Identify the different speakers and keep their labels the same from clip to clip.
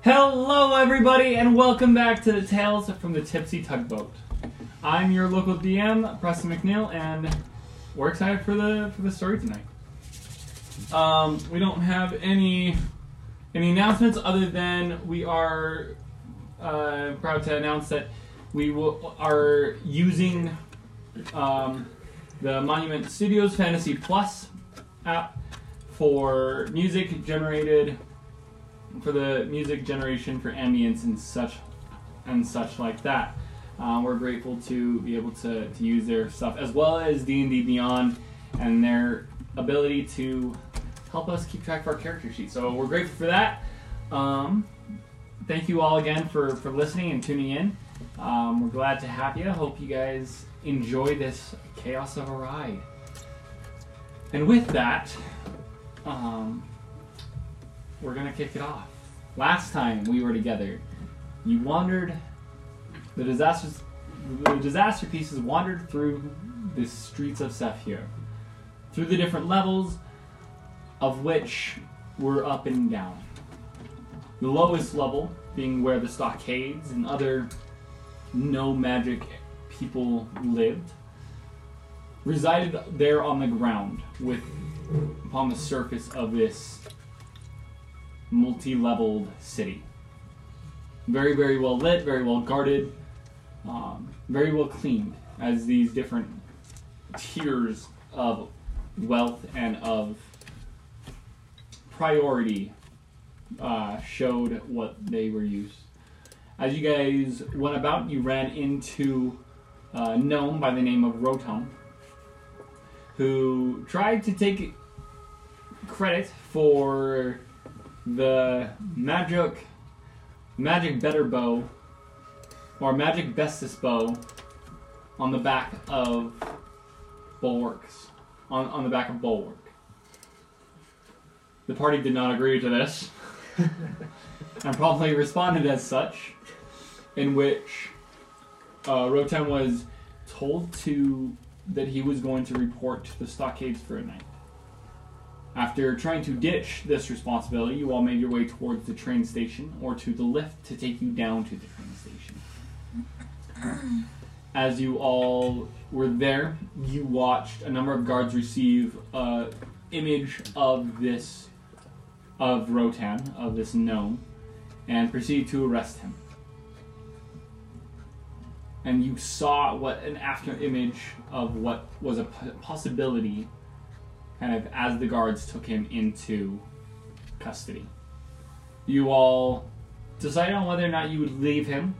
Speaker 1: Hello, everybody, and welcome back to the Tales from the Tipsy Tugboat. I'm your local DM, Preston McNeil, and we're excited for the for the story tonight. Um, we don't have any any announcements other than we are uh, proud to announce that we will, are using um, the Monument Studios Fantasy Plus app for music generated for the music generation for ambience and such and such like that. Uh, we're grateful to be able to, to use their stuff as well as D and D Beyond and their ability to help us keep track of our character sheet. So we're grateful for that. Um, thank you all again for, for listening and tuning in. Um, we're glad to have you. Hope you guys enjoy this chaos of a ride. And with that, um, we're gonna kick it off. Last time we were together, you wandered. The disasters, the disaster pieces wandered through the streets of Sephir, through the different levels, of which were up and down. The lowest level being where the stockades and other no magic people lived, resided there on the ground, with upon the surface of this multi-leveled city. Very, very well lit, very well guarded, um, very well cleaned, as these different tiers of wealth and of priority uh, showed what they were used. As you guys went about, you ran into a gnome by the name of Rotom, who tried to take credit for the magic magic better bow or magic bestest bow on the back of bulwarks on, on the back of bulwark the party did not agree to this and promptly responded as such in which uh, rotem was told to that he was going to report to the stockades for a night after trying to ditch this responsibility, you all made your way towards the train station or to the lift to take you down to the train station. As you all were there, you watched a number of guards receive a image of this of Rotan, of this gnome, and proceed to arrest him. And you saw what an after image of what was a p- possibility kind of as the guards took him into custody. You all decided on whether or not you would leave him,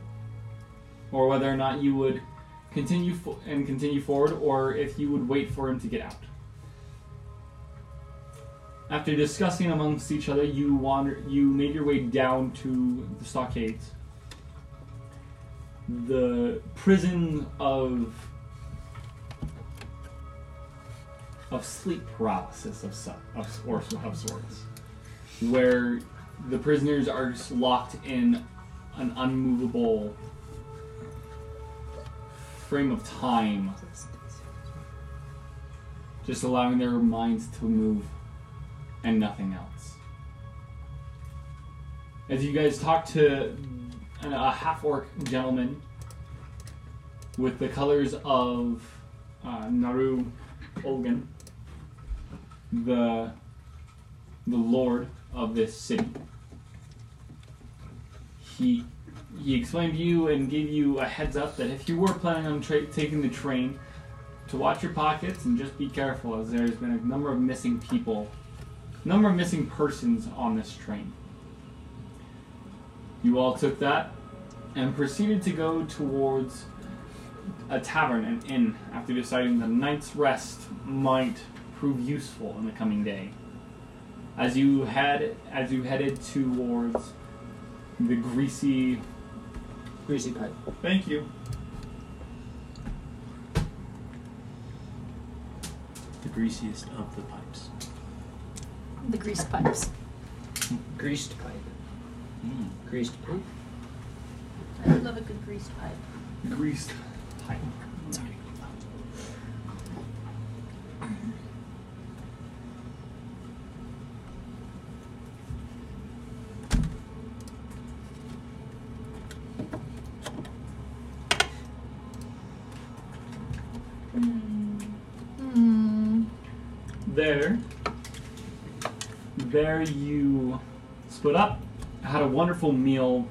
Speaker 1: or whether or not you would continue fo- and continue forward, or if you would wait for him to get out. After discussing amongst each other, you wander. You made your way down to the stockades, the prison of of sleep paralysis of, so- of, or, of sorts, where the prisoners are just locked in an unmovable frame of time, just allowing their minds to move and nothing else. As you guys talk to an- a half orc gentleman with the colors of uh, Naru Olgan, the the lord of this city. He he explained to you and gave you a heads up that if you were planning on tra- taking the train, to watch your pockets and just be careful, as there's been a number of missing people, number of missing persons on this train. You all took that and proceeded to go towards a tavern, an inn, after deciding the night's rest might prove useful in the coming day. As you head, as you headed towards the greasy.
Speaker 2: Greasy pipe.
Speaker 1: Thank you.
Speaker 3: The greasiest of the pipes.
Speaker 4: The grease pipes.
Speaker 2: Greased pipe.
Speaker 1: Mm.
Speaker 2: Greased pipe.
Speaker 4: I love a good grease pipe.
Speaker 1: Greased.
Speaker 5: Hmm.
Speaker 1: there. There you split up, had a wonderful meal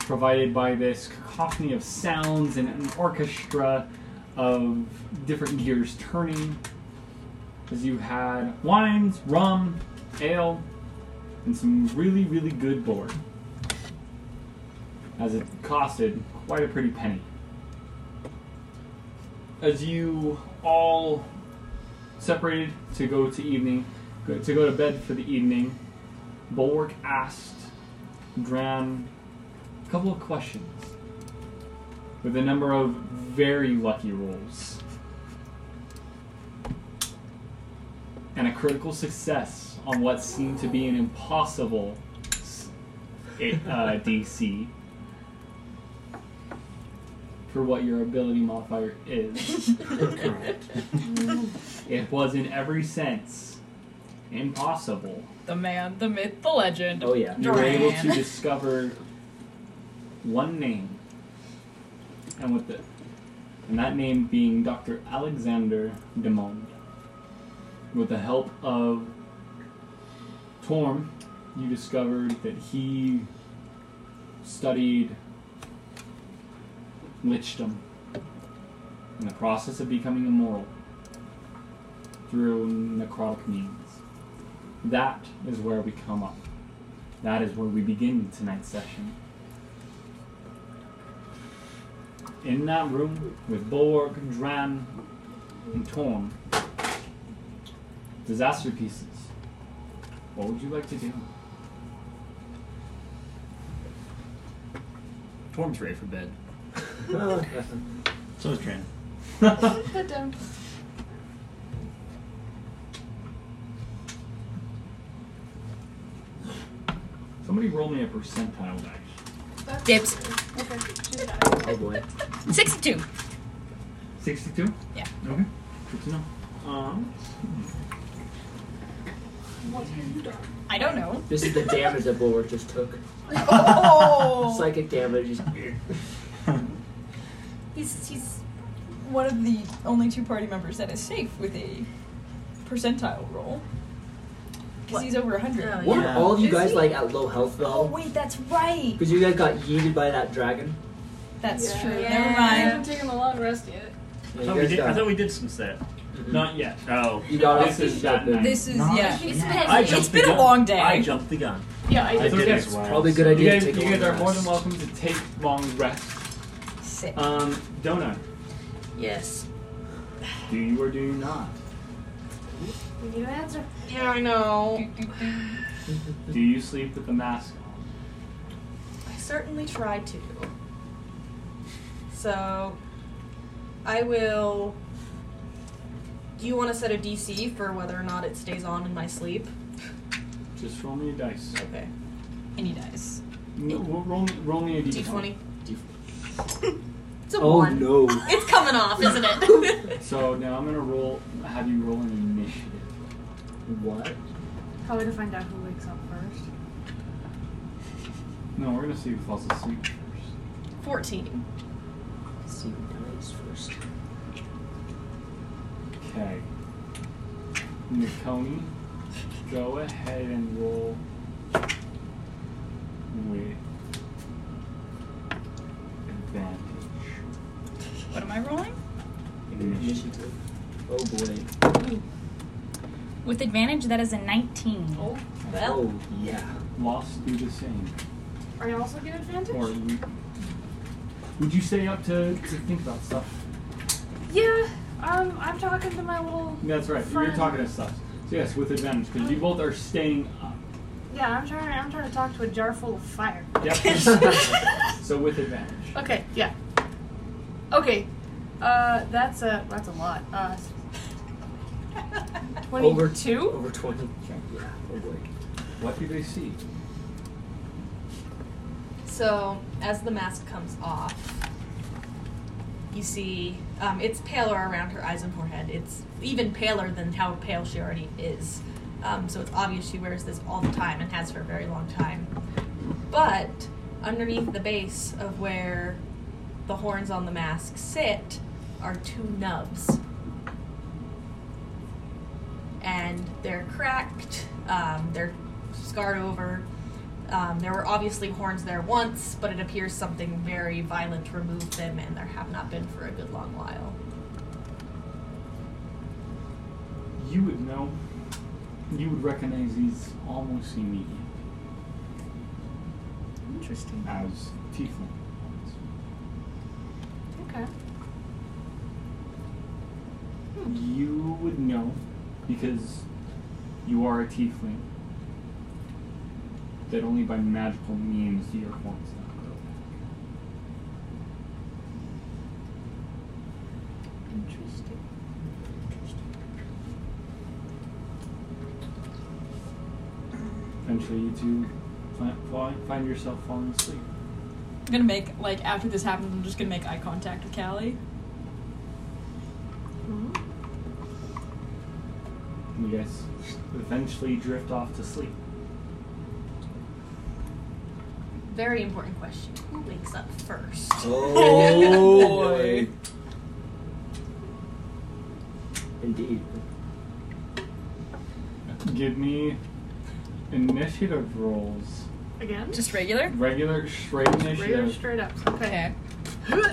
Speaker 1: provided by this cacophony of sounds and an orchestra of different gears turning. As you had wines, rum, ale, and some really, really good board. As it costed quite a pretty penny. As you all separated to go to evening, go, to go to bed for the evening, Bulwark asked Dran a couple of questions with a number of very lucky rolls and a critical success on what seemed to be an impossible s- it, uh, DC for what your ability modifier is.
Speaker 6: Correct.
Speaker 1: It was in every sense impossible.
Speaker 7: The man, the myth, the legend.
Speaker 2: Oh, yeah.
Speaker 1: You were able
Speaker 7: Dorian.
Speaker 1: to discover one name, and with it, and that name being Dr. Alexander Demond. With the help of Torm, you discovered that he studied lichdom in the process of becoming immortal through necrotic means. That is where we come up. That is where we begin tonight's session. In that room with Bulwark, Dran, and Torn, disaster pieces. What would you like to do?
Speaker 8: Torm's ready for bed.
Speaker 2: Oh,
Speaker 6: So is Tran.
Speaker 9: Put down.
Speaker 1: Somebody roll me a percentile dice.
Speaker 7: Dibs.
Speaker 9: Okay, she's got
Speaker 2: oh,
Speaker 9: it.
Speaker 2: boy.
Speaker 7: 62.
Speaker 1: 62?
Speaker 7: Yeah.
Speaker 1: Okay. Good to know. Um,
Speaker 9: What have you done?
Speaker 7: I don't know.
Speaker 2: This is the damage that Bulwark just took.
Speaker 5: Oh.
Speaker 2: Psychic damage. He's-
Speaker 5: He's he's one of the only two party members that is safe with a percentile roll because
Speaker 9: What?
Speaker 5: he's over hundred.
Speaker 9: Oh,
Speaker 2: Weren't
Speaker 6: Yeah.
Speaker 2: all of you
Speaker 5: Is
Speaker 2: guys
Speaker 5: he?
Speaker 2: like at low health
Speaker 5: Oh
Speaker 2: though?
Speaker 5: wait, that's right.
Speaker 2: Because you guys got yeeted by that dragon.
Speaker 5: That's
Speaker 9: Yeah.
Speaker 5: true.
Speaker 9: Yeah.
Speaker 5: Never
Speaker 9: I
Speaker 5: mind.
Speaker 9: haven't taken a long rest yet.
Speaker 8: I
Speaker 2: Yeah,
Speaker 8: thought,
Speaker 2: you
Speaker 8: we
Speaker 2: guys
Speaker 8: did, I
Speaker 2: got,
Speaker 8: thought we did some set.
Speaker 2: Mhm.
Speaker 1: not yet.
Speaker 8: Oh.
Speaker 2: you got off
Speaker 1: This is
Speaker 2: the-
Speaker 1: that
Speaker 2: the-
Speaker 1: night.
Speaker 5: This is
Speaker 6: Not-
Speaker 5: yeah.
Speaker 9: He's
Speaker 8: Yeah.
Speaker 9: been-
Speaker 8: I
Speaker 5: It's
Speaker 8: jumped
Speaker 5: been
Speaker 8: the
Speaker 5: a
Speaker 8: gun.
Speaker 5: long day.
Speaker 8: I jumped the gun.
Speaker 9: Yeah, I
Speaker 6: I
Speaker 9: did.
Speaker 1: It's
Speaker 6: did
Speaker 1: okay.
Speaker 6: it as well.
Speaker 2: Probably a good
Speaker 6: so-
Speaker 1: You
Speaker 2: idea
Speaker 1: guys,
Speaker 2: to take a
Speaker 1: you guys
Speaker 2: long
Speaker 1: are more than
Speaker 2: rest.
Speaker 1: welcome to take long rests.
Speaker 5: Sick.
Speaker 1: Um, Donut,
Speaker 9: Yes.
Speaker 1: do you or do you not?
Speaker 9: We need an answer.
Speaker 7: Yeah, I know.
Speaker 1: Do you sleep with the mask on?
Speaker 10: I certainly try to. So, I will. Do you want to set a DC for whether or not it stays on in my sleep?
Speaker 1: Just roll me a dice.
Speaker 10: Okay.
Speaker 5: And he dies.
Speaker 1: No, roll, roll, me- roll me a
Speaker 10: D20.
Speaker 1: d20.
Speaker 10: It's a
Speaker 2: Oh
Speaker 10: one.
Speaker 2: no.
Speaker 10: It's coming off, isn't it?
Speaker 1: So now I'm gonna roll. Have you roll an initiative?
Speaker 2: what?
Speaker 9: Probably to find out who wakes up first.
Speaker 1: No, we're gonna see who falls asleep first.
Speaker 10: 14.
Speaker 2: See who dies first.
Speaker 1: Okay. Nikoni, go ahead and roll with advantage.
Speaker 7: What am I rolling?
Speaker 1: Initiative.
Speaker 2: Initiative. Oh boy.
Speaker 7: With advantage, that is a 19.
Speaker 9: Oh.
Speaker 10: Well,
Speaker 2: Oh yeah.
Speaker 1: Lost do the same.
Speaker 9: Are you also get advantage?
Speaker 1: Or we, would you stay up to, to think about stuff?
Speaker 9: Yeah. Um, I'm talking to my little.
Speaker 1: That's right. You're
Speaker 9: Fine.
Speaker 1: talking to stuff. So yes, with advantage because you both are staying up.
Speaker 9: Yeah, I'm trying. I'm trying to talk to a jar full of fire.
Speaker 1: Yep. so with advantage.
Speaker 9: Okay. Yeah. Okay. Uh, that's a that's a lot. Uh,
Speaker 2: Over-
Speaker 9: twenty-two.
Speaker 2: Over 20. Yeah. Oh boy.
Speaker 1: What do they see?
Speaker 10: so as the mask comes off, you see um, it's paler around her eyes and forehead. It's even paler than how pale she already is. Um, so it's obvious she wears this all the time and has for a very long time. But underneath the base of where the horns on the mask sit are two nubs. And
Speaker 11: They're cracked. Um, they're scarred over. Um, there were obviously horns there once, but it appears something very violent removed them, and there have not been for a good long while.
Speaker 1: You would know. You would recognize these almost immediately
Speaker 12: Interesting.
Speaker 1: as tiefling.
Speaker 11: Okay.
Speaker 1: You would know because you are a tiefling that only by magical means do your horns not grow back.
Speaker 12: Interesting.
Speaker 1: Eventually, you do plant, fly, find yourself falling asleep.
Speaker 12: I'm gonna make like after this happens, I'm just gonna make eye contact with Callie.
Speaker 1: And you guys eventually drift off to sleep.
Speaker 11: Very important question. Who wakes up first?
Speaker 2: Oh boy. Indeed.
Speaker 1: Give me initiative rolls.
Speaker 4: Again?
Speaker 5: Just regular?
Speaker 1: Regular straight initiative.
Speaker 4: Regular straight ups. Okay.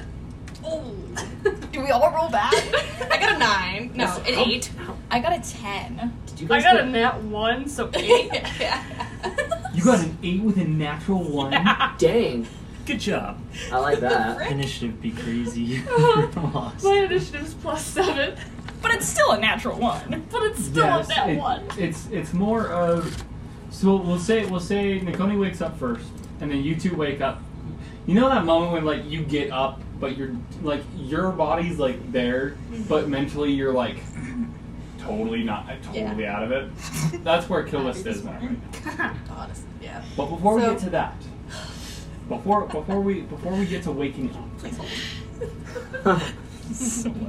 Speaker 11: Oh,
Speaker 12: Do we all roll back?
Speaker 11: I got a nine. No, an eight.
Speaker 12: I got a ten.
Speaker 2: Did you
Speaker 4: I
Speaker 2: guys
Speaker 4: got a
Speaker 2: get-
Speaker 4: nat one, so eight.
Speaker 11: yeah.
Speaker 1: You got an eight with a natural one.
Speaker 2: Dang.
Speaker 13: Good job.
Speaker 2: I like that.
Speaker 3: Initiative be crazy. Lost.
Speaker 4: My initiative's plus seven,
Speaker 12: But it's still a natural one.
Speaker 4: but it's still
Speaker 1: yes,
Speaker 4: a nat
Speaker 1: it-
Speaker 4: one.
Speaker 1: It's it's more of so we'll say we'll say Nikoni wakes up first, and then you two wake up. You know that moment when like you get up, but you're like your body's like there,
Speaker 4: Mm-hmm.
Speaker 1: but mentally you're like totally not totally out of it. That's where Kill List is now. Right now.
Speaker 11: Honestly, yeah.
Speaker 1: But before we
Speaker 11: So-
Speaker 1: get to that, before before we before we get to waking up,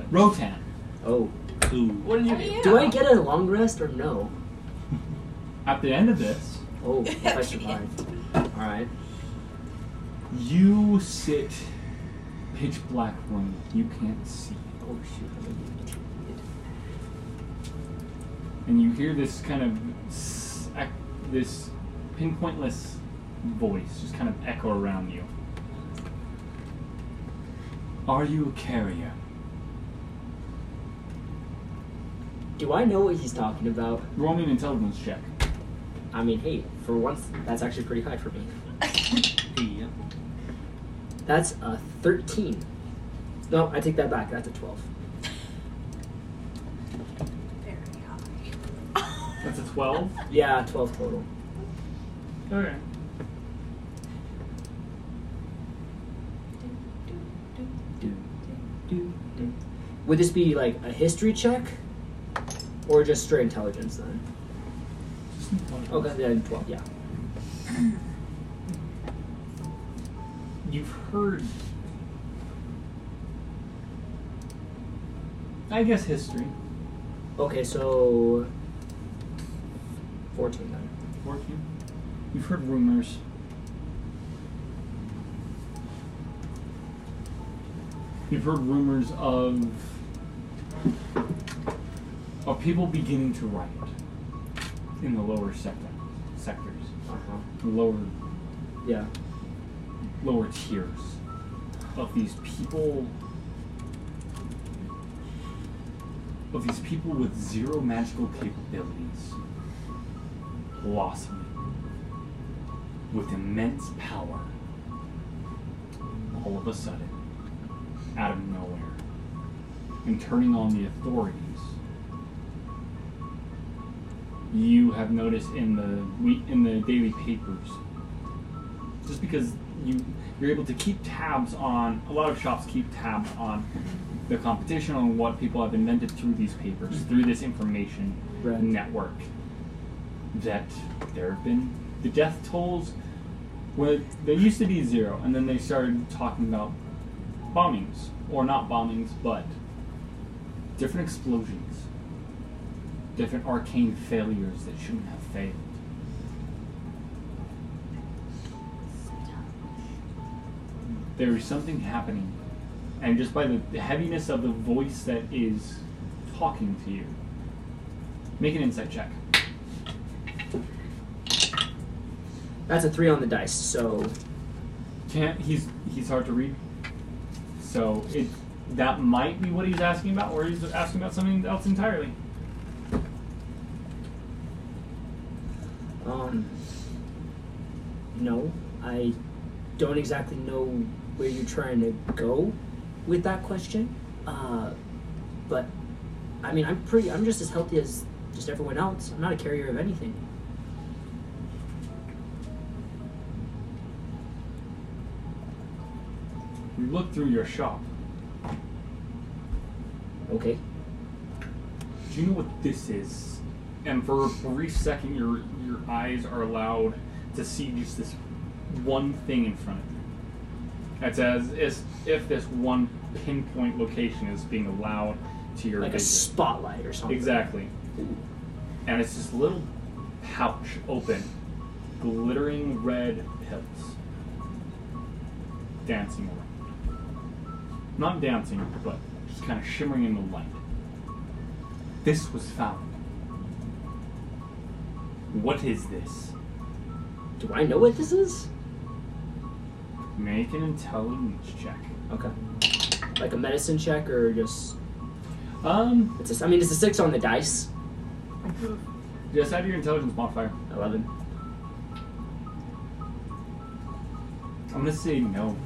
Speaker 1: Rotan,
Speaker 2: oh.
Speaker 3: Ooh.
Speaker 4: What did you do?
Speaker 2: Do I get a long rest or no?
Speaker 1: at the end of this,
Speaker 2: Oh, if I survive. Alright.
Speaker 1: you sit pitch black room. You can't see.
Speaker 2: Oh shoot.
Speaker 1: and you hear this kind of s- ec- this pinpointless voice just kind of echo around you. Are you a carrier?
Speaker 2: Do I know what he's talking about?
Speaker 1: Roll me an intelligence check.
Speaker 2: I mean, hey, for once, that's actually pretty high for me.
Speaker 3: Yeah.
Speaker 2: That's a 13. No, I take that back. That's a 12.
Speaker 11: Very high.
Speaker 1: That's a twelve.
Speaker 2: Yeah, 12 total.
Speaker 1: okay.
Speaker 2: Would this be like a history check? Or just straight intelligence then? Okay, then 12, yeah.
Speaker 1: You've heard. I guess history.
Speaker 2: Okay, so. 14 then.
Speaker 1: Working. You've heard rumors. You've heard rumors of of people beginning to riot in the lower sector sectors,
Speaker 2: Uh-huh.
Speaker 1: the lower
Speaker 2: Yeah.
Speaker 1: lower tiers of these people of these people with zero magical capabilities blossoming with immense power all of a sudden out of nowhere and turning on the authorities you have noticed in the week in the daily papers just because you you're able to keep tabs on a lot of shops keep tabs on the competition on what people have invented through these papers through this information
Speaker 2: Right.
Speaker 1: network that there have been the death tolls were they used to be zero and then they started talking about bombings or not bombings but different explosions different arcane failures that shouldn't have failed there is something happening. And just by the the heaviness of the voice that is talking to you, make an insight check.
Speaker 2: That's a three on the dice, so
Speaker 1: Can't he's he's hard to read. So it that might be what he's asking about, or he's asking about something else entirely.
Speaker 2: um no, I don't exactly know where you're trying to go with that question. Uh, but I mean, I'm pretty I'm just as healthy as just everyone else. I'm not a carrier of anything.
Speaker 1: We look through your shop.
Speaker 2: Okay.
Speaker 1: Do you know what this is? And for a brief second, your your eyes are allowed to see just this one thing in front of you. That's as as if this one pinpoint location is being allowed to your
Speaker 2: Like a
Speaker 1: vision.
Speaker 2: spotlight or something.
Speaker 1: Exactly. And it's this little pouch open, glittering red pills dancing around. Not dancing, but just kind of shimmering in the light. This was found. What is this?
Speaker 2: Do I know what this is?
Speaker 1: Make an intelligence check.
Speaker 2: Okay. Like a medicine check or just
Speaker 1: Um,
Speaker 2: it's a, I mean it's a six on the dice.
Speaker 1: just add your intelligence modifier.
Speaker 2: Eleven.
Speaker 1: I'm gonna say no.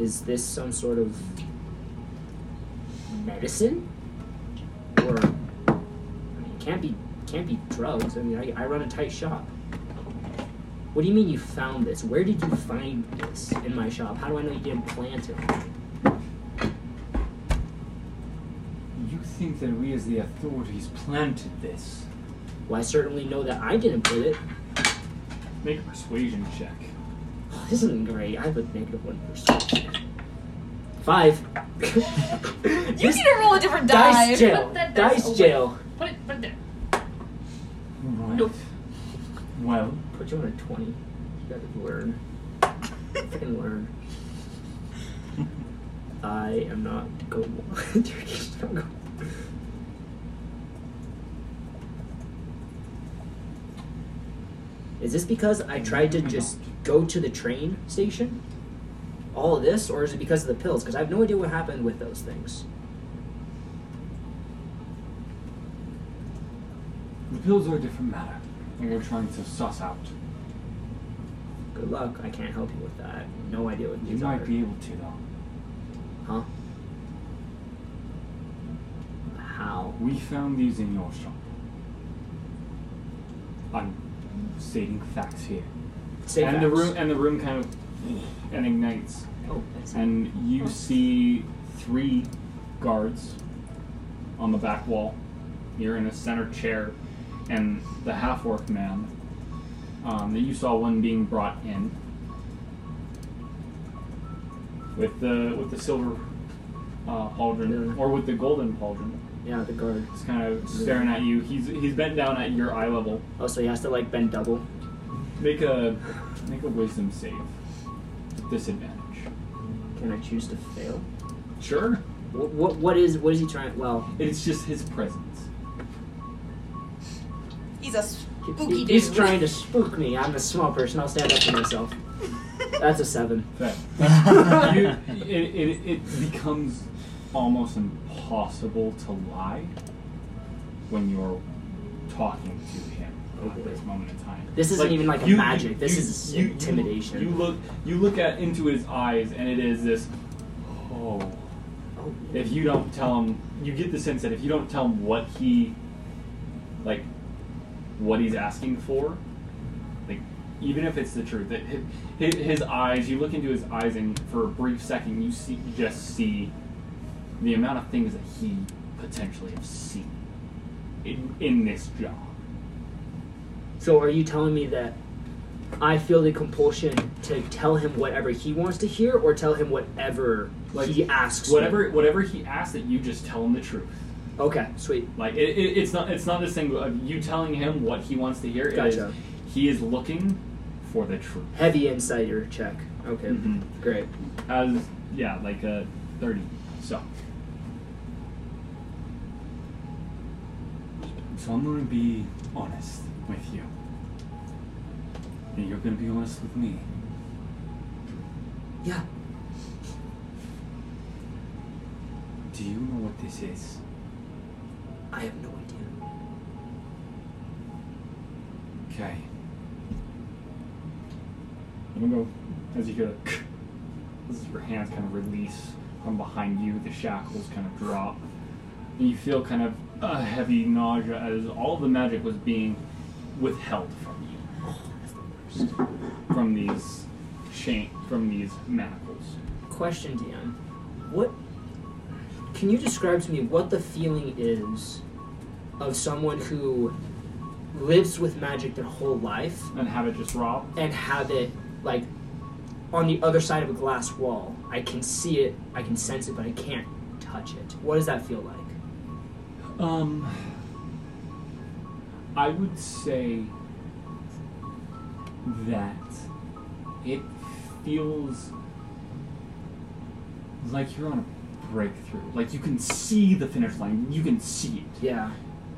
Speaker 2: Is this some sort of medicine? Or I mean, it can't be can't be drugs. I mean, I, I run a tight shop. What do you mean you found this? Where did you find this in my shop? How do I know you didn't plant it?
Speaker 1: You think that we, as the authorities, planted this?
Speaker 2: Well, I certainly know that I didn't put it.
Speaker 1: Make a persuasion check.
Speaker 2: Oh, this isn't great. I have a negative one percent. Five.
Speaker 12: You
Speaker 2: This
Speaker 12: need to roll a different die.
Speaker 2: dice jail.
Speaker 4: Put that dice
Speaker 2: Dice
Speaker 4: away.
Speaker 2: jail.
Speaker 4: Put it, put it there.
Speaker 1: Right.
Speaker 4: Nope.
Speaker 1: Well,
Speaker 2: Put you on a twenty. You gotta learn. Freaking learn. I am not going. Turkish not going. Is this because I tried to just go to the train station? All of this, or is it because of the pills? Because I have no idea what happened with those things.
Speaker 1: the pills are a different matter, and we're trying to suss out.
Speaker 2: Good luck. I can't help you with that. I have no idea what
Speaker 1: You
Speaker 2: these
Speaker 1: might
Speaker 2: are.
Speaker 1: be able to, though.
Speaker 2: Huh? How?
Speaker 1: We found these in your shop. I'm stating facts here.
Speaker 2: Say
Speaker 1: and
Speaker 2: facts.
Speaker 1: the room and the room kind of and ignites,
Speaker 2: Oh, that's
Speaker 1: and you see three guards on the back wall. You're in a center chair, and the half orc man um, that you saw one being brought in with the with the silver uh, pauldron
Speaker 2: Yeah.
Speaker 1: or with the golden pauldron.
Speaker 2: yeah, the guard.
Speaker 1: He's kind of staring at you. He's he's bent down at your eye level.
Speaker 2: Oh, so he has to like bend double.
Speaker 1: Make a make a wisdom save. Disadvantage.
Speaker 2: Can I choose to fail?
Speaker 1: Sure.
Speaker 2: What? What, what is? What is he trying? Well,
Speaker 1: It's just his presence.
Speaker 11: He's a
Speaker 2: he-
Speaker 11: spooky dude.
Speaker 2: he's trying to spook me. I'm a small person. I'll stand up for myself. That's a seven.
Speaker 1: That you, it, it, it becomes almost impossible to lie when you're talking to him at this moment in time.
Speaker 2: This isn't even like a magic. This is intimidation.
Speaker 1: You, look you look at into his eyes and it is this oh
Speaker 2: Oh,
Speaker 1: if you don't tell him you get the sense that if you don't tell him what he like what he's asking for like even if it's the truth it, hi- hi his eyes you look into his eyes and for a brief second you see you just see the amount of things that he potentially have seen in, in this job
Speaker 2: So are you telling me that I feel the compulsion to tell him whatever he wants to hear, or tell him whatever
Speaker 1: Like,
Speaker 2: he asks? me?
Speaker 1: whatever whatever he asks that you just tell him the truth
Speaker 2: Okay, sweet.
Speaker 1: Like it, it, it's not it's not this thing of you telling him what he wants to hear. It is
Speaker 2: Gotcha.
Speaker 1: he is looking for the truth.
Speaker 2: Heavy insider check. Okay,
Speaker 1: Mhm.
Speaker 2: great.
Speaker 1: As yeah, like a thirty. So. So I'm gonna be honest with you.
Speaker 3: And you're gonna be honest with me.
Speaker 2: Yeah.
Speaker 3: Do you know what this is?
Speaker 2: I have no idea.
Speaker 3: Okay.
Speaker 1: I'm gonna go as you hear the this is your hands kind of release from behind you, the shackles kind of drop. And you feel kind of a heavy nausea as all the magic was being withheld from you. From these chain from these manacles.
Speaker 2: Question, DM. What? Can you describe to me what the feeling is of someone who lives with magic their whole life
Speaker 1: And have it just rob.
Speaker 2: and have it like on the other side of a glass wall? I can see it, I can sense it, but I can't touch it. What does that feel like?
Speaker 1: Um I would say that it feels like you're on a breakthrough. Like you can see the finish line. You can see it.
Speaker 2: Yeah.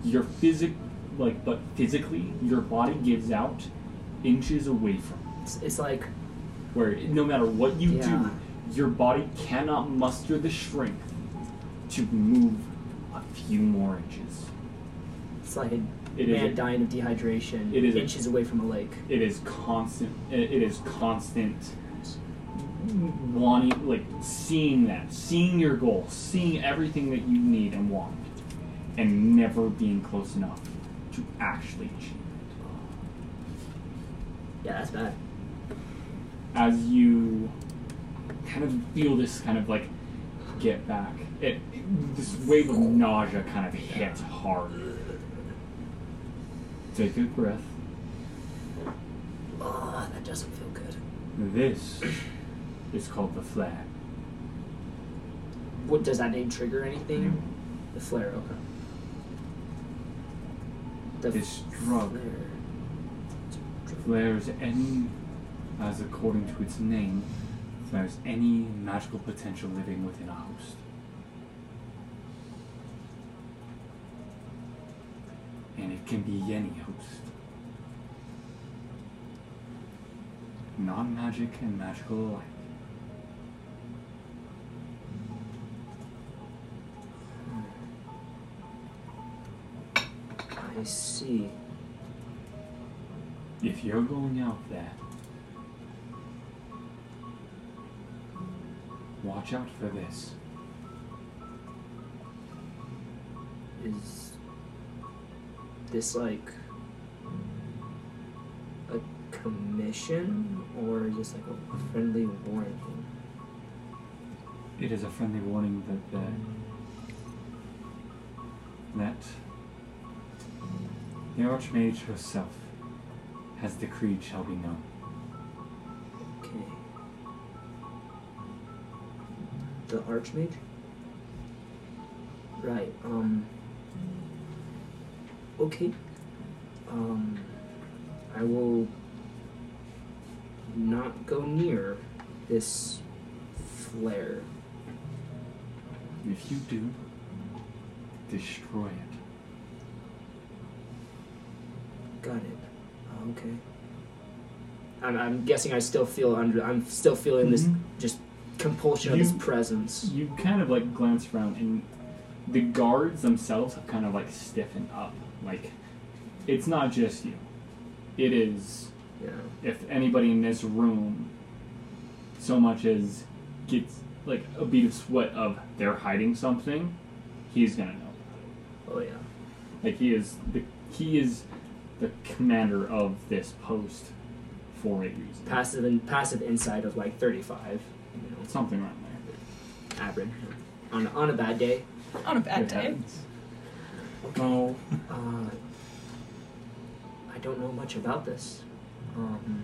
Speaker 1: Your physic like but physically your body gives out inches away from it.
Speaker 2: It's, it's like
Speaker 1: where no matter what you
Speaker 2: Yeah.
Speaker 1: do, your body cannot muster the strength to move a few more inches.
Speaker 2: it's like a
Speaker 1: It is
Speaker 2: man
Speaker 1: a-
Speaker 2: dying of dehydration
Speaker 1: It is a-
Speaker 2: inches away from a lake.
Speaker 1: it is constant it it is constant wanting like seeing that seeing your goal seeing everything that you need and want and never being close enough to actually achieve
Speaker 2: Yeah, that's bad.
Speaker 1: as you kind of feel this kind of like get back it, it- this wave of nausea kind of hits hard take a breath
Speaker 2: Oh, that doesn't feel good.
Speaker 1: this is called the flag
Speaker 2: What does that name trigger anything?
Speaker 1: Mm-hmm.
Speaker 2: The flare, okay. The
Speaker 1: It's drug.
Speaker 2: flare.
Speaker 1: there's any, as according to its name, if there's any magical potential living within a host. And it can be any host. Non magic and magical alike.
Speaker 2: I see.
Speaker 1: If you're going out there, watch out for this.
Speaker 2: Is this like a commission or is this like a friendly warning?
Speaker 1: It is a friendly warning that the, that the Archmage herself has decreed shall be known.
Speaker 2: Okay. The Archmage? Right, um. Okay. Um. I will not go near this flare.
Speaker 1: And if you do, destroy it.
Speaker 2: Got it. Oh, okay. I'm, I'm guessing I still feel under. I'm still feeling this
Speaker 1: Mhm.
Speaker 2: just compulsion of this
Speaker 1: You-
Speaker 2: presence.
Speaker 1: You kind of like glance around, and the guards themselves have kind of like stiffened up. Like, it's not just you, it is
Speaker 2: Yeah.
Speaker 1: if anybody in this room so much as gets like a bead of sweat of they're hiding something, he's gonna know.
Speaker 2: Oh yeah.
Speaker 1: Like he is the he is the commander of this post for a reason.
Speaker 2: passive and passive insight of like 35 you know
Speaker 1: Something around there.
Speaker 2: average on, on a bad day
Speaker 12: On a bad
Speaker 1: It
Speaker 12: day.
Speaker 1: happens.
Speaker 2: no uh, i don't know much about this um,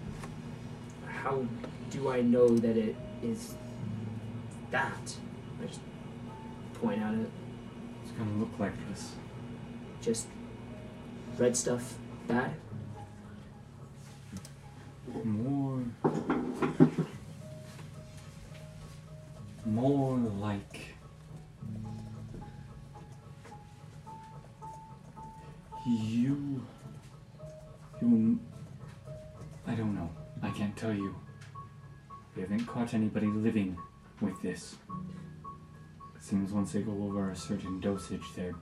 Speaker 2: how do i know that it is that i just point at it
Speaker 1: It's gonna look like this.
Speaker 2: just red stuff bad
Speaker 1: More more like you you I don't know. I can't tell you. We haven't caught anybody living with this. Seems once they go over a certain dosage, their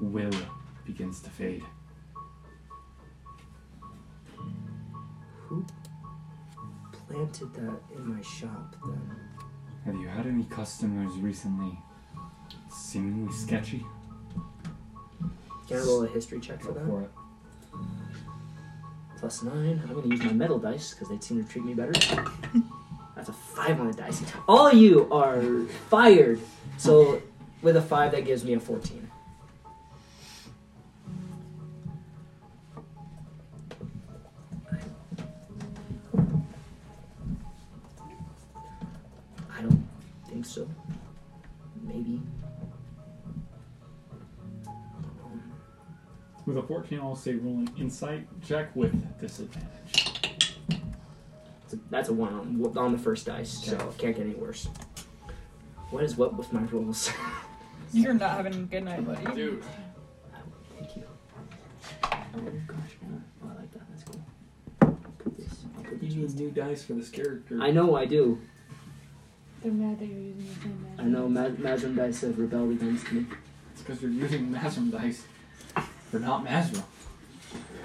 Speaker 1: will begins to fade.
Speaker 2: Who planted that in my shop then?
Speaker 1: Have you had any customers recently? Seemingly sketchy.
Speaker 2: Can I roll a history check for
Speaker 1: Go
Speaker 2: that?
Speaker 1: for it.
Speaker 2: Plus nine. I'm gonna use my metal dice because they seem to treat me better. That's a five on the dice. All you are fired. So with a five, that gives me a fourteen. I don't think so. Maybe.
Speaker 14: With a 14, I'll say roll an insight check with disadvantage.
Speaker 2: It's a- That's a one on, on the first dice, so it can't get any worse. What is what with my rolls?
Speaker 10: You're not having a good night, buddy.
Speaker 14: Dude.
Speaker 2: Thank you. Oh gosh, man. Oh, I like that. That's cool. Put this- I'll put
Speaker 14: You
Speaker 2: these
Speaker 14: need
Speaker 2: ones-
Speaker 14: new dice for this character.
Speaker 2: I know I do.
Speaker 15: They're mad that you're using the same
Speaker 2: I know Ma- Mazrim Dice have rebelled against me.
Speaker 14: It's because you're using Masrum dice. They're not Masrum.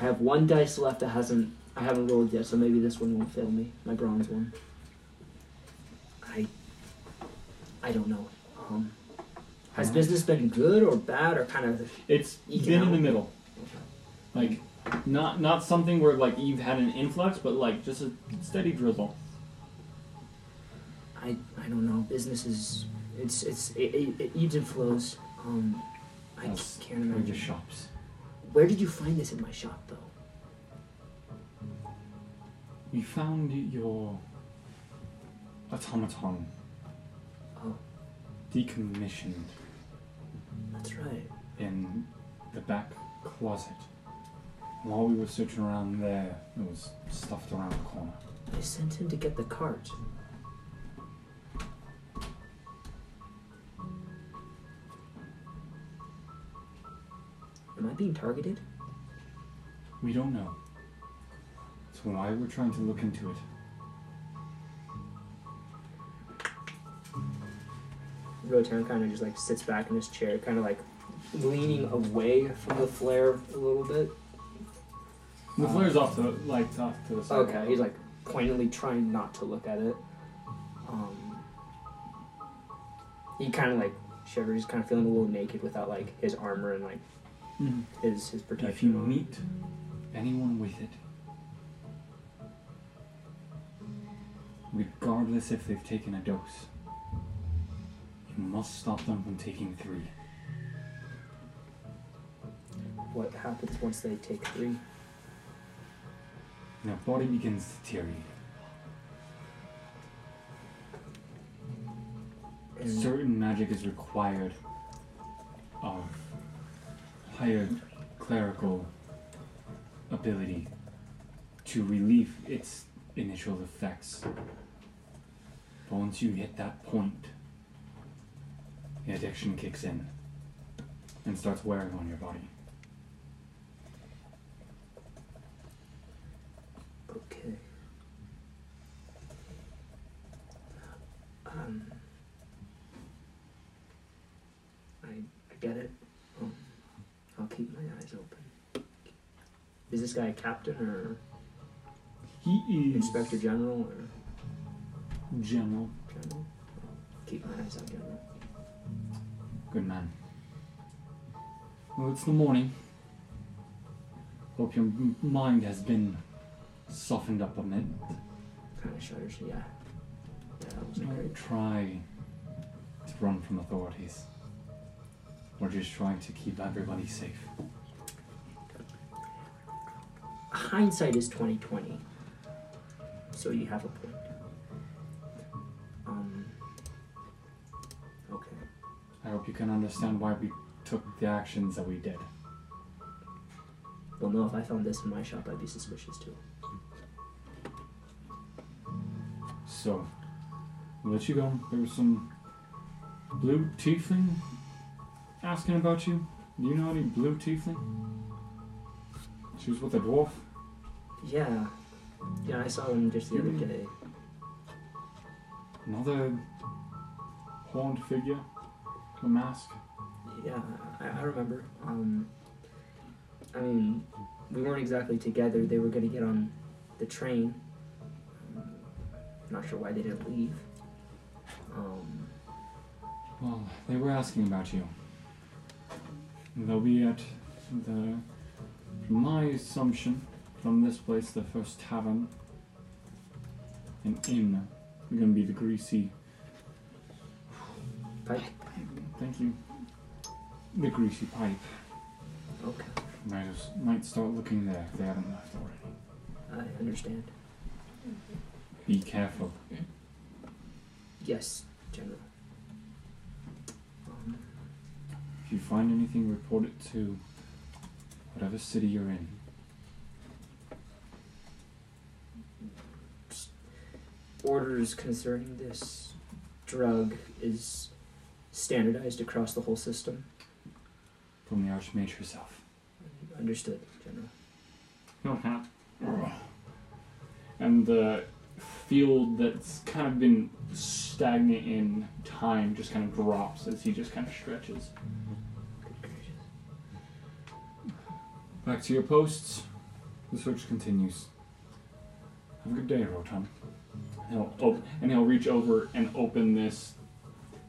Speaker 2: I have one dice left that hasn't I haven't rolled yet, so maybe this one won't fail me. My bronze one. I I don't know. Um, has business been good or bad or kind of
Speaker 14: It's
Speaker 2: Eking
Speaker 14: been in
Speaker 2: out.
Speaker 14: the middle. Like, not not something where like you've had an influx, but like just a steady drizzle.
Speaker 2: I I don't know. Business is it's it's it, it, it ebbs and flows. Um, I
Speaker 1: That's-
Speaker 2: can't
Speaker 1: Or
Speaker 2: imagine.
Speaker 1: your shops.
Speaker 2: Where did you find this in my shop, though?
Speaker 1: We found your automaton
Speaker 2: Oh,
Speaker 1: decommissioned
Speaker 2: that's right.
Speaker 1: in the back closet. While we were searching around there, it was stuffed around the corner.
Speaker 2: I sent him to get the cart. Am I being targeted?
Speaker 1: We don't know. That's why we're trying to look into it.
Speaker 2: Rotan kind of just like sits back in his chair, kind of like leaning away from the flare a little bit.
Speaker 14: The
Speaker 2: Uh,
Speaker 14: flare's off the like off to the side.
Speaker 2: Okay, he's like pointedly trying not to look at it. Um, he kind of like shivers. He's kind of feeling a little naked without like his armor and like
Speaker 14: Mhm.
Speaker 2: his his
Speaker 1: Mm-hmm. If you
Speaker 2: protection. on.
Speaker 1: meet anyone with it, regardless if they've taken a dose, you must stop them from taking three.
Speaker 2: What happens once they take three?
Speaker 1: Their body begins to deteriorate.
Speaker 2: And
Speaker 1: Certain magic is required of higher clerical ability to relieve its initial effects. But once you hit that point, the addiction kicks in and starts wearing on your body.
Speaker 2: okay. Um, I I get it. Um, I'll keep my eyes open. Is this guy a captain or?
Speaker 14: he is
Speaker 2: Inspector General or
Speaker 14: general.
Speaker 2: General? Keep my eyes on General.
Speaker 1: Good man. Well, it's the morning. Hope your m- mind has been softened up a bit.
Speaker 2: Kind of shudders, yeah. Yeah, that was a great.
Speaker 1: Don't try to run from authorities. We're just trying to keep everybody safe.
Speaker 2: Hindsight is twenty twenty. So you have a point. Um. Okay.
Speaker 1: I hope you can understand why we took the actions that we did.
Speaker 2: Well, no, if I found this in my shop, I'd be suspicious too.
Speaker 1: So, we'll let you go. There was some blue tiefling asking about you. Do you know any blue tiefling? She was with a dwarf.
Speaker 2: Yeah. Yeah, I saw them just the other day.
Speaker 16: Another horned figure, a mask.
Speaker 2: Yeah, I, I remember. Um, I mean, we weren't exactly together. They were going to get on the train. Not sure why they didn't leave. Um,
Speaker 16: Well, they were asking about you. They'll be at the, from my assumption, from this place, the first tavern, an inn. They're gonna be the greasy.
Speaker 2: Pipe?
Speaker 16: Thank you. The greasy pipe.
Speaker 2: okay,
Speaker 16: Might, as- might start looking there if they haven't left already.
Speaker 2: I understand.
Speaker 16: Be careful.
Speaker 2: Yes, General. Um,
Speaker 16: If you find anything, report it to whatever city you're in.
Speaker 2: orders concerning this drug is standardized across the whole system.
Speaker 16: From the Archmage herself.
Speaker 2: Understood, General.
Speaker 16: and the field that's kind of been stagnant in time just kind of drops as he just kind of stretches.
Speaker 2: Good gracious.
Speaker 16: Back to your posts. The search continues. Have a good day, Rotan. He'll op- and he'll reach over and open this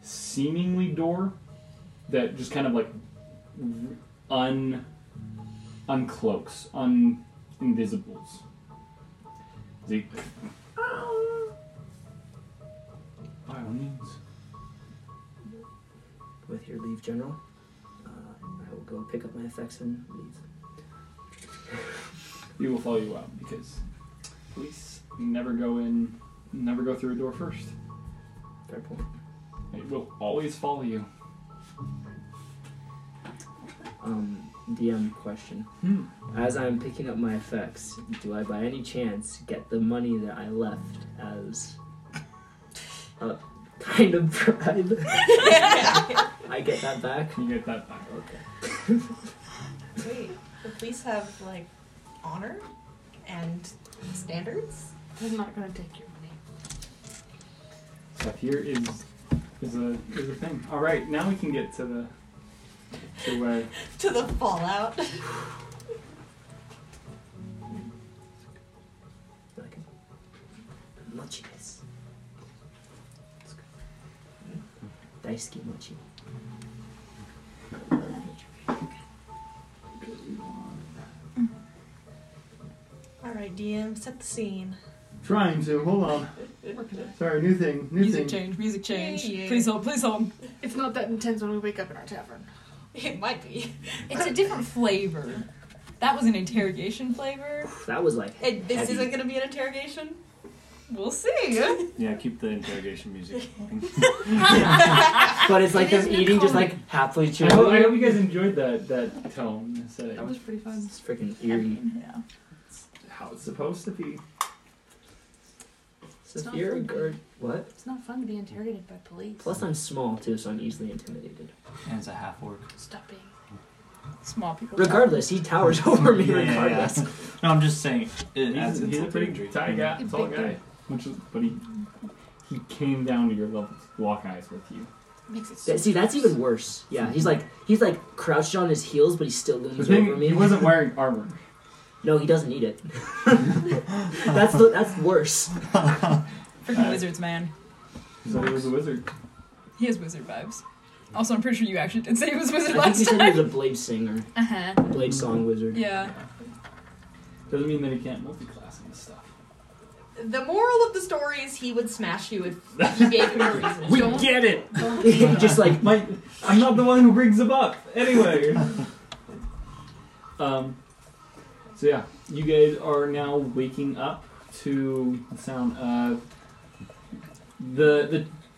Speaker 16: seemingly door that just kind of like un uncloaks, un invisibles. The by all means.
Speaker 2: With your leave, General, uh, I will go pick up my effects and leave.
Speaker 16: We will follow you out because police never go in, never go through a door first.
Speaker 2: Fair point.
Speaker 16: They will always follow you.
Speaker 2: Um, DM question.
Speaker 16: Hmm.
Speaker 2: As I'm picking up my effects, do I by any chance get the money that I left as a kind of bribe? I get that back?
Speaker 16: You get that back.
Speaker 2: Okay.
Speaker 4: Wait, the police have like honor and standards.
Speaker 9: I'm not gonna take your money.
Speaker 16: Stuff here is is a is a thing. All right, now we can get to the to where
Speaker 4: to the fallout.
Speaker 2: Like muchiness. It's good. Daisuke mochi.
Speaker 4: All right, DM, set the scene.
Speaker 1: Trying to hold on. Sorry, new thing, new
Speaker 10: Music
Speaker 1: thing.
Speaker 10: change, music change.
Speaker 4: Yeah, yeah.
Speaker 10: Please hold, please hold.
Speaker 9: It's not that intense when we wake up in our tavern.
Speaker 4: It might be.
Speaker 10: It's a different flavor. That was an interrogation flavor.
Speaker 2: That was like
Speaker 4: It, this
Speaker 2: heavy.
Speaker 4: isn't gonna be an interrogation.
Speaker 10: We'll see.
Speaker 5: Yeah, keep the interrogation music.
Speaker 2: But it's like
Speaker 9: It is
Speaker 2: them
Speaker 9: new
Speaker 2: eating just
Speaker 9: comment.
Speaker 2: like halfway
Speaker 1: I hope, I hope
Speaker 2: chewing.
Speaker 1: you guys enjoyed that that tone. and aesthetic.
Speaker 9: That was pretty fun.
Speaker 2: It's freaking eerie.
Speaker 10: Yeah.
Speaker 1: how it's supposed to be.
Speaker 2: So
Speaker 9: not
Speaker 2: if you're a
Speaker 9: fun.
Speaker 2: guard, what?
Speaker 9: It's not fun to be interrogated by police.
Speaker 2: Plus, I'm small too, so I'm easily intimidated.
Speaker 5: and it's a half orc.
Speaker 9: Stop being.
Speaker 10: Small people.
Speaker 2: Regardless, he towers over me.
Speaker 5: Yeah, yeah, yeah.
Speaker 2: regardless.
Speaker 5: No, I'm just saying. It
Speaker 1: He's,
Speaker 5: adds
Speaker 1: he's a
Speaker 5: insult to
Speaker 1: pretty
Speaker 5: injury.
Speaker 1: tight guy,
Speaker 9: He's
Speaker 1: tall
Speaker 9: big
Speaker 1: guy, which is but he he came down to your level to lock eyes with you.
Speaker 9: Makes it so
Speaker 2: That- See, that's even worse. Yeah, he's like he's like crouched on his heels, but he still
Speaker 1: The
Speaker 2: looms over
Speaker 1: thing
Speaker 2: me.
Speaker 1: he wasn't wearing armor.
Speaker 2: No, he doesn't need it. that's the, that's worse.
Speaker 10: Freaking wizards, man.
Speaker 1: So he was a wizard.
Speaker 10: He has wizard vibes. Also, I'm pretty sure you actually did say he was wizard
Speaker 2: I think he
Speaker 10: last
Speaker 2: said he
Speaker 10: time.
Speaker 2: was a blade singer,
Speaker 17: Uh huh.
Speaker 5: Uh-huh.
Speaker 2: blade song wizard.
Speaker 10: Yeah.
Speaker 1: Doesn't mean that he can't multiclass and stuff.
Speaker 4: The moral of the story is he would smash you if he gave him a reason.
Speaker 5: We
Speaker 4: Don't-
Speaker 5: get it.
Speaker 2: just like
Speaker 1: My, I'm not the one who brings them up. Anyway. um, so yeah, you guys are now waking up to the sound of the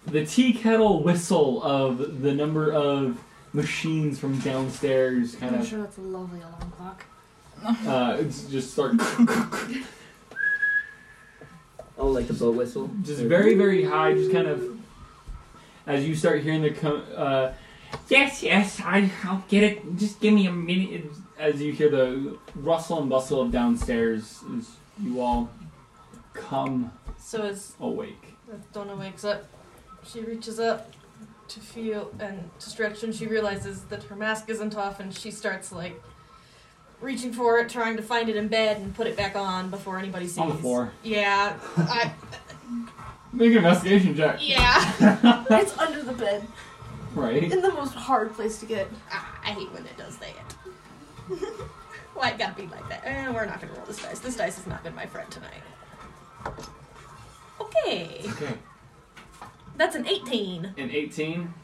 Speaker 1: the the tea kettle whistle of the number of machines from downstairs kind
Speaker 9: I'm
Speaker 1: of
Speaker 9: sure that's a lovely alarm clock.
Speaker 1: uh, it's just start
Speaker 2: oh, like the boat whistle.
Speaker 1: just very very high just kind of as you start hearing the co- uh, yes yes I, i'll get it just give me a minute as you hear the rustle and bustle of downstairs as you all come
Speaker 4: So as
Speaker 1: awake.
Speaker 4: as Donna wakes up, she reaches up to feel and to stretch, and she realizes that her mask isn't off, and she starts like reaching for it, trying to find it in bed and put it back on before anybody sees.
Speaker 1: On the floor.
Speaker 4: Yeah, I
Speaker 1: Make an investigation check.
Speaker 4: yeah.
Speaker 1: right?
Speaker 4: it's under the bed in the most hard place to get.
Speaker 11: Ah, I hate when it does that. Why it gotta be like that? Eh, we're not gonna roll this dice. This dice has not been my friend tonight. Okay,
Speaker 1: Okay.
Speaker 11: that's an 18.
Speaker 1: An 18.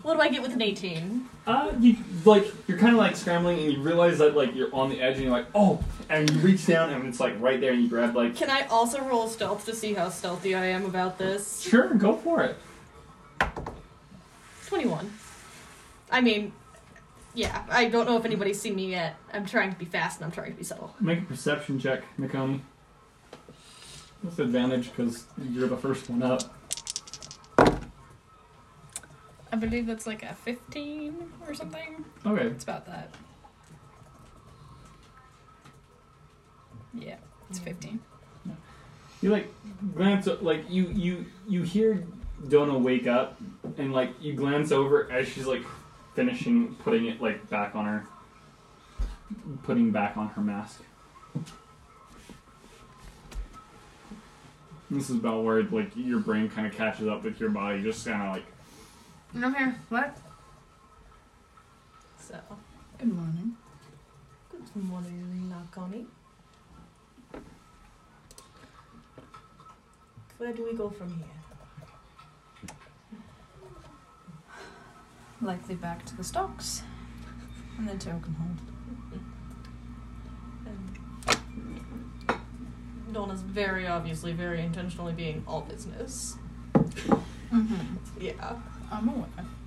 Speaker 11: What do I get with an 18?
Speaker 1: Uh, you like you're kind of like scrambling and you realize that like you're on the edge and you're like oh and you reach down and it's like right there and you grab like
Speaker 4: Can I also roll stealth to see how stealthy I am about this?
Speaker 1: sure go for it
Speaker 4: 21. I mean, yeah, I don't know if anybody's seen me yet. I'm trying to be fast and I'm trying to be subtle.
Speaker 1: make a perception check Nakoni with advantage because you're the first one up
Speaker 5: I believe that's like a 15 or something.
Speaker 1: okay
Speaker 5: It's about that. Yeah, it's 15.
Speaker 1: you like glance o- like you you you hear Donna wake up and like you glance over as she's like finishing putting it like back on her putting back on her mask. This is about where like your brain kind of catches up with your body, just kind of like
Speaker 4: No here. What?
Speaker 11: So,
Speaker 12: Good morning.
Speaker 4: Good morning, Nakoni.
Speaker 11: where do we go from here?
Speaker 12: Likely back to the stocks. And then to Oakenhold.
Speaker 4: And Um, Donna's very obviously, very intentionally being all business.
Speaker 12: Mm-hmm.
Speaker 4: Yeah.
Speaker 12: I'm aware.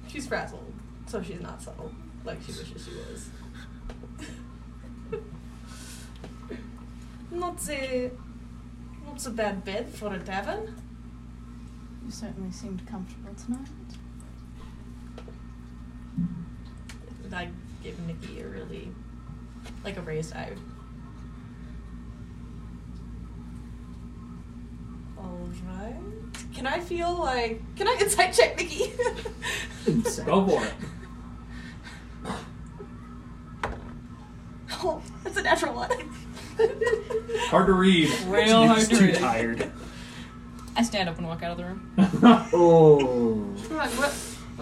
Speaker 4: She's frazzled, so she's not subtle, like she wishes she was. not a, not a bad bed for a tavern.
Speaker 12: You certainly seemed comfortable tonight.
Speaker 11: And I give Nikki a really, like a raised eye.
Speaker 4: All right. Can I feel like? Can I insight check Nikki?
Speaker 1: go for it.
Speaker 11: Oh, that's a natural one.
Speaker 1: Hard to read.
Speaker 5: Real hard to
Speaker 13: too
Speaker 5: read.
Speaker 13: tired.
Speaker 5: I stand up and walk out of the room.
Speaker 2: Oh.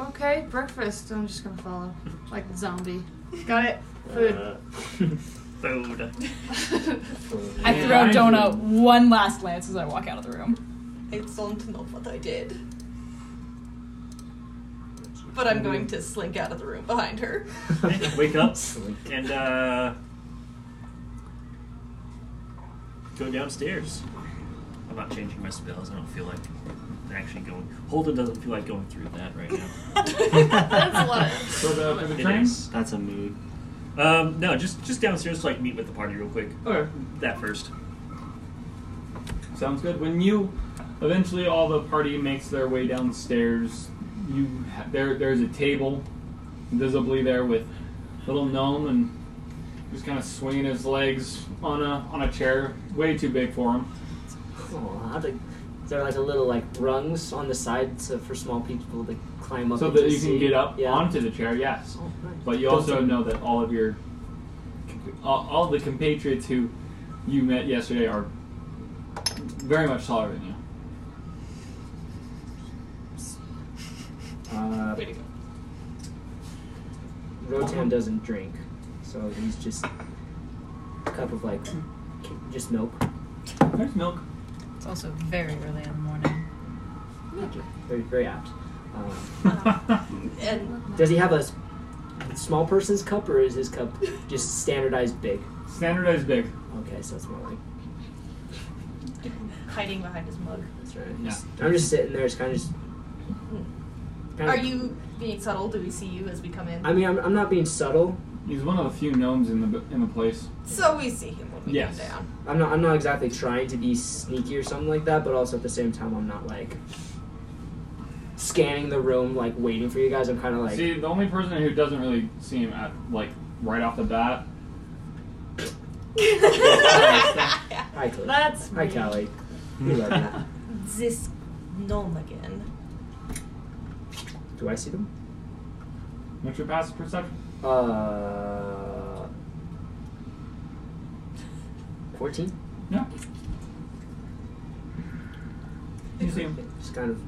Speaker 4: Okay, breakfast. I'm just gonna follow, like the zombie. Got it.
Speaker 13: Uh, food.
Speaker 5: I
Speaker 1: Yeah,
Speaker 5: throw
Speaker 1: I
Speaker 5: Dona
Speaker 1: do.
Speaker 5: one last glance as I walk out of the room.
Speaker 4: I don't know what I did. But I'm going to slink out of the room behind her.
Speaker 13: Wake up and uh, go downstairs. I'm not changing my spells. I don't feel like actually going. Holden doesn't feel like going through that right now.
Speaker 4: That's a lot.
Speaker 1: So the, for the
Speaker 13: It
Speaker 1: train.
Speaker 13: is.
Speaker 3: That's a mood.
Speaker 13: Um, no, just just downstairs to like meet with the party real quick.
Speaker 1: Okay.
Speaker 13: That first.
Speaker 1: Sounds good. When you eventually all the party makes their way downstairs, you ha- there there's a table visibly there with little gnome and he's kind of swinging his legs on a on a chair, way too big for him.
Speaker 2: Oh, how do, is there like a little like rungs on the side so for small people to climb up?
Speaker 1: So
Speaker 2: into
Speaker 1: that you can
Speaker 2: the seat?
Speaker 1: get up
Speaker 2: yeah.
Speaker 1: onto the chair, yes.
Speaker 2: Oh, nice.
Speaker 1: But you
Speaker 2: Don't
Speaker 1: also
Speaker 2: take-
Speaker 1: know that all of your all, all the compatriots who you met yesterday are very much taller than you.
Speaker 2: Uh, Rotan doesn't drink, so he's just a cup of like c- just milk.
Speaker 1: There's milk.
Speaker 5: It's also very early in the morning.
Speaker 2: Very very apt. Um,
Speaker 4: And
Speaker 2: does he have a s- small person's cup or is his cup just standardized big?
Speaker 1: Standardized big.
Speaker 2: Okay, so it's more like
Speaker 11: Hiding behind his mug.
Speaker 2: that's right.
Speaker 1: Yeah.
Speaker 2: I'm just sitting there. It's kind of just. kinda-
Speaker 11: Are you being subtle? Do we see you as we come in?
Speaker 2: I mean, I'm, I'm not being subtle.
Speaker 1: He's one of the few gnomes in the in the place.
Speaker 11: so we see him when we
Speaker 1: Yes.
Speaker 11: come down.
Speaker 2: I'm not. I'm not exactly trying to be sneaky or something like that. But also at the same time, I'm not like scanning the room, like waiting for you guys. I'm kind of like
Speaker 1: See, the only person who doesn't really see him at like right off the bat
Speaker 2: Hi, Chloe.
Speaker 4: That's
Speaker 2: Hi,
Speaker 4: me.
Speaker 2: Callie. We love you.
Speaker 4: This gnome again.
Speaker 2: Do I see them?
Speaker 1: What's your passive perception?
Speaker 2: Uh, fourteen.
Speaker 1: No. You see him.
Speaker 2: Just kind of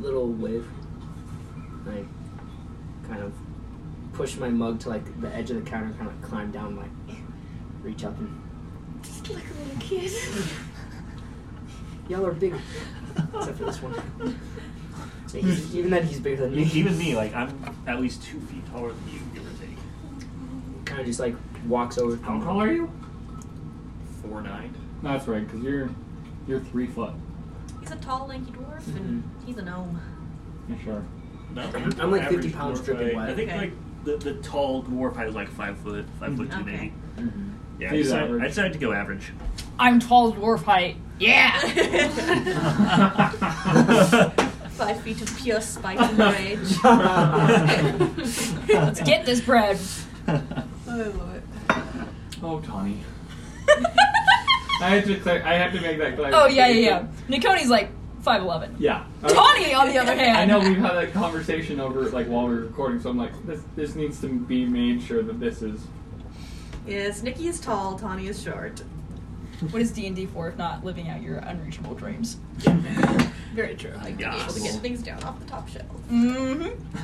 Speaker 2: little wave. I kind of push my mug to like the edge of the counter, kind of like climb down, like reach up and
Speaker 4: Just like a little kid.
Speaker 2: y'all are big, except for this one. So he's, even then, he's bigger than me.
Speaker 13: Even me, like I'm at least two feet taller than you, give or take.
Speaker 2: kind of just like walks over.
Speaker 1: How tall are you?
Speaker 13: Four nine.
Speaker 1: No, that's right, because you're you're three foot.
Speaker 4: He's a tall, lanky dwarf, and he's a gnome.
Speaker 1: Yeah, sure.
Speaker 13: No,
Speaker 2: I'm- I'm like 50
Speaker 13: average
Speaker 2: pounds
Speaker 13: dwarf
Speaker 2: dripping
Speaker 13: height.
Speaker 2: wet.
Speaker 13: I think
Speaker 4: Okay.
Speaker 13: like the, the tall dwarf height is like five foot, five foot two
Speaker 4: Mm, Okay.
Speaker 13: maybe.
Speaker 2: Mm-hmm.
Speaker 13: Yeah, I
Speaker 1: He's
Speaker 13: decided,
Speaker 1: average.
Speaker 13: I decided to go average.
Speaker 10: I'm tall dwarf height. Yeah!
Speaker 4: Five feet of pure spite and rage.
Speaker 10: Let's get this bread.
Speaker 18: I love it.
Speaker 1: Oh, Tawny. I had to declare. I had to make that clear.
Speaker 10: oh, yeah, yeah, yeah. Nicone's like 5'11.
Speaker 1: Yeah.
Speaker 10: Tawny, on the other hand.
Speaker 1: I know we've had that conversation over like while we were recording, so I'm like, this this needs to be made sure that this is
Speaker 4: yes, Nikki is tall, Tawny is short.
Speaker 10: What is D and D for if not living out your unreachable dreams?
Speaker 4: Very true. Like to be able to get
Speaker 13: Yes.
Speaker 4: things down off the top shelf.
Speaker 10: Mm-hmm.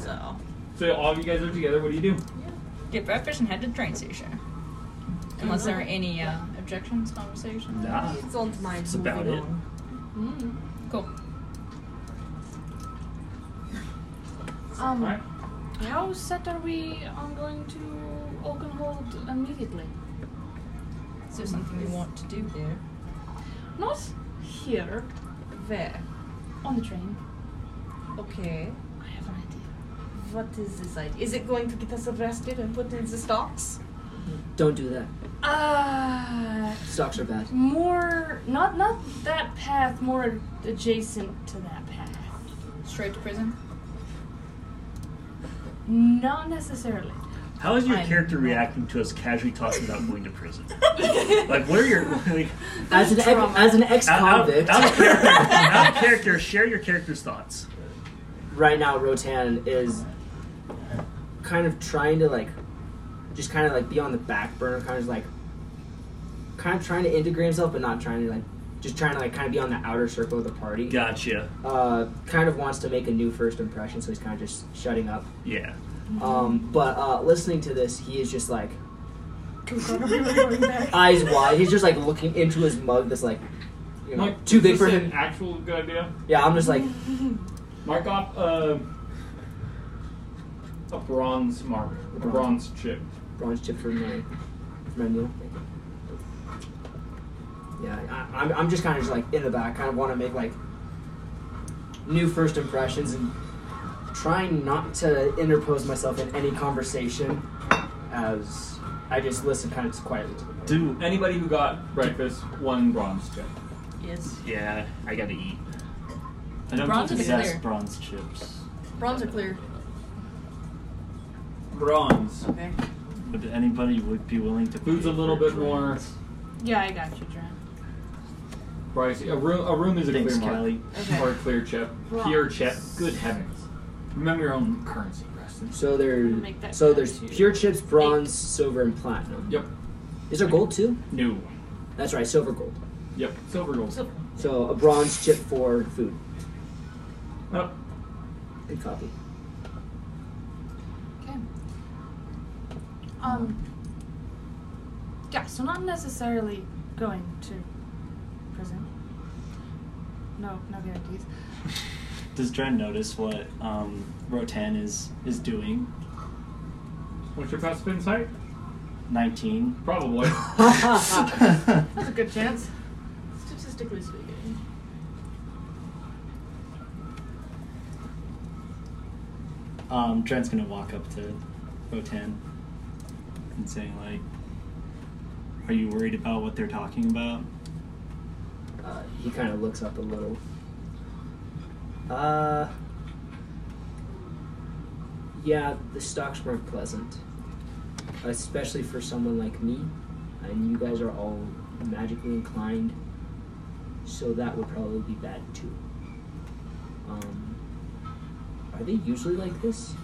Speaker 4: So
Speaker 1: So all of you guys are together. What do you do?
Speaker 10: Get breakfast and head to the train station. Unless
Speaker 1: Mm-hmm.
Speaker 10: there are any uh, objections, conversations.
Speaker 13: nah.
Speaker 4: it's on to mine.
Speaker 13: That's about
Speaker 4: moving
Speaker 13: it.
Speaker 4: on.
Speaker 10: Cool.
Speaker 9: Um,
Speaker 1: Alright.
Speaker 9: how set are we on going to Oakenhold immediately?
Speaker 10: Is there something you want to do there?
Speaker 9: Not here,
Speaker 4: There.
Speaker 9: on the train.
Speaker 4: Okay.
Speaker 9: I have an idea.
Speaker 4: What is this idea? Is it going to get us arrested and put in the stocks?
Speaker 2: Don't do that.
Speaker 9: Uh,
Speaker 2: Stocks are bad.
Speaker 9: more, not not that path, more adjacent to that path.
Speaker 10: Straight to prison?
Speaker 9: Not necessarily.
Speaker 13: How is your
Speaker 10: I'm-
Speaker 13: character reacting to us casually talking about going to prison? like, what are your like,
Speaker 2: As an ex, as an ex
Speaker 13: out, out,
Speaker 2: convict,
Speaker 13: out of character? Out of character. Share your character's thoughts.
Speaker 2: right now Rotan is kind of trying to like, just kind of like be on the back burner, kind of just, like, kind of trying to integrate himself, but not trying to like, just trying to like kind of be on the outer circle of the party.
Speaker 13: Gotcha.
Speaker 2: Uh, kind of wants to make a new first impression, so he's kind of just shutting up.
Speaker 13: Yeah.
Speaker 2: Um, but uh, listening to this, he is just like eyes wide. He's just like looking into his mug. That's like, you know,
Speaker 1: Mark,
Speaker 2: too
Speaker 1: is
Speaker 2: big
Speaker 1: this
Speaker 2: for
Speaker 1: an
Speaker 2: him.
Speaker 1: Actual good idea.
Speaker 2: Yeah, I'm just like,
Speaker 1: Mark off uh, a bronze mark, a bronze chip.
Speaker 2: bronze chip for my, for my meal. Yeah, I, I'm, I'm just kind of just like in the back, kind of want to make like new first impressions and trying not to interpose myself in any conversation as I just listen kind of just quietly. to the mug.
Speaker 13: Do
Speaker 1: Anybody who got breakfast, one bronze chip.
Speaker 4: Yes.
Speaker 13: yeah. I gotta eat.
Speaker 16: I don't
Speaker 10: Bronze is
Speaker 16: possess
Speaker 10: clear.
Speaker 16: bronze chips,
Speaker 4: Bronze are clear.
Speaker 1: Bronze.
Speaker 4: Okay.
Speaker 16: but anybody would be willing to.
Speaker 1: Food's
Speaker 16: pay
Speaker 1: a little
Speaker 16: for
Speaker 1: bit more
Speaker 16: drinks.
Speaker 9: Yeah, I got you, Dren.
Speaker 1: pricey. A room, a room is a
Speaker 16: Thanks,
Speaker 1: clear mark
Speaker 16: Callie.
Speaker 4: Okay.
Speaker 1: or a clear chip. Pure chip. Good heavens. Remember your own currency, Preston.
Speaker 2: So there,
Speaker 9: Make that
Speaker 2: so
Speaker 9: count
Speaker 2: there's
Speaker 9: to
Speaker 2: pure chips, bronze, silver, and platinum.
Speaker 1: Yep.
Speaker 2: Is there gold too?
Speaker 1: No.
Speaker 2: That's right, silver gold.
Speaker 1: Yep. Silver gold.
Speaker 4: So
Speaker 2: So a bronze chip for food.
Speaker 1: Yep.
Speaker 2: Good copy.
Speaker 9: Okay. Um. Yeah, so not necessarily going to prison. No, no guarantees.
Speaker 16: Does Dren notice what um, Rotan is is doing?
Speaker 1: What's your passive insight?
Speaker 16: Nineteen.
Speaker 1: Probably.
Speaker 9: That's a good chance.
Speaker 4: statistically speaking.
Speaker 16: um, Dren's gonna walk up to Rotan and saying like, "Are you worried about what they're talking about?"
Speaker 2: Uh, he kind of looks up a little. Uh. Yeah, the stocks weren't pleasant. especially for someone like me, and you guys are all magically inclined, so that would probably be bad too. Um, are they usually like this?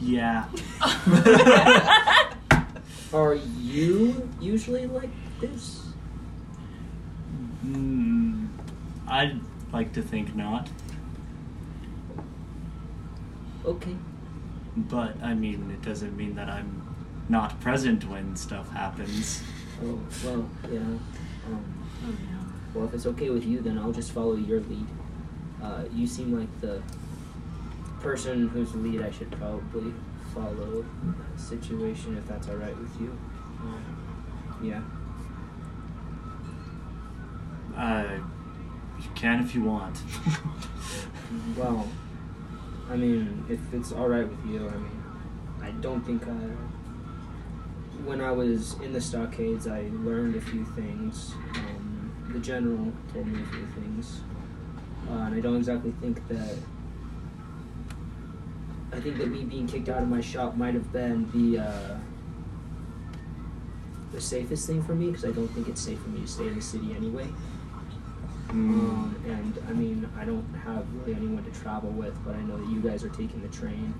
Speaker 13: Yeah.
Speaker 2: Are you usually like this?
Speaker 13: Hmm. I'd like to think not,
Speaker 2: Okay.
Speaker 13: but I mean, it doesn't mean that I'm not present when stuff happens.
Speaker 2: Oh, well, yeah. Um, Well, if it's okay with you, then I'll just follow your lead. Uh, you seem like the person whose lead I should probably follow in that situation, if that's alright with you. Um, yeah.
Speaker 13: Uh, you can if you want.
Speaker 2: Well, I mean, if it's alright with you, I mean, I don't think I. When I was in the stockades, I learned a few things. Um, the general told me a few things. Uh, and I don't exactly think that. I think that me being kicked out of my shop might have been the. Uh, the safest thing for me because I don't think it's safe for me to stay in the city anyway.
Speaker 1: Mm.
Speaker 2: Um, and I mean, I don't have really anyone to travel with, but I know that you guys are taking the train.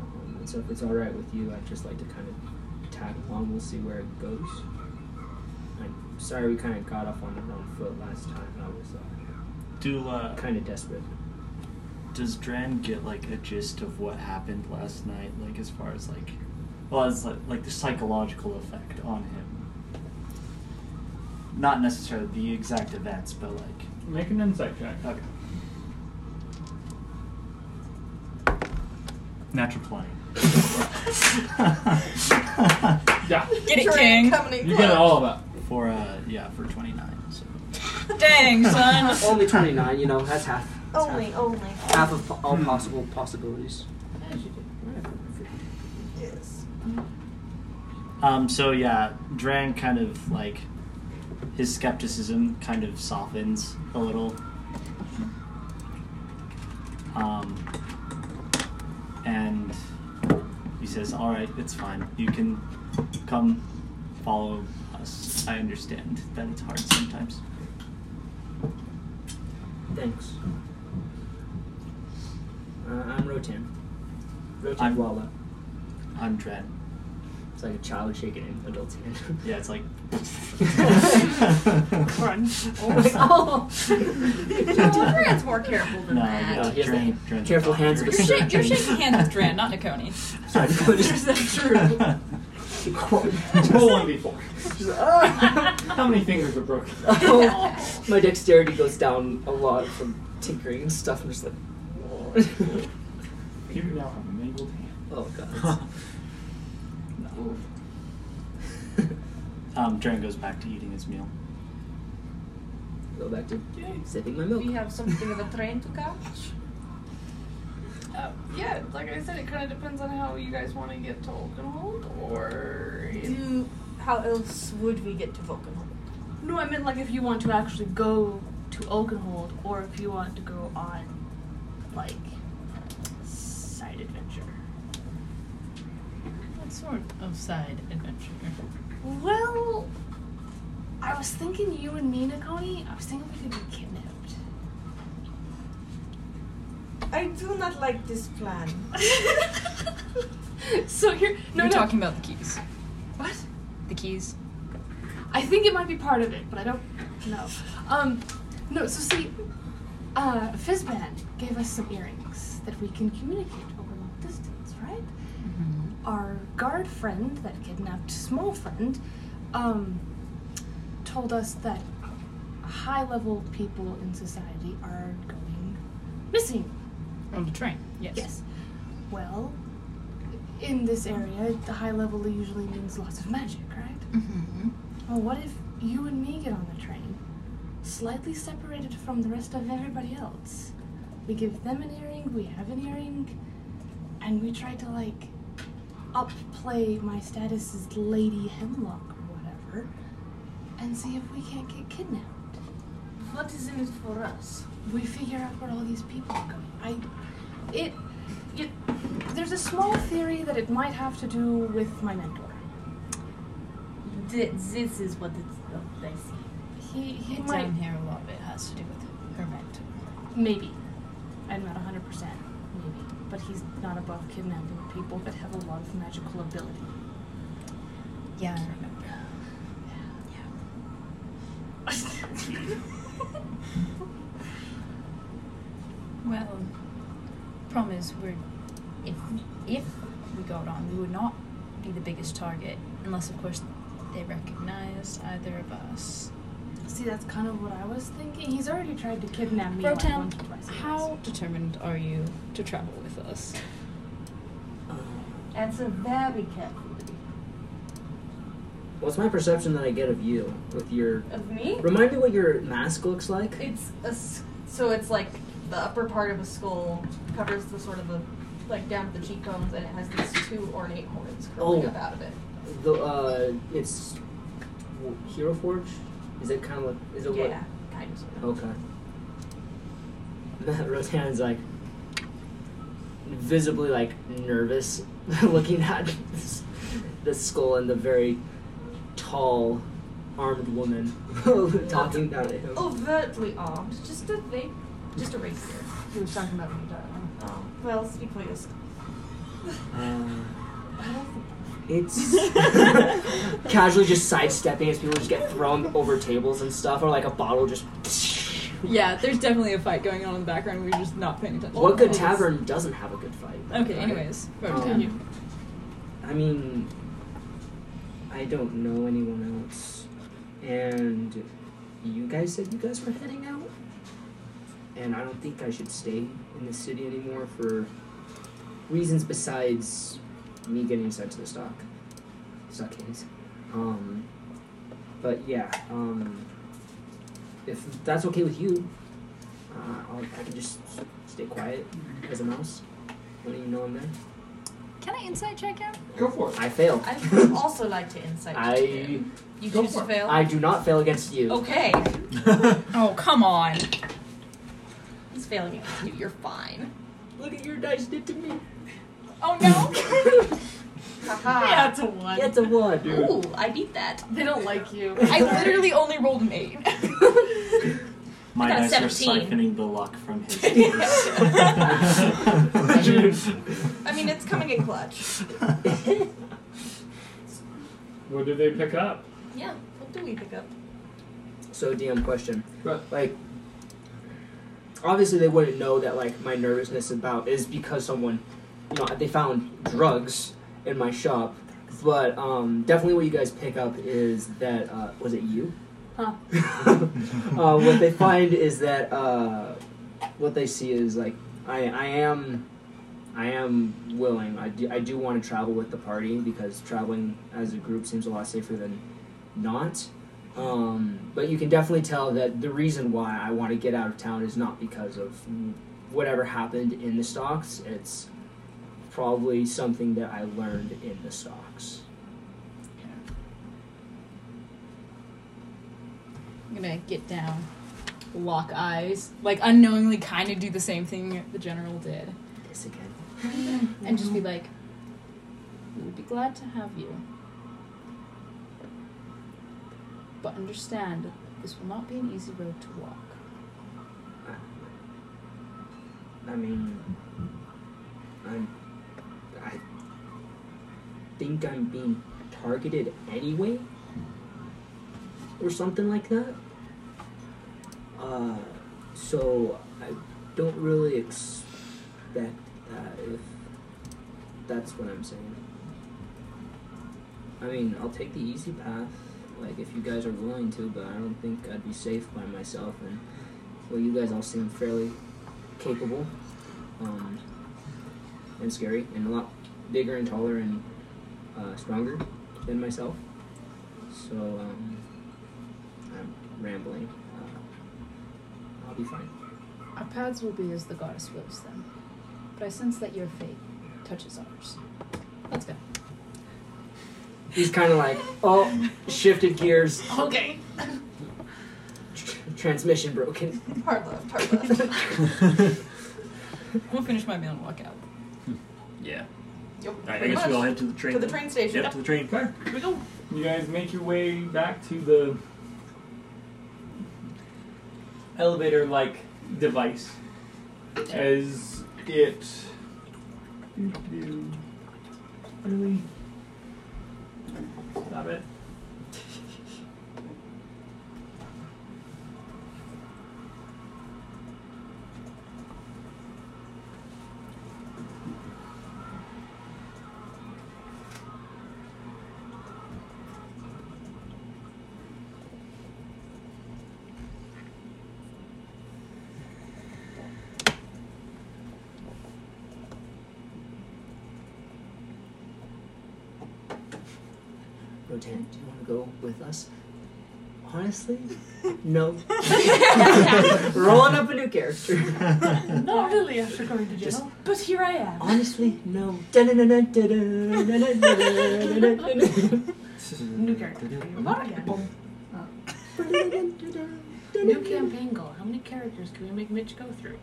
Speaker 2: Um, and so, if it's all right with you, I'd just like to kind of tag along. We'll see where it goes. I'm sorry we kind of got off on the wrong foot last time. I was uh,
Speaker 13: Do uh,
Speaker 2: kind of desperate.
Speaker 13: does Dran get like a gist of what happened last night? Like as far as like, well, as like, like the psychological effect on him. Not necessarily the exact events, but like,
Speaker 1: Make an insight check.
Speaker 13: okay. Natural twenty.
Speaker 1: Yeah.
Speaker 19: Get it,
Speaker 4: Drake
Speaker 19: King.
Speaker 4: coming in
Speaker 1: You get it
Speaker 4: clutch.
Speaker 1: all of that.
Speaker 13: For uh, yeah, for twenty nine. So.
Speaker 19: Dang, son.
Speaker 2: Only 29, you know, that's half. That's
Speaker 4: Only,
Speaker 2: half,
Speaker 4: only.
Speaker 2: half of po- all possible possibilities.
Speaker 4: Yes.
Speaker 13: Um, so yeah, Dran kind of like his skepticism kind of softens a little. Um, and he says, "All right, it's fine. You can come follow us. I understand that it's hard sometimes."
Speaker 2: Thanks. Uh, I'm Rotan. Rotan
Speaker 13: I'm-
Speaker 2: Walla.
Speaker 13: I'm Dran.
Speaker 2: It's like a child shaking an adult's hand.
Speaker 13: Yeah, it's like.
Speaker 4: Oh.
Speaker 5: No, Brad's more careful than
Speaker 13: No,
Speaker 5: that.
Speaker 13: yeah,
Speaker 2: he has
Speaker 13: Dran,
Speaker 2: the
Speaker 13: Dran.
Speaker 2: careful hands of a
Speaker 19: You're, sha-
Speaker 2: surgeon.
Speaker 19: you're shaking hands with Dran, not Nakoni.
Speaker 13: Sorry,
Speaker 19: That's true.
Speaker 1: Roll one d4.
Speaker 2: She's like, "Ah."
Speaker 1: How many fingers are broken?
Speaker 2: Oh, my dexterity goes down a lot from tinkering and stuff. I'm just like, oh,
Speaker 1: You now have a mangled hand.
Speaker 2: oh god. No.
Speaker 13: um, Dran goes back to eating his meal.
Speaker 2: Go back to sipping my
Speaker 5: We
Speaker 2: milk.
Speaker 5: have something of a train to catch.
Speaker 9: Uh, yeah, like I said, it kind of depends on how you guys want to get to Oakenhold, or
Speaker 4: Do, how else would we get to Vulcanhold?
Speaker 9: no, I meant like if you want to actually go to Oakenhold, or if you want to go on like side adventure.
Speaker 10: What sort of side adventure?
Speaker 9: Well, I was thinking you and me, Nakoni. I was thinking we could be kidnapped.
Speaker 4: I do not like this plan.
Speaker 9: so here, no,
Speaker 10: You're
Speaker 9: no.
Speaker 10: talking about the keys.
Speaker 9: What?
Speaker 10: The keys.
Speaker 9: I think it might be part of it, but I don't know. Um, no. So see, uh, Fizban gave us some earrings that we can communicate over long distance, right? Our guard friend that kidnapped small friend, um, told us that high-level people in society are going missing.
Speaker 10: On the train. Yes.
Speaker 9: Yes. Well, in this area, the high level usually means lots of magic, right?
Speaker 10: Mm-hmm.
Speaker 9: Well, what if you and me get on the train, slightly separated from the rest of everybody else? We give them an earring, we have an earring, and we try to like upplay my status as Lady Hemlock or whatever, and see if we can't get kidnapped.
Speaker 5: What is in it for us?
Speaker 9: We figure out where all these people are going. I, it,
Speaker 20: you, there's a small theory that it might have to do with my mentor.
Speaker 11: Th- This is what it's, oh, I see.
Speaker 20: He, he
Speaker 10: It's um,
Speaker 20: might.
Speaker 10: down here a lot. It has to do with her mentor.
Speaker 20: Maybe. I'm not 100%. Maybe. But he's not above kidnapping people that have a lot of magical ability.
Speaker 10: Yeah, I remember. Well, promise we're if if we got on, we would not be the biggest target, unless of course they recognized either of us.
Speaker 20: See, that's kind of what I was thinking. He's already tried to kidnap me like
Speaker 10: Rotan,
Speaker 20: once or twice. I guess.
Speaker 10: How determined are you to travel with us?
Speaker 2: Um,
Speaker 11: Answer very carefully.
Speaker 2: What's my perception that I get of you with your?
Speaker 4: Of me?
Speaker 2: Remind me what your mask looks like.
Speaker 4: It's a s- so it's like the upper part of a skull covers the sort of the like down to the cheekbones, and it has these two ornate horns curling
Speaker 2: Oh.
Speaker 4: up out of it.
Speaker 2: The uh, it's w- Hero Forge. Is it kind of like? Is it
Speaker 4: yeah, kind of. Sort of.
Speaker 2: what? Okay. Matt Rotan's like visibly like nervous, looking at this, this skull and the very tall, armed woman talking down at him.
Speaker 4: Oh, Overtly armed, just a thing, just a racer.
Speaker 20: He was talking about me, darling.
Speaker 4: Oh, well, speak for yourself.
Speaker 2: Uh, it's casually just sidestepping as people just get thrown over tables and stuff, or like a bottle just.
Speaker 12: Yeah, there's definitely a fight going on in the background. We're just not paying attention.
Speaker 2: What good tavern doesn't have a good fight?
Speaker 12: Okay. Anyways,
Speaker 2: Um,
Speaker 12: continue.
Speaker 2: I mean, I don't know anyone else, and you guys said you guys were heading out, and I don't think I should stay in this city anymore for reasons besides me getting sent to the stock stock case. Um, but yeah, um, if that's okay with you, uh, I'll, I can just stay quiet as a mouse. Letting you know I'm there.
Speaker 10: Can I insight check out?
Speaker 1: Go for it.
Speaker 2: I failed.
Speaker 4: I would also like to insight. check
Speaker 2: I
Speaker 4: you. you
Speaker 1: go
Speaker 4: choose
Speaker 1: for
Speaker 4: to
Speaker 1: it.
Speaker 4: fail.
Speaker 2: I do not fail against you.
Speaker 4: okay,
Speaker 5: Oh, come on.
Speaker 4: he's failing you. You're fine.
Speaker 2: Look at your dice did to me.
Speaker 5: Oh no.
Speaker 4: Haha.
Speaker 10: it's a one.
Speaker 2: That's a one.
Speaker 4: Ooh, I beat that.
Speaker 20: They don't like you.
Speaker 5: I literally only rolled an eight.
Speaker 13: My
Speaker 4: got a
Speaker 13: dice are
Speaker 4: 17.
Speaker 13: siphoning the luck from his ears.
Speaker 4: I mean, it's coming in clutch.
Speaker 1: What did they pick up?
Speaker 4: Yeah. What do we pick up?
Speaker 2: So DM question.
Speaker 1: Right.
Speaker 2: Like obviously they wouldn't know that like my nervousness about is because someone you know they found drugs in my shop. But um, definitely what you guys pick up is that uh, was it you?
Speaker 20: Huh.
Speaker 2: uh, what they find is that uh, what they see is like I, I am I am willing. I do, I do want to travel with the party because traveling as a group seems a lot safer than not. Um, but you can definitely tell that the reason why I want to get out of town is not because of whatever happened in the stocks. It's probably something that I learned in the stocks.
Speaker 10: I'm gonna get down, lock eyes, like unknowingly kind of do the same thing the general did,
Speaker 2: This again.
Speaker 10: and just be like, "We would be glad to have you, but understand this will not be an easy road to walk."
Speaker 2: I mean, I'm. I think I'm being targeted anyway, or something like that. Uh, so I don't really expect that if that's what I'm saying. I mean, I'll take the easy path, like if you guys are willing to, but I don't think I'd be safe by myself. And well, you guys all seem fairly capable um, and scary and a lot bigger and taller and uh, stronger than myself. So um, I'm rambling. Uh, I'll be fine.
Speaker 10: Our paths will be as the goddess wills them, but I sense that your fate touches ours. Let's go.
Speaker 2: He's kind of like, oh, shifted gears,
Speaker 10: Okay.
Speaker 2: tr- transmission broken.
Speaker 4: Hard left. Hard left.
Speaker 12: We'll finish my meal and walk out.
Speaker 13: Yeah.
Speaker 4: Yep.
Speaker 13: All right, I
Speaker 4: pretty
Speaker 13: guess we
Speaker 4: much.
Speaker 13: all head to the train.
Speaker 4: To the
Speaker 13: then.
Speaker 4: train station.
Speaker 13: Yep, to the train.
Speaker 1: Okay.
Speaker 4: Here we go.
Speaker 1: You guys make your way back to the elevator like device as it really stop it.
Speaker 2: Rotan, do you want to go with us? Honestly, no. Rolling up a new character.
Speaker 20: Not really after going to jail.
Speaker 2: Just-
Speaker 20: but here I am.
Speaker 2: Honestly, no. New
Speaker 20: New character. New campaign goal. How many characters can we make Mitch go through?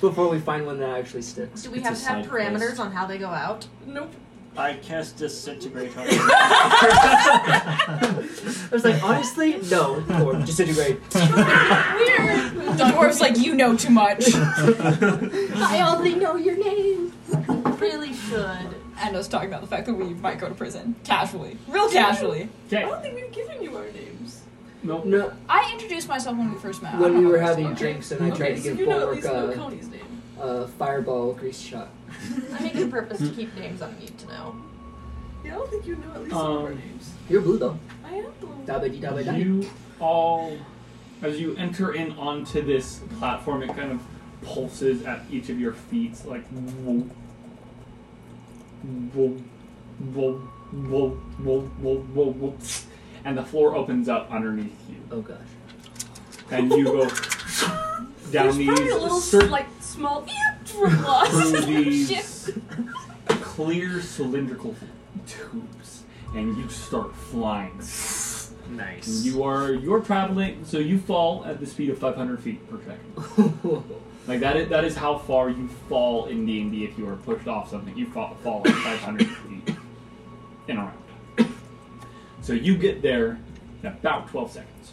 Speaker 2: Before we find one that actually sticks.
Speaker 4: Do we
Speaker 13: It's
Speaker 4: have
Speaker 13: a
Speaker 4: to have
Speaker 13: side
Speaker 4: parameters
Speaker 13: quest.
Speaker 4: on how they go out? Nope.
Speaker 13: I cast disintegrate. on
Speaker 2: I was like, honestly, no. Or disintegrate.
Speaker 10: The dwarf's like, you know too much.
Speaker 20: I only know your name.
Speaker 4: Really should.
Speaker 12: And us talking about the fact that we might go to prison. Casually. Real casually. I
Speaker 1: Okay.
Speaker 12: don't think we've given you our names.
Speaker 1: Nope.
Speaker 2: No,
Speaker 12: I introduced myself when we first met. I
Speaker 2: when
Speaker 12: don't
Speaker 2: we
Speaker 12: know
Speaker 2: were
Speaker 12: what
Speaker 2: having
Speaker 12: I'm saying.
Speaker 2: drinks and I tried
Speaker 12: Okay,
Speaker 2: to
Speaker 12: so
Speaker 2: give
Speaker 12: you know at
Speaker 2: Bulwark
Speaker 12: least know
Speaker 2: a,
Speaker 12: Cody's name.
Speaker 2: a fireball grease shot.
Speaker 4: I make it a purpose to keep names I need to know.
Speaker 12: Yeah, I don't think you know at least some of our
Speaker 1: Um,
Speaker 12: names.
Speaker 2: You're blue though.
Speaker 12: I am blue.
Speaker 2: Dabba dee dabba da.
Speaker 1: You all, as you enter in onto this platform, it kind of pulses at each of your feet, like whoa, whoa, whoa, whoa, whoa, whoa, whoa, whoa, and the floor opens up underneath you,
Speaker 2: Oh gosh.
Speaker 1: and you go down
Speaker 20: There's probably
Speaker 1: these
Speaker 20: a little
Speaker 1: cir-
Speaker 20: like small from lost.
Speaker 1: through
Speaker 20: Shit.
Speaker 1: these clear cylindrical tubes, and you start flying.
Speaker 13: nice.
Speaker 1: You are you're traveling, so you fall at the speed of 500 feet per second. Like that is that is how far you fall in D and D if you are pushed off something. You fall, fall like 500 feet in a round. So you get there in about 12 seconds.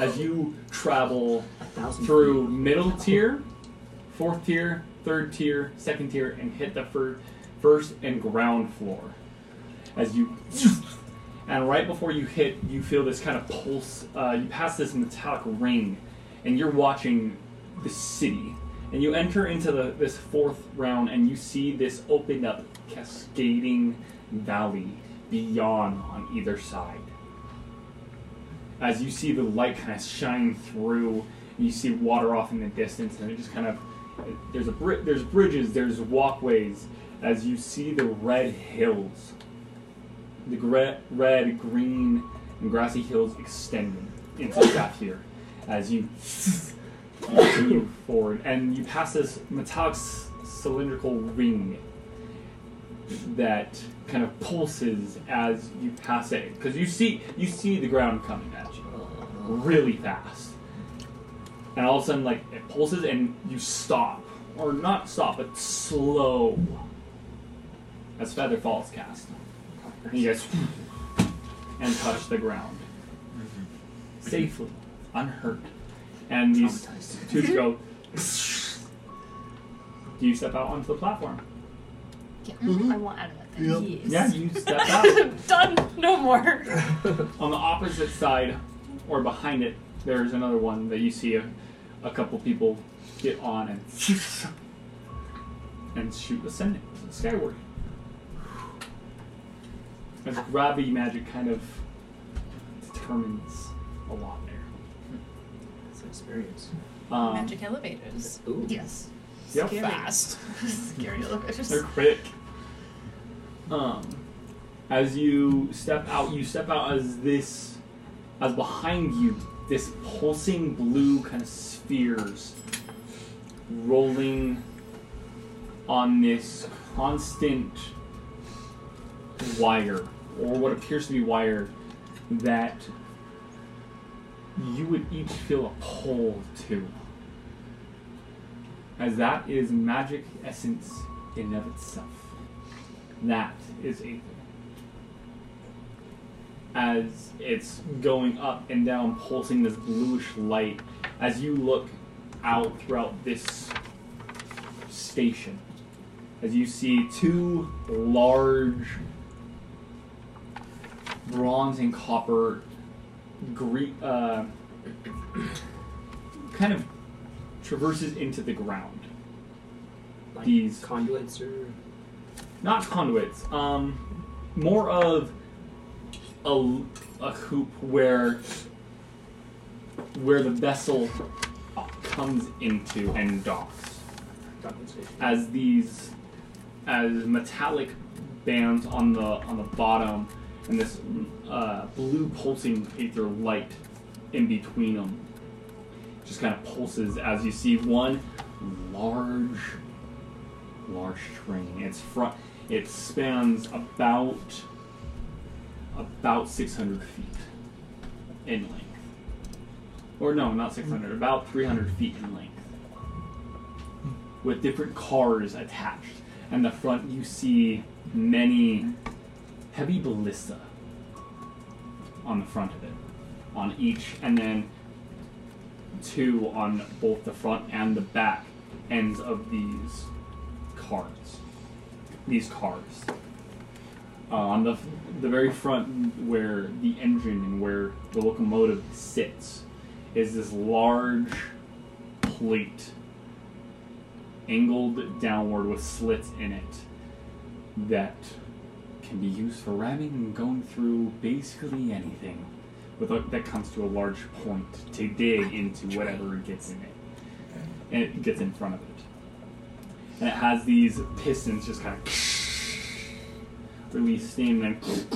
Speaker 1: As you travel
Speaker 2: a thousand.
Speaker 1: through middle tier, fourth tier, third tier, second tier, and hit the fir- first and ground floor. As you, and right before you hit, you feel this kind of pulse. Uh, you pass this metallic ring, and you're watching the city. And you enter into the, this fourth round, and you see this opened up, cascading valley beyond on either side as you see the light kind of shine through, and you see water off in the distance, and it just kind of there's a bri- there's bridges, there's walkways, as you see the red hills, the gre- red, green, and grassy hills extending into Saphir, as you continue forward, and you pass this metallic s- cylindrical ring that kind of pulses as you pass it because you see you see the ground coming at you really fast and all of a sudden like it pulses and you stop or not stop but slow as feather falls cast and you guys and touch the ground safely unhurt and these
Speaker 2: Traumatized.
Speaker 1: tubes go do you step out onto the platform
Speaker 20: Yeah, Mm-hmm. I want out of that thing.
Speaker 1: yeah you step out
Speaker 20: Done. No more.
Speaker 1: On the opposite side, or behind it, there's another one that you see a, a couple people get on and and shoot ascending skyward. As gravity magic kind of determines a lot there.
Speaker 13: That's an experience.
Speaker 1: Um,
Speaker 10: Magic elevators.
Speaker 2: Ooh.
Speaker 20: Yes.
Speaker 1: Yep.
Speaker 10: Fast.
Speaker 20: Scary elevators.
Speaker 1: They're quick. Um, as you step out, you step out as this, as behind you, this pulsing blue kind of spheres rolling on this constant wire, or what appears to be wire, that you would each feel a pull to as that is magic essence in and of itself. That is aether. As it's going up and down, pulsing this bluish light, as you look out throughout this station, as you see two large bronze and copper gre- uh, kind of traverses into the ground.
Speaker 2: Like
Speaker 1: These
Speaker 2: conduits or
Speaker 1: not conduits, um, more of a, l- a hoop where where the vessel comes into and docks as these as metallic bands on the on the bottom and this uh, blue pulsing ether light in between them just kind of pulses as you see one large large train it's front it spans about about 600 feet in length or no not 600 about 300 feet in length with different cars attached. And the front, you see many heavy ballista on the front of it, on each, and then two on both the front and the back ends of these cars. These cars. Uh, on the, the very front, where the engine and where the locomotive sits, is this large plate angled downward with slits in it that can be used for ramming and going through basically anything with a, that comes to a large point to dig into whatever gets in it and it gets in front of it and it has these pistons just kind of release steam and then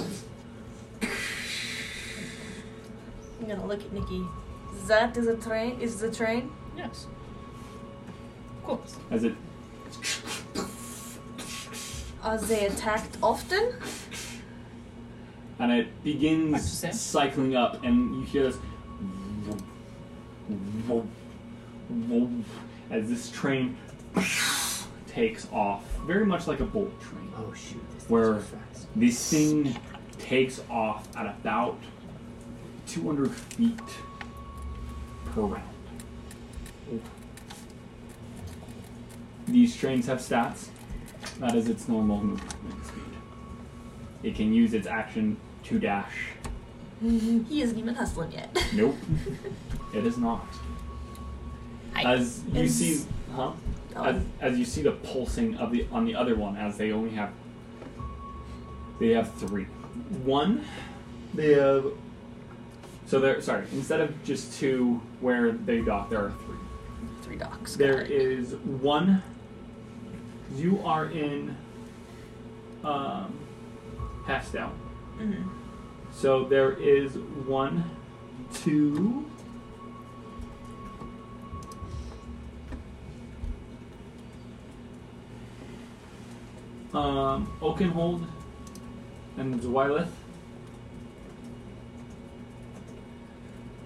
Speaker 4: I'm gonna look at Nikki. That is a train. Is the train?
Speaker 10: Yes. Of course.
Speaker 1: as it
Speaker 4: Are they attacked often?
Speaker 1: and it begins
Speaker 2: What'd you say?
Speaker 1: cycling up, and you hear this as this train takes off, very much like a bullet train,
Speaker 2: oh shoot, this
Speaker 1: where
Speaker 2: thing's fast.
Speaker 1: this thing takes off at about 200 feet per round. These trains have stats. That is its normal movement speed. It can use its action to dash.
Speaker 4: He isn't even hustling yet.
Speaker 1: Nope. it is not. As you
Speaker 4: is-
Speaker 1: see, huh? As, as you see the pulsing of the on the other one, as they only have they have three. One, they have. So they're sorry. Instead of just two, where they dock, there are three.
Speaker 4: Three docks.
Speaker 1: There
Speaker 4: got it.
Speaker 1: is one. You are in um, Hastel.
Speaker 4: Mhm.
Speaker 1: So there is one, two. Um, Oakenhold and Zwylith.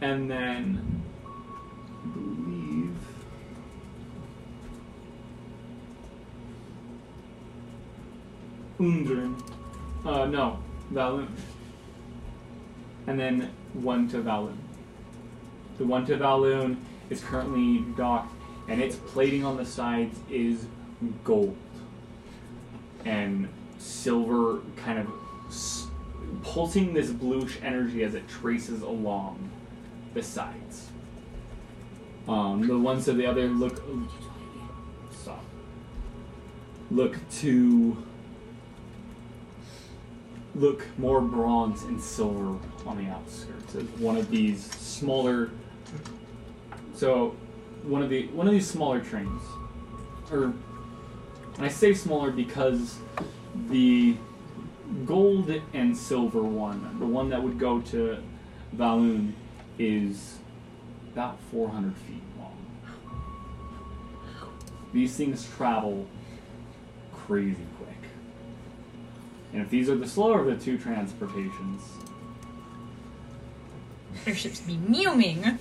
Speaker 1: And then I believe Undrin. Uh, no, Valun. And then one to Valun. The one to Valun is currently docked, and its plating on the sides is gold and silver, kind of s- pulsing this bluish energy as it traces along the sides. Um, the ones to the other look. Stop. Look to look more bronze and silver on the outskirts. It's one of these smaller. So, one of the one of these smaller trains, or and I say smaller because the gold and silver one, the one that would go to Valun, is about 400 feet long. These things travel crazy quick. And if these are the slower of the two transportations,
Speaker 10: Airships be mewing.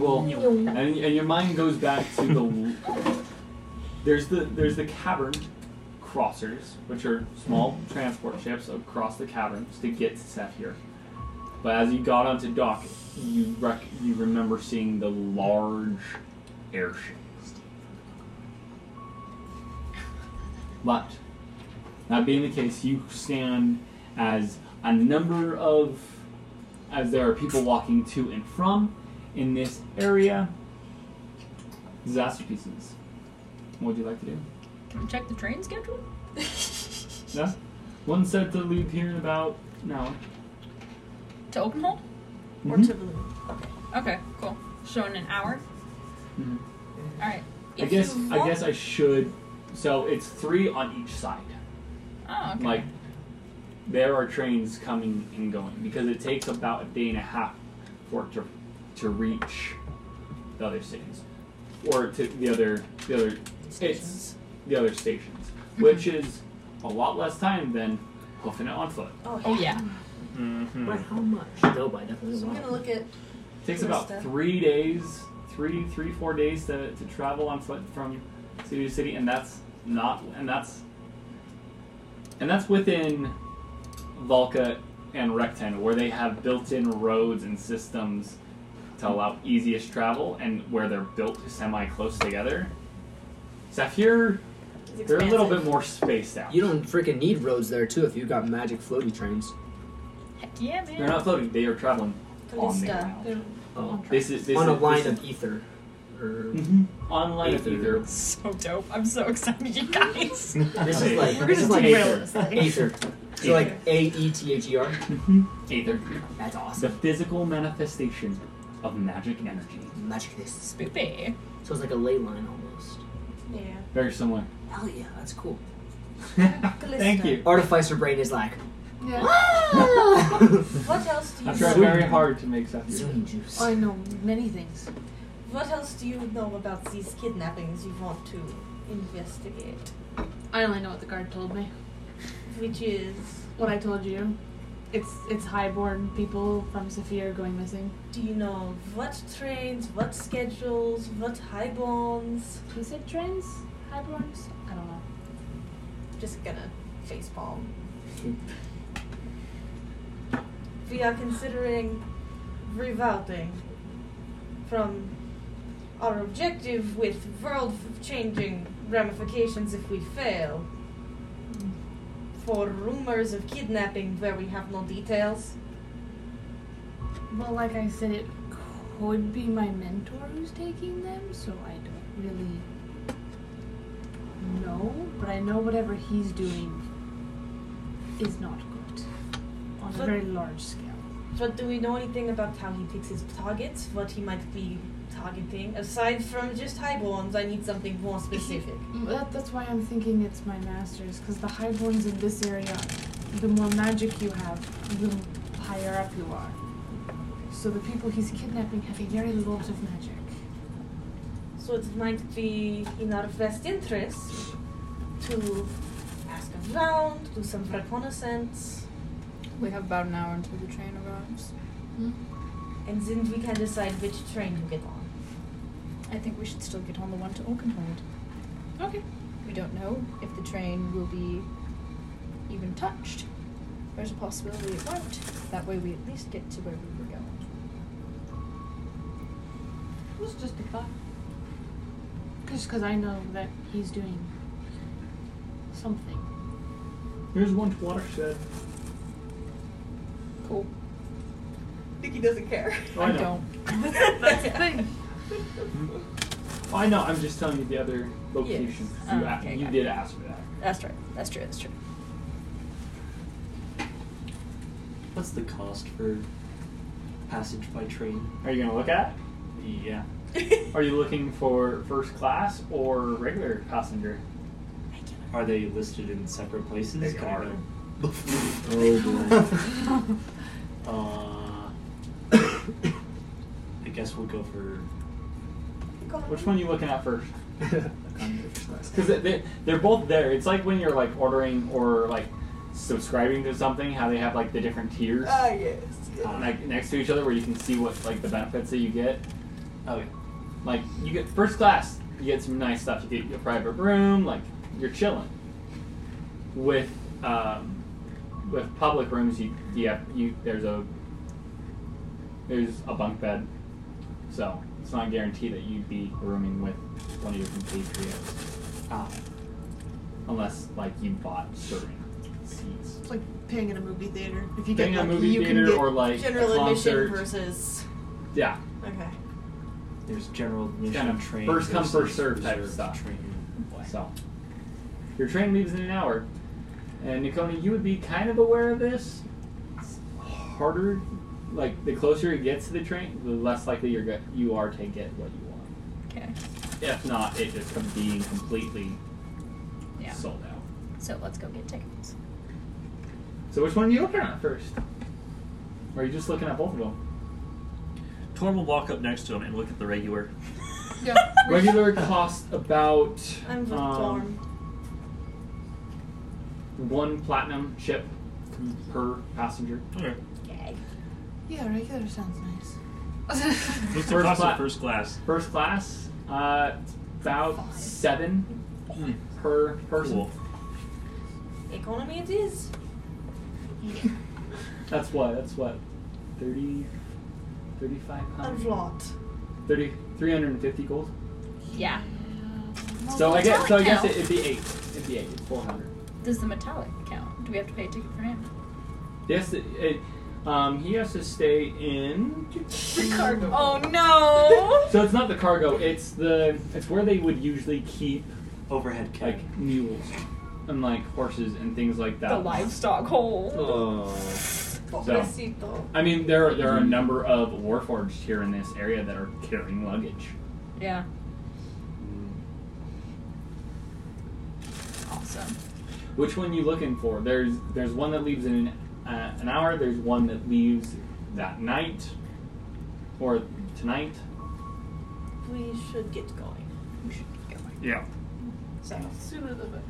Speaker 1: well, and, and your mind goes back to the There's the there's the cavern crossers, which are small transport ships across the caverns to get to Saphir. But as you got onto dock, you rec- you remember seeing the large airship. But that being the case, you stand as a number of as there are people walking to and from in this area. Disaster pieces. What would you like to do?
Speaker 10: Can we check the train schedule?
Speaker 1: Yeah. One said to leave here in about an hour.
Speaker 10: To Oakenhold?
Speaker 4: Or
Speaker 1: Mhm.
Speaker 4: to blue.
Speaker 10: Okay, cool. So in an hour?
Speaker 1: Mhm.
Speaker 10: Alright.
Speaker 1: I
Speaker 10: If
Speaker 1: guess
Speaker 10: you
Speaker 1: I
Speaker 10: want-
Speaker 1: guess I should. So it's three on each side.
Speaker 10: Oh, okay.
Speaker 1: Like there are trains coming and going because it takes about a day and a half for it to to reach the other cities or to the other the other stations. The other stations,
Speaker 10: Mm-hmm.
Speaker 1: which is a lot less time than hoofing it on foot.
Speaker 10: oh yeah.
Speaker 1: Mm-hmm.
Speaker 2: By how much? Though by definitely
Speaker 4: So
Speaker 2: a
Speaker 4: I'm
Speaker 2: lot.
Speaker 4: gonna look at
Speaker 1: takes
Speaker 4: Your
Speaker 1: about
Speaker 4: stuff.
Speaker 1: three days, three, three, four days to, to travel on foot from city to city, and that's not, and that's, and that's within Volca and Recten, where they have built-in roads and systems to allow easiest travel, and where they're built semi-close together. Saphir,
Speaker 4: It's
Speaker 1: they're a little bit
Speaker 4: expansive.
Speaker 1: more spaced out.
Speaker 2: You don't freaking need roads there too if you've got magic floaty trains.
Speaker 10: Heck yeah, man.
Speaker 1: They're not floating; they are traveling on the
Speaker 4: Callista.
Speaker 1: ground.
Speaker 2: Oh.
Speaker 1: This is this
Speaker 2: On a
Speaker 1: is,
Speaker 2: line
Speaker 1: this is,
Speaker 2: of ether. Or
Speaker 1: Mhm. on line of
Speaker 2: Ether.
Speaker 1: either.
Speaker 10: So dope. I'm so excited, you guys.
Speaker 2: this
Speaker 1: Okay.
Speaker 2: is
Speaker 10: We're
Speaker 2: like this
Speaker 10: gonna
Speaker 2: is like
Speaker 10: derail
Speaker 2: ether.
Speaker 10: this thing.
Speaker 2: ether. So like A E T H E R.
Speaker 1: Aether.
Speaker 2: That's awesome.
Speaker 1: The physical manifestation of magic energy.
Speaker 2: Magic this.
Speaker 10: Spoopy.
Speaker 2: So it's like a ley line almost.
Speaker 4: Yeah.
Speaker 1: Very similar.
Speaker 2: Hell yeah, that's cool.
Speaker 1: Thank you.
Speaker 2: Artificer brain is like "Ah!"
Speaker 9: Yeah.
Speaker 4: What else do you
Speaker 1: I
Speaker 4: know?
Speaker 1: tried very hard to make that.
Speaker 2: Zoom juice.
Speaker 9: I know many things.
Speaker 4: What else do you know about these kidnappings you want to investigate?
Speaker 9: I only know what the guard told me.
Speaker 4: Which is
Speaker 9: What I told you. It's it's highborn people from Sophia going missing.
Speaker 4: do you know what trains, what schedules, what high bonds?
Speaker 9: He said trains? Highborns? I don't know.
Speaker 4: Just gonna facepalm. we are considering rerouting from our objective with world changing ramifications if we fail. For rumors of kidnapping where we have no details.
Speaker 9: Well, like I said, it could be my mentor who's taking them, so I don't really know. But I know whatever he's doing is not good on a
Speaker 4: But-
Speaker 9: very large scale.
Speaker 4: But do we know anything about how he picks his targets? What he might be targeting? Aside from just highborns, I need something more specific.
Speaker 9: Mm, That, that's why I'm thinking it's my masters, because the highborns in this area, the more magic you have, the higher up you are. So the people he's kidnapping have a very lot of magic.
Speaker 4: So it might be in our best interest to ask around, do some reconnaissance,
Speaker 10: We have about an hour until the train arrives.
Speaker 9: Hmm?
Speaker 4: and then we can decide which train to get on.
Speaker 10: I think we should still get on the one to Oakenhold.
Speaker 9: Okay.
Speaker 10: We don't know if the train will be even touched. There's a possibility it won't. That way we at least get to where we were going.
Speaker 5: It was just a thought.
Speaker 9: Just because I know that he's doing something.
Speaker 1: Here's one to watershed.
Speaker 10: Cool.
Speaker 4: Vicky doesn't care.
Speaker 1: Oh, I,
Speaker 10: I
Speaker 1: know.
Speaker 10: don't.
Speaker 4: That's the
Speaker 9: thing.
Speaker 1: Oh, I know. I'm just telling you the other location.
Speaker 10: Yes.
Speaker 1: You,
Speaker 10: Oh,
Speaker 1: a-
Speaker 10: okay,
Speaker 1: you
Speaker 10: got
Speaker 1: did ask for that.
Speaker 10: That's right. That's true. That's true.
Speaker 13: What's the cost for passage by train?
Speaker 1: Are you gonna look at? it? Yeah. Are you looking for first class or regular passenger?
Speaker 13: Are they listed in separate places?
Speaker 1: They
Speaker 13: Can I
Speaker 1: are.
Speaker 13: know?
Speaker 2: Oh
Speaker 13: Uh, I guess we'll go for.
Speaker 1: Which one are you looking at first? Um,
Speaker 2: boy.
Speaker 1: Because they, they're both there. It's like when you're like ordering or like subscribing to something, how they have like the different tiers
Speaker 4: Ah,
Speaker 1: uh,
Speaker 4: yes.
Speaker 1: like next to each other, where you can see what like the benefits that you get.
Speaker 13: Okay.
Speaker 1: Like you get first class, You get some nice stuff. You get your private room, like you're chilling. With um, with public rooms, you you, have, you there's a there's a bunk bed, so it's not guaranteed that you'd be rooming with one of your compatriots,
Speaker 13: Ah,
Speaker 1: unless like you bought certain seats.
Speaker 9: It's like paying at a movie theater. If you
Speaker 1: Paying
Speaker 9: get
Speaker 1: at a
Speaker 9: lucky,
Speaker 1: movie
Speaker 9: you
Speaker 1: theater
Speaker 9: can get
Speaker 1: or, like,
Speaker 9: general
Speaker 1: a
Speaker 9: admission
Speaker 1: concert.
Speaker 9: versus.
Speaker 1: Yeah,
Speaker 9: Okay.
Speaker 13: there's general
Speaker 1: kind
Speaker 13: admission
Speaker 1: of
Speaker 13: train.
Speaker 1: first come
Speaker 13: versus
Speaker 1: first serve type of
Speaker 13: reserved
Speaker 1: stuff.
Speaker 13: Train.
Speaker 1: So, your train leaves in an hour, and Nikoni, you would be kind of aware of this. It's harder, like the closer it gets to the train, the less likely you're go- you are to get what you want.
Speaker 10: Okay.
Speaker 1: If not, it just comes being completely
Speaker 10: Yeah.
Speaker 1: sold out.
Speaker 10: So let's go get tickets.
Speaker 1: So, which one are you looking at first? Or are you just looking at both of them?
Speaker 13: Torm will walk up next to him and look at the regular.
Speaker 9: Yeah.
Speaker 1: Regular cost about
Speaker 9: I'm with
Speaker 1: um, one platinum chip per passenger.
Speaker 13: Okay.
Speaker 20: Yeah, regular sounds nice.
Speaker 13: What's the
Speaker 1: First
Speaker 13: cost
Speaker 1: cla-
Speaker 13: of first class?
Speaker 1: First class, uh, it's about seven per person.
Speaker 13: Hmm. Cool.
Speaker 11: Economy it is.
Speaker 1: That's what? That's what? 30, 3,500?
Speaker 9: Unvlot.
Speaker 1: 30, 350 gold?
Speaker 10: Yeah.
Speaker 1: so I guess, so I guess
Speaker 10: count?
Speaker 1: it, it'd be eight. It'd be eight. It's 400.
Speaker 10: Does the metallic count? Do we have to pay a ticket for him?
Speaker 1: Yes, it, it, um, he has to stay in.
Speaker 9: Cargo.
Speaker 10: Oh no!
Speaker 1: So it's not the cargo, it's the, it's where they would usually keep
Speaker 13: Overhead cab.
Speaker 1: like mules and like horses and things like that.
Speaker 12: The livestock hole.
Speaker 13: Oh.
Speaker 1: So, I mean, there are, there are a number of warforged here in this area that are carrying luggage.
Speaker 10: yeah. Awesome.
Speaker 1: Which one you looking for? There's there's one that leaves in an, uh, an hour. There's one that leaves that night, or tonight.
Speaker 11: We should get going.
Speaker 1: Yeah.
Speaker 20: so, sooner the better.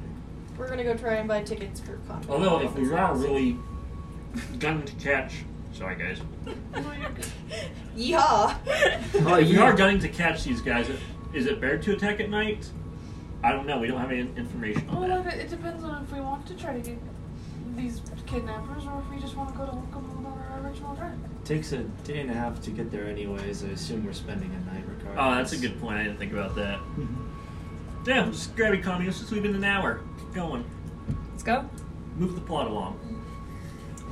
Speaker 4: We're gonna go try and buy tickets for Conway.
Speaker 1: Oh,
Speaker 13: Although, if we are really gunning to catch, sorry guys,
Speaker 4: Yeehaw!
Speaker 20: Oh,
Speaker 13: if we
Speaker 20: yeah.
Speaker 13: are gunning to catch these guys, is it better to attack at night? I don't know. We don't have any information
Speaker 9: Oh,
Speaker 13: on
Speaker 20: Oh, Well,
Speaker 13: that.
Speaker 20: if it, it depends on if we want to try to get these kidnappers or if we just want to go to Holcomb on our original route.
Speaker 13: Takes a.
Speaker 3: Day and a half to get there, anyways. I assume we're spending a night regardless.
Speaker 13: Oh, that's a good point. I didn't think about that.
Speaker 1: Mm-hmm.
Speaker 13: Yeah, we'll just grab economy. Let's just leave in an hour. Keep going.
Speaker 10: Let's go.
Speaker 13: Move the plot along.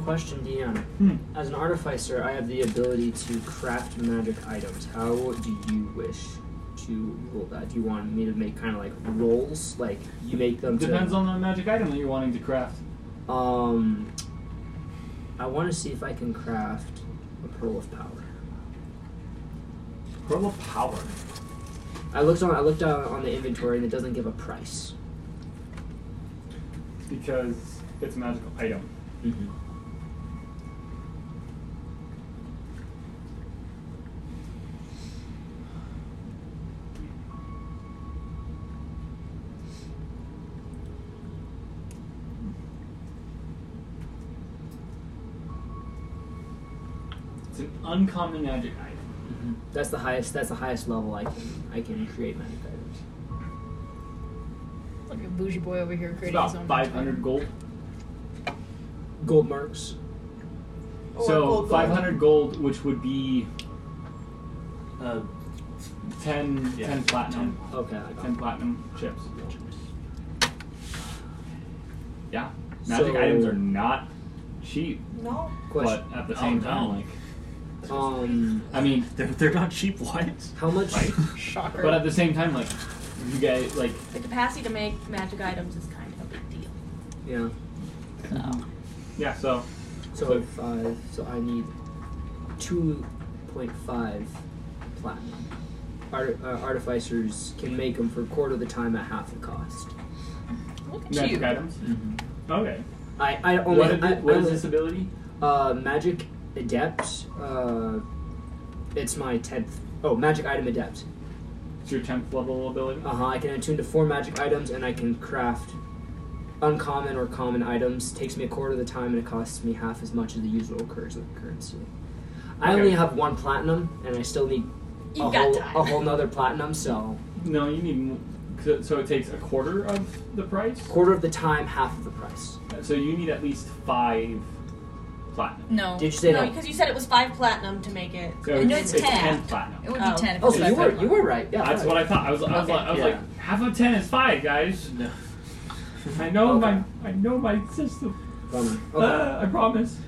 Speaker 2: Question, DM.
Speaker 1: Hmm.
Speaker 2: As an artificer, I have the ability to craft magic items. How do you wish to roll that? Do you want me to make kind of like rolls, like you make them?
Speaker 1: Depends
Speaker 2: to,
Speaker 1: on the magic item that you're wanting to craft.
Speaker 2: on. Um, I want to see if I can craft a pearl of power.
Speaker 1: Pearl of power.
Speaker 2: I looked on. I looked on, on the inventory, and it doesn't give a price.
Speaker 1: Because it's a magical item.
Speaker 2: Mm-hmm.
Speaker 1: It's an uncommon magic item.
Speaker 2: That's the highest. That's the highest level I can. I can create magic items.
Speaker 10: Like a bougie boy over here
Speaker 1: It's
Speaker 10: creating his
Speaker 1: about
Speaker 10: own.
Speaker 1: 500 gold.
Speaker 2: Gold marks.
Speaker 9: Or
Speaker 1: so
Speaker 9: gold, gold.
Speaker 1: 500 gold, which would be
Speaker 13: Uh,
Speaker 1: 10,
Speaker 13: Yeah,
Speaker 1: 10 platinum.
Speaker 2: Okay, I
Speaker 1: 10.
Speaker 2: got it.
Speaker 1: platinum chips. Yeah.
Speaker 2: So-
Speaker 1: Magic items are not cheap,
Speaker 4: no.
Speaker 2: Question.
Speaker 1: but at the
Speaker 13: Oh,
Speaker 1: same time,
Speaker 13: no.
Speaker 1: like,
Speaker 2: Um,
Speaker 1: I mean,
Speaker 13: they're, they're not cheap whites.
Speaker 2: how much?
Speaker 10: Shocker.
Speaker 1: But at the same time, like you guys, like
Speaker 11: The capacity to make magic items is kind of a big deal.
Speaker 2: Yeah.
Speaker 1: yeah. So
Speaker 2: So five. So I need two point five platinum. Art, uh, artificers can make them for a quarter of the time at half the cost.
Speaker 10: Look at
Speaker 1: magic
Speaker 10: you.
Speaker 1: items. Okay.
Speaker 2: I, I only.
Speaker 1: What,
Speaker 2: Mm-hmm. I,
Speaker 1: ab- what
Speaker 2: I
Speaker 1: is
Speaker 2: only-
Speaker 1: this ability?
Speaker 2: Uh, magic adept. Uh, it's my tenth. Oh, magic item adept.
Speaker 1: It's your tenth level ability.
Speaker 2: Uh huh. I can attune to four magic items, and I can craft uncommon or common items. Takes me a quarter of the time, and it costs me half as much as the usual cur- currency. I
Speaker 1: Okay.
Speaker 2: only have one platinum, and I still need a
Speaker 11: You've got
Speaker 2: whole
Speaker 11: time.
Speaker 2: a whole nother platinum. So
Speaker 1: No, you need. mo- so- So it takes a quarter of the price.
Speaker 2: Quarter of the time, half of the price.
Speaker 1: So you need at least five platinum.
Speaker 4: No.
Speaker 2: Did you say
Speaker 4: no,
Speaker 2: that?
Speaker 4: because you said it was five platinum to make it.
Speaker 1: So
Speaker 4: no, it's, ten.
Speaker 1: platinum.
Speaker 4: It would be Oh. 10 if
Speaker 2: Oh, so you were you were right. Yeah,
Speaker 1: That's
Speaker 2: right.
Speaker 1: what I thought. I was, I was,
Speaker 2: Okay.
Speaker 1: like, I was
Speaker 2: Yeah.
Speaker 1: like, half of ten is five, guys. No. I know my, I know my system. Uh, I promise.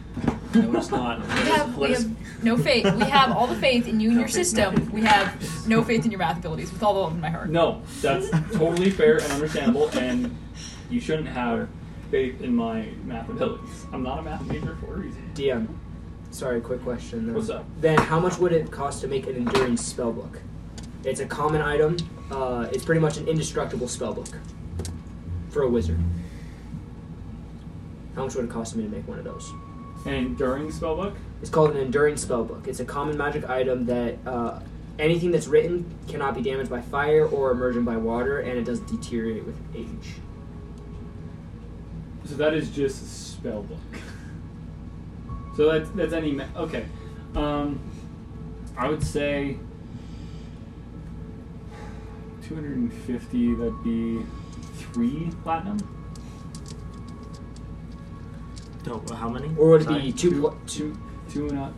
Speaker 13: No, it's not.
Speaker 10: We have, we have no faith. We have all the faith in you and your system. We have no faith in your math abilities with all the love in my heart.
Speaker 1: No, that's totally fair and understandable, and you shouldn't have faith in my math abilities. I'm not a math major for a reason.
Speaker 2: DM. Sorry, quick question. Though.
Speaker 1: What's up?
Speaker 2: Then, how much would it cost to make an enduring spell book? It's a common item. Uh, it's pretty much an indestructible spell book for a wizard. How much would it cost me to make one of those?
Speaker 1: An enduring spell book.
Speaker 2: It's called an enduring spell book. It's a common magic item that uh, anything that's written cannot be damaged by fire or immersion by water, and it does deteriorate with age.
Speaker 1: So that is just spell book. So that's that's any ma- okay. Um, I would say 250. That'd be three platinum.
Speaker 13: No, how many?
Speaker 2: Or would it
Speaker 13: Sorry.
Speaker 2: be two, pl-
Speaker 1: Two, two and a.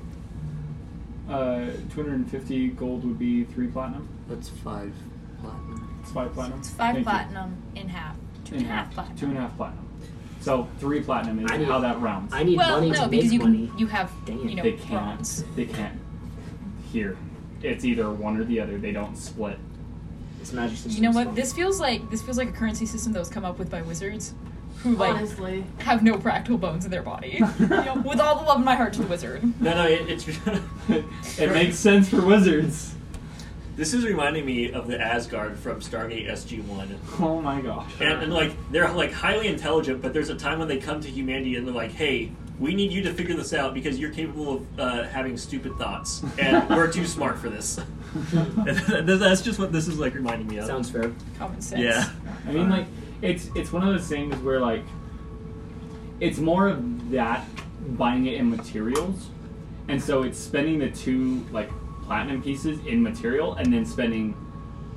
Speaker 1: Uh, 250 gold would be three platinum.
Speaker 13: That's five platinum.
Speaker 1: It's five platinum.
Speaker 10: It's five
Speaker 1: Thank you.
Speaker 10: platinum in half. Two and a half platinum.
Speaker 1: Two and a half platinum. So three platinum is
Speaker 2: I need-
Speaker 1: how that rounds.
Speaker 2: I need
Speaker 10: well,
Speaker 2: money
Speaker 10: no,
Speaker 2: to
Speaker 10: because
Speaker 2: make
Speaker 10: you
Speaker 2: money.
Speaker 10: can you have you know
Speaker 1: they can't.
Speaker 10: bronze.
Speaker 1: They can't. Here, it's either one or the other. They don't split.
Speaker 2: It's magic system.
Speaker 10: You know what? This feels like this feels like a currency system that was come up with by wizards, who like
Speaker 20: Honestly.
Speaker 10: have no practical bones in their body. You know, with all the love in my heart to the wizard.
Speaker 13: No, no, it, it's. it
Speaker 1: It makes sense for wizards.
Speaker 13: This is reminding me of the Asgard from Stargate SG One.
Speaker 1: Oh my gosh.
Speaker 13: And, and like they're like highly intelligent, but there's a time when they come to humanity and they're like, "Hey, we need you to figure this out because you're capable of uh, having stupid thoughts, and we're too smart for this." And that's just what this is like reminding me of.
Speaker 2: Sounds fair.
Speaker 10: Common sense.
Speaker 13: Yeah.
Speaker 1: I mean, like, it's it's one of those things where like, it's more of that buying it in materials, and so it's spending the two like platinum pieces in material, and then spending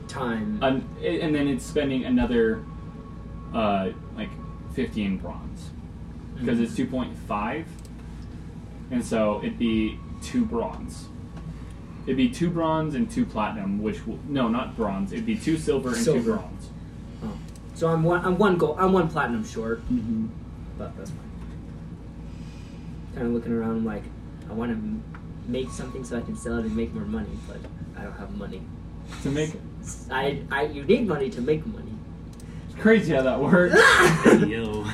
Speaker 2: Time.
Speaker 1: an, and then it's spending another uh like fifty in bronze because it's two point five, and so it'd be two bronze. It'd be two bronze and two platinum, which will, no, not bronze. It'd be two silver and two
Speaker 2: Silver.
Speaker 1: bronze.
Speaker 2: Oh. So I'm one. I'm one gold. I'm one platinum short. Mm-hmm. But that's fine. Kind of looking around, I'm like, I want to make something so I can sell it and make more money, but I don't have money.
Speaker 1: To make
Speaker 2: I, I, you need money to make money.
Speaker 1: It's crazy how that works.
Speaker 13: Yo.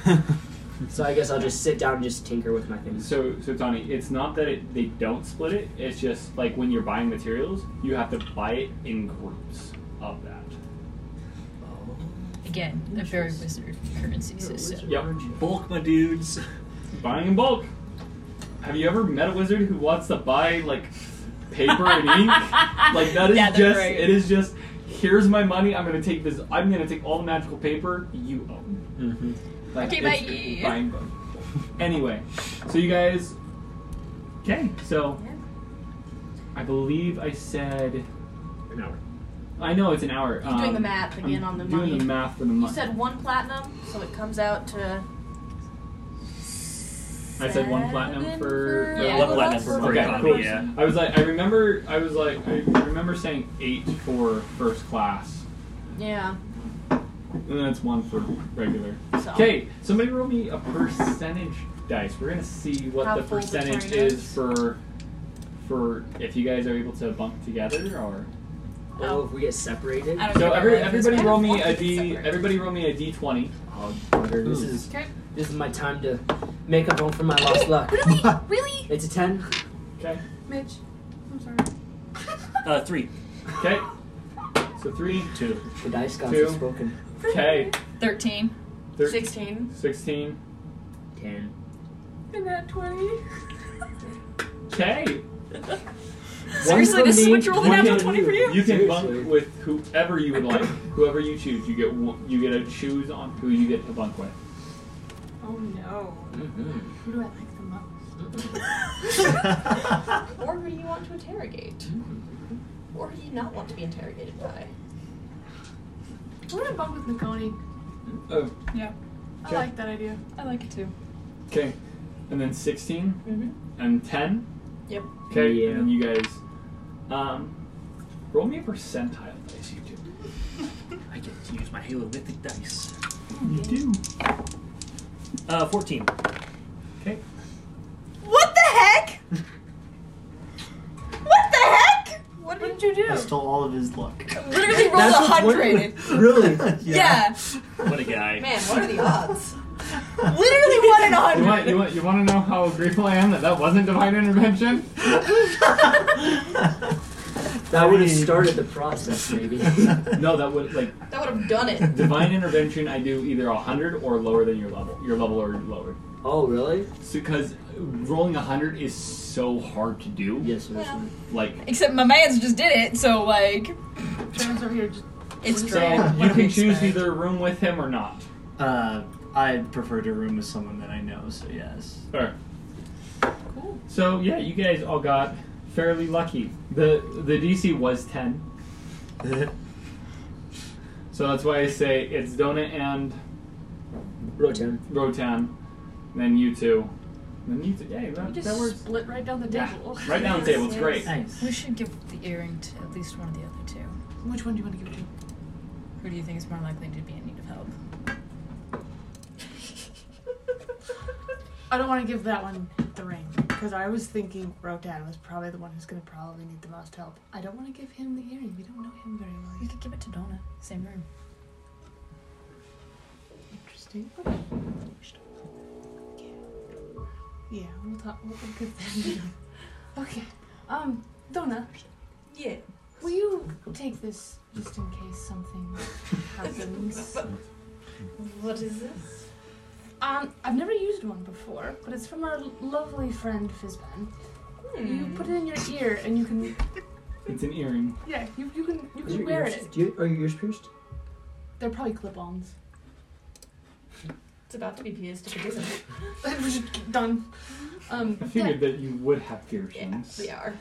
Speaker 2: So I guess I'll just sit down and just tinker with my things.
Speaker 1: so, so Tony, it's not that it, they don't split it. It's just like when you're buying materials, you have to buy it in groups of that.
Speaker 10: Again, a very wizard currency system.
Speaker 1: Yep.
Speaker 13: Bulk, my dudes.
Speaker 1: Buying in bulk. Have you ever met a wizard who wants to buy like paper and ink? Like that is
Speaker 10: Yeah, that's
Speaker 1: just
Speaker 10: right.
Speaker 1: it is just. Here's my money. I'm gonna take this. I'm gonna take all the magical paper you own.
Speaker 2: Mm-hmm.
Speaker 1: Like,
Speaker 10: Okay,
Speaker 1: it's
Speaker 10: bye.
Speaker 1: Buying bulk. Anyway, so you guys. Okay, so I believe I said.
Speaker 2: An hour.
Speaker 1: I know it's an hour. um,
Speaker 4: You're doing the math again
Speaker 1: I'm
Speaker 4: on the
Speaker 1: doing
Speaker 4: money.
Speaker 1: the math for the
Speaker 4: You
Speaker 1: money.
Speaker 4: said one platinum, so it comes out to.
Speaker 1: I said one platinum for
Speaker 4: for- Yeah.
Speaker 13: One platinum for free
Speaker 1: okay,
Speaker 13: copy,
Speaker 1: cool.
Speaker 13: yeah.
Speaker 1: I was like, I remember, I was like, I remember saying eight for first class,
Speaker 4: Yeah.
Speaker 1: and then it's one for regular.
Speaker 4: So.
Speaker 1: Okay, somebody roll me a percentage dice. We're gonna see what
Speaker 4: How
Speaker 1: the
Speaker 4: full the
Speaker 1: percentage
Speaker 4: turn is.
Speaker 1: is for, for if you guys are able to bump together or.
Speaker 2: Oh, if we get separated.
Speaker 10: I don't
Speaker 1: So
Speaker 10: think
Speaker 1: every,
Speaker 10: I like this.
Speaker 1: everybody
Speaker 10: I don't
Speaker 1: roll me
Speaker 10: want
Speaker 1: a
Speaker 10: to be
Speaker 1: d.
Speaker 10: separate.
Speaker 1: Everybody roll me a d twenty.
Speaker 2: Oh, brother,
Speaker 1: Hmm.
Speaker 2: this
Speaker 13: Ooh.
Speaker 2: is
Speaker 10: Okay.
Speaker 2: this is my time to make up for my lost luck.
Speaker 20: Really? Really?
Speaker 2: It's a ten.
Speaker 1: Okay.
Speaker 20: Mitch, I'm sorry.
Speaker 13: Uh, three.
Speaker 1: Okay. So three.
Speaker 13: Two.
Speaker 2: The dice gods
Speaker 1: Two.
Speaker 2: have spoken.
Speaker 1: Okay.
Speaker 10: Thirteen.
Speaker 1: Thir-
Speaker 4: 16.
Speaker 1: 16.
Speaker 2: Ten.
Speaker 20: And that 20.
Speaker 1: Okay.
Speaker 10: Seriously,
Speaker 2: for
Speaker 10: this is
Speaker 2: me,
Speaker 10: what you rolled a
Speaker 2: one
Speaker 10: natural
Speaker 2: for
Speaker 10: twenty for you?
Speaker 1: You can
Speaker 2: Seriously.
Speaker 1: bunk with whoever you would like. whoever you choose, you get one- you get to choose on who you get to bunk with.
Speaker 20: Oh no.
Speaker 2: Mhm.
Speaker 20: Who do I like the most?
Speaker 4: Or who do you want to interrogate? Or who do you not want to be interrogated by?
Speaker 20: We're gonna bunk with Nakoni.
Speaker 1: Oh,
Speaker 12: Yeah.
Speaker 20: I
Speaker 1: Okay.
Speaker 20: like that idea.
Speaker 12: I like it too.
Speaker 1: okay. And then 16
Speaker 4: Mm-hmm.
Speaker 1: and 10.
Speaker 4: Yep.
Speaker 1: Okay,
Speaker 2: Yeah.
Speaker 1: and then you guys um, roll me a percentile dice, you two.
Speaker 13: I get to use my Halo Mythic dice.
Speaker 1: You do.
Speaker 13: Uh, 14.
Speaker 1: Okay.
Speaker 12: What the heck? what the heck?
Speaker 4: What did you do?
Speaker 21: I stole all of his luck.
Speaker 12: Literally rolled a
Speaker 21: That's what-
Speaker 12: hundred.
Speaker 21: Really?
Speaker 12: Yeah.
Speaker 13: What a guy.
Speaker 4: Man, what are the odds?
Speaker 12: Literally one in a
Speaker 1: You want, you,
Speaker 12: hundred.
Speaker 1: want, you want to know how grateful I am that that wasn't divine intervention?
Speaker 2: That would have started the process, maybe.
Speaker 1: no, that would like
Speaker 4: That would have done it.
Speaker 1: divine intervention. I do either hundred or lower than your level. Your level or lower.
Speaker 2: oh, really?
Speaker 1: Because rolling hundred is so hard to do.
Speaker 2: Yes, yes. yes.
Speaker 1: Like
Speaker 10: Except my man's just did it, so like
Speaker 9: Trans over here just
Speaker 10: it's
Speaker 1: so,
Speaker 10: drag.
Speaker 1: you can choose either room with him or not.
Speaker 21: Uh, I prefer to room with someone that I know, so yes.
Speaker 1: Sure. Cool. So yeah, you guys all got fairly lucky. The the DC was ten, so that's why I say it's Donut and
Speaker 2: Rotan.
Speaker 1: Rotan, then you two, then you two. Yeah, that,
Speaker 20: We
Speaker 1: that
Speaker 20: just
Speaker 1: works.
Speaker 20: split right down the
Speaker 1: Yeah.
Speaker 20: table.
Speaker 1: Right down the table, it's great.
Speaker 21: nice.
Speaker 10: We should give the earring to at least one of the other two.
Speaker 9: Which one do you want to give it to?
Speaker 10: Who do you think is more likely to be in need of help?
Speaker 9: I don't want to give that one the ring because I was thinking Rodan was probably the one who's going to probably need the most help. I don't want to give him the earring. We don't know him very well.
Speaker 10: We could give it to Donna. Same room.
Speaker 9: Interesting. Yeah, we'll talk. We'll we'll give them.
Speaker 20: Okay. Um, Donna,
Speaker 4: Yeah.
Speaker 20: will you take this just in case something happens?
Speaker 4: What is this?
Speaker 20: um, I've never used one before, but it's from our lovely friend Fizban.
Speaker 4: Hmm.
Speaker 20: You
Speaker 2: Mm.
Speaker 20: put it in your ear, and you can
Speaker 1: It's an earring.
Speaker 20: yeah, you, you can you
Speaker 2: Is
Speaker 20: can
Speaker 2: your
Speaker 20: wear
Speaker 2: ears,
Speaker 20: it.
Speaker 2: do you, are your ears pierced?
Speaker 20: They're probably clip-ons.
Speaker 4: It's about to be pierced if it isn't.
Speaker 20: Done. Um,
Speaker 1: I figured that you would have
Speaker 4: Yeah,
Speaker 1: piercings.
Speaker 4: they are.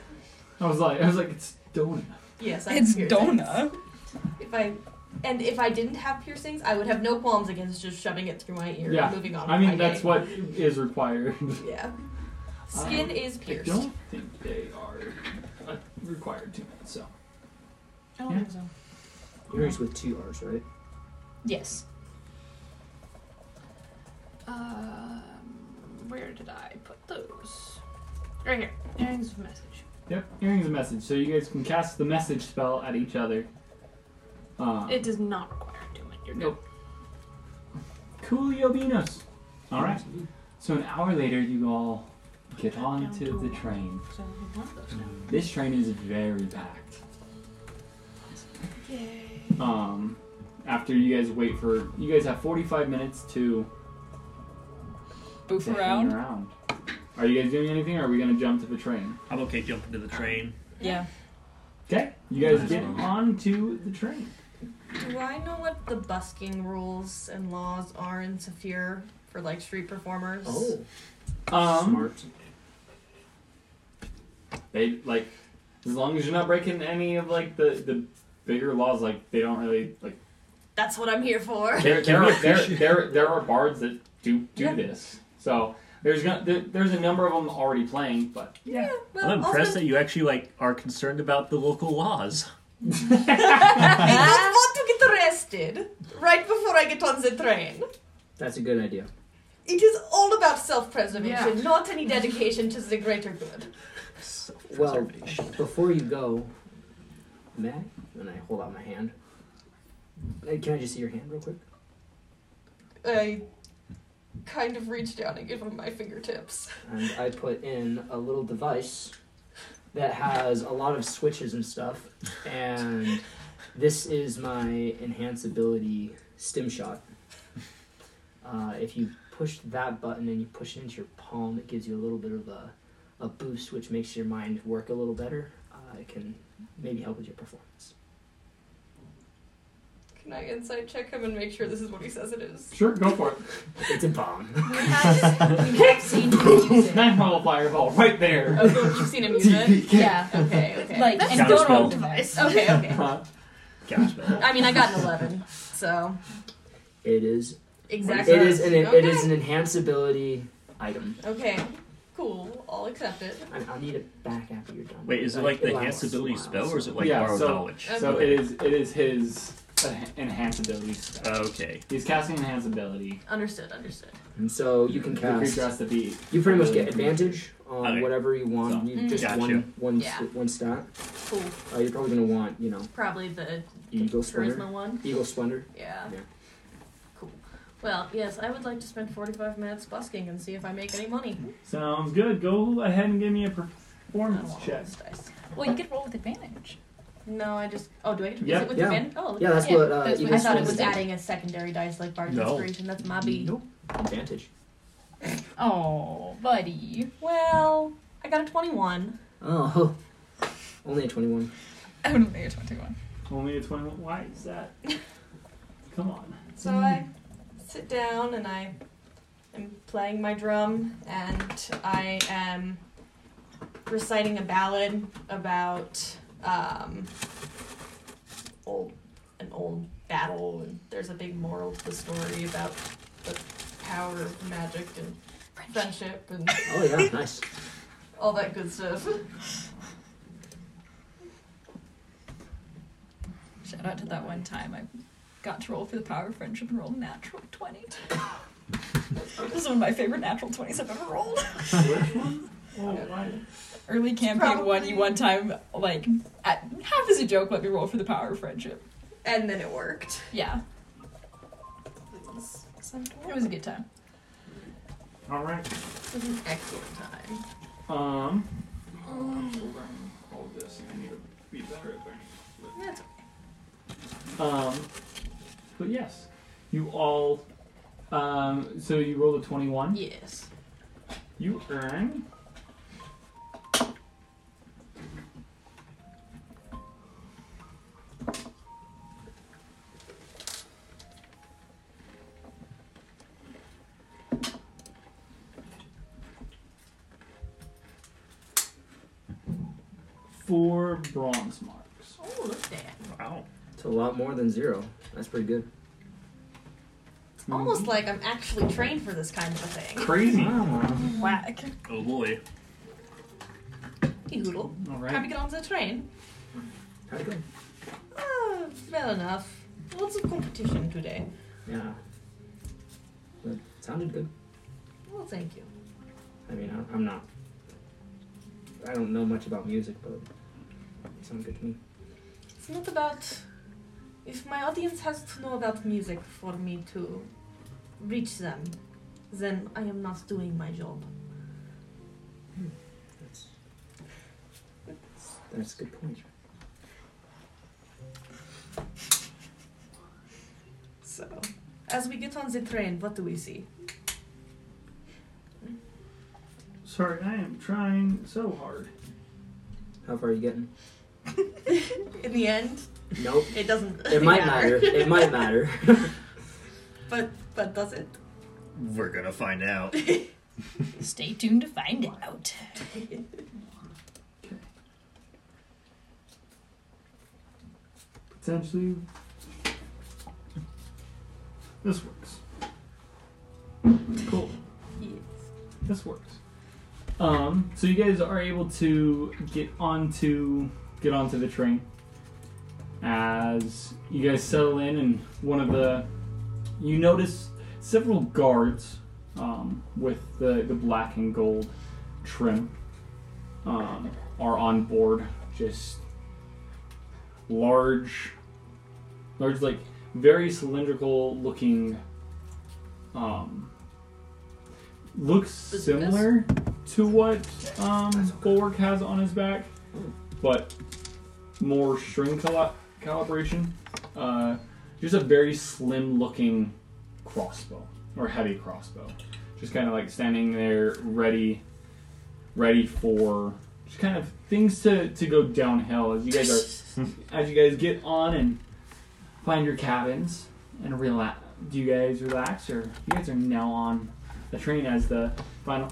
Speaker 1: I was like, I was like, it's Donut.
Speaker 4: Yes, I have
Speaker 10: It's
Speaker 4: piercings.
Speaker 10: Donna.
Speaker 4: If I and if I didn't have piercings, I would have no qualms against just shoving it through my ear
Speaker 1: Yeah,
Speaker 4: and moving on.
Speaker 1: I
Speaker 4: with
Speaker 1: mean,
Speaker 4: my
Speaker 1: that's
Speaker 4: day.
Speaker 1: what is required.
Speaker 4: Yeah. Skin
Speaker 1: Um,
Speaker 4: is
Speaker 1: I
Speaker 4: pierced.
Speaker 1: don't think they are uh, required to. So
Speaker 9: I don't think so.
Speaker 2: Ears with two R's, right?
Speaker 10: Yes.
Speaker 20: Um, where did I put those? Right here. Earrings of message.
Speaker 1: yep, earrings a message. So you guys can cast the message spell at each other. Uh,
Speaker 20: It does not require doing. You're
Speaker 1: Nope. Coolio Beanos. All right. So an hour later, you all get onto the train.
Speaker 9: So we want those.
Speaker 1: This train is very packed.
Speaker 20: Yay.
Speaker 1: Um, after you guys wait for, you guys have 45 minutes to,
Speaker 10: Boof
Speaker 1: to hang
Speaker 10: around.
Speaker 1: around. Are you guys doing anything, or are we gonna jump to the train?
Speaker 13: I'm okay jumping to the train.
Speaker 10: Yeah.
Speaker 1: Okay, you guys get onto the train.
Speaker 4: Do I know what the busking rules and laws are in Saphir for like street performers?
Speaker 2: Oh,
Speaker 1: Um,
Speaker 2: smart.
Speaker 1: they like as long as you're not breaking any of like the the bigger laws, like they don't really like.
Speaker 4: That's what I'm here for.
Speaker 1: There,
Speaker 2: Can
Speaker 1: there,
Speaker 2: we
Speaker 1: are, there,
Speaker 2: appreciate-
Speaker 1: there, there are bards that do do
Speaker 4: Yeah.
Speaker 1: this. So there's gonna there, there's a number of them already playing, but
Speaker 4: Yeah. Well,
Speaker 13: I'm impressed
Speaker 4: uh, also,
Speaker 13: that you actually like are concerned about the local laws.
Speaker 4: I don't want to get arrested right before I get on the train.
Speaker 2: That's a good idea.
Speaker 4: It is all about self-preservation,
Speaker 20: Yeah.
Speaker 4: not any dedication to the greater good.
Speaker 2: Well, before you go, Matt, and I hold out my hand. Uh, Can I just see your hand real quick?
Speaker 4: I kind of reach down and give him my fingertips.
Speaker 2: And I put in a little device that has a lot of switches and stuff. And this is my enhance ability stim shot. Uh, if you push that button and you push it into your palm, it gives you a little bit of a, a boost, which makes your mind work a little better. Uh, it can maybe help with your performance.
Speaker 4: Can I insight check him and make sure this is what he says it is?
Speaker 1: sure, go for it.
Speaker 2: It's a bomb.
Speaker 4: We have seen him use it.
Speaker 1: Nine level fireball right there.
Speaker 4: Oh, good, you've seen him use it?
Speaker 10: Yeah.
Speaker 4: Okay, okay.
Speaker 10: Like
Speaker 13: Counterspell.
Speaker 10: and don't device.
Speaker 4: okay, okay.
Speaker 1: Huh?
Speaker 13: Counterspell.
Speaker 4: I mean, I got an 11. So
Speaker 2: It is
Speaker 4: Exactly.
Speaker 2: It is an it is
Speaker 4: Okay.
Speaker 2: an enhanceability item.
Speaker 4: okay, cool. I'll accept it.
Speaker 2: I, I'll need it back after you're done.
Speaker 13: Wait, is it like the
Speaker 2: lasts a
Speaker 13: enhanceability
Speaker 2: while,
Speaker 13: spell,
Speaker 2: so-
Speaker 13: or is it like
Speaker 1: yeah,
Speaker 13: borrowed
Speaker 1: so,
Speaker 13: knowledge?
Speaker 4: Um,
Speaker 1: So it is it is his uh, enhanced ability spell.
Speaker 13: Okay.
Speaker 1: He's casting enhanced ability.
Speaker 4: Understood. Understood.
Speaker 2: And so you can
Speaker 1: The creature
Speaker 2: cast.
Speaker 1: has to be-
Speaker 2: You pretty much
Speaker 1: the
Speaker 2: get
Speaker 1: creature.
Speaker 2: advantage on
Speaker 1: Okay.
Speaker 2: whatever you want.
Speaker 1: So-
Speaker 2: you
Speaker 4: Mm.
Speaker 2: just
Speaker 4: Gotcha.
Speaker 2: one one
Speaker 4: Yeah.
Speaker 2: st- one stat.
Speaker 4: Cool.
Speaker 2: Uh, you're probably gonna want you know
Speaker 4: Probably the
Speaker 2: eagle splendor.
Speaker 4: charisma one.
Speaker 2: Eagle splendor.
Speaker 4: Yeah.
Speaker 2: Yeah.
Speaker 4: Cool. Well, yes, I would like to spend 45 minutes busking and see if I make any money.
Speaker 1: Sounds good. Go ahead and give me a performance check.
Speaker 10: Well, you could roll with advantage.
Speaker 4: No, I just. Oh, do I get to
Speaker 1: Yeah.
Speaker 4: visit with
Speaker 1: Yeah.
Speaker 4: advantage? Oh, look
Speaker 2: Yeah,
Speaker 4: at
Speaker 2: that's
Speaker 4: that.
Speaker 2: what, uh,
Speaker 4: That's
Speaker 2: you
Speaker 4: what- I
Speaker 2: just
Speaker 4: thought it
Speaker 2: rolled
Speaker 4: was
Speaker 2: it.
Speaker 4: adding a secondary dice like Bard's
Speaker 2: No.
Speaker 4: Inspiration. That's my B.
Speaker 2: Nope. Advantage.
Speaker 10: Oh, buddy.
Speaker 4: Well, I got a 21.
Speaker 2: Oh, only a twenty-one.
Speaker 12: Only a 21.
Speaker 1: Only a 21. Why is that? Come on.
Speaker 4: So I sit down and I am playing my drum and I am reciting a ballad about um, old an old battle and there's a big moral to the story about the power of magic and friendship and
Speaker 2: Oh yeah, nice.
Speaker 4: all that good stuff.
Speaker 12: Shout out to that one time I got to roll for the power of friendship and roll a natural 20. this is one of my favorite natural 20s I've ever rolled. Early campaign one, you one time, like, at, half as a joke, let me roll for the power of friendship.
Speaker 4: And then it worked.
Speaker 12: Yeah, it was a
Speaker 4: It
Speaker 12: good time.
Speaker 1: All right.
Speaker 4: was an excellent time.
Speaker 1: Um. All this. I need to be better at burning.
Speaker 4: That's
Speaker 1: Um, but yes, you all. Um, so you rolled a twenty-one.
Speaker 4: Yes.
Speaker 1: You earn. Four bronze marks.
Speaker 4: Oh, look at that.
Speaker 1: Wow.
Speaker 2: It's a lot more than zero. That's pretty good.
Speaker 4: Almost like I'm actually trained for this kind of a thing.
Speaker 1: Crazy.
Speaker 2: Ah.
Speaker 4: Whack.
Speaker 13: Oh boy.
Speaker 4: Hey, Hoodle.
Speaker 1: All
Speaker 4: How'd you get onto the train?
Speaker 2: How'd it go?
Speaker 4: Uh, well enough. Lots of competition today.
Speaker 2: Yeah. But sounded good.
Speaker 4: Well, thank you.
Speaker 2: I mean, I- I'm not. I don't know much about music, but it sounded good to me.
Speaker 4: It's not about. If my audience has to know about music for me to reach them, then I am not doing my job.
Speaker 2: That's that's a good point.
Speaker 4: So, as we get on the train, what do we see?
Speaker 1: Sorry, I am trying so hard.
Speaker 2: How far are you getting?
Speaker 4: In the end,
Speaker 2: Nope.
Speaker 4: it doesn't.
Speaker 2: It might matter. It might matter.
Speaker 4: but but does it?
Speaker 13: We're gonna find out.
Speaker 10: Stay tuned to find out.
Speaker 1: Potentially, this works. Cool. This works. Um, so you guys are able to get onto get onto the train as you guys settle in, and one of the you notice several guards um, with the the black and gold trim um, are on board, just large, large like very cylindrical looking. Um, looks similar to what um, Bulwark has on his back, but more string cali- calibration. Uh, just a very slim looking crossbow or heavy crossbow, just kind of like standing there ready, ready for just kind of things to, to go downhill as you guys are as you guys get on and find your cabins and relax. Do you guys relax or you guys are now on the train as the final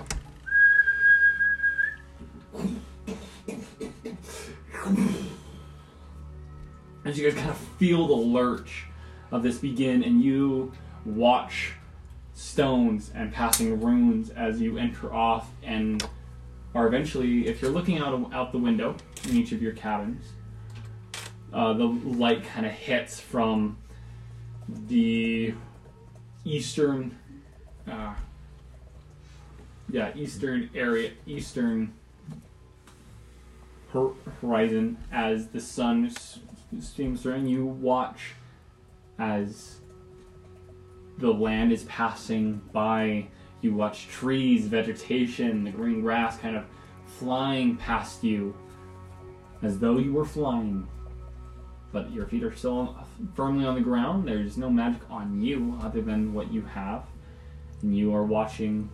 Speaker 1: as you guys kind of feel the lurch of this begin, and you watch stones and passing runes as you enter off and are eventually, if you're looking out out the window in each of your cabins, uh, the light kind of hits from the eastern, uh, yeah, eastern area, eastern hor- horizon as the sun s- streams through, and you watch as the land is passing by. You watch trees, vegetation, the green grass kind of flying past you as though you were flying. But your feet are still firmly on the ground. There's no magic on you other than what you have. And you are watching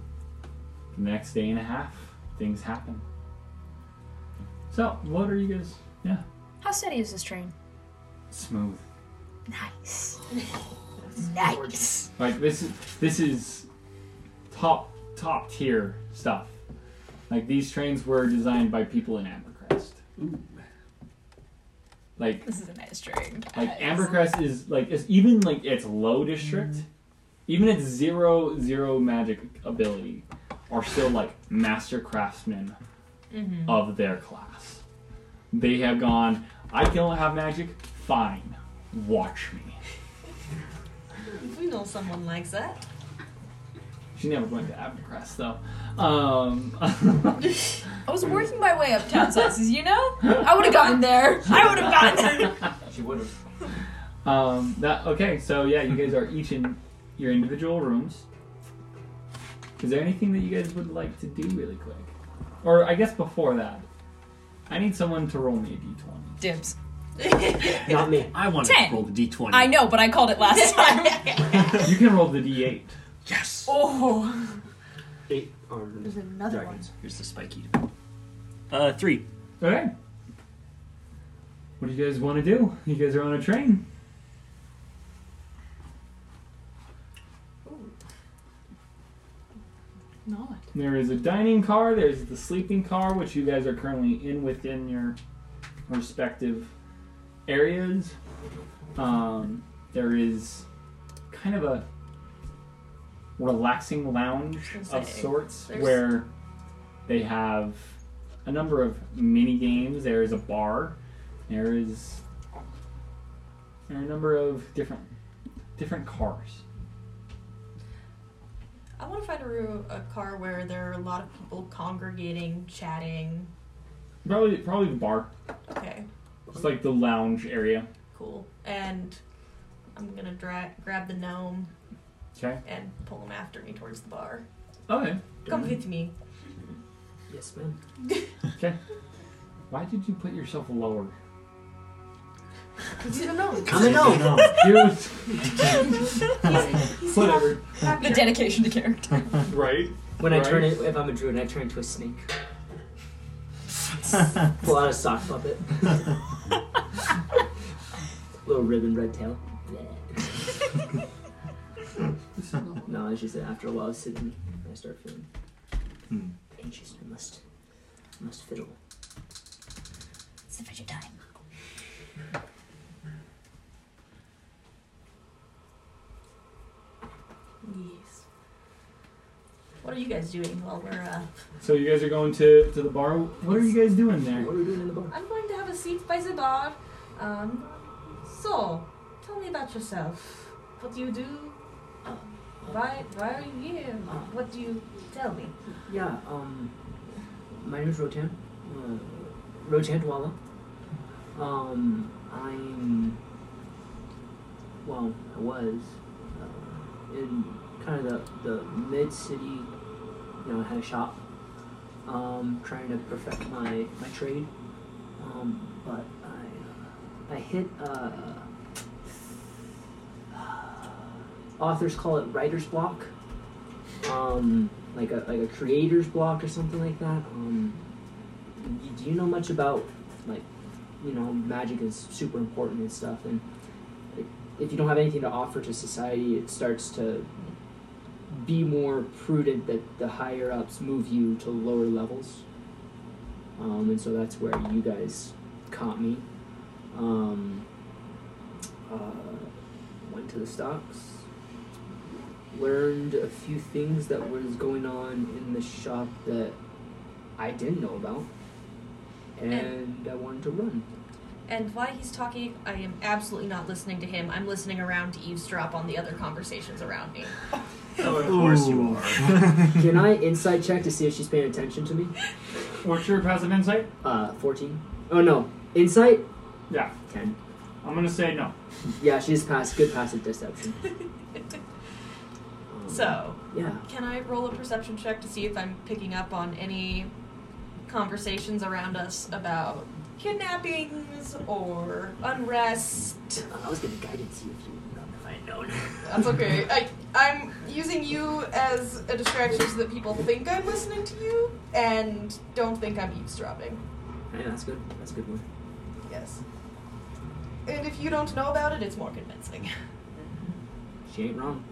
Speaker 1: the next day and a half things happen. So, what are you guys? Yeah.
Speaker 5: How steady is this train?
Speaker 1: Smooth.
Speaker 5: Nice. nice.
Speaker 1: Like this is this is top top tier stuff. Like these trains were designed by people in Ambercrest. Ooh. Like
Speaker 10: This is a nice drink.
Speaker 1: like Ambercrest is like it's even like its low district, even its zero zero magic ability, are still like master craftsmen
Speaker 4: Mm-hmm.
Speaker 1: of their class. They have gone, I don't have magic, fine. Watch me.
Speaker 4: We know someone likes that.
Speaker 1: She never went to Abercrest though. Um,
Speaker 10: I was working my way up town sizes, you know? I would have gotten there. I would have gotten there.
Speaker 2: She would have.
Speaker 1: um, that okay, so yeah, you guys are each in your individual rooms. Is there anything that you guys would like to do really quick? Or I guess before that, I need someone to roll me a d20.
Speaker 10: Dibs.
Speaker 13: Not me. I want to
Speaker 10: Ten.
Speaker 13: roll the d20.
Speaker 10: I know, but I called it last time.
Speaker 1: You can roll the d8.
Speaker 13: Yes.
Speaker 10: oh.
Speaker 2: Eight armed
Speaker 9: There's another
Speaker 2: dragons. Here's the spiky.
Speaker 13: Uh, three.
Speaker 1: Okay. What do you guys want to do? You guys are on a train.
Speaker 9: Not.
Speaker 1: There is a dining car, there's the sleeping car, which you guys are currently in within your respective areas. Um, there is kind of a relaxing lounge
Speaker 22: I was gonna
Speaker 1: of
Speaker 22: say,
Speaker 1: sorts
Speaker 22: there's-
Speaker 1: where they have a number of mini games. There is a bar. There is there are a number of different different cars.
Speaker 4: I want to find a, room, a car where there are a lot of people congregating, chatting.
Speaker 1: Probably probably the bar.
Speaker 4: Okay,
Speaker 1: It's like the lounge area.
Speaker 4: cool. And I'm gonna dra- grab the gnome
Speaker 1: Okay.
Speaker 4: and pull him after me towards the bar.
Speaker 23: Oh,
Speaker 1: Okay.
Speaker 4: Come with me.
Speaker 2: Yes, ma'am.
Speaker 1: Okay. Why did you put yourself lower?
Speaker 9: Because he's a gnome.
Speaker 2: I'm a gnome.
Speaker 1: You-
Speaker 4: He's
Speaker 1: Whatever.
Speaker 4: not-
Speaker 10: The dedication to character.
Speaker 1: Right.
Speaker 2: When I turn
Speaker 1: Right.
Speaker 2: it, if I'm a druid, I turn into a snake. Pull out a sock puppet. Little ribbon, red tail. no, it's just that after a while of sitting, I start feeling
Speaker 24: Hmm.
Speaker 2: anxious. I must, must fiddle.
Speaker 5: It's the fidget time.
Speaker 4: Yes. What are you guys doing while we're uh
Speaker 1: So you guys are going to to the bar. What are you guys doing there?
Speaker 2: What are we doing in the bar?
Speaker 4: I'm going to have a seat by the bar. Um so tell me about yourself. What do you do? Um, Why why are you here? What do you tell me?
Speaker 2: Yeah, um, my name is Rotan. Uh, Rotan Dwala. Um, I'm. Well, I was uh, in kind of the, the mid city, you know, I had a shop, um, trying to perfect my, my trade. Um, but I, uh, I hit, uh, uh, authors call it writer's block um, like a like a creator's block or something like that. Um, y- do you know much about like you know magic is super important and stuff, and like, if you don't have anything to offer to society, it starts to be more prudent that the higher ups move you to lower levels. Um, and so that's where you guys caught me. Um, uh, went to the stocks, learned a few things that was going on in the shop that I didn't know about, and, I wanted to run.
Speaker 4: And while he's talking, I am absolutely not listening to him. I'm listening around to eavesdrop on the other conversations around me.
Speaker 23: Oh, of course you are.
Speaker 2: Can I insight check to see if she's paying attention to me?
Speaker 1: What's your passive insight?
Speaker 2: Uh, fourteen. Oh no, insight.
Speaker 1: Yeah.
Speaker 2: Ten.
Speaker 1: I'm gonna say no.
Speaker 2: Yeah, she's passed. Good passive deception. Um,
Speaker 4: So,
Speaker 2: Yeah.
Speaker 4: can I roll a perception check to see if I'm picking up on any conversations around us about kidnappings or unrest?
Speaker 2: Uh, I was gonna guidance you if you if I had known.
Speaker 25: That's okay. I, I'm using you as a distraction so that people think I'm listening to you and don't think I'm eavesdropping.
Speaker 2: Yeah, that's good. That's a good one.
Speaker 25: Yes. And if you don't know about it, it's more convincing.
Speaker 2: She ain't wrong.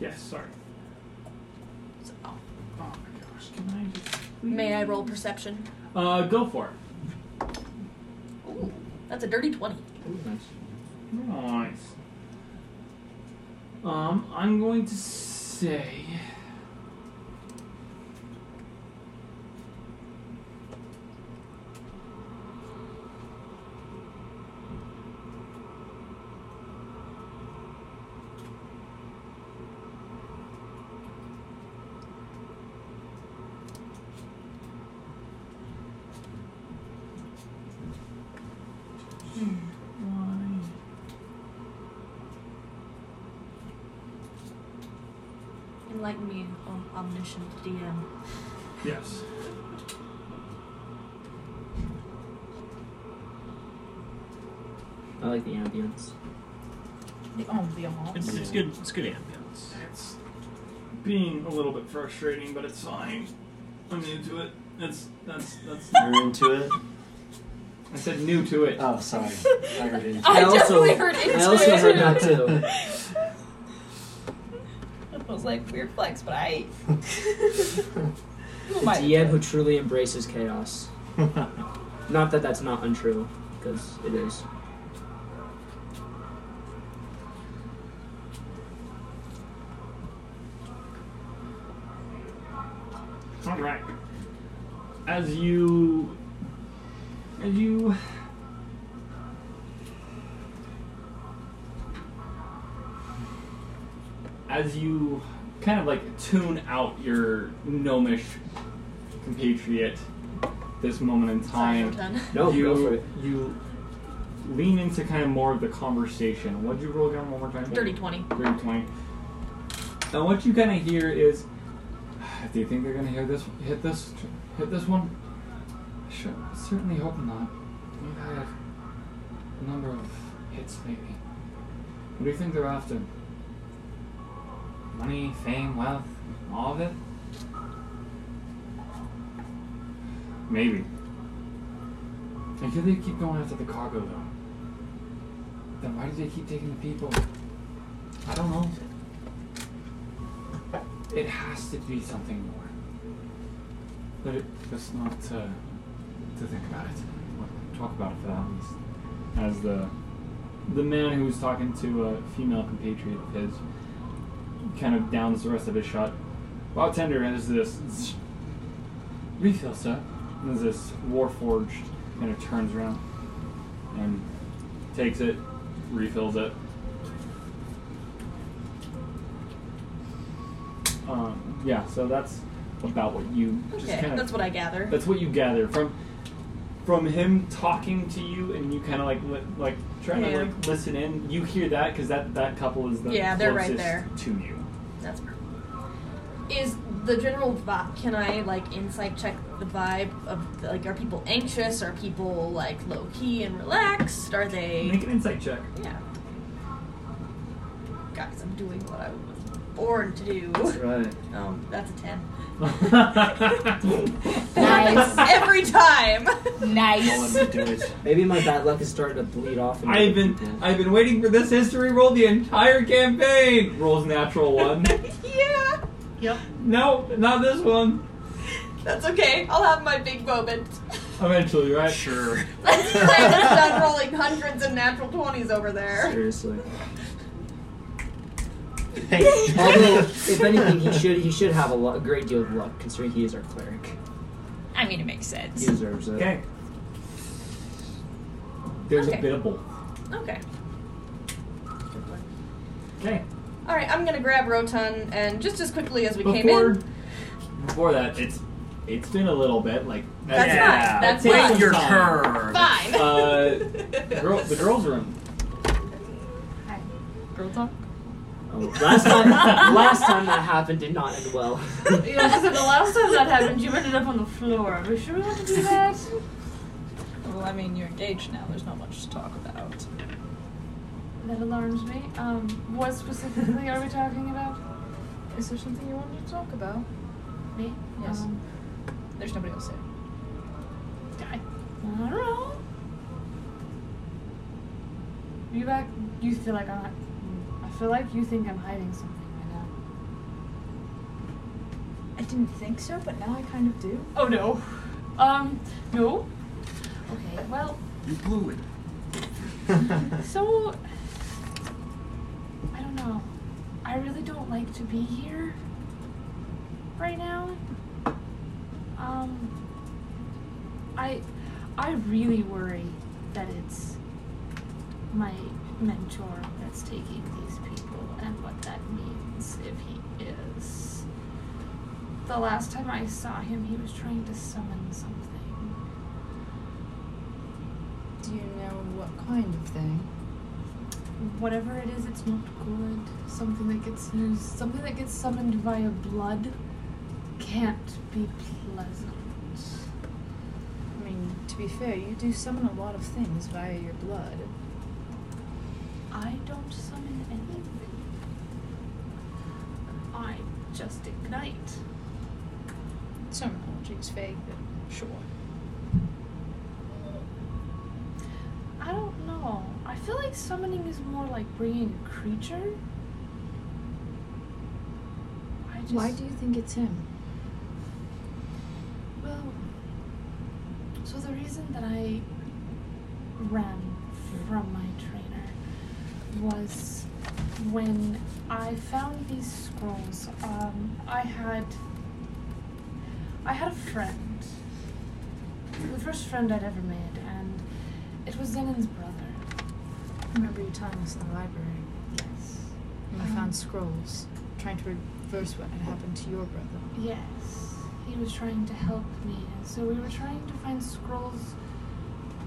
Speaker 1: Yes, sorry.
Speaker 4: So,
Speaker 1: Oh my gosh, can I just.
Speaker 4: may I roll perception?
Speaker 1: Uh, go for it.
Speaker 4: Ooh, that's a dirty 20.
Speaker 1: Nice. Um, I'm going to say. Why?
Speaker 4: Enlighten me, om- omniscient DM.
Speaker 1: Yes.
Speaker 2: I like the ambience.
Speaker 5: The ambiance.
Speaker 23: It's, it's good. It's good ambience.
Speaker 1: It's being a little bit frustrating, but it's fine. I'm new to it. That's that's that's.
Speaker 13: You're into it?
Speaker 1: I said new to it.
Speaker 13: Oh, sorry. I heard into
Speaker 5: I
Speaker 13: it.
Speaker 5: definitely heard into
Speaker 2: I also
Speaker 5: it.
Speaker 2: heard that too.
Speaker 10: It was like weird flex, but I.
Speaker 2: The DM who truly embraces chaos. not that that's not untrue, because it is.
Speaker 1: All right. As you, as you. As you kind of like tune out your gnomish compatriot this moment in
Speaker 4: Sorry,
Speaker 1: time,
Speaker 4: I'm done.
Speaker 2: No,
Speaker 1: you,
Speaker 2: go for it.
Speaker 1: you lean into kind of more of the conversation. What'd you roll down one more time?
Speaker 4: Dirty 20.
Speaker 1: 30, 20. And what you kind of hear is, do you think they're gonna hear this? Hit this? Hit this one? Sure. Certainly hope not. We've had a number of hits lately. What do you think they're after? Money, fame, wealth, all of it? Maybe. I hear they keep going after the cargo though. Then why do they keep taking the people? I don't know. It has to be something more. But it, let's not uh, to think about it. We'll talk about it for that least. As the the man who was talking to a female compatriot of his kind of downs the rest of his shot. Bartender has this refill, sir. And there's this warforged kind of turns around and takes it, refills it. Um, yeah, so that's about what you just
Speaker 4: Okay,
Speaker 1: kind of
Speaker 4: that's what I gather.
Speaker 1: that's what you gather from from him talking to you, and you kind of like li- like trying
Speaker 4: Yeah.
Speaker 1: to like listen in. You hear that because that that couple is the
Speaker 4: Yeah, they're right
Speaker 1: closest
Speaker 4: there.
Speaker 1: to you.
Speaker 4: That's Is the general vibe? Can I like insight check the vibe of like are people anxious? Are people like low key and relaxed? Are they?
Speaker 1: Make an insight check.
Speaker 4: Yeah. Guys, I'm doing what I was Ord to do.
Speaker 21: That's right.
Speaker 4: Um, that's a 10.
Speaker 5: Nice.
Speaker 4: Every time!
Speaker 5: Nice.
Speaker 2: Maybe my bad luck is starting to bleed off. into
Speaker 1: I've
Speaker 2: other
Speaker 1: been
Speaker 2: people.
Speaker 1: I've been waiting for this history roll the entire campaign. Rolls natural one.
Speaker 4: yeah! Yep.
Speaker 1: no, not this one.
Speaker 4: That's okay. I'll have my big moment.
Speaker 1: Eventually, right? Sure.
Speaker 4: That's done rolling hundreds and natural 20s over there.
Speaker 2: Seriously. Hey, although if anything, he should he should have a, lo- a great deal of luck considering he is our cleric.
Speaker 10: I mean, it makes
Speaker 2: He
Speaker 10: sense.
Speaker 2: deserves it.
Speaker 1: Okay. There's
Speaker 4: Okay.
Speaker 1: a biddable.
Speaker 4: Okay.
Speaker 1: Okay.
Speaker 4: Alright, I'm gonna grab Rotan and just as quickly as we came
Speaker 1: Before
Speaker 4: in.
Speaker 1: before that, it's it's been a little bit like
Speaker 4: That's fine. That's
Speaker 1: Take
Speaker 4: fine.
Speaker 1: your
Speaker 4: Fine.
Speaker 1: turn.
Speaker 4: Fine.
Speaker 1: Uh, girl, the girls' room.
Speaker 12: Girl talk?
Speaker 2: Oh, last time, last time that happened did not end well.
Speaker 9: Yeah, because the last time that happened, you ended up on the floor. Are we sure we want to do that?
Speaker 12: Well, I mean, you're engaged now. There's not much to talk about.
Speaker 9: That alarms me. Um, what specifically are we talking about?
Speaker 12: Is there something you wanted to talk about?
Speaker 9: Me?
Speaker 12: Yes.
Speaker 9: Um,
Speaker 12: There's nobody else there.
Speaker 9: I, I don't know. You back? You feel like I'm? I feel like you think I'm hiding something right now.
Speaker 10: I didn't think so, but now I kind of do.
Speaker 9: Oh no. Um, no. Okay. Well,
Speaker 13: You blew it.
Speaker 9: so I don't know. I really don't like to be here right now. Um I I really worry that it's my mentor that's taking these people and what that means if he is. The last time I saw him, he was trying to summon something.
Speaker 10: Do you know what kind of thing?
Speaker 9: whatever it is, it's not good. Something that gets used, something that gets summoned via blood, can't be pleasant.
Speaker 10: I mean, to be fair, you do summon a lot of things via your blood.
Speaker 9: I don't summon anything. I just ignite.
Speaker 10: Some knowledge is vague, but sure.
Speaker 9: I don't know. I feel like summoning is more like bringing a creature. I just,
Speaker 10: Why do you think it's him?
Speaker 9: Well, so the reason that I ran from my trainer was when I found these scrolls. Um, I had I had a friend, the first friend I'd ever made, and it was Zenon's brother.
Speaker 10: remember you telling us in the library
Speaker 9: Yes.
Speaker 10: when you
Speaker 9: Um,
Speaker 10: found scrolls trying to reverse what had happened to your brother.
Speaker 9: Yes, he was trying to help me, and so we were trying to find scrolls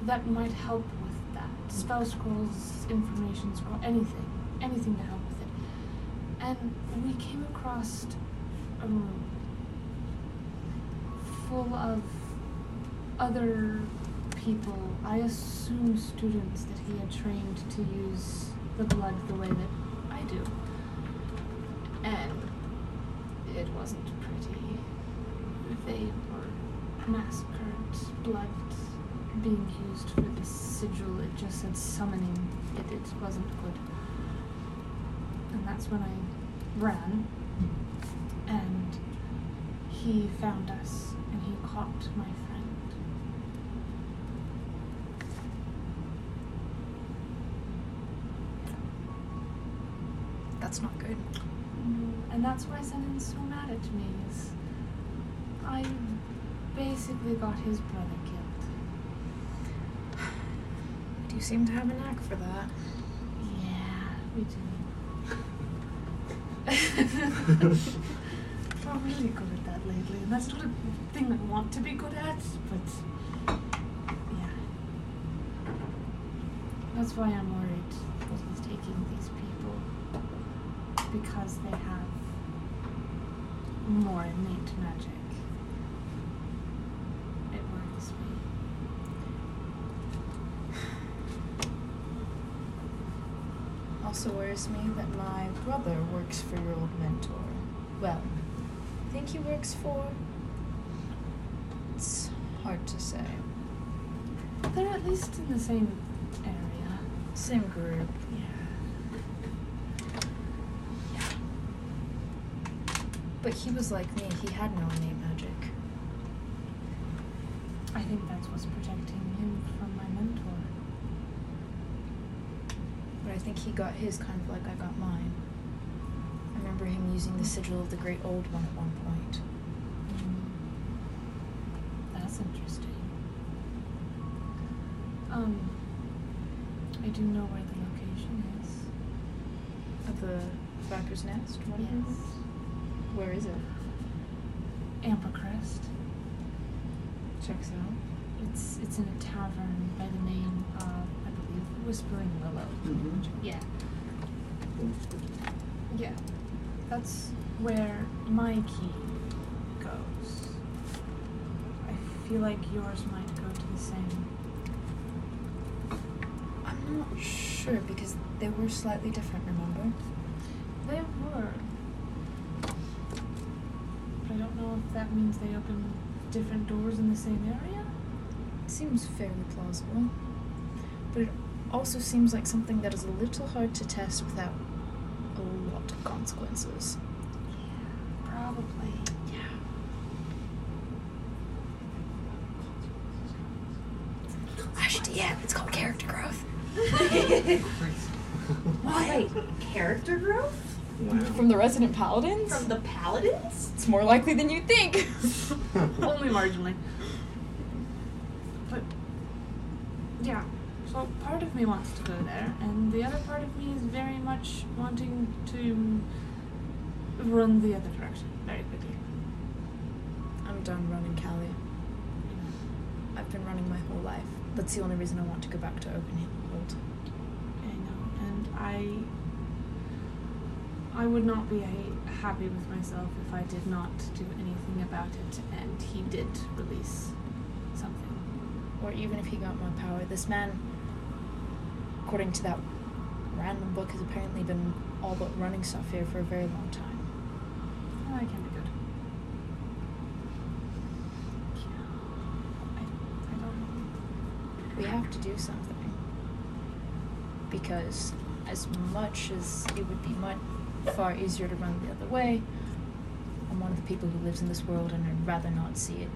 Speaker 9: that might help with that. Spell scrolls, information scroll, anything. Anything to help with it. And we came across a room full of other people, I assume students that he had trained to use the blood the way that I do. And it wasn't pretty. They were massacred, blood being used for the sigil. It just said summoning. It, it wasn't good. And that's when I ran. And he found us and he caught my friend.
Speaker 10: That's not good.
Speaker 9: And that's why Zenon's so mad at me. Is I basically got his brother killed.
Speaker 10: Do you seem to have a knack for that?
Speaker 9: Yeah, we do. I'm really good at that lately, and that's not a thing I want to be good at, but yeah. That's why I'm worried that he's taking these people because they have more innate magic. It worries me.
Speaker 10: Also, sores me that my brother works for your old mentor. Well, I think he works for. It's hard to say.
Speaker 9: They're at least in the same area.
Speaker 10: Same group. But he was like me, he had no innate magic.
Speaker 9: I think that's what's protecting him from my mentor.
Speaker 10: But I think he got his kind of like I got mine. I remember him using the sigil of the Great Old One at one point.
Speaker 9: Hmm. That's interesting. Um, I do know where the location is.
Speaker 10: Of the Factor's Nest? Whatever it
Speaker 9: Yes.
Speaker 10: is. Where is it?
Speaker 9: Ambercrest.
Speaker 10: Checks out.
Speaker 9: It's it's in a tavern by the name of I believe Whispering Willow. Yeah. Yeah. That's where my key goes. I feel like yours might go to the same.
Speaker 10: I'm not sure because they were slightly different, remember?
Speaker 9: They were. But I don't know if that means they open different doors in the same area.
Speaker 10: Seems fairly plausible. But it also seems like something that is a little hard to test without a lot of consequences.
Speaker 9: Probably.
Speaker 10: Yeah. Gosh, DM, it's called character growth.
Speaker 4: Wait, character growth?
Speaker 12: From the resident paladins?
Speaker 4: From the paladins?
Speaker 12: It's more likely than you think.
Speaker 20: Only marginally. But yeah,
Speaker 9: So part of me wants to go there, and the other part of me is very much wanting to run the other direction very quickly.
Speaker 10: I'm done running Cali. I've been running my whole life. That's the only reason I want to go back to Oakenhold.
Speaker 9: I know, and I I would not be ha- happy with myself if I did not do anything about it, and he did release something.
Speaker 10: Or even if he got more power, this man, according to that random book, has apparently been all but running stuff here for a very long time.
Speaker 9: Oh, that can be good. Yeah. I, I don't know.
Speaker 10: We have to do something. Because as much as it would be much far easier to run the other way, I'm one of the people who lives in this world and I'd rather not see it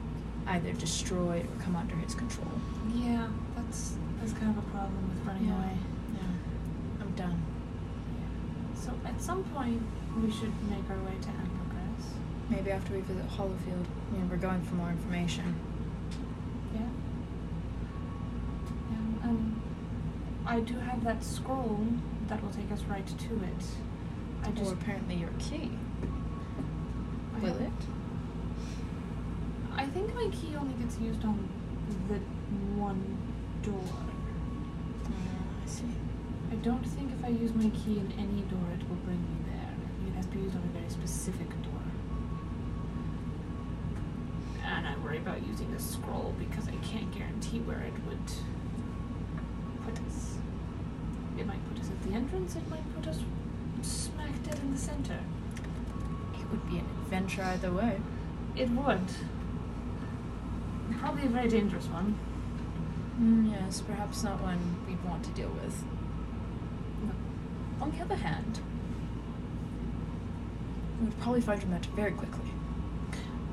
Speaker 10: either destroyed or come under his control.
Speaker 9: Yeah, that's that's kind of a problem with running
Speaker 10: Yeah.
Speaker 9: away.
Speaker 10: Yeah. I'm done.
Speaker 9: So at some point we should make our way to Ambergris.
Speaker 10: Maybe after we visit Hollowfield, you know, we're going for more information.
Speaker 9: Yeah. And um, I do have that scroll that will take us right to it. I just
Speaker 10: or apparently your key.
Speaker 9: I
Speaker 10: Will
Speaker 9: have-
Speaker 10: it?
Speaker 9: I think my key only gets used on the one door.
Speaker 10: Oh, I see.
Speaker 9: I don't think if I use my key in any door it will bring me there. It has to be used on a very specific door. And I worry about using a scroll because I can't guarantee where it would put us. It might put us at the entrance, it might put us smack dead in the center.
Speaker 10: It would be an adventure either way.
Speaker 9: It would. Probably a very dangerous one.
Speaker 10: Mm, yes, perhaps not one we'd want to deal with. On the other hand, we would probably find your match very quickly.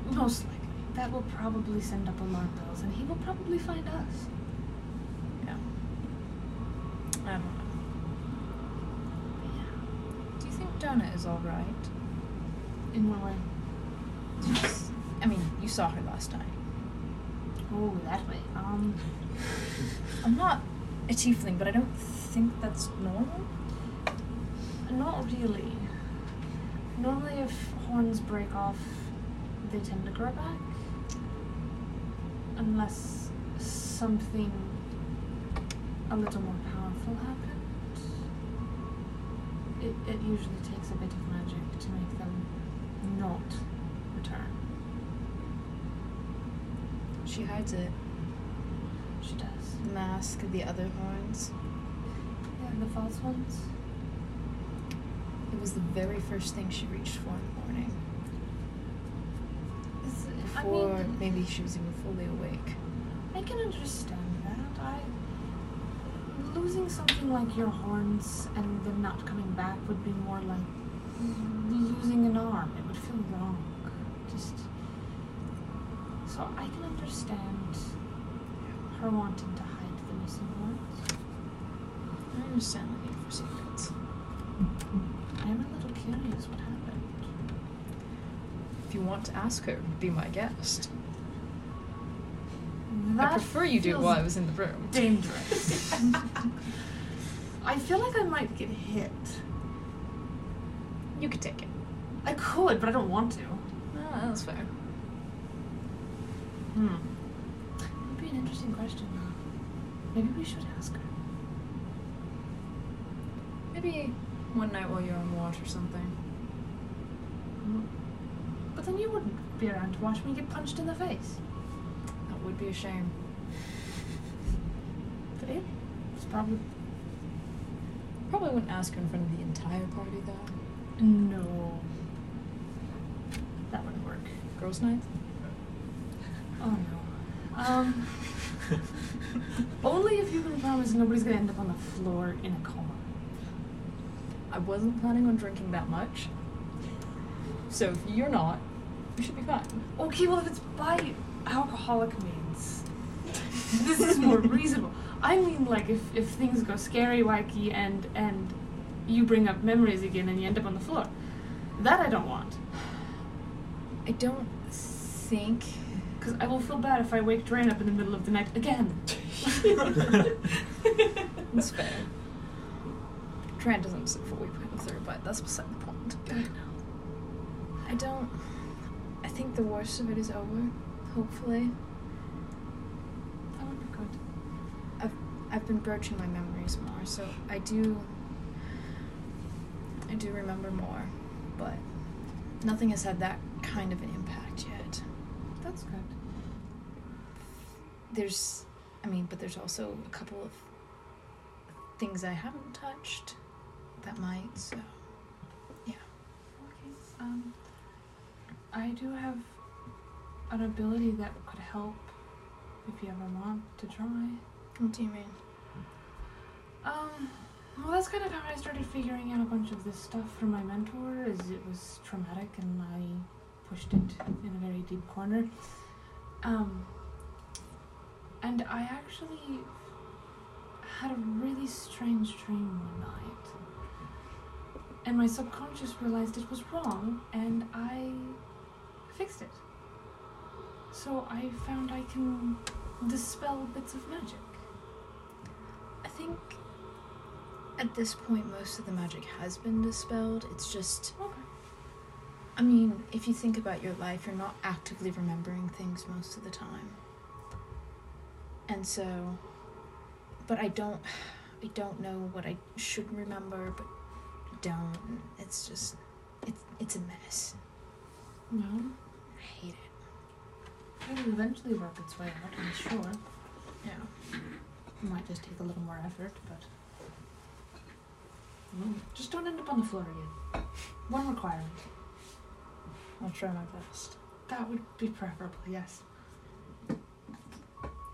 Speaker 9: Most likely. That will probably send up alarm bells, and he will probably find us.
Speaker 10: Yeah. I don't know. But yeah. Do you think Donna is alright?
Speaker 9: In what way?
Speaker 10: I mean, you saw her last night.
Speaker 9: Oh, that way. Um,
Speaker 10: I'm not a tiefling, but I don't think that's normal.
Speaker 9: not really. Normally, if horns break off, they tend to grow back. Unless something a little more powerful happened. It, it usually takes a bit of magic to make them not return.
Speaker 10: She hides it.
Speaker 9: She does.
Speaker 10: The mask, the other horns.
Speaker 9: Yeah, the false ones.
Speaker 10: It was the very first thing she reached for in the morning.
Speaker 9: Is- I
Speaker 10: Or
Speaker 9: mean-
Speaker 10: maybe she was even fully awake.
Speaker 9: I can understand that. I losing something like your horns and them not coming back would be more like losing an arm. It would feel wrong. Just so I can understand her wanting to hide the missing horns.
Speaker 10: I understand the need for secrets.
Speaker 9: I'm a little curious what happened.
Speaker 10: If you want to ask her, be my guest.
Speaker 9: That
Speaker 10: I prefer you do
Speaker 9: feels
Speaker 10: while I was in the room. Ah,
Speaker 9: Dangerous. I feel like I might get hit.
Speaker 10: You could take it.
Speaker 9: I could, but I don't want to.
Speaker 10: No, that's fair.
Speaker 9: Hmm. It'd be an interesting question. Maybe we should ask her.
Speaker 10: Maybe one night while you're on watch or something.
Speaker 9: Hmm. But then you wouldn't be around to watch me get punched in the face.
Speaker 10: That would be a shame.
Speaker 9: But it- It's probably
Speaker 10: Probably wouldn't ask her in front of the entire party though.
Speaker 9: no. That wouldn't work.
Speaker 10: Girls' night?
Speaker 9: Oh no. Um. only if you can promise nobody's gonna end up on the floor in a coma.
Speaker 10: I wasn't planning on drinking that much. So if you're not, you should be fine.
Speaker 9: Okay, well if it's by alcoholic means, this is more reasonable. I mean, like if if things go scary, wacky, and and you bring up memories again and you end up on the floor, that I don't want.
Speaker 10: I don't think.
Speaker 9: Because I will feel bad if I wake Drain up in the middle of the night again.
Speaker 10: That's fair. Tran doesn't sit for weeping through, but that's beside the point.
Speaker 9: I know.
Speaker 10: I don't. I think the worst of it is over, hopefully.
Speaker 9: That would be good.
Speaker 10: I've, I've been broaching my memories more, so I do. I do remember more, but nothing has had that kind of an impact yet.
Speaker 9: That's good.
Speaker 10: There's. I mean, but there's also a couple of things I haven't touched that might, so. Yeah.
Speaker 9: Okay. Um, I do have an ability that could help if you ever want to try.
Speaker 10: What do you mean?
Speaker 9: Um, well, that's kind of how I started figuring out a bunch of this stuff from my mentor. Is it was traumatic, and I pushed it in a very deep corner. Um, and I actually had a really strange dream one night, and my subconscious realized it was wrong, and I fixed it. So I found I can dispel bits of magic.
Speaker 10: I think at this point most of the magic has been dispelled. It's just
Speaker 9: Okay.
Speaker 10: I mean, if you think about your life, you're not actively remembering things most of the time. And so but I don't I don't know what I should remember but don't. It's just it's it's a mess.
Speaker 9: No.
Speaker 10: I hate it.
Speaker 9: It'll eventually work its way out, I'm sure.
Speaker 10: Yeah.
Speaker 9: It might just take a little more effort, but. Mm, Just don't end up on the floor again. One requirement.
Speaker 10: I'll try my best.
Speaker 9: That would be preferable, yes.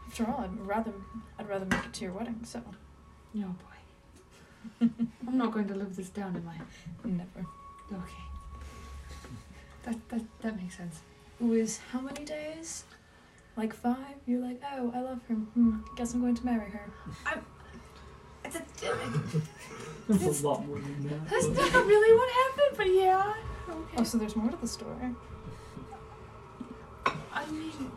Speaker 10: After all, I'd rather I'd rather make it to your wedding, so
Speaker 9: No boy. I'm not going to live this down, am I?
Speaker 10: never.
Speaker 9: Okay. That, that, that makes sense.
Speaker 10: It was how many days? Like five? You're like, oh, I love her. Hmm, guess I'm going to marry her.
Speaker 9: It's a,
Speaker 1: That's a lot more than that.
Speaker 9: that's not really what happened, but yeah.
Speaker 10: Oh,
Speaker 9: Okay.
Speaker 10: so there's more to the story.
Speaker 9: I mean.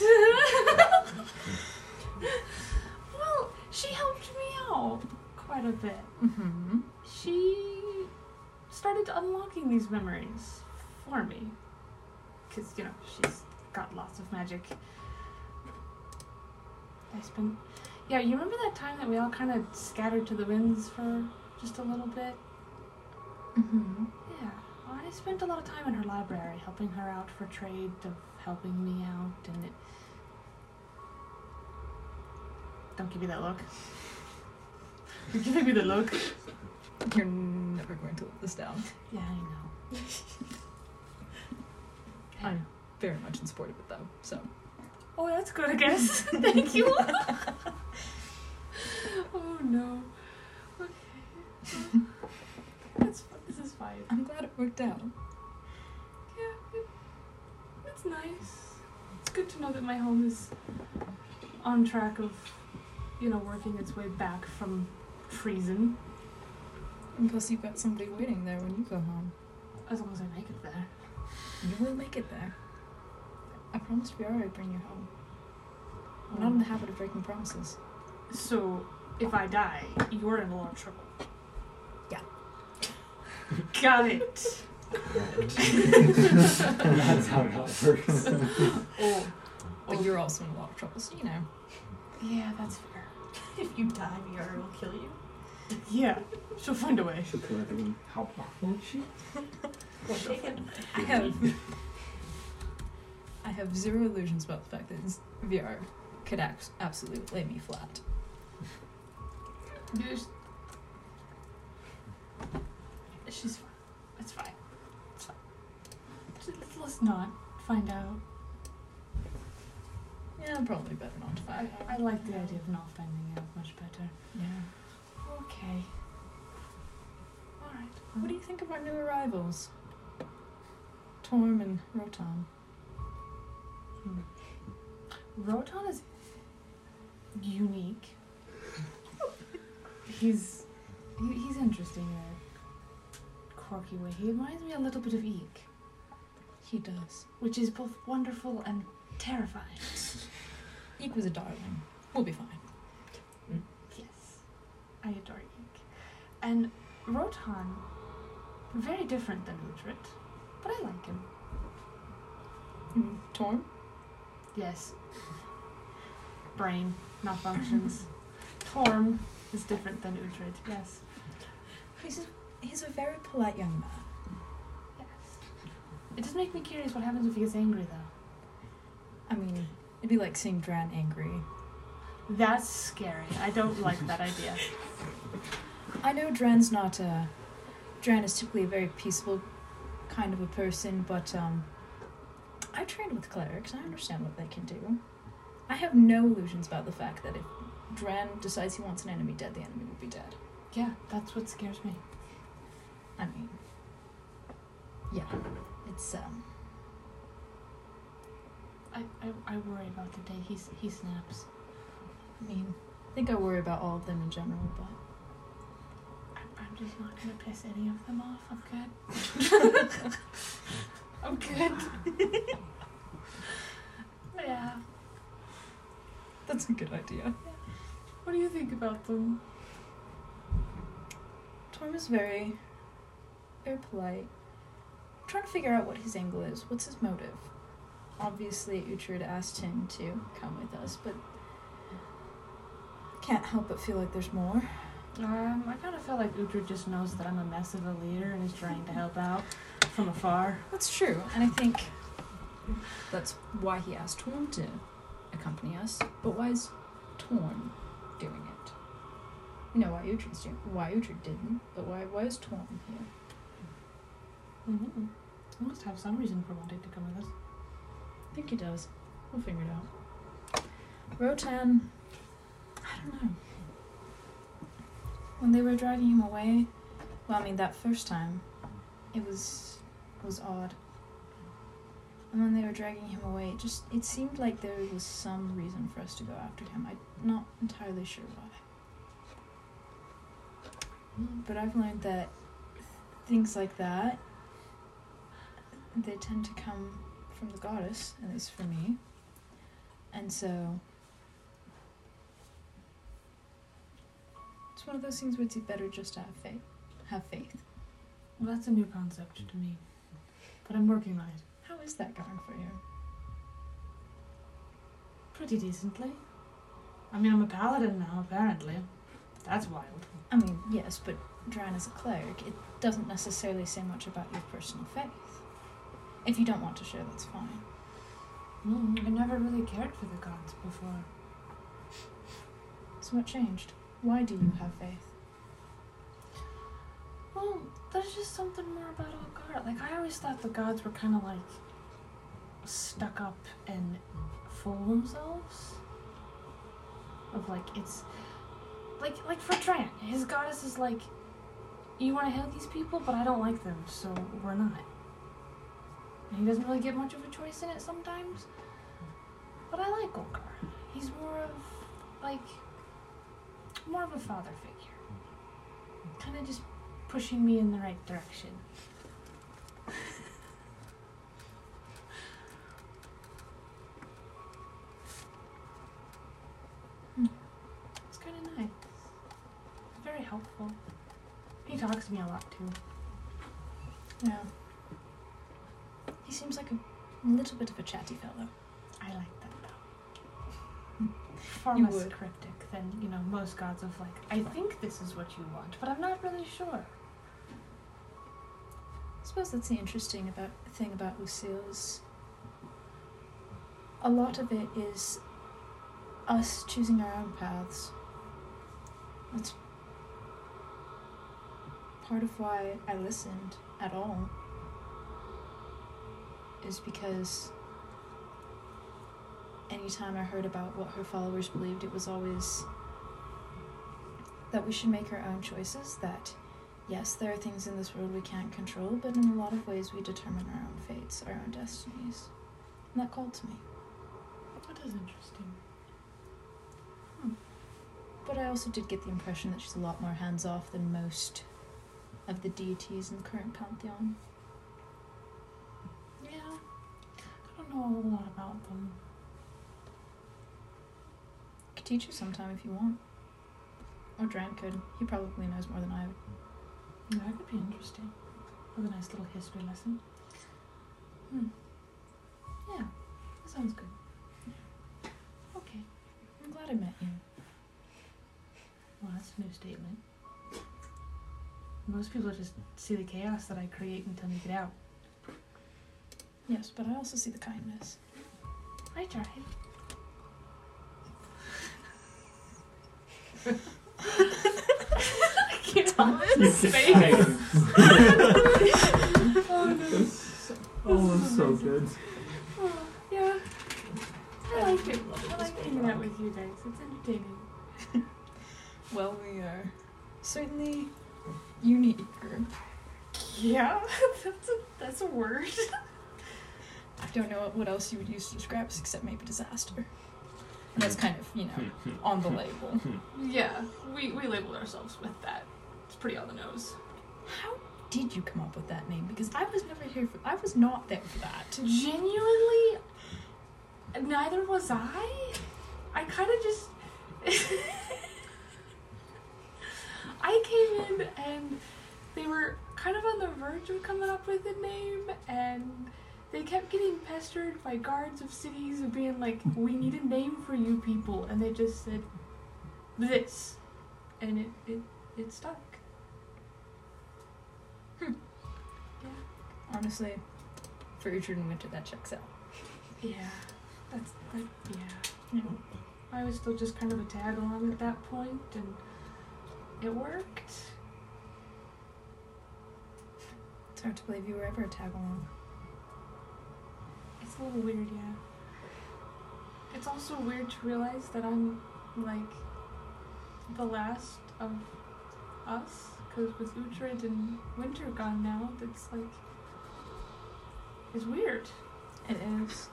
Speaker 9: well, she helped me out quite a bit.
Speaker 10: Mm-hmm.
Speaker 9: she started unlocking these memories for me. Because, you know, she's got lots of magic. I spent. Yeah, you remember that time that we all kind of scattered to the winds for just a little bit?
Speaker 10: Mm-hmm.
Speaker 9: Yeah. Well, I spent a lot of time in her library helping her out for trade, of helping me out, and it. Don't give me that look. You're giving me the look.
Speaker 5: You're never going to let this down.
Speaker 9: Yeah, I know.
Speaker 5: I'm very much in support of it, though. So
Speaker 9: Oh, that's good, I guess. Thank you. oh no. Okay. That's, this is fine.
Speaker 5: I'm glad it worked out.
Speaker 9: Yeah, it, it's nice. It's good to know that my home is on track of, you know, working its way back from treason.
Speaker 5: And plus, you've got somebody waiting there when you go home.
Speaker 9: As long as I make it there.
Speaker 5: You will make it there. I promised Fiora I'd bring you home. I'm not in
Speaker 10: Mm.
Speaker 5: the habit of breaking promises.
Speaker 9: So, if I die, you're in a lot of trouble.
Speaker 5: Yeah.
Speaker 9: Got it.
Speaker 26: That's how it works.
Speaker 5: Oh, but you're also in a lot of trouble, so you know.
Speaker 9: Yeah, that's fair.
Speaker 27: If you die, Miara will kill you.
Speaker 9: Yeah, she'll find a way.
Speaker 1: She'll kill everyone. How powerful is she?
Speaker 5: I have. I have zero illusions about the fact that this VR could act absolutely lay me flat.
Speaker 9: You just- She's fine. It's fine. It's fine. Just- Let's not find out.
Speaker 5: Yeah, probably better not to
Speaker 9: I,
Speaker 5: find
Speaker 9: I like the idea of not finding out much better.
Speaker 5: Yeah.
Speaker 9: Okay. Alright.
Speaker 5: What do you think of our new arrivals? Torm and Rotom.
Speaker 9: Roton is unique. he's he, he's interesting in a quirky way. He reminds me a little bit of Eek,
Speaker 5: He does.
Speaker 9: which is both wonderful and terrifying.
Speaker 5: Eek was a darling. We'll be fine.
Speaker 9: Yes, I adore Eek. And Roton, very different than Udrit, but I like him.
Speaker 5: Mm, Torm?
Speaker 9: Yes. Brain malfunctions. Torm is different than Udrid. Yes.
Speaker 5: He's a, he's a very polite young man.
Speaker 9: Yes. It does make me curious what happens if he gets angry though.
Speaker 5: I mean, it'd be like seeing Dran angry.
Speaker 9: That's scary. I don't like that idea.
Speaker 5: I know Dran's not a. Dran is typically a very peaceful kind of a person, but um, I trained with clerics. I understand what they can do. I have no illusions about the fact that if Dran decides he wants an enemy dead, the enemy will be dead.
Speaker 9: Yeah, that's what scares me.
Speaker 5: I mean, yeah, it's um,
Speaker 9: I, I, I worry about the day he s- he snaps.
Speaker 5: I mean, I think I worry about all of them in general, but
Speaker 9: I'm, I'm just not gonna piss any of them off. I'm good. I'm good. yeah.
Speaker 5: that's a good idea.
Speaker 9: What do you think about them?
Speaker 5: Torm is very, very polite. I'm trying to figure out what his angle is. What's his motive? Obviously, Uhtred asked him to come with us, but can't help but feel like there's more.
Speaker 9: Um, I kind of feel like Udra just knows that I'm a mess of a leader and is trying to help out from afar.
Speaker 5: That's true, and I think that's why he asked Torm to accompany us. But why is Torm doing it? You know why Uhtred's doing. Why Uhtred didn't, but why why is Torm here?
Speaker 9: Mm-hmm. I must have some reason for wanting to come with us.
Speaker 5: I think he does. We'll figure it out. Rotan, I don't know. When they were driving him away, well, I mean that first time, it was it was odd. And when they were dragging him away, it just it seemed like there was some reason for us to go after him. I'm not entirely sure why. But I've learned that things like that they tend to come from the goddess, at least for me. And so it's one of those things where it's better just to have faith. Have faith.
Speaker 9: Well, that's a new concept to me, but I'm working on it
Speaker 5: How is that going for you?
Speaker 9: pretty decently. I mean, I'm a paladin now, apparently. That's wild.
Speaker 5: I mean, yes, but Dran is a cleric. It doesn't necessarily say much about your personal faith. If you don't want to share, that's fine.
Speaker 9: Mm, I never really cared for the gods before.
Speaker 5: So what changed? Why do you have faith?
Speaker 9: Well, there's just something more about Algar. Like I always thought the gods were kind of like stuck up and full of themselves. Of like it's like like for Dran, his goddess is like, you want to help these people, but I don't like them, so we're not. And he doesn't really get much of a choice in it sometimes. But I like Olgar. He's more of like more of a father figure. Kind of just pushing me in the right direction. Hmm. It's kind of nice. Very helpful. He talks to me a lot too.
Speaker 10: Yeah. He seems like a little bit of a chatty fellow.
Speaker 9: I like that though. Far
Speaker 10: You
Speaker 9: less
Speaker 10: would.
Speaker 9: cryptic than you know most gods of like. I think this is what you want, but I'm not really sure.
Speaker 10: I suppose that's the interesting about thing about Lucille is a lot of it is us choosing our own paths. That's part of why I listened at all. Is because anytime I heard about what her followers believed, it was always that we should make our own choices, that Yes, there are things in this world we can't control, but in a lot of ways we determine our own fates, our own destinies. And that called to me.
Speaker 9: That is interesting.
Speaker 10: But I also did get the impression that she's a lot more hands off than most of the deities in the current pantheon.
Speaker 9: Yeah, I don't know a whole lot about them.
Speaker 10: I could teach you sometime if you want. Or Dran could. He probably knows more than I would.
Speaker 9: Yeah, that could be interesting. With a nice little history lesson. Hmm. Yeah, that sounds good. Okay.
Speaker 10: I'm glad I met you.
Speaker 9: Well, that's a new statement. Most people just see the chaos that I create and tell me get out.
Speaker 10: Yes, but I also see the kindness.
Speaker 9: I try. I can't
Speaker 1: Thomas' face.
Speaker 9: oh, no.
Speaker 1: Oh, that's so good.
Speaker 9: Oh, yeah. I like it. I like hanging out with you guys. It's entertaining.
Speaker 10: Well, we are certainly unique group.
Speaker 9: Yeah, that's a that's a word.
Speaker 10: I don't know what else you would use to describe us except maybe disaster. And that's kind of, you know, on the label.
Speaker 20: Yeah, we, we labeled ourselves with that. It's pretty on the nose.
Speaker 10: How did you come up with that name? Because I was never here for I was not there for that.
Speaker 9: Genuinely, neither was I. I kind of just. I came in and they were kind of on the verge of coming up with a name, and they kept getting pestered by guards of cities of being like, "We need a name for you people," and they just said, "This," and it it, it stuck.
Speaker 10: Honestly, for Richard and Winter that checks out.
Speaker 9: Yeah, that's that. Yeah, I was still just kind of a tag along at that point, and it worked.
Speaker 10: It's hard to believe you were ever a tag along.
Speaker 9: It's a little weird, yeah. It's also weird to realize that I'm like the last of us, because with Uhtred and Winter gone now, that's like it's weird.
Speaker 10: It is.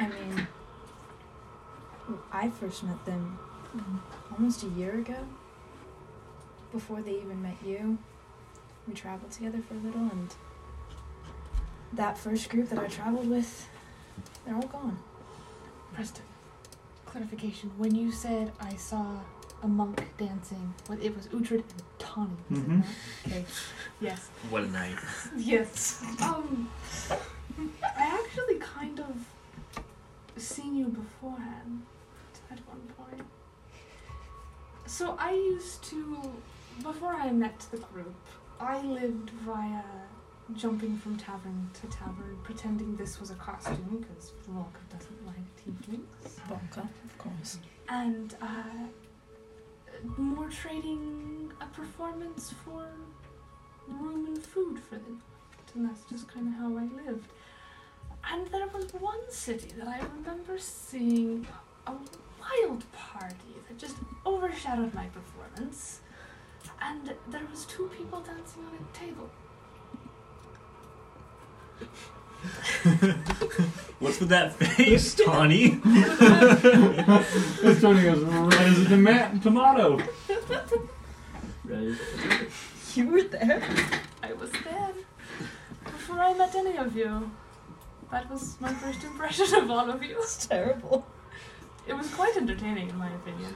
Speaker 10: I mean, I first met them almost a year ago. Before they even met you, we traveled together for a little, and that first group that I traveled with, they're all gone.
Speaker 9: Preston, clarification. When you said I saw a monk dancing, what it was Uhtred and Tawny, was it
Speaker 13: Mhm.
Speaker 9: not? Okay. Yes.
Speaker 13: What a night.
Speaker 9: Yes. Um I actually kind of seen you beforehand at one point. So I used to before I met the group, I lived via jumping from tavern to tavern, pretending this was a costume because Volka doesn't like tieflings.
Speaker 10: Bonka, of course.
Speaker 9: And uh, more trading a performance for room and food for them. And that's just kind of how I lived. And there was one city that I remember seeing a wild party that just overshadowed my performance. And there was two people dancing on a table.
Speaker 13: What's with that face, Tawny?
Speaker 1: this Tony goes red as a toma- tomato.
Speaker 2: Right.
Speaker 9: You were there? I was there. Before I met any of you. That was my first impression of all of you. It's terrible. It was quite entertaining, in my opinion.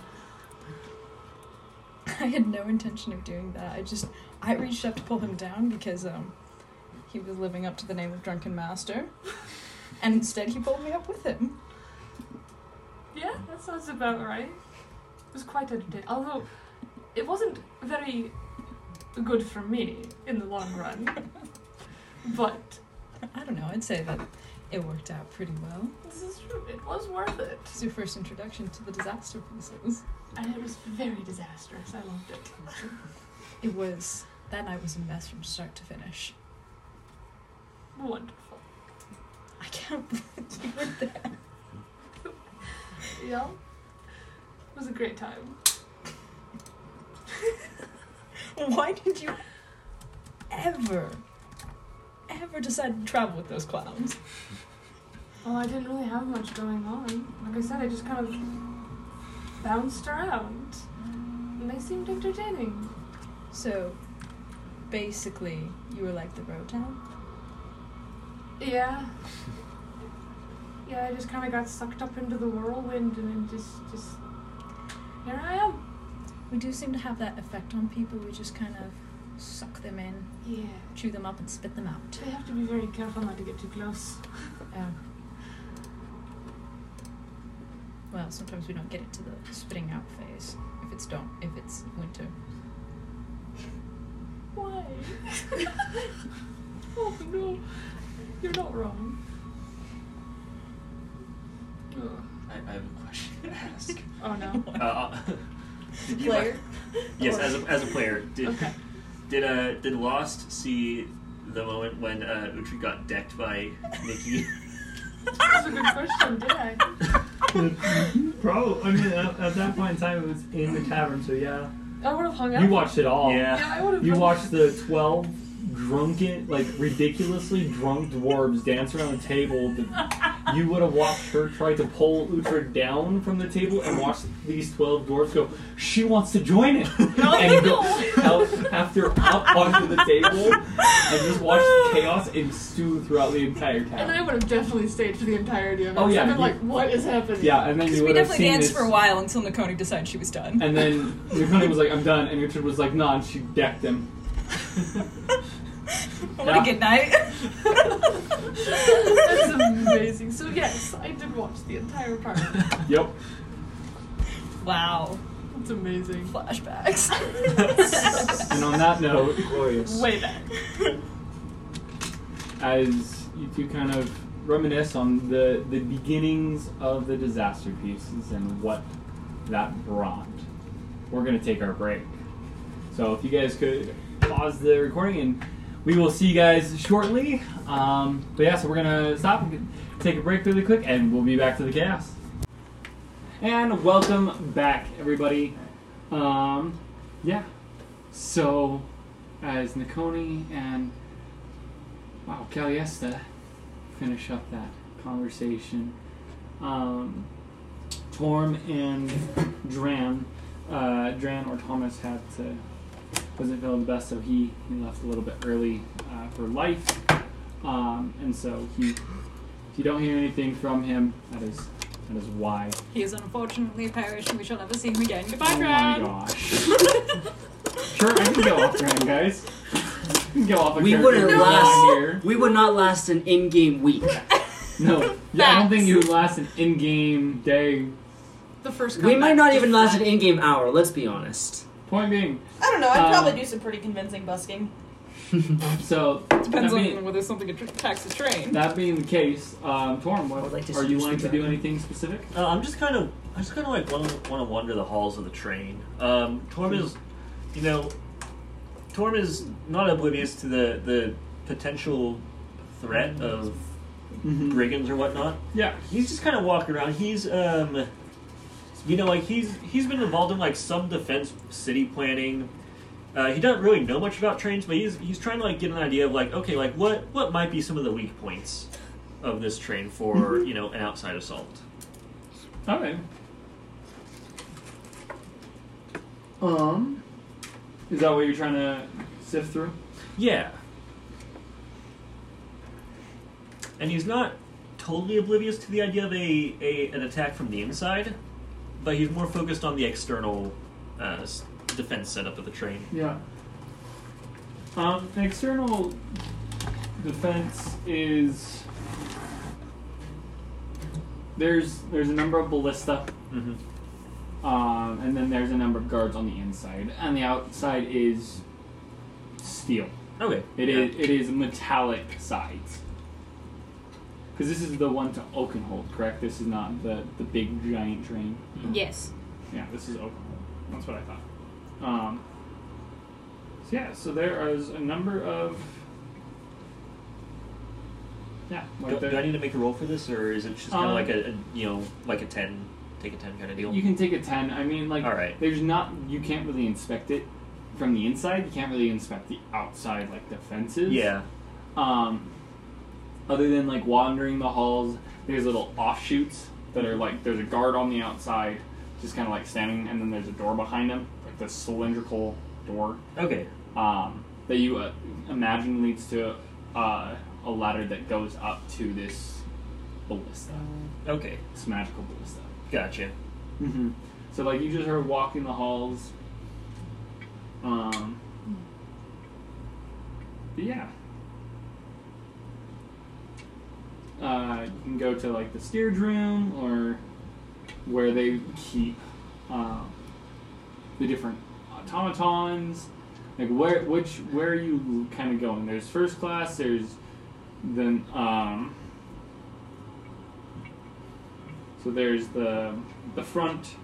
Speaker 12: I had no intention of doing that. I just I reached up to pull him down because um he was living up to the name of drunken master, and instead he pulled me up with him.
Speaker 9: Yeah, that sounds about right. It was quite entertaining. Although, it wasn't very good for me in the long run. but
Speaker 12: I don't know. I'd say that it worked out pretty well.
Speaker 9: This is true. It was worth it.
Speaker 12: It's your first introduction to the disaster pieces.
Speaker 9: And it was very disastrous. I loved it.
Speaker 12: It was that night was a mess from start to finish.
Speaker 9: Wonderful.
Speaker 12: I can't believe you were there.
Speaker 9: Yeah. It was a great time.
Speaker 12: Why did you ever, ever decide to travel with those clowns?
Speaker 9: Well, I didn't really have much going on. Like I said, I just kind of bounced around. And they seemed entertaining.
Speaker 12: So, basically, you were like the road town.
Speaker 9: Yeah. Yeah, I just kind of got sucked up into the whirlwind and then just, just. Here I am.
Speaker 12: We do seem to have that effect on people. We just kind of suck them in,
Speaker 9: Yeah.
Speaker 12: chew them up, and spit them out.
Speaker 9: They have to be very careful not to get too close.
Speaker 12: Um, well, sometimes we don't get it to the spitting out phase if it's don't if it's winter.
Speaker 9: Why? oh no. You're not wrong.
Speaker 1: Uh,
Speaker 13: I, I have a question to ask.
Speaker 9: Oh no.
Speaker 13: Uh, did you
Speaker 4: Player?
Speaker 13: yes,
Speaker 4: Or-
Speaker 13: as a, as a player, did
Speaker 9: Okay.
Speaker 13: did uh did Lost see the moment when uh, Utri got decked by Nikki?
Speaker 9: That's a good question, did I?
Speaker 1: Probably. I mean, at, at that point in time, it was in the tavern, so yeah.
Speaker 9: I would have hung out.
Speaker 1: You watched it all.
Speaker 13: Yeah.
Speaker 9: Yeah, I would have.
Speaker 1: You watched the 12 drunken, like ridiculously drunk dwarves dance around the table. The- You would have watched her try to pull Uhtred down from the table and watched these 12 dwarves go, She wants to join it! and go out after up onto the table and just watch chaos ensue throughout the entire
Speaker 20: And I
Speaker 1: town.
Speaker 20: would have definitely stayed for the entirety of it.
Speaker 1: Oh,
Speaker 20: so
Speaker 1: yeah,
Speaker 20: I've been
Speaker 1: you-
Speaker 20: like, what is happening?
Speaker 1: Yeah, and then you
Speaker 12: we
Speaker 1: would have
Speaker 12: definitely
Speaker 1: seen
Speaker 12: danced
Speaker 1: this.
Speaker 12: for a while until Nakoni decided she was done.
Speaker 1: And then Yukoni was like, I'm done. And Uhtred was like, nah, and she decked him.
Speaker 12: what a good night.
Speaker 20: That's amazing. So yes, I did watch the entire part.
Speaker 1: Yep.
Speaker 12: wow.
Speaker 20: It's amazing.
Speaker 12: Flashbacks.
Speaker 1: And on that note,
Speaker 2: Glorious.
Speaker 20: Way back.
Speaker 1: as you two kind of reminisce on the, the beginnings of the disaster pieces and what that brought, we're going to take our break. So if you guys could pause the recording and we will see you guys shortly. Um, but yeah, so we're going to stop and take a break really quick and we'll be back to the chaos. And welcome back, everybody. Um, yeah. So, as Nakoni and Wow, Caliesta finish up that conversation. Um, Torm and Dran, uh, Dran or Thomas had to wasn't feeling the best, so he, he left a little bit early uh, for life. Um, and so he, if you don't hear anything from him, that is that is why.
Speaker 10: He has unfortunately perished and we shall never see him again. Goodbye,
Speaker 1: oh
Speaker 10: Fran.
Speaker 1: my gosh! sure, I can go off Dran, guys. I can go off. a
Speaker 2: We
Speaker 1: character
Speaker 2: wouldn't
Speaker 1: if you want here.
Speaker 2: last. We would not last an in-game week.
Speaker 1: No, yeah, I don't think you would last an in-game day.
Speaker 20: The first.
Speaker 2: We might
Speaker 20: comeback.
Speaker 2: not even last an in-game hour. Let's be honest.
Speaker 1: Point being,
Speaker 4: I don't know. I'd
Speaker 1: Um,
Speaker 4: probably do some pretty convincing busking.
Speaker 1: so
Speaker 12: Depends
Speaker 1: that being,
Speaker 12: on whether something attacks the train.
Speaker 1: that being the case, um, Torm,
Speaker 2: I
Speaker 1: what,
Speaker 2: would like to
Speaker 1: are you
Speaker 2: seduce
Speaker 1: wanting
Speaker 2: the
Speaker 1: to do
Speaker 2: dragon.
Speaker 1: anything specific?
Speaker 13: Uh, I'm just kind of, I just kind of like want to wander the halls of the train. Um, Torm is, you know, Torm is not oblivious to the the potential threat of brigands or whatnot.
Speaker 1: Yeah.
Speaker 13: he's just kind of walking around. He's um, you know, like he's he's been involved in like some defense city planning. Uh, he doesn't really know much about trains, but he's he's trying to like get an idea of like okay, like what what might be some of the weak points of this train for you know an outside assault.
Speaker 1: All right.
Speaker 3: Um,
Speaker 1: Is that what you're trying to sift through?
Speaker 13: Yeah. And he's not totally oblivious to the idea of a, a an attack from the inside, but he's more focused on the external uh, s- defense setup of the train.
Speaker 1: Yeah. Um, the external defense is there's there's a number of ballista, um, and then there's a number of guards on the inside. On the outside is steel.
Speaker 13: Okay.
Speaker 1: It
Speaker 13: yeah.
Speaker 1: is it is metallic sides. Because this is the one to Oakenhold, correct? This is not the the big giant train.
Speaker 10: Yes.
Speaker 1: Yeah, this is Oakenhold. That's what I thought. Um, so yeah, so there is a number of. Yeah, like
Speaker 13: do,
Speaker 1: there-
Speaker 13: do I need to make a roll for this, or is it just kind of
Speaker 1: Um,
Speaker 13: like a, a you know like a ten, take a ten kind of deal?
Speaker 1: You can take a ten. I mean, like,
Speaker 13: All right.
Speaker 1: there's not. You can't really inspect it from the inside. You can't really inspect the outside, like defenses.
Speaker 13: Yeah.
Speaker 1: Um, other than like wandering the halls, there's little offshoots that are like there's a guard on the outside, just kind of like standing, and then there's a door behind him, like the cylindrical door.
Speaker 13: Okay.
Speaker 1: Um, that you uh, imagine leads to uh, a ladder that goes up to this ballista,
Speaker 13: Okay.
Speaker 1: this magical ballista.
Speaker 13: Gotcha.
Speaker 1: Mm-hmm. So like you just heard walking the halls. Um. But yeah. Uh, you can go to like the steerage room or where they keep um, the different automatons. Like where which where are you kind of going? There's first class. There's then um, so there's the the front,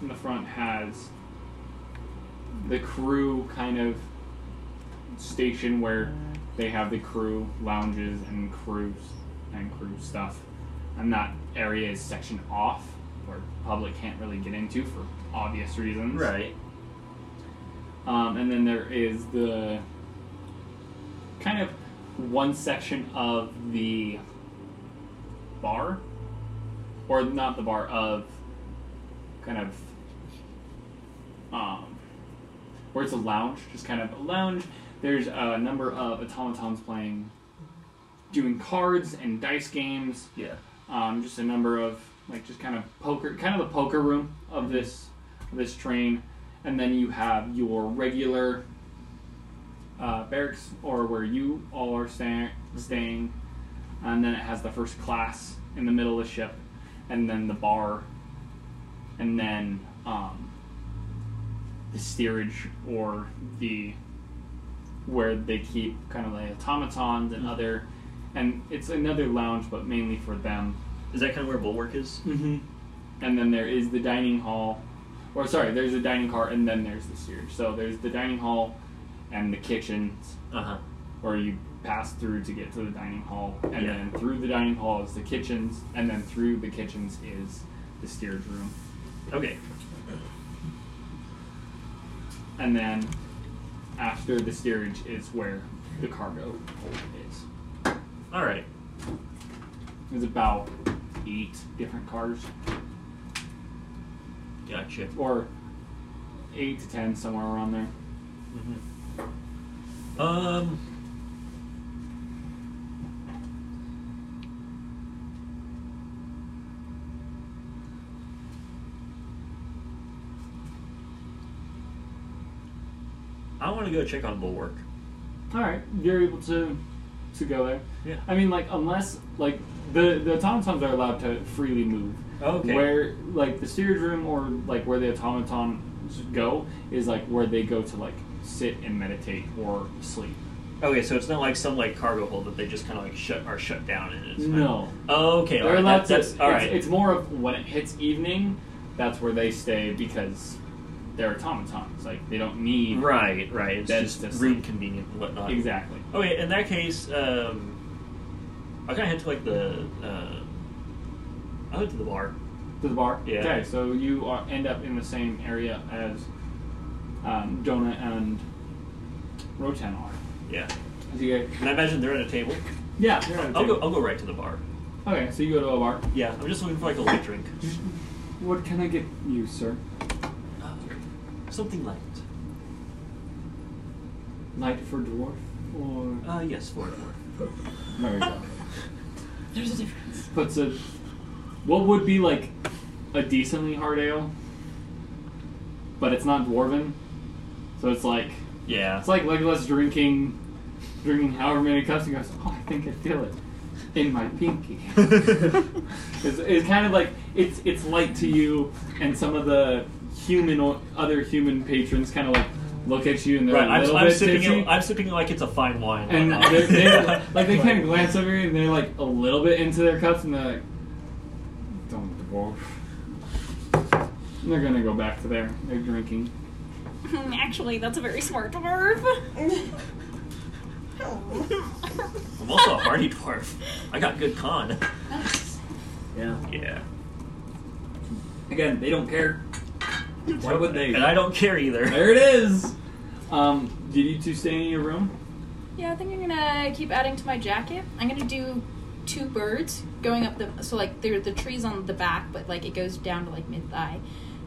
Speaker 1: and the front has the crew kind of station where they have the crew lounges and crews and crew stuff, and that area is sectioned off where public can't really get into for obvious reasons.
Speaker 13: Right.
Speaker 1: Um, and then there is the kind of one section of the bar, or not the bar of kind of um, where it's a lounge, just kind of a lounge. There's a number of automatons playing, doing cards and dice games.
Speaker 13: Yeah.
Speaker 1: Um, just a number of like just kind of poker, kind of the poker room of this of this train, and then you have your regular uh, barracks or where you all are sta- staying, and then it has the first class in the middle of the ship, and then the bar, and then um, the steerage or the where they keep kind of like automatons
Speaker 13: Hmm.
Speaker 1: and other, and it's another lounge, but mainly for them.
Speaker 13: Is that kind of where Bulwark is?
Speaker 1: Mm-hmm. And then there is the dining hall, or sorry, there's the dining car, and then there's the steerage. So there's the dining hall, and the kitchens,
Speaker 13: Uh-huh.
Speaker 1: where you pass through to get to the dining hall, and
Speaker 13: Yeah.
Speaker 1: then through the dining hall is the kitchens, and then through the kitchens is the steerage room.
Speaker 13: Okay.
Speaker 1: And then after the steerage is where the cargo hold is.
Speaker 13: All right.
Speaker 1: There's about eight different cars,
Speaker 13: Gotcha.
Speaker 1: or eight to ten, somewhere around there.
Speaker 13: Mm-hmm. Um. I want to go check on Bulwark.
Speaker 1: All right, you're able to to go there.
Speaker 13: Yeah.
Speaker 1: I mean, like unless like the the automatons are allowed to freely move.
Speaker 13: Okay.
Speaker 1: Where like the steerage room or like where the automatons go is like where they go to like sit and meditate or sleep.
Speaker 13: Okay, so it's not like some like cargo hold that they just kind of like shut are shut down and it's fine.
Speaker 1: No.
Speaker 13: Oh, okay, all
Speaker 1: They're
Speaker 13: right.
Speaker 1: allowed
Speaker 13: That, that's
Speaker 1: to,
Speaker 13: all
Speaker 1: it's,
Speaker 13: right.
Speaker 1: It's more of when it hits evening, that's where they stay because they're automatons. Like they don't need
Speaker 13: Right, right. It's
Speaker 1: That's
Speaker 13: just
Speaker 1: just
Speaker 13: room convenient and whatnot.
Speaker 1: exactly.
Speaker 13: Okay, in that case, um, I kind of head to like the. Uh, I went to the bar.
Speaker 1: To the bar.
Speaker 13: Yeah.
Speaker 1: Okay, so you are, end up in the same area as um, Jonah and Rotan are.
Speaker 13: Yeah.
Speaker 1: As you get-
Speaker 13: And I imagine they're at a table.
Speaker 1: yeah. they're at a
Speaker 13: I'll
Speaker 1: table.
Speaker 13: go. I'll go right to the bar.
Speaker 1: Okay, so you go to a bar.
Speaker 13: Yeah, I'm just looking for like a light drink.
Speaker 1: What can I get you, sir?
Speaker 13: Uh, something light.
Speaker 1: Light for dwarf or?
Speaker 13: Uh, yes, for a dwarf.
Speaker 1: There we go.
Speaker 5: There's a difference.
Speaker 1: Puts a. What would be like a decently hard ale, but it's not dwarven, so it's like
Speaker 13: Yeah.
Speaker 1: it's like Legolas drinking, drinking however many cups and goes, oh, I think I feel it in my pinky. it's, it's kind of like it's it's light to you, and some of the human o- other human patrons kind of like look at you and they're
Speaker 13: Right,
Speaker 1: a
Speaker 13: I'm,
Speaker 1: little
Speaker 13: I'm
Speaker 1: bit
Speaker 13: sipping
Speaker 1: tipsy.
Speaker 13: it. I'm sipping it like it's a fine wine.
Speaker 1: And
Speaker 13: Like,
Speaker 1: they're, they're,
Speaker 13: yeah.
Speaker 1: like they kind of glance over you and they're like a little bit into their cups and they're like, "Don't dwarf." And they're gonna go back to their their drinking.
Speaker 12: Hmm,
Speaker 10: Actually, that's a very smart dwarf.
Speaker 13: I'm also a hardy dwarf. I got good con.
Speaker 28: Yeah.
Speaker 13: Yeah.
Speaker 28: Again, they don't care. Why would they?
Speaker 13: And I don't care either.
Speaker 1: There it is. Um, did you two stay in your room?
Speaker 5: Yeah, I think I'm gonna keep adding to my jacket. I'm gonna do two birds going up the so like there the trees on the back, but like it goes down to like mid thigh,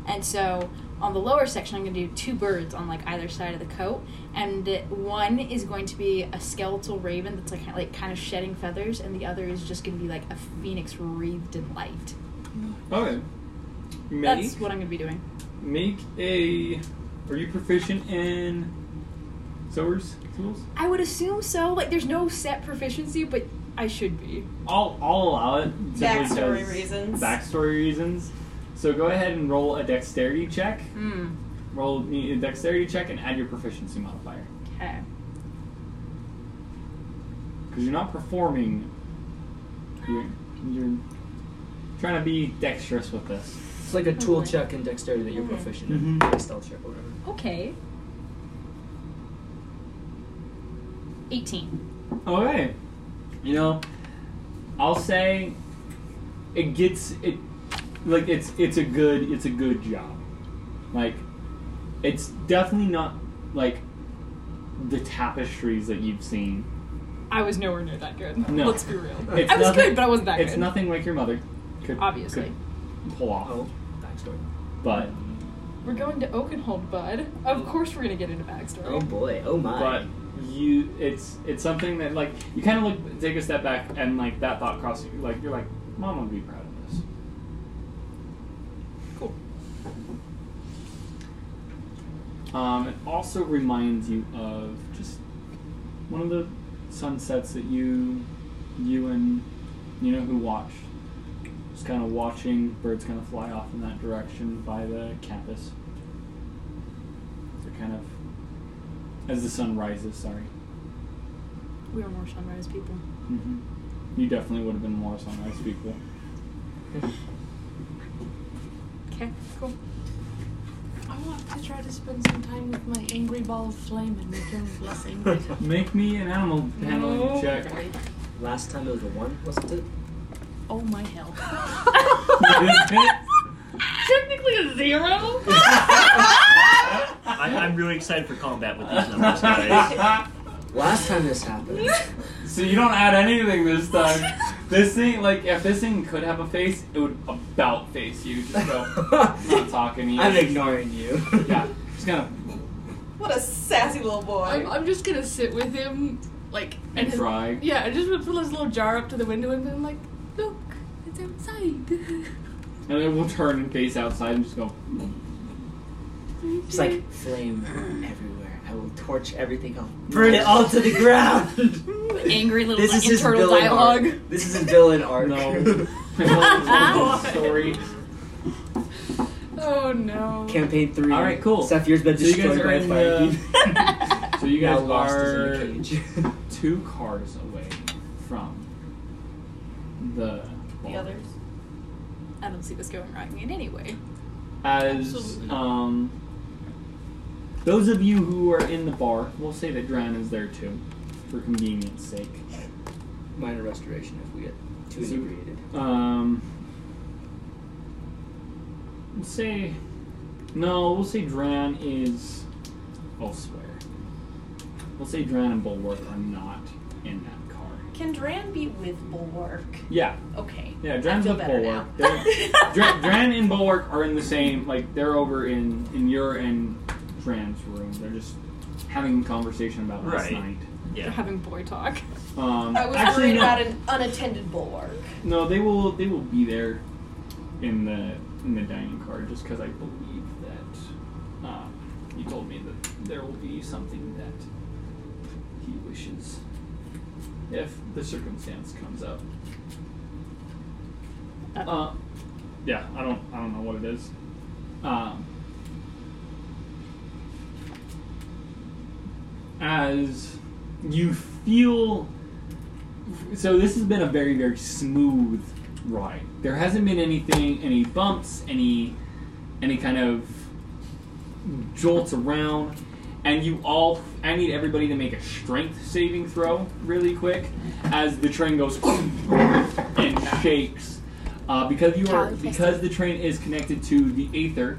Speaker 5: and so on the lower section I'm gonna do two birds on like either side of the coat, and one is going to be a skeletal raven that's like like kind of shedding feathers, and the other is just gonna be like a phoenix wreathed in light.
Speaker 1: Okay. Make
Speaker 5: That's what I'm gonna be doing.
Speaker 1: make a. Are you proficient in sewers tools?
Speaker 5: I would assume so. Like there's no set proficiency, but I should be.
Speaker 1: I'll I'll allow it. simply
Speaker 4: Backstory
Speaker 1: because-
Speaker 4: reasons.
Speaker 1: Backstory reasons. So go ahead and roll a dexterity check.
Speaker 5: Hmm.
Speaker 1: Roll a dexterity check and add your proficiency modifier.
Speaker 5: Okay.
Speaker 1: Because you're not performing. You're, you're trying to be dexterous with this.
Speaker 2: It's like a tool check and dexterity that you're proficient in.
Speaker 1: Mhm.
Speaker 2: Like stealth check or whatever.
Speaker 5: Okay. 18.
Speaker 1: Okay. You know, I'll say it gets it like it's it's a good it's a good job. Like it's definitely not like the tapestries that you've seen.
Speaker 5: I was nowhere near that good.
Speaker 1: No.
Speaker 5: Let's be real.
Speaker 1: It's
Speaker 5: I was
Speaker 1: nothing-
Speaker 5: good, but I wasn't that
Speaker 1: It's
Speaker 5: good.
Speaker 1: nothing like your mother could
Speaker 5: Obviously.
Speaker 1: could pull off.
Speaker 2: Oh, backstory.
Speaker 1: But
Speaker 5: We're going to Oakenhold, bud. Of course we're gonna get into backstory.
Speaker 2: Oh boy. Oh my.
Speaker 1: but you it's it's something that like you kind of look take a step back and like that thought crosses you like you're like mom would be proud of this.
Speaker 5: Cool.
Speaker 1: Um, it also reminds you of just one of the sunsets that you, you and you know who watched. Just kind of watching birds kind of fly off in that direction by the campus. They're kind of as the sun rises. Sorry,
Speaker 5: We are more sunrise people.
Speaker 16: Mm-hmm.
Speaker 1: hmm you definitely would have been more sunrise people.
Speaker 5: Okay, cool.
Speaker 9: I want to try to spend some time with my angry ball of flame and return blessing. Angrid.
Speaker 1: Make me an animal handling
Speaker 9: No.
Speaker 1: check.
Speaker 2: Last time it was a one, wasn't it?
Speaker 5: Oh my hell.
Speaker 4: Technically a zero.
Speaker 13: I, I'm really excited for combat with these numbers, guys.
Speaker 2: Last time this happened.
Speaker 1: So you don't add anything this time. This thing, like, if this thing could have a face, it would about face you. Just go, not talking to you.
Speaker 2: I'm ignoring you.
Speaker 1: Yeah, just gonna
Speaker 4: what a sassy little boy.
Speaker 9: I'm, I'm just gonna sit with him, like,
Speaker 1: and
Speaker 9: his-
Speaker 1: fry.
Speaker 9: Yeah, I just would pull his little jar up to the window and be like, look, it's outside.
Speaker 1: And it will turn and face outside and just go,
Speaker 2: It's like flame everywhere. I will torch everything. I'll burn it all to the ground.
Speaker 5: Angry little
Speaker 2: this is his
Speaker 5: internal
Speaker 2: villain
Speaker 5: dialogue.
Speaker 2: arc. This is his villain arc.
Speaker 1: no. No story.
Speaker 9: Oh no.
Speaker 2: Campaign three.
Speaker 1: All right, cool.
Speaker 2: Seth, yours been
Speaker 1: So you guys
Speaker 2: destroyed
Speaker 1: are
Speaker 2: by a
Speaker 1: in
Speaker 2: fire.
Speaker 1: the-
Speaker 2: heat.
Speaker 1: So you
Speaker 2: now
Speaker 1: guys
Speaker 2: lost
Speaker 1: are
Speaker 2: is in a cage.
Speaker 1: two cars away from the
Speaker 4: the others.
Speaker 5: I don't see this going right in any way.
Speaker 1: As
Speaker 9: Absolutely.
Speaker 1: um,
Speaker 16: Those of you who are in the bar, we'll say that Dran is there too, for convenience sake.
Speaker 29: Minor restoration if we get too
Speaker 16: So-
Speaker 29: inebriated.
Speaker 16: Um, we'll say no. We'll say Dran is elsewhere. We'll say Dran and Bulwark are not in that car.
Speaker 5: Can Dran be with Bulwark?
Speaker 16: Yeah,
Speaker 5: Okay.
Speaker 16: yeah. Dran's
Speaker 5: I feel
Speaker 16: with
Speaker 5: better
Speaker 16: Bulwark.
Speaker 5: now.
Speaker 16: They're- Dran, Dran and Bulwark are in the same. Like they're over in in your and Dran's room. They're just having a conversation about last
Speaker 1: Right.
Speaker 16: night.
Speaker 1: Yeah.
Speaker 30: having boy talk.
Speaker 16: Um,
Speaker 31: I was
Speaker 16: actually,
Speaker 31: worried
Speaker 16: no.
Speaker 31: about an unattended bulwark.
Speaker 16: No, they will. They will be there in the in the dining car, just because I believe that um, you told me that there will be something that he wishes if the circumstance comes up. Uh, yeah, I don't. I don't know what it is. Um, as you feel so this has been a very very smooth ride there hasn't been anything any bumps any any kind of jolts around and you all i need everybody to make a strength saving throw really quick as the train goes and shakes uh, because you are because the train is connected to the aether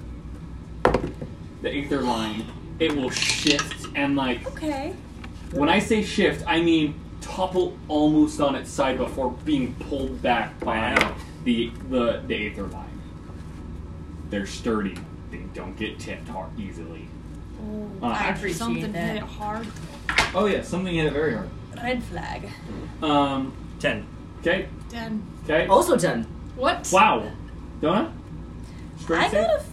Speaker 16: the aether line it will shift and like
Speaker 32: Okay.
Speaker 16: when I say shift, I mean topple almost on its side before being pulled back by the the the aether line. They're sturdy. They don't get tipped hard easily. Uh,
Speaker 32: I
Speaker 16: actually-
Speaker 32: appreciate
Speaker 10: Something
Speaker 32: that.
Speaker 10: hit hard.
Speaker 16: oh yeah, something hit it very hard.
Speaker 32: Red flag.
Speaker 16: Um,
Speaker 1: ten.
Speaker 16: Okay.
Speaker 10: Ten.
Speaker 16: Okay.
Speaker 2: Also ten.
Speaker 10: What?
Speaker 16: Wow. Donna. Strength
Speaker 5: I
Speaker 16: save?
Speaker 5: got a f-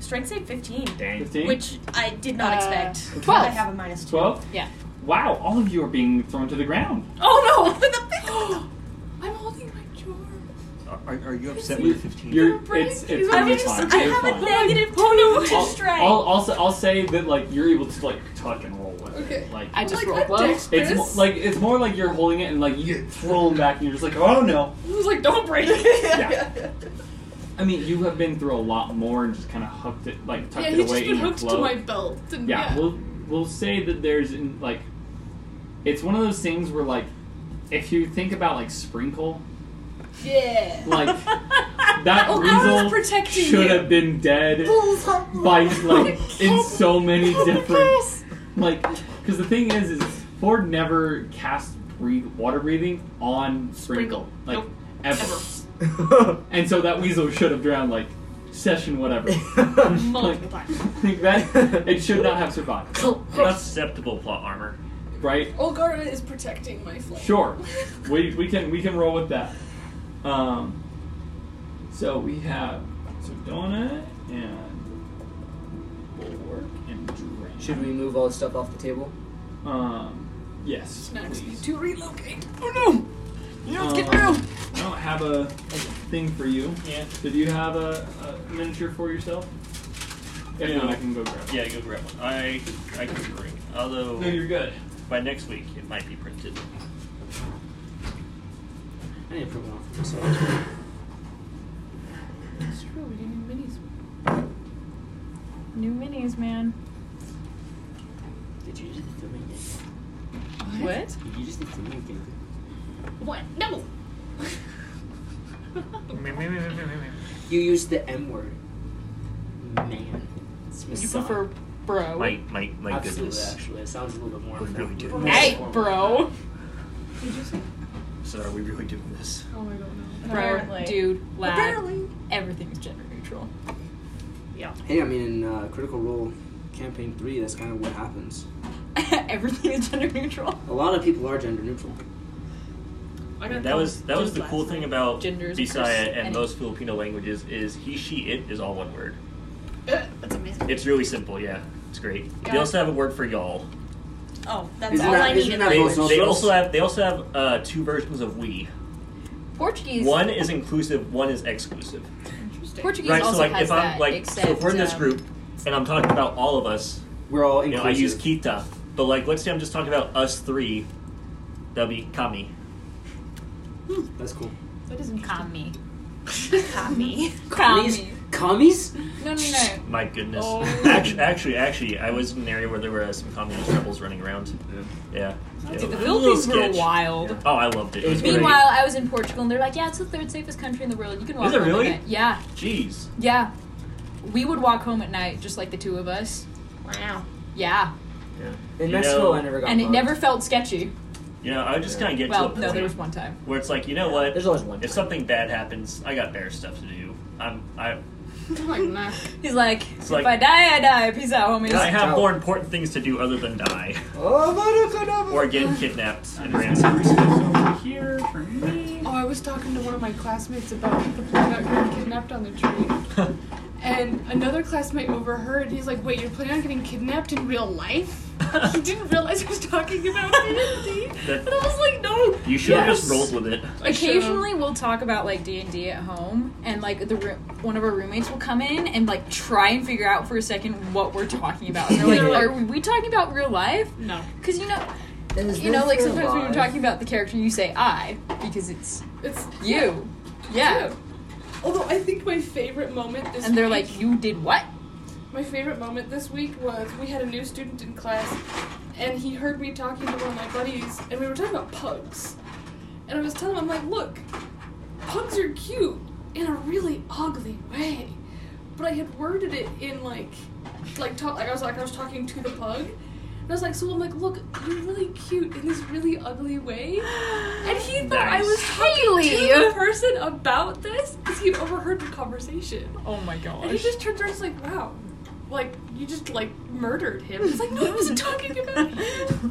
Speaker 5: strength save 15,
Speaker 16: Dang. Fifteen.
Speaker 5: which I did not
Speaker 10: Uh,
Speaker 5: expect.
Speaker 10: 12.
Speaker 5: I have a minus 2.
Speaker 16: Twelve.
Speaker 10: Yeah.
Speaker 16: Wow! All of you are being thrown to the ground.
Speaker 5: Oh no!
Speaker 9: I'm holding my jar.
Speaker 1: Are, are you upset with 15?
Speaker 16: You're. It's. It's.
Speaker 5: I'm
Speaker 16: totally
Speaker 5: just-
Speaker 16: fine.
Speaker 5: I
Speaker 16: You're
Speaker 5: have
Speaker 16: fine.
Speaker 5: a negative 2 to
Speaker 16: I'll,
Speaker 5: strength.
Speaker 16: I'll, also- I'll say that like you're able to like tuck and roll with
Speaker 9: Okay.
Speaker 16: it. Like
Speaker 5: Oh
Speaker 10: I just
Speaker 9: Like
Speaker 10: rolled
Speaker 9: a
Speaker 10: low.
Speaker 9: dexterous-
Speaker 16: it's mo- like it's more like you're holding it and like you get thrown back and you're just like oh no.
Speaker 9: I was like, don't break it.
Speaker 16: Yeah. I mean, you have been through a lot more and just kind of hooked it like tucked
Speaker 9: yeah,
Speaker 16: it
Speaker 9: he's just
Speaker 16: away
Speaker 9: been
Speaker 16: in your
Speaker 9: hooked to
Speaker 16: cloak.
Speaker 9: my belt. And
Speaker 16: yeah,
Speaker 9: yeah.
Speaker 16: we'll we'll say that there's in, like it's one of those things where like if you think about like sprinkle
Speaker 31: Yeah.
Speaker 16: like that
Speaker 10: Oh, I was
Speaker 16: weasel
Speaker 10: protecting you.
Speaker 16: should have been dead by like in so many different like because the thing is is ford never cast breathe, water breathing on sprinkle,
Speaker 9: Sprinkle.
Speaker 16: like
Speaker 9: Nope.
Speaker 16: ever, and so that weasel should have drowned like session whatever
Speaker 9: Multiple times.
Speaker 16: like that it should not have survived
Speaker 1: Acceptable plot armor.
Speaker 16: right
Speaker 9: Olgara is protecting my flame.
Speaker 16: Sure. we, we can we can roll with that. Um, so we have so Donna and Bulwark and Duran.
Speaker 2: Should we move all the stuff off the table?
Speaker 16: Um, yes.
Speaker 9: Snacks need
Speaker 16: please.
Speaker 9: to relocate. Oh no! You don't get
Speaker 16: Um,
Speaker 9: around.
Speaker 16: I don't have a, a thing for you.
Speaker 1: Yeah.
Speaker 16: Did you have a, a miniature for yourself? If
Speaker 1: No.
Speaker 16: not, I can go grab. it.
Speaker 1: Yeah, go grab one. I I can bring. Although
Speaker 16: No, you're good.
Speaker 1: by next week it might be printed.
Speaker 2: I need to print one off for myself.
Speaker 30: It's true, we didn't even minis.
Speaker 10: New minis, man.
Speaker 2: Did you just do me
Speaker 10: What?
Speaker 2: again? You just did me again.
Speaker 9: What? No!
Speaker 2: You used the M word. Man. It's
Speaker 30: You
Speaker 2: misog-
Speaker 30: prefer
Speaker 16: Oh,
Speaker 30: bro.
Speaker 1: My my my
Speaker 2: Absolutely,
Speaker 1: goodness.
Speaker 2: actually. It sounds a little bit more.
Speaker 1: We're really doing
Speaker 2: more
Speaker 1: this.
Speaker 30: Hey,
Speaker 2: formal.
Speaker 30: bro.
Speaker 1: So are we really doing this?
Speaker 9: Oh, I don't know.
Speaker 10: Bro,
Speaker 5: Apparently.
Speaker 10: dude, lad.
Speaker 5: Apparently.
Speaker 10: Everything's gender neutral.
Speaker 2: Hey, I mean, in uh, Critical Role Campaign 3, that's kind of what happens.
Speaker 10: Everything is gender neutral.
Speaker 2: A lot of people are gender neutral.
Speaker 9: I got
Speaker 1: That was that was
Speaker 9: confused
Speaker 1: the
Speaker 9: last
Speaker 1: cool
Speaker 9: night.
Speaker 1: thing about
Speaker 10: Genders,
Speaker 1: Bisaya
Speaker 10: curse,
Speaker 1: and
Speaker 10: any-
Speaker 1: most Filipino languages is he she it is all one word.
Speaker 10: Eh,
Speaker 9: Uh, that's amazing.
Speaker 1: It's really simple, yeah. It's great.
Speaker 9: Yeah.
Speaker 1: They also have a word for y'all.
Speaker 5: Oh, that's
Speaker 2: Isn't
Speaker 5: all
Speaker 2: that-
Speaker 5: I
Speaker 2: isn't
Speaker 5: needed.
Speaker 2: that
Speaker 1: They,
Speaker 2: most
Speaker 1: they also
Speaker 2: nostrils?
Speaker 1: have they also have uh, two versions of we.
Speaker 10: Portuguese.
Speaker 1: One is inclusive, one is exclusive.
Speaker 9: Interesting.
Speaker 10: Portuguese
Speaker 1: Right,
Speaker 10: also
Speaker 1: so like
Speaker 10: has
Speaker 1: if
Speaker 10: that,
Speaker 1: I'm like
Speaker 10: except
Speaker 1: so if we're in this
Speaker 10: um,
Speaker 1: group and I'm talking about all of us,
Speaker 2: We're all
Speaker 1: you know, I
Speaker 2: inclusive.
Speaker 1: use kita. But like let's say I'm just talking about us three, that'd be kami.
Speaker 2: That's cool.
Speaker 10: Kami.
Speaker 32: Kami.
Speaker 2: Kami's, Commies?
Speaker 33: No, no, no.
Speaker 1: My goodness.
Speaker 33: Oh.
Speaker 1: Actually, actually, actually, I was in an area where there were uh, some communist rebels running around. Yeah. yeah.
Speaker 10: Dude,
Speaker 1: It was
Speaker 10: the
Speaker 1: a little
Speaker 10: buildings were
Speaker 1: sketch.
Speaker 10: wild.
Speaker 1: Yeah. Oh, I loved it. It was great.
Speaker 10: Meanwhile, I was in Portugal, and they're like, "Yeah, it's the third safest country in the world. You can walk."
Speaker 1: Is it
Speaker 10: home at
Speaker 1: really?
Speaker 10: night." Yeah,
Speaker 1: Jeez.
Speaker 10: yeah. We would walk home at night, just like the two of us. Wow. Yeah,
Speaker 2: In
Speaker 1: You
Speaker 2: Mexico,
Speaker 1: know-
Speaker 2: I never got
Speaker 10: and it
Speaker 2: bumped.
Speaker 10: never felt sketchy.
Speaker 1: You know, I just kind of get to
Speaker 10: well,
Speaker 1: a
Speaker 10: no,
Speaker 1: point
Speaker 10: there was one time.
Speaker 1: where it's like, you know what?
Speaker 2: There's always one.
Speaker 1: If something bad happens, I got better stuff to do. I'm. I.
Speaker 10: He's like,
Speaker 1: It's
Speaker 10: if
Speaker 1: like-
Speaker 10: I die, I die. Peace out, homies.
Speaker 1: I have more important things to do other than die.
Speaker 2: Oh,
Speaker 1: or get kidnapped and ransomed.
Speaker 9: Here for me. Oh, I was talking to one of my classmates about the boy that got kidnapped on the train. and another classmate overheard. He's like, wait, you're planning on getting kidnapped in real life? he didn't realize I was talking about D&D.
Speaker 1: That-
Speaker 9: And I was like, no.
Speaker 1: You should have
Speaker 9: Yes.
Speaker 1: just rolled with it.
Speaker 10: Occasionally, we'll talk about like D and D at home, and like the roo- one of our roommates will come in and like try and figure out for a second what we're talking about. And they're like,
Speaker 33: Yeah.
Speaker 10: "Are we talking about real life?"
Speaker 33: No.
Speaker 10: Because you know,
Speaker 33: Is
Speaker 10: you know,
Speaker 33: this
Speaker 10: like
Speaker 33: real
Speaker 10: sometimes when you're
Speaker 33: life?
Speaker 10: talking about the character, you say "I" because it's
Speaker 9: it's
Speaker 10: you, yeah.
Speaker 9: Although I think my favorite moment this
Speaker 10: And they're
Speaker 9: week-
Speaker 10: like, "You did what?"
Speaker 9: My favorite moment this week was we had a new student in class, and he heard me talking to one of my buddies, and we were talking about pugs. And I was telling him, I'm like, look, pugs are cute in a really ugly way. But I had worded it in like, like talk, like I was like I was talking to the pug, and I was like, so I'm like, look, you're really cute in this really ugly way. And he thought I was
Speaker 10: Nice.
Speaker 9: talking to
Speaker 10: Haley!
Speaker 9: the person about this because he'd overheard the conversation.
Speaker 10: Oh my
Speaker 9: And he just turns around and is like, wow, like, you just, like, murdered him. It's like, no, I wasn't talking about you. It's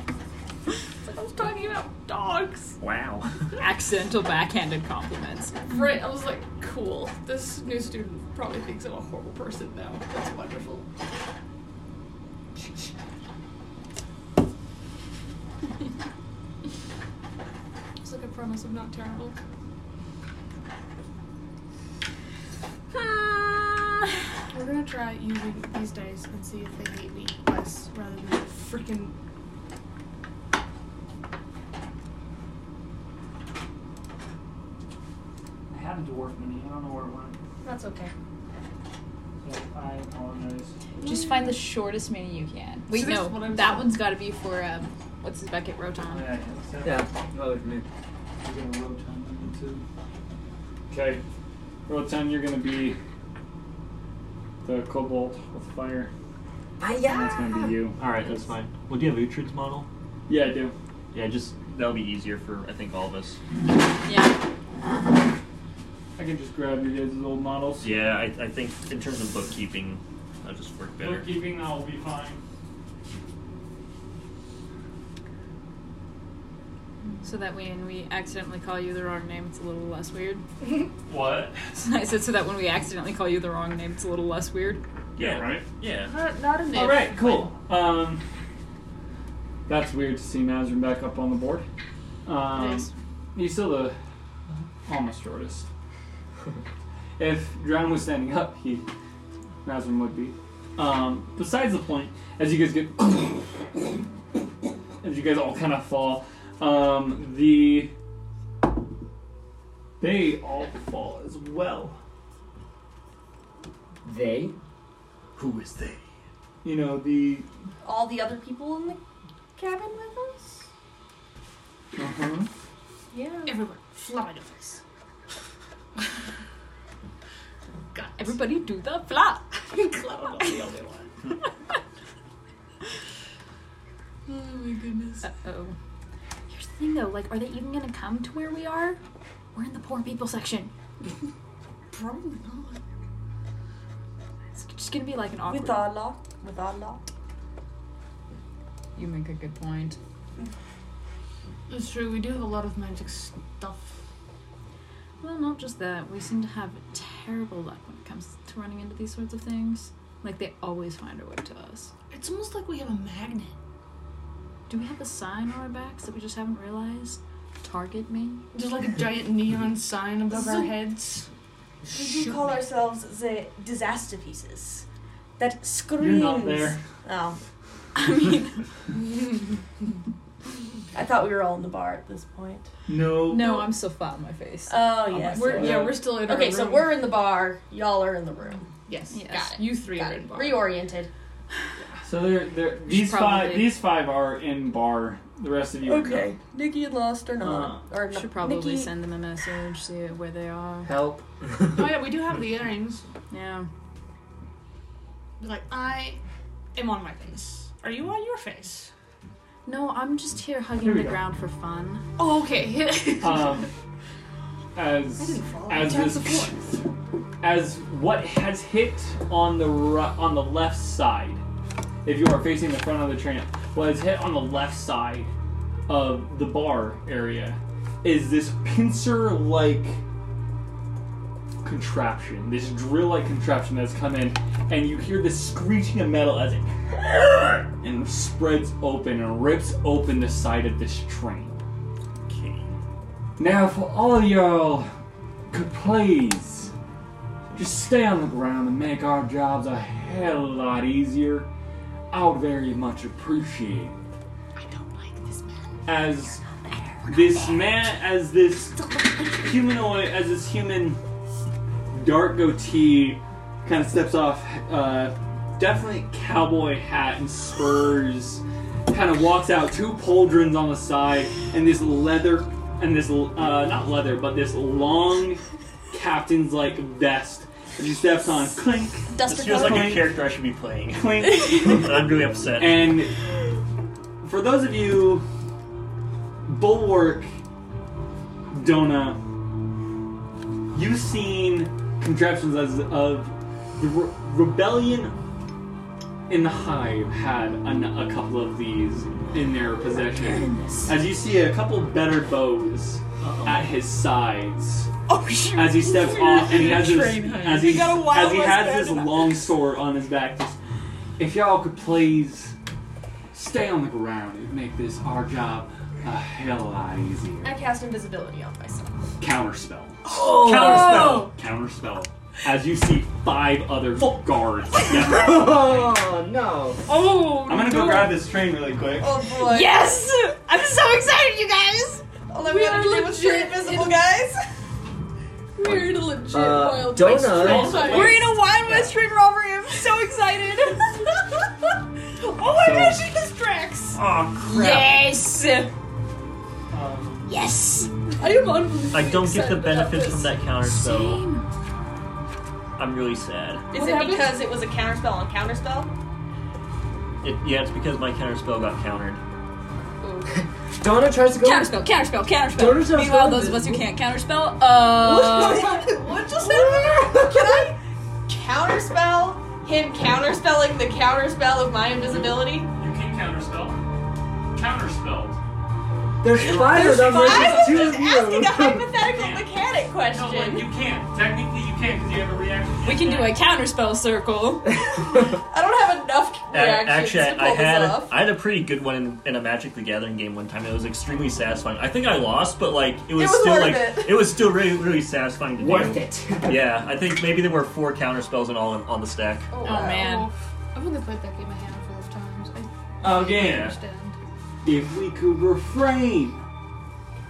Speaker 9: like, I was talking about dogs.
Speaker 1: Wow.
Speaker 10: Accidental backhanded compliments.
Speaker 9: Right, I was like, cool. This new student probably thinks I'm a horrible person now. That's wonderful. It's like, I promise I'm not terrible. We're gonna try using these dice and see if they hate me less rather than freaking.
Speaker 13: I had a dwarf mini. I don't know where it went.
Speaker 9: That's okay.
Speaker 13: So I apologize.
Speaker 10: Just find the shortest mini you can. Wait,
Speaker 13: So that's
Speaker 10: no,
Speaker 13: what
Speaker 10: that one's got to be for um, what's his bucket Roton.
Speaker 13: Yeah,
Speaker 2: Yeah, that was me.
Speaker 13: You're gonna roll time number two.
Speaker 16: Okay. Rotan, you're gonna be the kobold with fire.
Speaker 10: Ah,
Speaker 2: Hiya!
Speaker 16: And that's gonna be you.
Speaker 1: All right, that's fine. Well, do you have Uhtred's model?
Speaker 16: Yeah, I do.
Speaker 1: Yeah, just that'll be easier for I think all of us. Oh,
Speaker 16: I can just grab you guys' old models.
Speaker 1: Yeah, I, I think in terms of bookkeeping, that'll just work better.
Speaker 16: Bookkeeping, that'll be fine.
Speaker 10: So that when we accidentally call you the wrong name, it's a little less weird.
Speaker 1: What?
Speaker 10: I said so that when we accidentally call you the wrong name, it's a little less weird.
Speaker 1: Yeah, right? Yeah.
Speaker 9: Not, not an
Speaker 16: All right, cool. Um, that's weird to see Mazrin back up on the board. Um,
Speaker 10: It is.
Speaker 16: He's still the almost shortest. if Drown was standing up, he Mazrin would be. Um, besides the point, as you guys get, as you guys all kind of fall, um, the they all fall as well.
Speaker 2: They?
Speaker 1: Who is they?
Speaker 16: You know the
Speaker 4: All the other people in the cabin with us?
Speaker 16: uh-huh.
Speaker 4: Yeah.
Speaker 9: Everyone, fly to us.
Speaker 10: Everybody do the flop.
Speaker 9: Oh my goodness.
Speaker 10: Uh oh. Here's the thing though, like, are they even gonna come to where we are? We're in the poor people section.
Speaker 4: Probably not.
Speaker 10: It's just gonna be like an awkward.
Speaker 4: With Allah. With Allah.
Speaker 10: You make a good point.
Speaker 9: It's true, we do have a lot of magic stuff.
Speaker 10: Well, not just that. We seem to have terrible luck when it comes to running into these sorts of things. Like they always find a way to us.
Speaker 9: It's almost like we have a magnet.
Speaker 10: Do we have a sign on our backs that we just haven't realized? Target me.
Speaker 9: There's like a giant neon sign above our heads.
Speaker 4: We do call ourselves the disaster pieces. That screams.
Speaker 16: You're not there.
Speaker 4: Oh.
Speaker 10: I mean,
Speaker 4: I thought we were all in the bar at this point.
Speaker 1: No.
Speaker 5: No, I'm still flat on my face.
Speaker 4: Oh
Speaker 5: On
Speaker 4: yes.
Speaker 5: my We're- side. yeah, we're still in our
Speaker 4: Okay, so
Speaker 5: room.
Speaker 4: we're in the bar. Y'all are in the room.
Speaker 5: Yes. Yes.
Speaker 4: Got it.
Speaker 5: You three
Speaker 4: Got
Speaker 5: are
Speaker 4: it.
Speaker 5: in bar.
Speaker 4: Reoriented.
Speaker 1: So they're, they're, these five
Speaker 4: probably-
Speaker 1: these five are in bar. The rest of you would
Speaker 4: Okay. Nikki and Lost are not. or
Speaker 5: Should probably
Speaker 4: Nikki-
Speaker 5: send them a message, see where they are.
Speaker 21: Help.
Speaker 20: Oh yeah, we do have the earrings.
Speaker 5: Yeah.
Speaker 20: Like I am on my face. Are you on your face?
Speaker 5: No, I'm just here hugging
Speaker 20: Here we
Speaker 5: the
Speaker 20: go.
Speaker 5: ground for fun.
Speaker 20: Oh okay.
Speaker 1: go. Um, as as this as what has hit on the ri- on the left side, if you are facing the front of the tram, what has hit on the left side of the bar area is this pincer-like contraption, this drill-like contraption that's come in, and you hear this screeching of metal as it and spreads open and rips open the side of this train. Now, for all y'all could please just stay on the ground and make our jobs a hell of a lot easier, I would very much appreciate it. I don't like this man. As this man, as this humanoid, as this human dark goatee kind of steps off, uh, definitely cowboy hat and spurs, kind of walks out, two pauldrons on the side, and this leather, and this, uh, not leather, but this long captain's like vest. And he steps on, clink.
Speaker 13: This feels like a character I should be playing.
Speaker 1: Clink.
Speaker 13: I'm really upset.
Speaker 1: And for those of you, Bulwark, Dona, you've seen contraptions as of the re- rebellion in the hive had an, a couple of these in their possession. As you see a couple better bows at his sides.
Speaker 21: Oh,
Speaker 1: As he steps off and he has this,
Speaker 21: Train hide.
Speaker 1: as
Speaker 21: We
Speaker 1: he,
Speaker 21: got a Wild
Speaker 1: as he
Speaker 21: West
Speaker 1: has this
Speaker 21: bandit.
Speaker 1: long sword on his back. just, if y'all could please stay on the ground, it'd make this our job a hell of a lot easier.
Speaker 4: I cast invisibility on myself.
Speaker 1: Counterspell.
Speaker 4: Oh.
Speaker 1: Counterspell. Counterspell. As you see five other guards. step up.
Speaker 21: oh no.
Speaker 20: Oh.
Speaker 1: I'm gonna go grab this train really quick.
Speaker 4: Oh boy.
Speaker 5: Yes! I'm so excited, you guys!
Speaker 4: All that we, have to do is turn invisible, guys.
Speaker 5: We're in a legit
Speaker 21: Uh, Wild West Donna- train robbery.
Speaker 5: We're in a Wild West train robbery. I'm so excited. oh my
Speaker 21: So-
Speaker 5: gosh, it distracts.
Speaker 13: Oh,
Speaker 5: Yes.
Speaker 34: Um,
Speaker 5: Yes.
Speaker 4: I am on.
Speaker 13: I don't get the benefits from that counter spell. I'm really sad.
Speaker 4: Is it because it was a counterspell on counterspell?
Speaker 13: It, yeah, it's because my counter spell got countered.
Speaker 21: Donna tries to go.
Speaker 5: Counterspell, counterspell,
Speaker 21: Don't
Speaker 5: counterspell.
Speaker 21: just-
Speaker 5: Meanwhile, those of us who can't counterspell, uh,
Speaker 4: what just happened? Can I counterspell him counterspelling the counterspell of my invisibility?
Speaker 1: You can counterspell. Counterspell.
Speaker 21: There's five of them.
Speaker 4: I
Speaker 21: There's
Speaker 4: was
Speaker 21: two of
Speaker 4: just asking a
Speaker 21: you.
Speaker 4: hypothetical mechanic
Speaker 1: No, like,
Speaker 4: question.
Speaker 1: you can't. Technically, you can't because you have a reaction.
Speaker 5: we can do a counterspell circle.
Speaker 4: I don't have enough
Speaker 13: A-
Speaker 4: reactions
Speaker 13: Actually,
Speaker 4: to pull
Speaker 13: I, I had
Speaker 4: this off.
Speaker 13: I had a pretty good one in, in a Magic the Gathering game one time. It was extremely satisfying. I think I lost, but like it was,
Speaker 4: was
Speaker 13: still
Speaker 4: worth
Speaker 13: like
Speaker 4: it.
Speaker 13: was still really really satisfying to
Speaker 21: Worth
Speaker 13: do.
Speaker 21: it.
Speaker 13: Yeah, I think maybe there were four counter spells in all in, on the stack.
Speaker 5: Oh, man.
Speaker 9: I've only played that game a handful of times. I
Speaker 1: Again.
Speaker 9: understand.
Speaker 1: If we could refrain,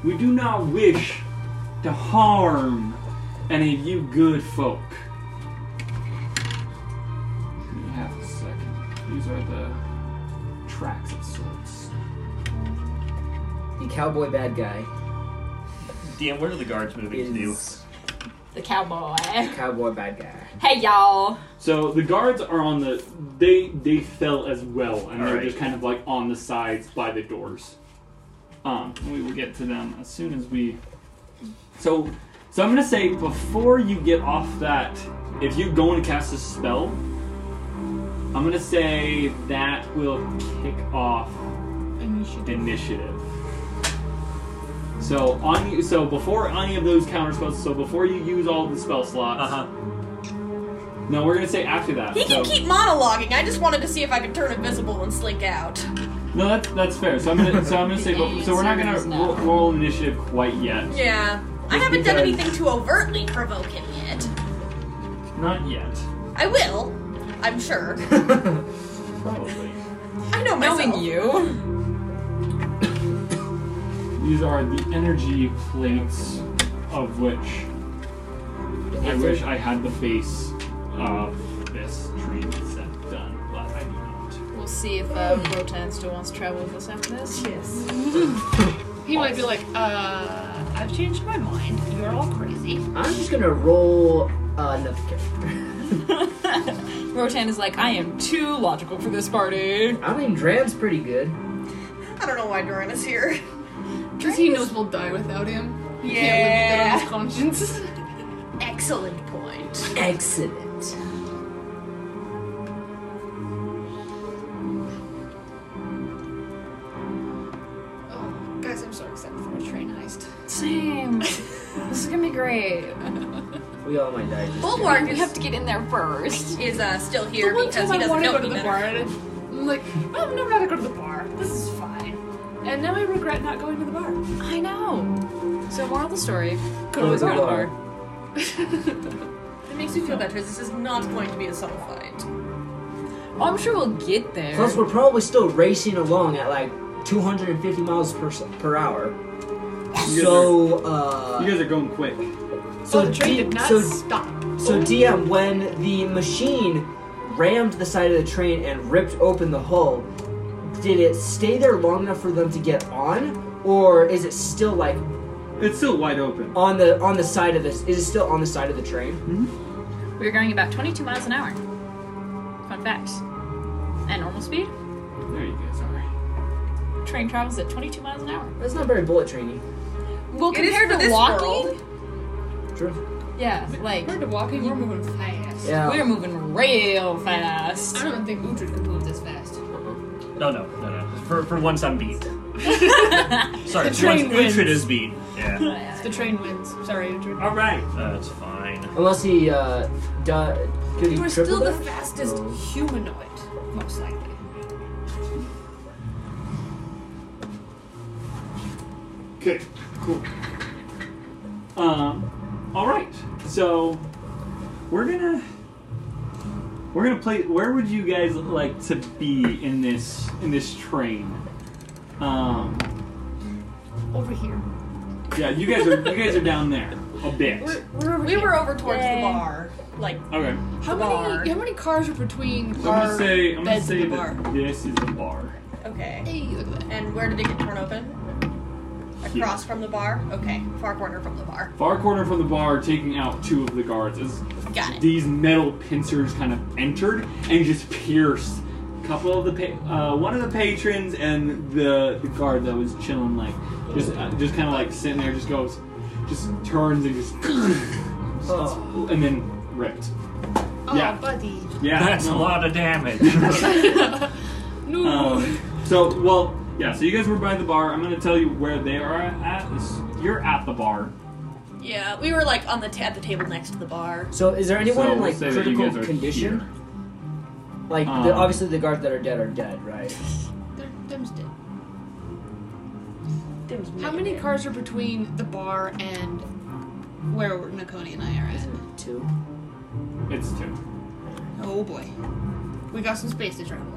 Speaker 1: we do not wish to harm any of you good folk. Give me half a second. These are the tracks of sorts.
Speaker 21: The cowboy bad guy
Speaker 13: DM, what are the guards moving
Speaker 21: is
Speaker 5: The cowboy.
Speaker 21: cowboy bad guy.
Speaker 5: Hey y'all.
Speaker 1: So the guards are on the they they fell as well, and they're
Speaker 13: Alright.
Speaker 1: just kind of like on the sides by the doors. Um, we will get to them as soon as we. So, so I'm gonna say before you get off that, if you go and cast a spell, I'm gonna say that will kick off initiative. So on you, so before any of those counter spells, so before you use all the spell slots.
Speaker 13: Uh huh.
Speaker 1: No, we're gonna say after that.
Speaker 4: He can
Speaker 1: so-
Speaker 4: keep monologuing. I just wanted to see if I could turn invisible and slink out.
Speaker 1: No, that's that's fair. So I'm gonna so I'm gonna say but- so we're not gonna roll, roll initiative quite yet.
Speaker 4: Yeah. I
Speaker 1: Just
Speaker 4: haven't done
Speaker 1: because-
Speaker 4: anything to overtly provoke him yet.
Speaker 1: Not yet.
Speaker 4: I will. I'm sure.
Speaker 1: Probably.
Speaker 4: I know myself.
Speaker 5: Knowing you.
Speaker 1: These are the energy plates of which I wish I had the face of this tree set done, but I do not.
Speaker 5: We'll see if uh, Rotan still wants to travel with us after this.
Speaker 9: Yes. He might be like, uh, I've changed my mind. You're all crazy.
Speaker 2: I'm just gonna roll uh, another character.
Speaker 5: Rotan is like, I am too logical for this party.
Speaker 2: I mean, Dran's pretty good.
Speaker 4: I don't know why Duran is here.
Speaker 9: Because he knows we'll die without him. He
Speaker 4: Yeah.
Speaker 9: can't live with that on his conscience. Excellent point.
Speaker 2: Excellent.
Speaker 9: Oh, guys, I'm so excited for a train heist.
Speaker 10: Same. this is gonna be great.
Speaker 2: We all might die. Just
Speaker 5: Bulwark, we have to get in there first.
Speaker 4: Is uh, still
Speaker 9: The
Speaker 4: here
Speaker 9: one
Speaker 4: because
Speaker 9: time
Speaker 4: he
Speaker 9: I
Speaker 4: doesn't
Speaker 9: wanted to
Speaker 4: know
Speaker 9: go to the
Speaker 4: any
Speaker 9: bar,
Speaker 4: better.
Speaker 9: and I'm like, oh, I've never had to go to the bar. This is fine. And now I regret not going to the bar.
Speaker 5: I know. So moral of the story,
Speaker 2: Go
Speaker 5: always
Speaker 2: to
Speaker 5: go
Speaker 2: the
Speaker 5: to the
Speaker 2: bar.
Speaker 5: bar.
Speaker 4: It makes me feel better. This is not going to be a subtle fight.
Speaker 5: Oh, I'm sure we'll get there.
Speaker 2: Plus, we're probably still racing along at like 250 miles per, s- per hour.
Speaker 1: You
Speaker 2: So, uh.
Speaker 1: You guys are going quick.
Speaker 2: So
Speaker 9: oh, the train
Speaker 2: D-
Speaker 9: did not
Speaker 2: so-
Speaker 9: stop.
Speaker 2: So DM, when the machine rammed the side of the train and ripped open the hull, did it stay there long enough for them to get on, or is it still like
Speaker 1: It's still wide open.
Speaker 2: on the on the side of this? Is it still on the side of the train?
Speaker 10: We're going about 22 miles an hour. Fun fact. At normal speed,
Speaker 1: There you guys are.
Speaker 10: train travels at 22 miles an hour.
Speaker 2: That's not very bullet trainy.
Speaker 5: well,
Speaker 4: It is
Speaker 5: compared
Speaker 4: for
Speaker 5: to
Speaker 4: this
Speaker 5: walking,
Speaker 4: world.
Speaker 2: True.
Speaker 5: yeah, like
Speaker 9: Compared to walking, we're moving fast.
Speaker 2: Yeah.
Speaker 5: we're moving real fast.
Speaker 9: Oh. I don't think Uhtred could move this fast.
Speaker 35: No, no, no, no. For, for once, I'm beat. Sorry,
Speaker 9: The
Speaker 35: for once,
Speaker 9: train wins.
Speaker 35: Uhtred is beat. Yeah.
Speaker 9: The train wins. Sorry, Uhtred.
Speaker 35: All right. That's fine.
Speaker 2: Unless he uh, duh, could he
Speaker 9: You
Speaker 2: triple
Speaker 9: are still the
Speaker 2: that?
Speaker 9: fastest
Speaker 2: No.
Speaker 9: humanoid, most likely.
Speaker 1: Okay, cool. Um, all right. So we're gonna we're gonna play. Where would you guys like to be in this in this train? Um,
Speaker 9: Over here.
Speaker 1: yeah, you guys are you guys are down there a bit.
Speaker 4: We were over towards the bar. Like,
Speaker 1: Okay,
Speaker 9: How
Speaker 4: Bar.
Speaker 9: many how many cars are between
Speaker 1: so I'm
Speaker 9: our
Speaker 1: gonna say I'm gonna
Speaker 9: beds
Speaker 1: say
Speaker 9: in the bar?
Speaker 1: that this is the bar.
Speaker 4: okay.
Speaker 9: Hey, look at that.
Speaker 4: And where did it get torn open?
Speaker 1: Here.
Speaker 4: Across from the bar? Okay. Far corner from the bar.
Speaker 1: Far corner from the bar, taking out two of the guards as
Speaker 4: Got it.
Speaker 1: these metal pincers kind of entered and just pierced a couple of the pa- uh, one of the patrons and the, the guard that was chilling like just uh, just kind of like sitting there just goes just turns and just
Speaker 2: Oh.
Speaker 1: and then ripped
Speaker 9: Oh,
Speaker 1: Yeah.
Speaker 9: buddy.
Speaker 1: yeah
Speaker 35: That's a
Speaker 1: no.
Speaker 35: lot of damage.
Speaker 9: No.
Speaker 1: Um, so well yeah so you guys were by the bar I'm gonna tell you where they are at It's- you're at the bar
Speaker 4: Yeah, we were like on the ta- at the table next to the bar.
Speaker 2: So is there anyone
Speaker 1: so
Speaker 2: in
Speaker 1: we'll
Speaker 2: like
Speaker 1: say that you
Speaker 2: critical
Speaker 1: guys are
Speaker 2: condition?
Speaker 1: here.
Speaker 2: Like
Speaker 1: Um,
Speaker 2: the, obviously the guards that are dead are dead, right?
Speaker 1: Oh.
Speaker 9: They're- them's dead. How many cars are between the bar and where Nakoni and I are at?
Speaker 2: Two.
Speaker 1: it's two
Speaker 9: Oh boy. We got some space to travel.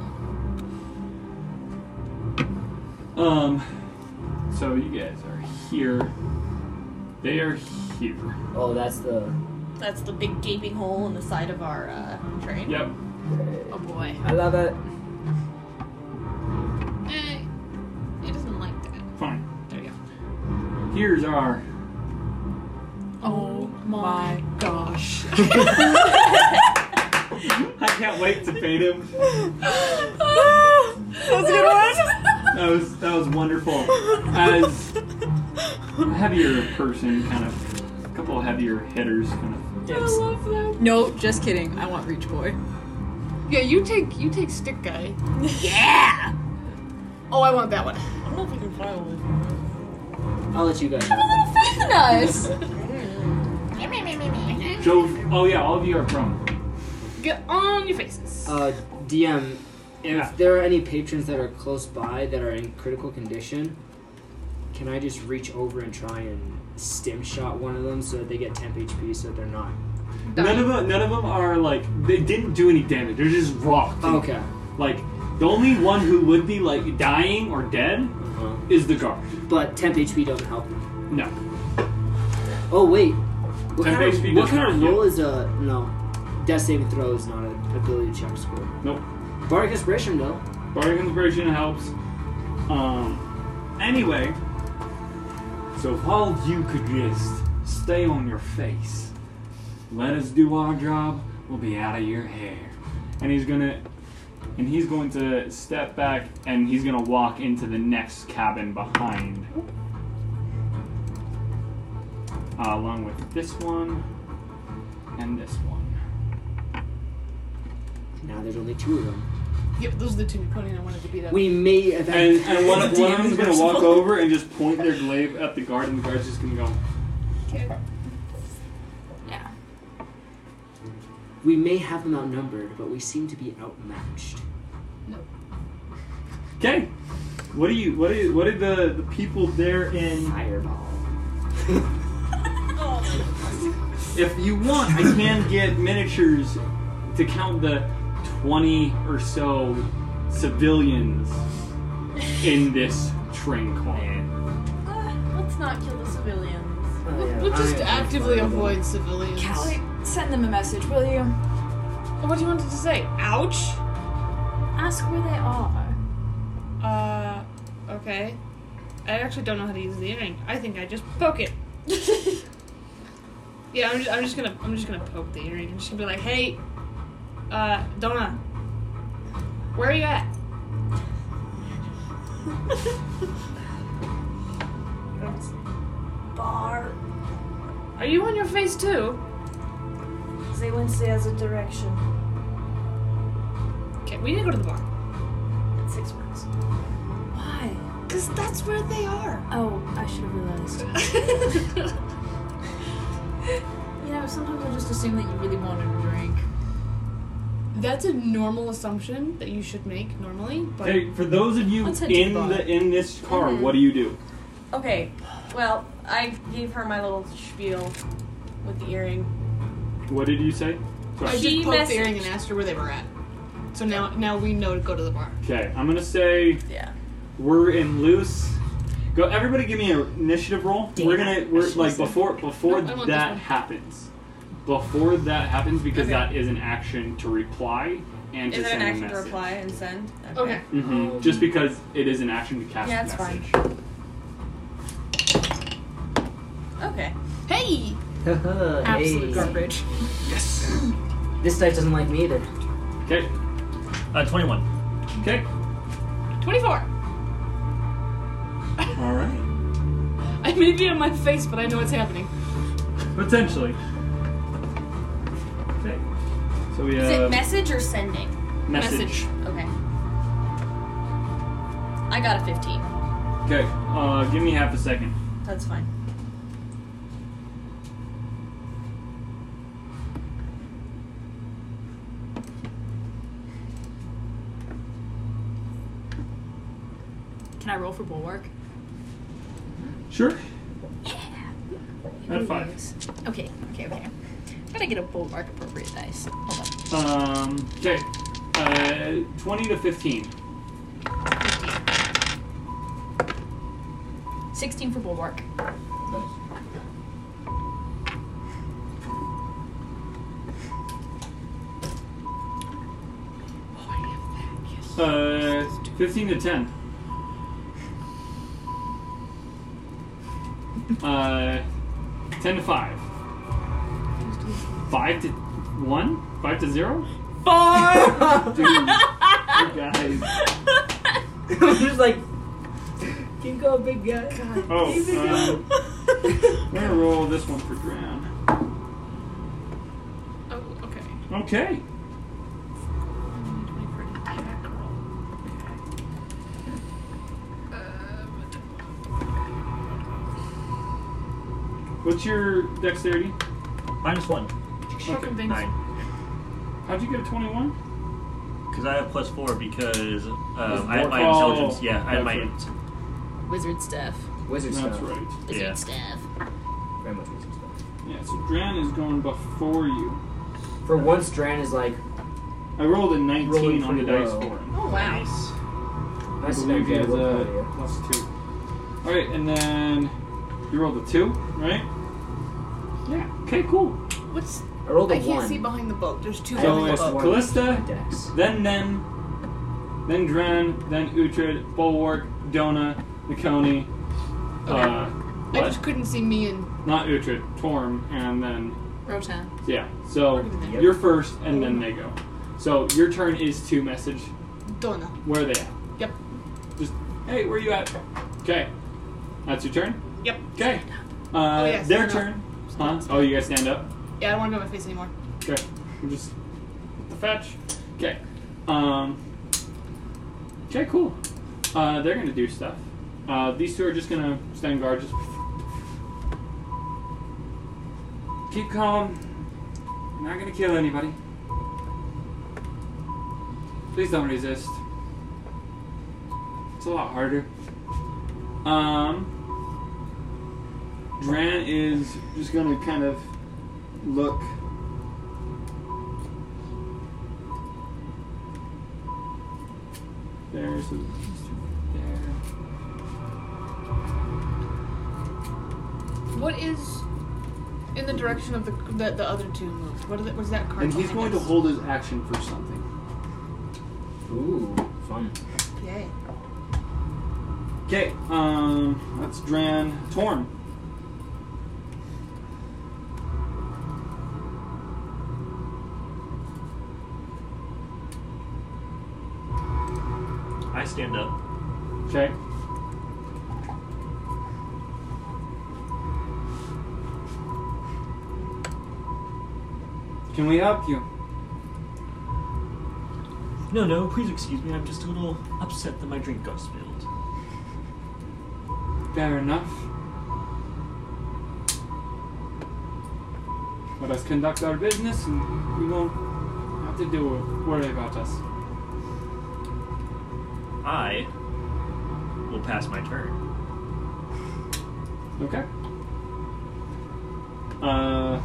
Speaker 1: Um, so you guys are here. They are here.
Speaker 2: Oh, that's the.
Speaker 4: That's the big gaping hole in the side of our uh, train.
Speaker 1: Yep.
Speaker 10: Oh boy.
Speaker 2: I love it.
Speaker 9: Eh, it doesn't like that.
Speaker 1: Fine.
Speaker 9: There you
Speaker 1: Here's our.
Speaker 10: Oh my gosh.
Speaker 1: I can't wait to fade him.
Speaker 5: That's a good one.
Speaker 1: That was that was wonderful. As a heavier person, kind of a couple heavier hitters, kind of.
Speaker 9: go. I love that.
Speaker 5: No, just kidding. I want Reach Boy.
Speaker 9: Yeah, you take you take stick guy.
Speaker 5: Yeah.
Speaker 9: Oh, I want that one.
Speaker 4: I don't know if we can file it.
Speaker 2: I'll let you guys.
Speaker 5: Nice.
Speaker 1: So, oh yeah, all of you are from.
Speaker 9: Get on your faces.
Speaker 2: Uh, DM,
Speaker 1: Yeah.
Speaker 2: if there are any patrons that are close by that are in critical condition, can I just reach over and try and stim shot one of them so that they get temp HP so that they're not?
Speaker 1: None of them, none of them are like they didn't do any damage. They're just rocked. and,
Speaker 2: Oh, Okay.
Speaker 1: Like The only one who would be like dying or dead is the guard.
Speaker 2: But temp HP doesn't help.
Speaker 1: No.
Speaker 2: Oh wait. What
Speaker 1: Temp
Speaker 2: kind of,
Speaker 1: HP
Speaker 2: what
Speaker 1: does
Speaker 2: kind
Speaker 1: not
Speaker 2: of
Speaker 1: heal.
Speaker 2: roll is a no? Death saving throw is not an ability check score.
Speaker 1: Nope.
Speaker 2: Bardic inspiration though.
Speaker 1: Bardic inspiration helps. Um. Anyway. So if all of you could just stay on your face, let us do our job. We'll be out of your hair. And he's gonna. And he's going to step back and he's gonna walk into the next cabin behind. Uh, along with this one and this one.
Speaker 2: Now there's only two of them.
Speaker 9: Yep, those are the two Conan and I wanted to beat up.
Speaker 2: We may have.
Speaker 1: And, and one, of,
Speaker 2: The
Speaker 1: one of them's
Speaker 2: DM
Speaker 1: gonna walk
Speaker 2: merciful.
Speaker 1: over and just point their glaive at the guard, and the guard's just gonna go.
Speaker 36: Yeah.
Speaker 2: We may have them outnumbered, but we seem to be outmatched.
Speaker 1: Okay, what do you? What do? You, what did the the people there in?
Speaker 2: Fireball.
Speaker 1: if you want, I can get miniatures to count the twenty or so civilians in this train car.
Speaker 4: Let's not kill the civilians.
Speaker 9: We'll just actively avoid civilians.
Speaker 5: Callie, send them a message, will you?
Speaker 9: What do you want to say? Ouch.
Speaker 5: Ask where they are.
Speaker 9: Uh, okay. I actually don't know how to use the earring. I think I just poke it. yeah, I'm just, I'm just gonna I'm just gonna poke the earring. I'm just gonna be like, hey, uh, Donna, where are you at?
Speaker 4: Bar.
Speaker 9: Are you on your face too?
Speaker 4: They went the other direction.
Speaker 9: Okay, we need to go to the bar.
Speaker 4: Six months.
Speaker 5: Why?
Speaker 9: Cause that's where they are.
Speaker 5: Oh, I should have realized.
Speaker 10: You know, sometimes I just assume that you really wanted a drink.
Speaker 9: That's a normal assumption that you should make normally, but
Speaker 1: Okay, for those of you
Speaker 9: Let's head to the
Speaker 1: in
Speaker 9: bar.
Speaker 1: the in this car, what do you do?
Speaker 4: Okay, well, I gave her my little spiel with the earring.
Speaker 1: What did you say? Sorry.
Speaker 9: I
Speaker 4: She
Speaker 9: just poked the
Speaker 4: messaged-
Speaker 9: earring and asked her where they were at. So now now we know to go to the bar.
Speaker 1: Okay, I'm gonna say
Speaker 4: Yeah.
Speaker 1: we're in loose. Go, everybody, give me an initiative roll. we're gonna we're like before before
Speaker 9: No, I want this
Speaker 1: that
Speaker 9: one.
Speaker 1: happens. Before that happens, because that is an action to reply and to
Speaker 36: Is it
Speaker 1: send
Speaker 36: an
Speaker 1: a
Speaker 36: action to
Speaker 1: message.
Speaker 36: reply Oh. and send?
Speaker 9: Okay.
Speaker 1: hmm Just because it is an action to cast
Speaker 36: Yeah,
Speaker 1: a
Speaker 36: that's
Speaker 1: message.
Speaker 36: fine.
Speaker 4: Okay.
Speaker 9: Hey!
Speaker 2: Absolute
Speaker 10: garbage.
Speaker 1: Yes.
Speaker 2: This dice doesn't like me either.
Speaker 1: Okay.
Speaker 16: Uh, 21.
Speaker 1: Okay.
Speaker 9: Twenty-four.
Speaker 1: All right.
Speaker 9: I may be on my face, but I know what's happening.
Speaker 1: Potentially. Okay. So we have
Speaker 37: Is it message or sending?
Speaker 1: message.
Speaker 37: Okay. I got a 15.
Speaker 1: Okay. Uh, give me half a second.
Speaker 4: That's fine.
Speaker 36: Can I roll for bulwark?
Speaker 1: Sure.
Speaker 10: Ooh,
Speaker 1: At five.
Speaker 10: yes. Okay, okay, okay. Gotta get a bulwark appropriate dice. Hold on.
Speaker 1: Um. Okay. Uh, twenty to fifteen.
Speaker 10: 16 for bulwark.
Speaker 1: Uh, 15 to 10. Uh, 10 to 5. 5 to 1? 5 to 0?
Speaker 2: Bar.
Speaker 1: Dude, you guys.
Speaker 2: I'm just like, keep going, big guy.
Speaker 1: Oh,
Speaker 16: uh,
Speaker 1: um, I'm gonna roll this one for Drown.
Speaker 9: Oh, okay.
Speaker 1: Okay. What's your dexterity?
Speaker 16: Minus 1.
Speaker 9: Shocking things.
Speaker 16: 9.
Speaker 1: How'd you get a 21?
Speaker 16: Because I have plus 4 because um,
Speaker 1: There's
Speaker 16: I have
Speaker 1: more-
Speaker 16: my
Speaker 1: oh,
Speaker 16: intelligence. Yeah, I have my.
Speaker 1: that's
Speaker 10: Wizard stuff.
Speaker 2: Wizard
Speaker 1: That's
Speaker 2: stuff.
Speaker 1: right.
Speaker 10: Wizard
Speaker 16: Yeah.
Speaker 10: stuff.
Speaker 2: Very much wizard stuff.
Speaker 1: Yeah, so Dran is going before you.
Speaker 2: For once, Dran is like
Speaker 1: I rolled a 19
Speaker 2: Rolling
Speaker 1: on the
Speaker 2: pretty
Speaker 1: dice
Speaker 2: low.
Speaker 1: for him.
Speaker 9: Oh,
Speaker 5: Wow.
Speaker 16: I believe he has a plus two. Alright, and then you rolled a two, right? Yeah. Okay, cool.
Speaker 9: What's
Speaker 2: I rolled a
Speaker 9: I can't
Speaker 2: one.
Speaker 9: see behind the boat. There's two
Speaker 16: So
Speaker 9: behind
Speaker 16: it's
Speaker 9: the boat.
Speaker 16: Callista, then Nem, then Dren, then Uhtred, Bulwark, Dona, Nikoni, uh,
Speaker 9: I
Speaker 16: what?
Speaker 9: just couldn't see me and
Speaker 16: Not Uhtred, Torm, and then
Speaker 5: Rotan.
Speaker 16: yeah. So you're first, and then they go. So your turn is to message
Speaker 9: Donna.
Speaker 16: where are they at.
Speaker 9: Yep.
Speaker 16: Just hey, where you at? Okay, that's your turn.
Speaker 9: Yep.
Speaker 16: Okay. Uh,
Speaker 9: Oh, yeah,
Speaker 16: their
Speaker 9: stand up.
Speaker 16: turn. Huh? Oh, you guys stand up.
Speaker 9: Yeah, I don't want to go my face anymore.
Speaker 16: Okay. I'm just the fetch. Okay. Um. Okay, cool. Uh, they're gonna do stuff. Uh, these two are just gonna stand guard. Just keep calm. Not gonna kill anybody. Please don't resist. It's a lot harder. Um. Dran is just gonna kind of look. There's a there.
Speaker 9: What is in the direction of the the, the other two moves? What is it? Was that card?
Speaker 16: And he's going to hold his action for something.
Speaker 2: Ooh, fun.
Speaker 9: Yay.
Speaker 16: Okay, um, that's Dran Torm.
Speaker 13: I stand up.
Speaker 16: Okay. Can we help you?
Speaker 13: No, no, please excuse me. I'm just a little upset that my drink got spilled.
Speaker 16: Fair enough. Let us conduct our business and we won't have to do worry about us.
Speaker 13: I will pass my turn.
Speaker 16: Okay. Uh,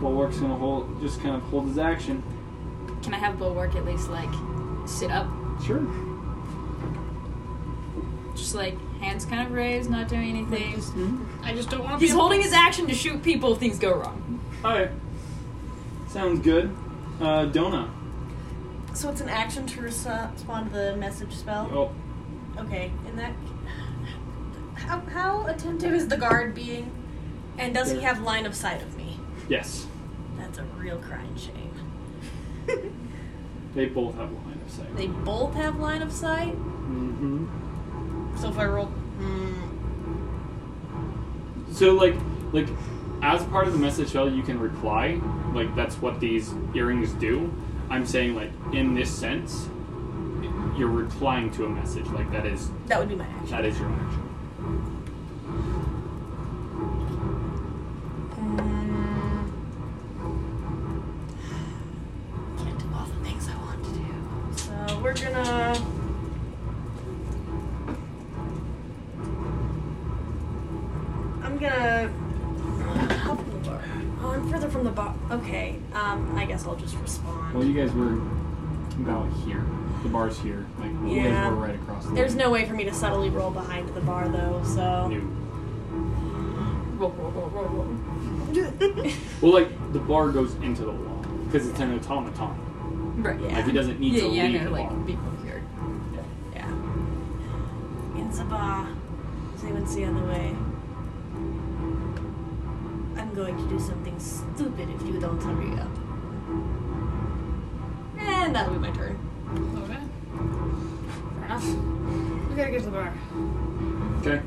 Speaker 16: Bulwark's gonna hold, just kind of hold his action.
Speaker 5: Can I have Bulwark at least like sit up?
Speaker 16: Sure.
Speaker 5: Just like hands kind of raised, not doing anything.
Speaker 9: I just don't want
Speaker 5: He's holding his action to shoot people if things go wrong.
Speaker 16: Alright. Sounds good. Uh, Dona.
Speaker 4: So it's an action to respo- respond to the message spell.
Speaker 16: Oh,
Speaker 4: Okay, and that. How, how attentive is the guard being? And does he have line of sight of me?
Speaker 16: yes.
Speaker 4: That's a real crying shame.
Speaker 16: They both have line of sight.
Speaker 4: They both have line of sight.
Speaker 16: Mm-hmm.
Speaker 9: So if I roll,
Speaker 4: hmm,
Speaker 16: So like like as part of the message shell you can reply. Like that's what these earrings do. I'm saying like in this sense you're replying to a message. Like that is
Speaker 4: That would be my action.
Speaker 16: that is your action.
Speaker 4: Um, Can't do all the things I want to do. So we're gonna. I'm gonna. How far? Oh, I'm further from the bot. Okay. Um, I guess I'll just respond.
Speaker 16: Well you guys were about here. The bar's here. Like you
Speaker 4: Yeah.
Speaker 16: guys were right across the
Speaker 4: There's no way for me to subtly roll behind the bar though, so.
Speaker 5: Roll, roll, roll, roll, roll.
Speaker 16: Well like the bar goes into the wall. Because it's an automaton.
Speaker 5: Right.
Speaker 16: Yeah. Like, he doesn't need
Speaker 5: yeah,
Speaker 16: to
Speaker 5: yeah,
Speaker 16: leave
Speaker 5: no,
Speaker 16: the
Speaker 5: like
Speaker 16: bar.
Speaker 5: be procured.
Speaker 4: Yeah. It's a bar. Does anyone see other way? I'm going to do something stupid if you don't hurry up. And that'll be my turn.
Speaker 9: okay. Fair enough. We gotta get to the bar.
Speaker 16: Okay.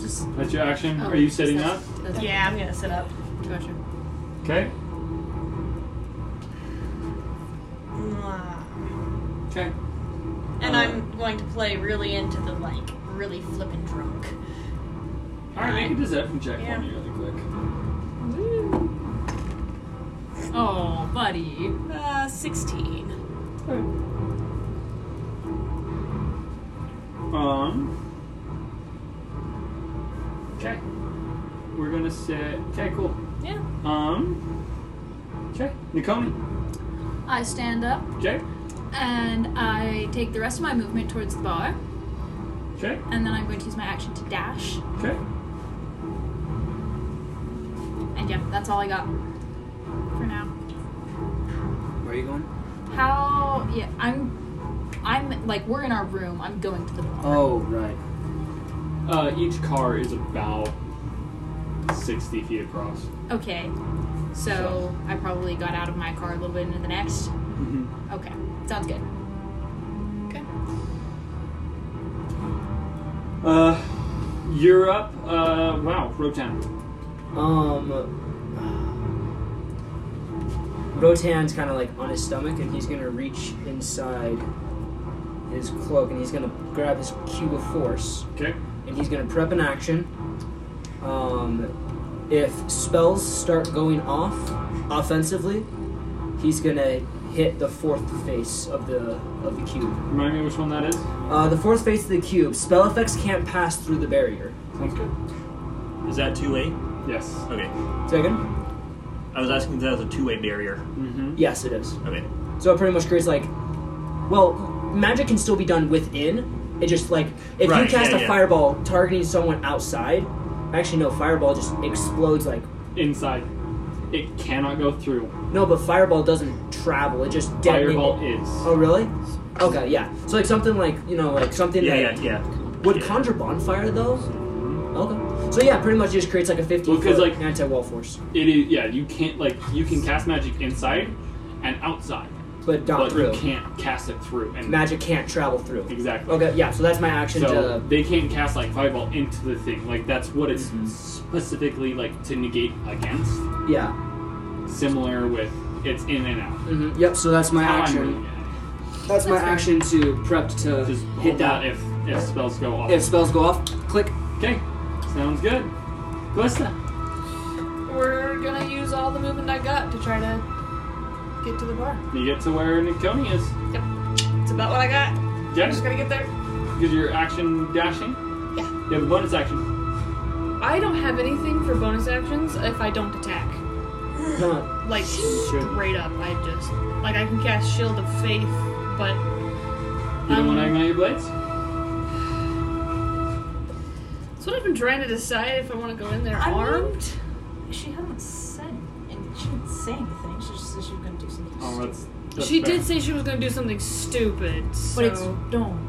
Speaker 2: Just
Speaker 16: That's your
Speaker 5: Oh.
Speaker 16: action. Are you sitting up?
Speaker 4: yeah, I'm gonna sit up.
Speaker 5: Gotcha.
Speaker 16: Okay. Okay.
Speaker 4: And I'm going to play really into the like really flippin' drunk.
Speaker 16: Alright, make a deception check
Speaker 4: Yeah.
Speaker 16: for me really quick.
Speaker 5: Oh, buddy.
Speaker 4: Uh, 16.
Speaker 16: Um. Okay. We're gonna sit. Okay, cool.
Speaker 4: Yeah.
Speaker 16: Um. Okay, Nikoni.
Speaker 38: I stand up.
Speaker 16: Okay.
Speaker 10: and I take the rest of my movement towards the bar.
Speaker 39: Okay.
Speaker 10: And then I'm going to use my action to dash.
Speaker 39: Okay.
Speaker 10: And yeah, that's all I got for now.
Speaker 40: Where are you going?
Speaker 10: How? Yeah, I'm. I'm like we're in our room. I'm going to the bar.
Speaker 40: Oh, right.
Speaker 16: Uh, each car is about 60 feet across.
Speaker 5: Oh.
Speaker 10: Okay. So I probably got out of my car a little bit into the next.
Speaker 16: Mm-hmm.
Speaker 10: Okay, sounds good. Okay.
Speaker 16: Uh, you're up. Uh, wow, Rotan.
Speaker 41: Um.
Speaker 2: Rotan's kind of like on his stomach, and he's gonna reach inside his cloak, and he's gonna grab his cube of force.
Speaker 16: Okay.
Speaker 2: And he's gonna prep an action. Um, if spells start going off offensively, he's gonna hit the fourth face of the of the cube.
Speaker 16: Remind me which one that is?
Speaker 2: Uh, the fourth face of the cube. Spell effects can't pass through the barrier.
Speaker 16: Sounds good.
Speaker 1: Is that two way?
Speaker 16: Yes.
Speaker 1: Okay.
Speaker 2: Second.
Speaker 1: I was asking if that was a two way barrier.
Speaker 16: Mm-hmm.
Speaker 2: Yes, it is.
Speaker 1: Okay.
Speaker 2: So it pretty much creates like, well, magic can still be done within. It just like if
Speaker 1: Right,
Speaker 2: you cast
Speaker 1: yeah,
Speaker 2: a
Speaker 1: yeah.
Speaker 2: fireball targeting someone outside, actually no, fireball just explodes like
Speaker 16: inside. It cannot go through.
Speaker 2: No, but fireball doesn't travel. It just detonates.
Speaker 16: Fireball is.
Speaker 2: Oh really? Okay, yeah. So like something like you know like something
Speaker 1: Yeah,
Speaker 2: that
Speaker 1: yeah, yeah.
Speaker 2: would conjure bonfire though. Okay. So yeah, pretty much just creates like a fifty
Speaker 16: Well, 'cause,
Speaker 2: foot
Speaker 16: like-
Speaker 2: anti wall force,
Speaker 16: It is. Yeah, you can't like you can cast magic inside and outside,
Speaker 2: but not
Speaker 16: but
Speaker 2: through.
Speaker 16: you can't cast it through. And
Speaker 2: Magic can't travel through.
Speaker 16: Exactly.
Speaker 2: Okay, yeah. So that's my action
Speaker 16: So
Speaker 2: to
Speaker 16: they can't cast like fireball into the thing. Like that's what it's
Speaker 2: Mm-hmm.
Speaker 16: specifically like to negate against.
Speaker 2: yeah.
Speaker 16: Similar with it's in and out.
Speaker 2: hmm Yep. So that's my
Speaker 16: How I'm
Speaker 2: action.
Speaker 16: reading it.
Speaker 2: That's my action to prep to
Speaker 16: Just
Speaker 2: hit
Speaker 16: hold
Speaker 2: that.
Speaker 16: that if if spells go off.
Speaker 2: If spells go off, click.
Speaker 16: Okay, sounds good. Glista.
Speaker 5: We're gonna use all the movement I got to try to get to the bar.
Speaker 16: You get to where Nikoni is.
Speaker 5: Yep. It's about what I got. I'm
Speaker 16: Yeah,
Speaker 5: just gonna get there.
Speaker 16: because your action dashing.
Speaker 5: Yeah. Um,
Speaker 16: You have a bonus action.
Speaker 5: I don't have anything for bonus actions if I don't attack.
Speaker 2: Not
Speaker 5: Like
Speaker 2: Sure.
Speaker 5: straight up, I just like I can cast Shield of Faith, but
Speaker 16: You don't
Speaker 5: Um,
Speaker 16: want to ignite your blades.
Speaker 5: that's what I've been trying to decide if I want to go in there
Speaker 9: I
Speaker 5: armed.
Speaker 9: She hasn't said, and she didn't say anything. She just said she was going to do something.
Speaker 16: Oh, that's. that's
Speaker 5: She
Speaker 16: fair.
Speaker 5: did say she was gonna do something stupid, so
Speaker 9: But it's dumb.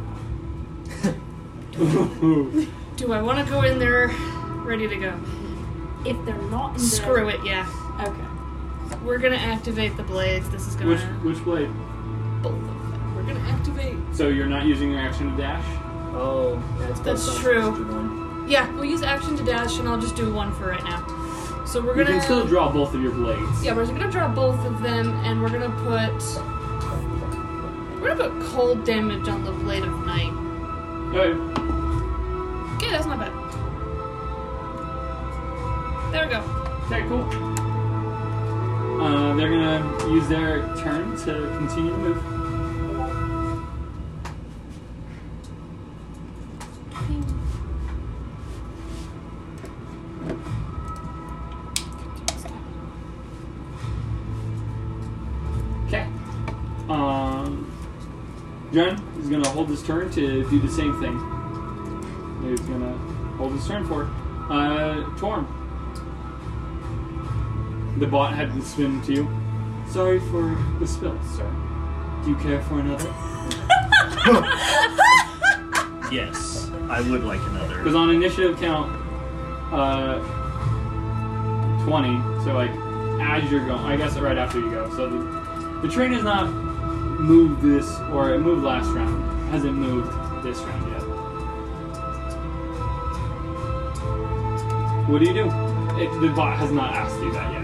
Speaker 5: do I want to go in there ready to go?
Speaker 10: If they're not in the
Speaker 5: Screw it, yeah.
Speaker 10: Okay.
Speaker 5: We're gonna activate the blades. This is gonna
Speaker 16: Which which blade?
Speaker 5: both of them. We're gonna activate.
Speaker 16: So you're not using your action to dash.
Speaker 2: Oh, that's,
Speaker 5: That's true. Yeah, we'll use action to dash, and I'll just do one for right now. So we're
Speaker 16: you
Speaker 5: gonna.
Speaker 16: can still draw both of your blades.
Speaker 5: Yeah, we're gonna draw both of them, and we're gonna put. We're gonna put cold damage on the blade of night.
Speaker 16: Okay.
Speaker 5: Okay, that's not bad. There we go.
Speaker 16: Okay. Cool. Uh, they're gonna use their turn to continue to move. Okay. Um, Jen is gonna hold his turn to do the same thing. He's gonna hold his turn for it. Uh, Torm. The bot had to swim to you. Sorry for the spill, sir. Do you care for another?
Speaker 1: Yes, I would like
Speaker 16: Because
Speaker 1: another.
Speaker 16: on initiative count, uh, 20, so like as you're going, I guess right after you go. So the, the train has not moved this, or it moved last round, hasn't moved this round yet. What do you do? It, the bot has not asked you that yet.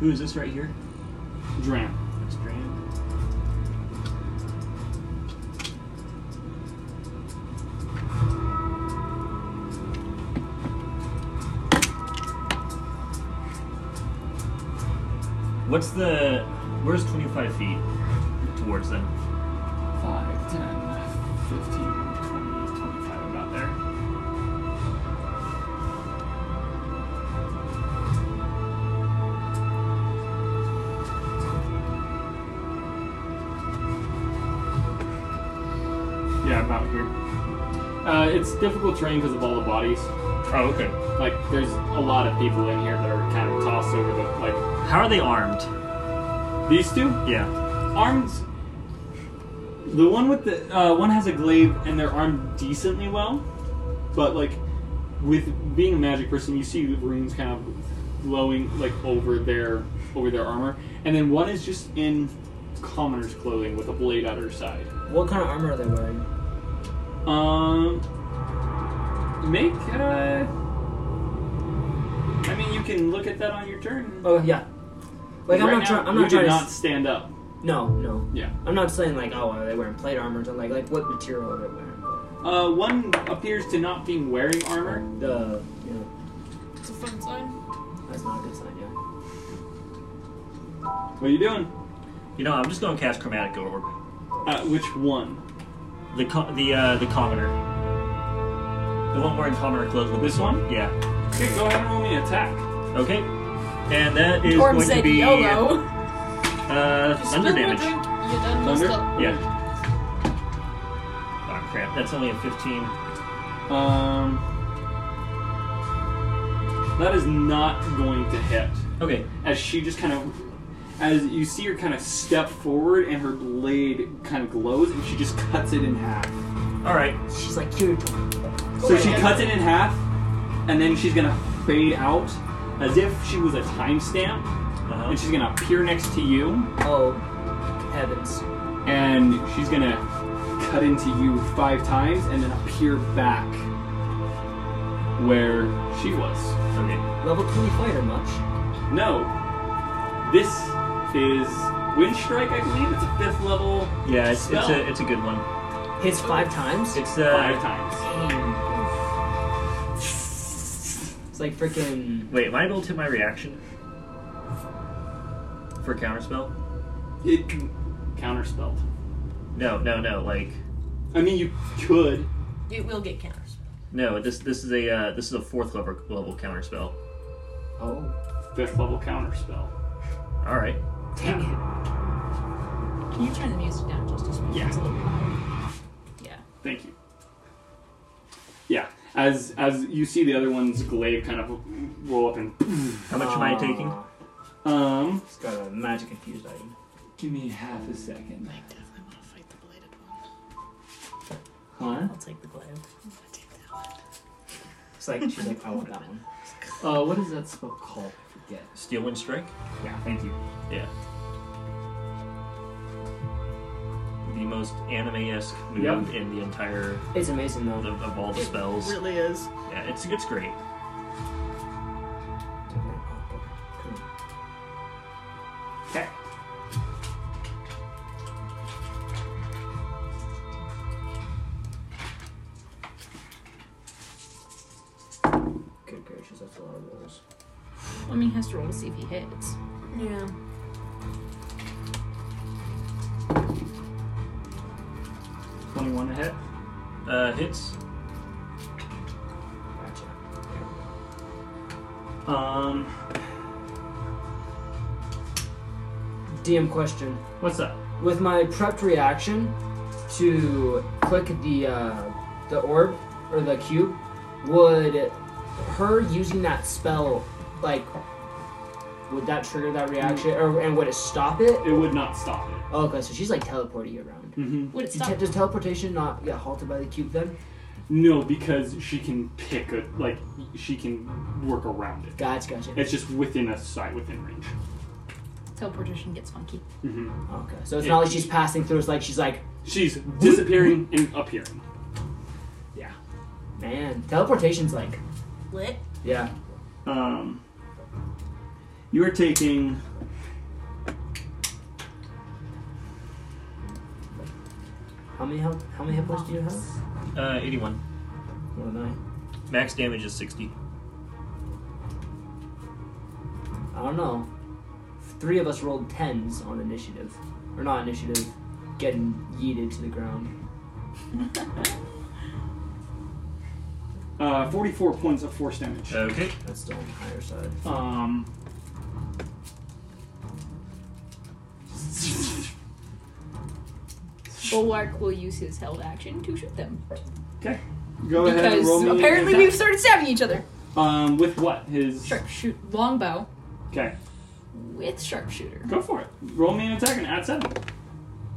Speaker 1: Who is this right here?
Speaker 16: Dram.
Speaker 1: That's Dran. What's the. Where's 25 feet towards them?
Speaker 16: 5, 10, 15, 20, 25, about there. about here. Uh, it's difficult terrain because of all the bodies.
Speaker 1: Oh, okay.
Speaker 16: Like, there's a lot of people in here that are kind of tossed over the like.
Speaker 1: How are they armed?
Speaker 16: These two?
Speaker 1: Yeah.
Speaker 16: Arms. The one with the uh, one has a glaive, and they're armed decently well, but like with being a magic person, you see the runes kind of glowing like over their over their armor, and then one is just in commoner's clothing with a blade at her side.
Speaker 2: What kind of armor are they wearing?
Speaker 16: Um, make. Uh, I mean, you can look at that on your turn.
Speaker 2: Oh yeah. Like I'm
Speaker 16: Right
Speaker 2: not trying.
Speaker 16: now,
Speaker 2: I'm not
Speaker 16: you
Speaker 2: trying
Speaker 16: did
Speaker 2: to
Speaker 16: not
Speaker 2: s-
Speaker 16: stand up.
Speaker 2: No, no.
Speaker 16: Yeah.
Speaker 2: I'm not saying like, oh, are they wearing plate armor? I'm like, like what material are they wearing?
Speaker 16: Uh, one appears to not be wearing armor.
Speaker 2: The
Speaker 42: It's a fun sign.
Speaker 2: that's not a good sign. Yeah.
Speaker 16: What are you doing?
Speaker 1: You know, I'm just going to cast Chromatic Orb.
Speaker 16: Uh, which one?
Speaker 1: The co- the uh, the commoner. The one wearing commoner clothes with
Speaker 16: This one?
Speaker 1: Yeah.
Speaker 16: Okay, go ahead and roll me an attack.
Speaker 1: Okay. And that is
Speaker 43: Torm
Speaker 1: going to
Speaker 43: said
Speaker 1: be
Speaker 43: YOLO.
Speaker 1: uh thunder damage.
Speaker 42: Thunder?
Speaker 1: Yeah. Oh crap! That's only a 15.
Speaker 16: Um, that is not going to hit.
Speaker 1: Okay.
Speaker 16: As she just kind of, as you see her kind of step forward and her blade kind of glows and she just cuts it in half.
Speaker 1: All right.
Speaker 2: She's like, here.
Speaker 16: So she cuts it in half, and then she's gonna fade out as if she was a timestamp, and she's gonna appear next to you.
Speaker 2: Oh, heavens!
Speaker 16: And she's gonna cut into you five times, and then appear back where she was.
Speaker 1: Okay.
Speaker 2: Level twenty fighter much.
Speaker 16: No. This is Wind Strike, I believe. It's a fifth level.
Speaker 1: Yeah, it's, it's
Speaker 16: spell.
Speaker 1: a it's a good one.
Speaker 2: Hits
Speaker 42: Oh.
Speaker 2: five times.
Speaker 1: It's uh,
Speaker 16: five times.
Speaker 2: It's like freaking.
Speaker 1: Wait, am I able to hit my reaction for counterspell?
Speaker 16: It counterspelled.
Speaker 1: No, no, no. Like
Speaker 16: I mean, you could.
Speaker 4: It will get counters.
Speaker 1: no. This this is a uh, this is a fourth level level counterspell.
Speaker 2: Oh.
Speaker 16: Fifth level counterspell.
Speaker 1: All right.
Speaker 2: Dang it.
Speaker 43: Can you turn the music down just a smidge?
Speaker 16: Yeah.
Speaker 43: It's a little loud. Yeah.
Speaker 16: Thank you. Yeah. As as you see the other one's glaive kind of roll up and.
Speaker 1: How much am I taking?
Speaker 16: Um.
Speaker 2: It's got a magic infused item.
Speaker 16: Give me half a second.
Speaker 42: I definitely want to fight the bladed one.
Speaker 16: Huh?
Speaker 43: I'll take the glaive.
Speaker 42: I'm gonna take that one.
Speaker 2: It's like she's like, I want that one.
Speaker 16: Uh, what is that spell called? I forget.
Speaker 1: Steel wind strike.
Speaker 16: Yeah. Thank you.
Speaker 1: Yeah. The most anime esque move
Speaker 2: Yep.
Speaker 1: in the entire
Speaker 2: It's amazing though.
Speaker 1: of, of all the spells.
Speaker 42: Really is.
Speaker 1: Yeah, it's it's great.
Speaker 16: Okay.
Speaker 2: Good gracious, that's a lot of rolls.
Speaker 5: I mean, he has to roll to see if he hits.
Speaker 4: Yeah.
Speaker 16: Twenty-one to hit.
Speaker 1: Uh, hits.
Speaker 2: Gotcha.
Speaker 16: Um.
Speaker 2: DM question.
Speaker 16: What's up?
Speaker 2: With my prepped reaction to click the uh, the orb or the cube, would her using that spell like would that trigger that reaction or and would it stop it?
Speaker 16: It would not stop it.
Speaker 2: Oh, okay, so she's like teleporting you around.
Speaker 16: Mm-hmm.
Speaker 5: Would it
Speaker 2: Did
Speaker 5: stop?
Speaker 2: te- does teleportation not get halted by the cube then?
Speaker 16: No, because she can pick a like she can work around it.
Speaker 2: Gotcha, gotcha.
Speaker 16: It's just within a sight, within range.
Speaker 5: Teleportation gets funky.
Speaker 16: Mm-hmm.
Speaker 2: Okay, so it's not like she's passing through. It's like she's like,
Speaker 16: She's disappearing and appearing. Yeah.
Speaker 2: man, teleportation's like,
Speaker 4: Lit.
Speaker 2: yeah.
Speaker 16: Um. You are taking.
Speaker 2: How many health, how many hit points do you have?
Speaker 1: Uh, eighty-one.
Speaker 2: One of nine.
Speaker 1: Max damage is sixty.
Speaker 2: I don't know. Three of us rolled tens on initiative, or not initiative, getting yeeted to the ground.
Speaker 16: Uh, 44 points of force damage.
Speaker 1: Okay.
Speaker 2: That's still on the higher side.
Speaker 16: Um.
Speaker 5: Bulwark will use his held action to shoot them.
Speaker 16: Okay. Go ahead and
Speaker 5: because
Speaker 16: roll me an
Speaker 5: apparently
Speaker 16: attack.
Speaker 5: we've started stabbing each other.
Speaker 16: Um, with what? His.
Speaker 5: Sharpshoot longbow
Speaker 16: Okay.
Speaker 5: with sharpshooter.
Speaker 16: Go for it. Roll me an attack and add seven.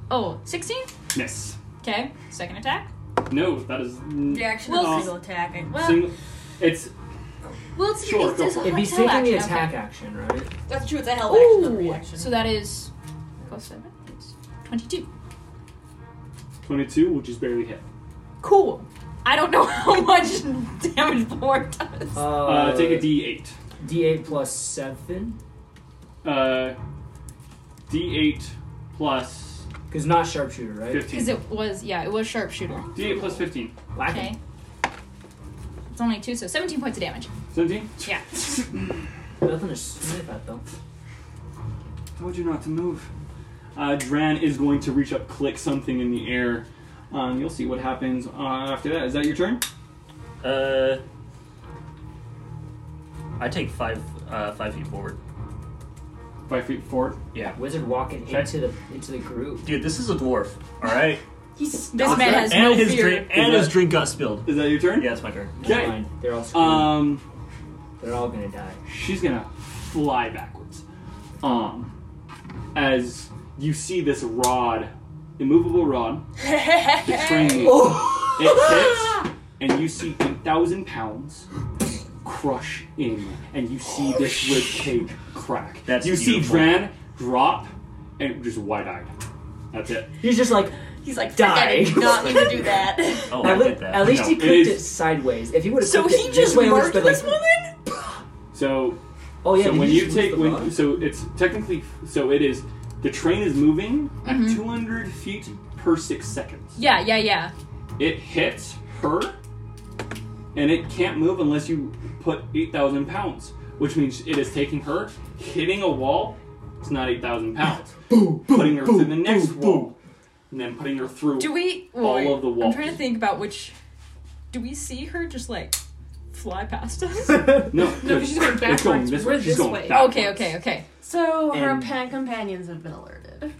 Speaker 5: Oh, 16?
Speaker 16: Miss.
Speaker 5: Okay, second attack.
Speaker 16: No, that is. n-
Speaker 5: Reaction
Speaker 16: uh,
Speaker 5: of
Speaker 9: Single attack. I-
Speaker 5: well-
Speaker 16: single- It's
Speaker 5: Well, it's,
Speaker 16: Sure,
Speaker 5: it's,
Speaker 16: go
Speaker 5: it's
Speaker 16: for
Speaker 5: a
Speaker 16: it.
Speaker 2: If he's
Speaker 5: held
Speaker 2: taking the
Speaker 5: action,
Speaker 2: attack
Speaker 5: okay.
Speaker 2: action, right?
Speaker 9: That's true. It's a held action, not a
Speaker 5: Ooh,
Speaker 9: reaction.
Speaker 5: so that is plus seven. It's twenty-two.
Speaker 16: 22, which is barely hit.
Speaker 5: Cool. I don't know how much damage Bulwark does.
Speaker 16: Uh, take a d8.
Speaker 2: D8 plus 7?
Speaker 16: Uh, d8 plus.
Speaker 2: Because not sharpshooter, right?
Speaker 16: 15.
Speaker 5: Because it was yeah, it was sharpshooter.
Speaker 16: D8 plus 15.
Speaker 5: Okay. It's only two, so seventeen points of damage.
Speaker 16: 17?
Speaker 5: Yeah.
Speaker 2: Nothing to sniff at, though.
Speaker 16: Told you not to move. Uh, Dran is going to reach up, click something in the air. Um, you'll see what happens uh, after that. Is that your turn?
Speaker 1: Uh, I take five uh, five feet forward.
Speaker 16: Five feet forward.
Speaker 1: Yeah.
Speaker 2: Wizard walking into the into the group.
Speaker 1: Dude, this is a dwarf. All right.
Speaker 5: He's
Speaker 2: This man has
Speaker 1: and
Speaker 2: no
Speaker 1: his
Speaker 2: fear.
Speaker 1: drink and
Speaker 2: Is
Speaker 1: his
Speaker 2: that-
Speaker 1: drink got spilled.
Speaker 16: Is that your turn?
Speaker 1: Yeah, it's my turn.
Speaker 2: Never mind. They're all screwed.
Speaker 16: Um,
Speaker 2: They're all gonna die.
Speaker 16: she's gonna fly backwards. Um, as you see this rod, immovable rod, betraying you.
Speaker 2: Oh.
Speaker 16: It hits, and you see eight thousand pounds crush in, and you see this rib cage crack.
Speaker 1: That's
Speaker 16: you see
Speaker 1: beautiful.
Speaker 16: Dran drop, and just wide eyed. That's it.
Speaker 2: He's just like,
Speaker 9: He's like,
Speaker 2: die.
Speaker 9: forget it, not need to do that.
Speaker 1: Oh,
Speaker 2: at,
Speaker 1: I
Speaker 2: lea-
Speaker 1: get that.
Speaker 2: at least
Speaker 16: No,
Speaker 2: he
Speaker 16: it
Speaker 2: clicked it,
Speaker 16: is-
Speaker 2: sideways. If he would have
Speaker 5: So
Speaker 2: clicked
Speaker 5: he
Speaker 2: it
Speaker 5: just
Speaker 2: this way, it would've
Speaker 5: marked
Speaker 2: been
Speaker 5: this
Speaker 2: like,
Speaker 5: woman?
Speaker 16: So,
Speaker 2: Oh, yeah,
Speaker 16: So
Speaker 2: did
Speaker 16: when
Speaker 2: you
Speaker 16: you
Speaker 2: just
Speaker 16: take
Speaker 2: lose the
Speaker 16: when
Speaker 2: rod?
Speaker 16: so it's technically so it is the train is moving at
Speaker 5: Mhm.
Speaker 16: 200 feet per six seconds.
Speaker 5: Yeah, yeah, yeah.
Speaker 16: It hits her, and it can't move unless you put 8,000 pounds, which means it is taking her, hitting a wall. It's not 8,000 pounds. putting her through the next wall, and then putting her through
Speaker 5: Do we
Speaker 16: all
Speaker 5: wait,
Speaker 16: of the
Speaker 5: I'm
Speaker 16: walls.
Speaker 5: trying to think about which do we see her just like fly past us?
Speaker 16: No,
Speaker 4: No, 'cause she's going
Speaker 16: it's going
Speaker 4: backwards.
Speaker 16: this
Speaker 4: We're
Speaker 16: way. She's
Speaker 4: this
Speaker 16: going
Speaker 4: way.
Speaker 16: backwards.
Speaker 5: okay, okay, okay.
Speaker 4: So Oh, her
Speaker 16: And-
Speaker 4: pan companions have been alerted.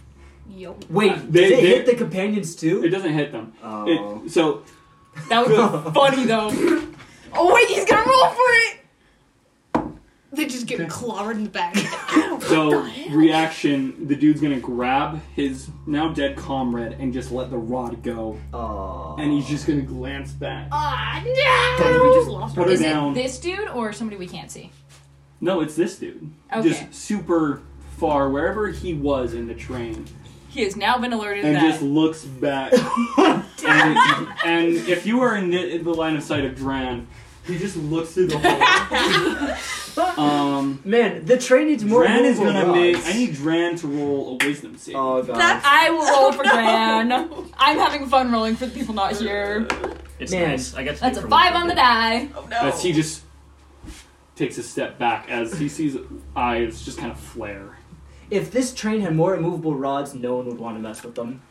Speaker 5: Yo.
Speaker 2: Wait,
Speaker 16: Uh,
Speaker 2: did
Speaker 16: they-
Speaker 2: it
Speaker 16: they-
Speaker 2: hit the companions too?
Speaker 16: It doesn't hit them.
Speaker 2: Oh.
Speaker 16: It- so
Speaker 5: That would be funny though. Oh wait, he's gonna roll for it!
Speaker 4: They just get clawed in the back.
Speaker 16: So reaction, the dude's gonna grab his now dead comrade and just let the rod go,
Speaker 2: Oh.
Speaker 16: and he's just gonna glance back.
Speaker 5: Ah
Speaker 16: But we just lost Put her
Speaker 5: Is
Speaker 16: down.
Speaker 5: it this dude or somebody we can't see?
Speaker 16: No, it's this dude.
Speaker 5: Okay.
Speaker 16: Just super far wherever he was in the train,
Speaker 5: He has now been alerted
Speaker 16: and
Speaker 5: that
Speaker 16: just looks back. and, and if you are in the, in the line of sight of Dran, he just looks through the hole. um,
Speaker 2: Man, the train needs more
Speaker 16: Dran is gonna
Speaker 2: immovable
Speaker 16: make.
Speaker 2: rods.
Speaker 16: I need Dran to roll a wisdom save.
Speaker 2: Oh, God.
Speaker 5: I will roll for Gran. I'm having fun rolling for the people
Speaker 16: Uh,
Speaker 5: not here.
Speaker 1: It's
Speaker 2: Man.
Speaker 1: nice. I got to
Speaker 5: That's
Speaker 1: take
Speaker 5: a
Speaker 1: from
Speaker 5: five
Speaker 1: one
Speaker 5: on
Speaker 1: thing.
Speaker 5: the die.
Speaker 9: Oh
Speaker 16: As he just takes a step back as he sees eyes just kind of flare.
Speaker 2: If this train had more immovable rods, no one would want to mess with them.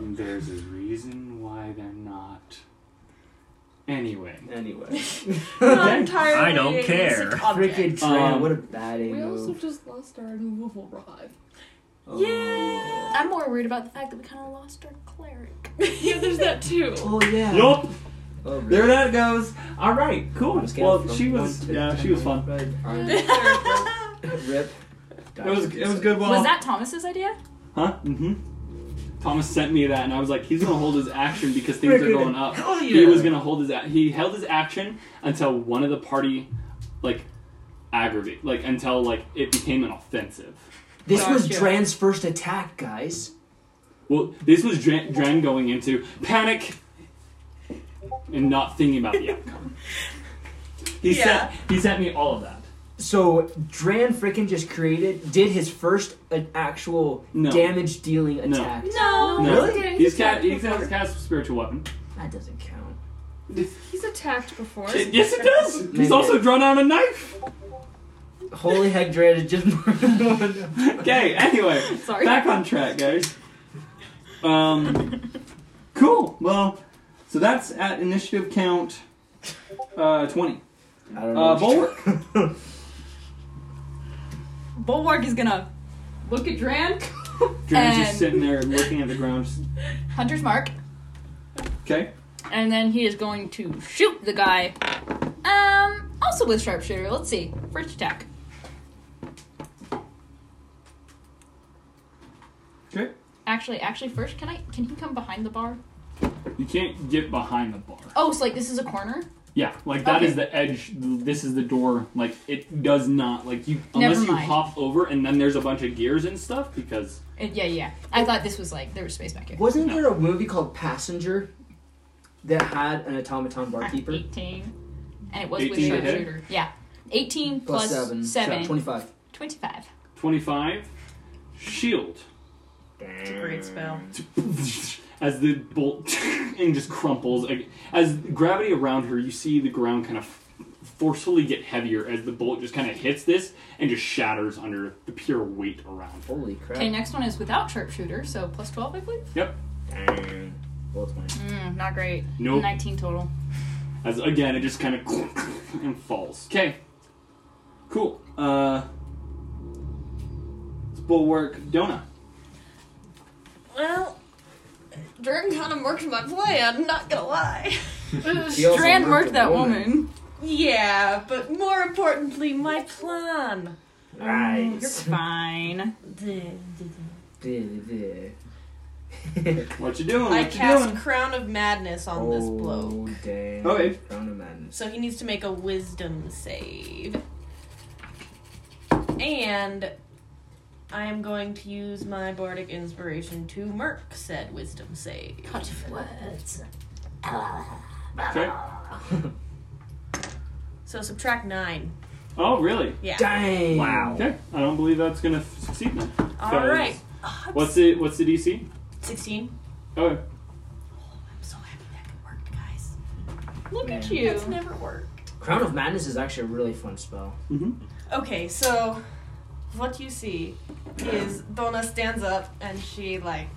Speaker 16: There's a reason why they're not. Anyway.
Speaker 2: Anyway.
Speaker 16: Okay.
Speaker 1: I don't care.
Speaker 2: Freaking train,
Speaker 16: Um,
Speaker 2: what a bad aim
Speaker 44: We also
Speaker 2: move. Oh.
Speaker 44: just lost our immovable rod.
Speaker 2: Yeah.
Speaker 45: I'm more worried about the fact that we kind of lost our cleric.
Speaker 44: yeah, there's that too.
Speaker 2: Oh, yeah.
Speaker 16: Yup.
Speaker 2: Oh, really?
Speaker 16: There that goes. All right. Cool.
Speaker 2: On a scale
Speaker 16: Well,
Speaker 2: from
Speaker 16: she
Speaker 2: one
Speaker 16: was.
Speaker 2: to
Speaker 16: Yeah,
Speaker 2: ten,
Speaker 16: she was fun.
Speaker 2: right? Rip.
Speaker 16: It was. It was good. Well,
Speaker 5: Was that Thomas's idea?
Speaker 16: Huh? Mm-hmm. Thomas sent me that, and I was like, he's gonna hold his action because things are
Speaker 2: Freaking
Speaker 16: going up.
Speaker 2: hell
Speaker 16: He
Speaker 2: yeah.
Speaker 16: was gonna hold his. A- he held his action until one of the party, like, aggravate, like until like it became an offensive.
Speaker 2: This was
Speaker 5: Gotcha.
Speaker 2: Dran's first attack, guys.
Speaker 16: Well, this was Dran, Dran going into panic and not thinking about the outcome. He
Speaker 9: Yeah.
Speaker 16: sent he sent me all of that.
Speaker 2: So Dran freaking just created, did his first an actual
Speaker 16: No.
Speaker 2: damage dealing attack.
Speaker 5: No.
Speaker 16: No,
Speaker 2: Really?
Speaker 16: he's cast he's cast, cast spiritual weapon.
Speaker 2: That doesn't count.
Speaker 44: He's attacked before.
Speaker 16: It- yes, it does. He's
Speaker 2: Maybe.
Speaker 16: also drawn out a knife.
Speaker 2: Holy heck, Dran is just.
Speaker 16: Okay. Anyway,
Speaker 5: Sorry.
Speaker 16: back on track, guys. Um, cool. Well, so that's at initiative count uh, twenty.
Speaker 2: I don't
Speaker 16: Uh,
Speaker 2: know.
Speaker 16: Bulwark.
Speaker 5: Bulwark is gonna look at Dran.
Speaker 16: Drew's just
Speaker 5: And-
Speaker 16: sitting there looking at the ground. just-
Speaker 5: Hunter's mark,
Speaker 16: Okay.
Speaker 5: and then he is going to shoot the guy. Um, also with sharpshooter. Let's see. First attack.
Speaker 16: Okay.
Speaker 5: Actually, actually, first, can I? Can he come behind the bar?
Speaker 16: You can't get behind the bar.
Speaker 5: Oh, so like this is a corner.
Speaker 16: Yeah, like that
Speaker 5: Okay.
Speaker 16: is the edge. This is the door. Like it does not like you
Speaker 5: Never
Speaker 16: unless you
Speaker 5: mind.
Speaker 16: hop over and then there's a bunch of gears and stuff because
Speaker 5: Uh, yeah, yeah. I thought this was like there was space back here.
Speaker 2: Wasn't there a movie called Passenger that had an automaton barkeeper?
Speaker 5: Eighteen, and it was with
Speaker 2: 18 to hit?
Speaker 5: sharpshooter. Yeah, eighteen
Speaker 2: Plus
Speaker 5: plus,
Speaker 2: seven.
Speaker 5: seven.
Speaker 2: So 25.
Speaker 5: Twenty-five.
Speaker 16: twenty-five shield
Speaker 4: It's a great spell.
Speaker 16: as the bolt and just crumples like, as gravity around her. You see the ground kind of forcefully get heavier as the bolt just kind of hits this and just shatters under the pure weight around.
Speaker 2: Holy crap!
Speaker 5: Okay, next one is without sharpshooter, so plus twelve, I believe.
Speaker 16: Yep.
Speaker 2: Well, it's mine.
Speaker 5: Mm, not great.
Speaker 16: Nope.
Speaker 5: Nineteen total.
Speaker 16: As again, it just kind of and falls. Okay. Cool. Uh, it's bulwark donut.
Speaker 4: Well, Dern kind of worked my plan, not gonna lie.
Speaker 16: She also Dren worked worked that the woman.
Speaker 4: Yeah, but more importantly, my plan.
Speaker 2: Right.
Speaker 5: You're
Speaker 4: Mm,
Speaker 5: fine.
Speaker 16: what you doing? What
Speaker 4: I
Speaker 16: you
Speaker 4: cast
Speaker 16: doing?
Speaker 4: Crown of Madness on this blow,
Speaker 2: Oh damn!
Speaker 16: Okay.
Speaker 2: Crown of Madness.
Speaker 4: so he needs to make a Wisdom save. And I am going to use my bardic inspiration to merc said Wisdom save. Touch words.
Speaker 16: Okay.
Speaker 4: So subtract nine.
Speaker 16: Oh, really?
Speaker 4: Yeah.
Speaker 2: Dang.
Speaker 16: Wow. Okay. I don't believe that's gonna f- succeed then.
Speaker 4: All right.
Speaker 16: What's the What's the Oh, DC?
Speaker 4: Sixteen.
Speaker 16: Okay.
Speaker 4: Look
Speaker 2: at
Speaker 4: at
Speaker 2: you.
Speaker 4: you. That's never worked.
Speaker 2: Crown of Madness is actually a really fun spell.
Speaker 16: Mm-hmm.
Speaker 4: Okay, so what you see is Donna stands up and she like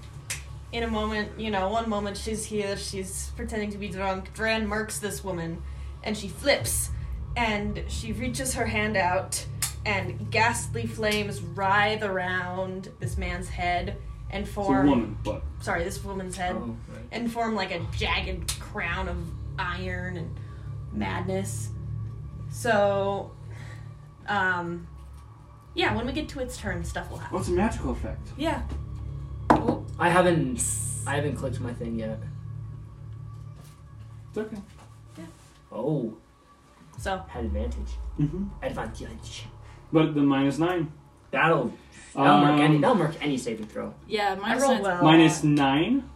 Speaker 4: in a moment, you know, one moment she's here, she's pretending to be drunk. Dran murks this woman and she flips and she reaches her hand out and ghastly flames writhe around this man's head and
Speaker 16: It's
Speaker 4: form
Speaker 16: a woman, but
Speaker 4: sorry, this woman's head,
Speaker 16: Oh, right.
Speaker 4: and form like a jagged crown of iron and madness. So, um, yeah, when we get to its turn, stuff will happen.
Speaker 16: what's a magical effect?
Speaker 4: Yeah.
Speaker 2: I haven't. I haven't clicked my thing yet.
Speaker 16: It's okay.
Speaker 2: Oh.
Speaker 4: So.
Speaker 2: Had advantage.
Speaker 16: Mm-hmm.
Speaker 2: Advantage.
Speaker 16: But the minus nine.
Speaker 2: That'll that'll mark any
Speaker 16: Um,
Speaker 2: that'll mark any saving throw.
Speaker 9: Uh,
Speaker 5: Yeah, minus
Speaker 4: rolled
Speaker 5: nine.
Speaker 4: well.
Speaker 16: minus nine.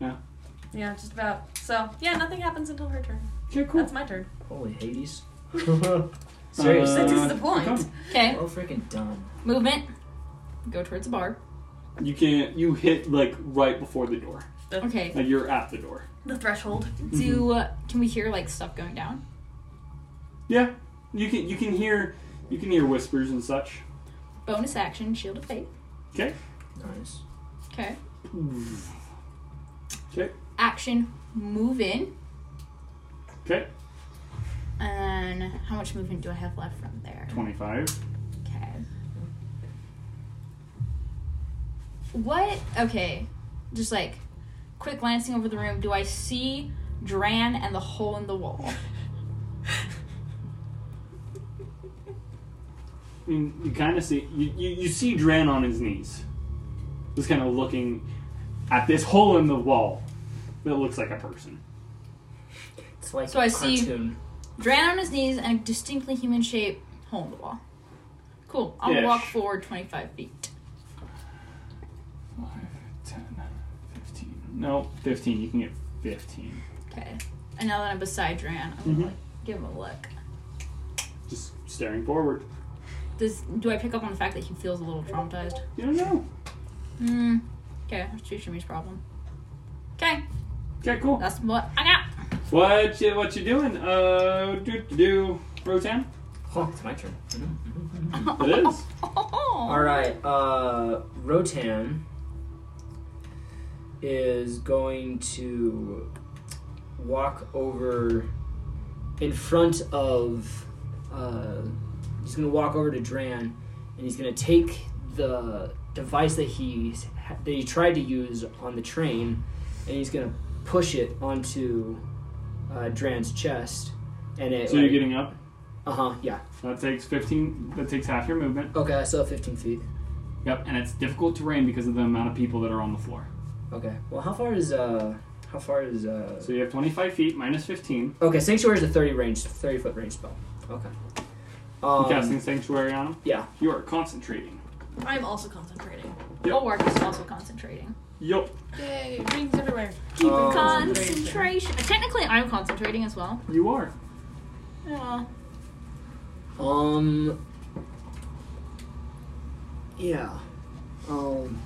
Speaker 4: Yeah, just about. So, yeah, nothing happens until her turn.
Speaker 16: Okay, cool.
Speaker 4: That's my turn.
Speaker 2: Holy Hades.
Speaker 16: Seriously.
Speaker 4: That is the
Speaker 16: Uh,
Speaker 4: point.
Speaker 5: Okay.
Speaker 2: Oh freaking dumb.
Speaker 5: Movement. Go towards the bar.
Speaker 16: You can't. You hit like right before the door.
Speaker 5: Okay.
Speaker 16: Like you're at the door.
Speaker 4: The threshold.
Speaker 5: Do uh, can we hear like stuff going down?
Speaker 16: Yeah. You can. You can hear. You can hear whispers and such.
Speaker 5: Bonus action, shield of faith.
Speaker 16: Okay.
Speaker 2: Nice.
Speaker 5: Okay.
Speaker 16: Okay.
Speaker 5: Action, move in.
Speaker 16: Okay.
Speaker 5: And how much movement do I have left from there?
Speaker 16: Twenty-five.
Speaker 5: Okay. What? Okay. Just like quick glancing over the room, do I see Dran and the hole in the wall?
Speaker 16: You, you kind of see you, you, you see Dran on his knees, just kind of looking at this hole in the wall that looks like a person.
Speaker 2: It's like
Speaker 5: So I see-
Speaker 2: cartoon.
Speaker 5: Dran on his knees and a distinctly human shape, hole in the wall. Cool. I'll
Speaker 16: Ish.
Speaker 5: walk forward 25 feet.
Speaker 16: 5, 10, 15. No, 15. You can get 15.
Speaker 5: Okay. And now that I'm beside Dran, I'm
Speaker 16: Mhm.
Speaker 5: gonna like give him a look.
Speaker 16: Just staring forward.
Speaker 5: Does do I pick up on the fact that he feels a little traumatized?
Speaker 16: You don't know.
Speaker 5: Hmm. Okay, that's Shimi's problem. Okay.
Speaker 16: Okay, cool.
Speaker 5: That's what I got.
Speaker 16: What you, what you doing? Uh, do do do. Rotan.
Speaker 2: Oh, it's my turn.
Speaker 16: It is.
Speaker 2: Alright, uh Rotan is going to walk over in front of uh he's gonna walk over to Dran and he's gonna take the device that he's that he tried to use on the train, and he's gonna push it onto uh, Dran's chest, and it.
Speaker 16: So you're getting up?
Speaker 2: Uh huh. Yeah.
Speaker 16: That takes fifteen. That takes half your movement.
Speaker 2: Okay, I still have fifteen feet.
Speaker 16: Yep, and it's difficult terrain because of the amount of people that are on the floor.
Speaker 2: Okay. Well, how far is uh? How far is uh?
Speaker 16: So you have twenty-five feet minus fifteen.
Speaker 2: Okay, sanctuary is a thirty range, thirty foot range spell. Okay. Um,
Speaker 16: you casting sanctuary on him.
Speaker 2: Yeah.
Speaker 16: You are concentrating.
Speaker 46: I'm also concentrating.
Speaker 16: Yep.
Speaker 10: Ulwark is also concentrating.
Speaker 16: Yup.
Speaker 46: Yay, rings everywhere.
Speaker 10: Keep
Speaker 5: Oh.
Speaker 2: Um,
Speaker 10: concentration. Technically, I'm concentrating as well.
Speaker 16: You are.
Speaker 10: Yeah.
Speaker 2: Um. Yeah. Um.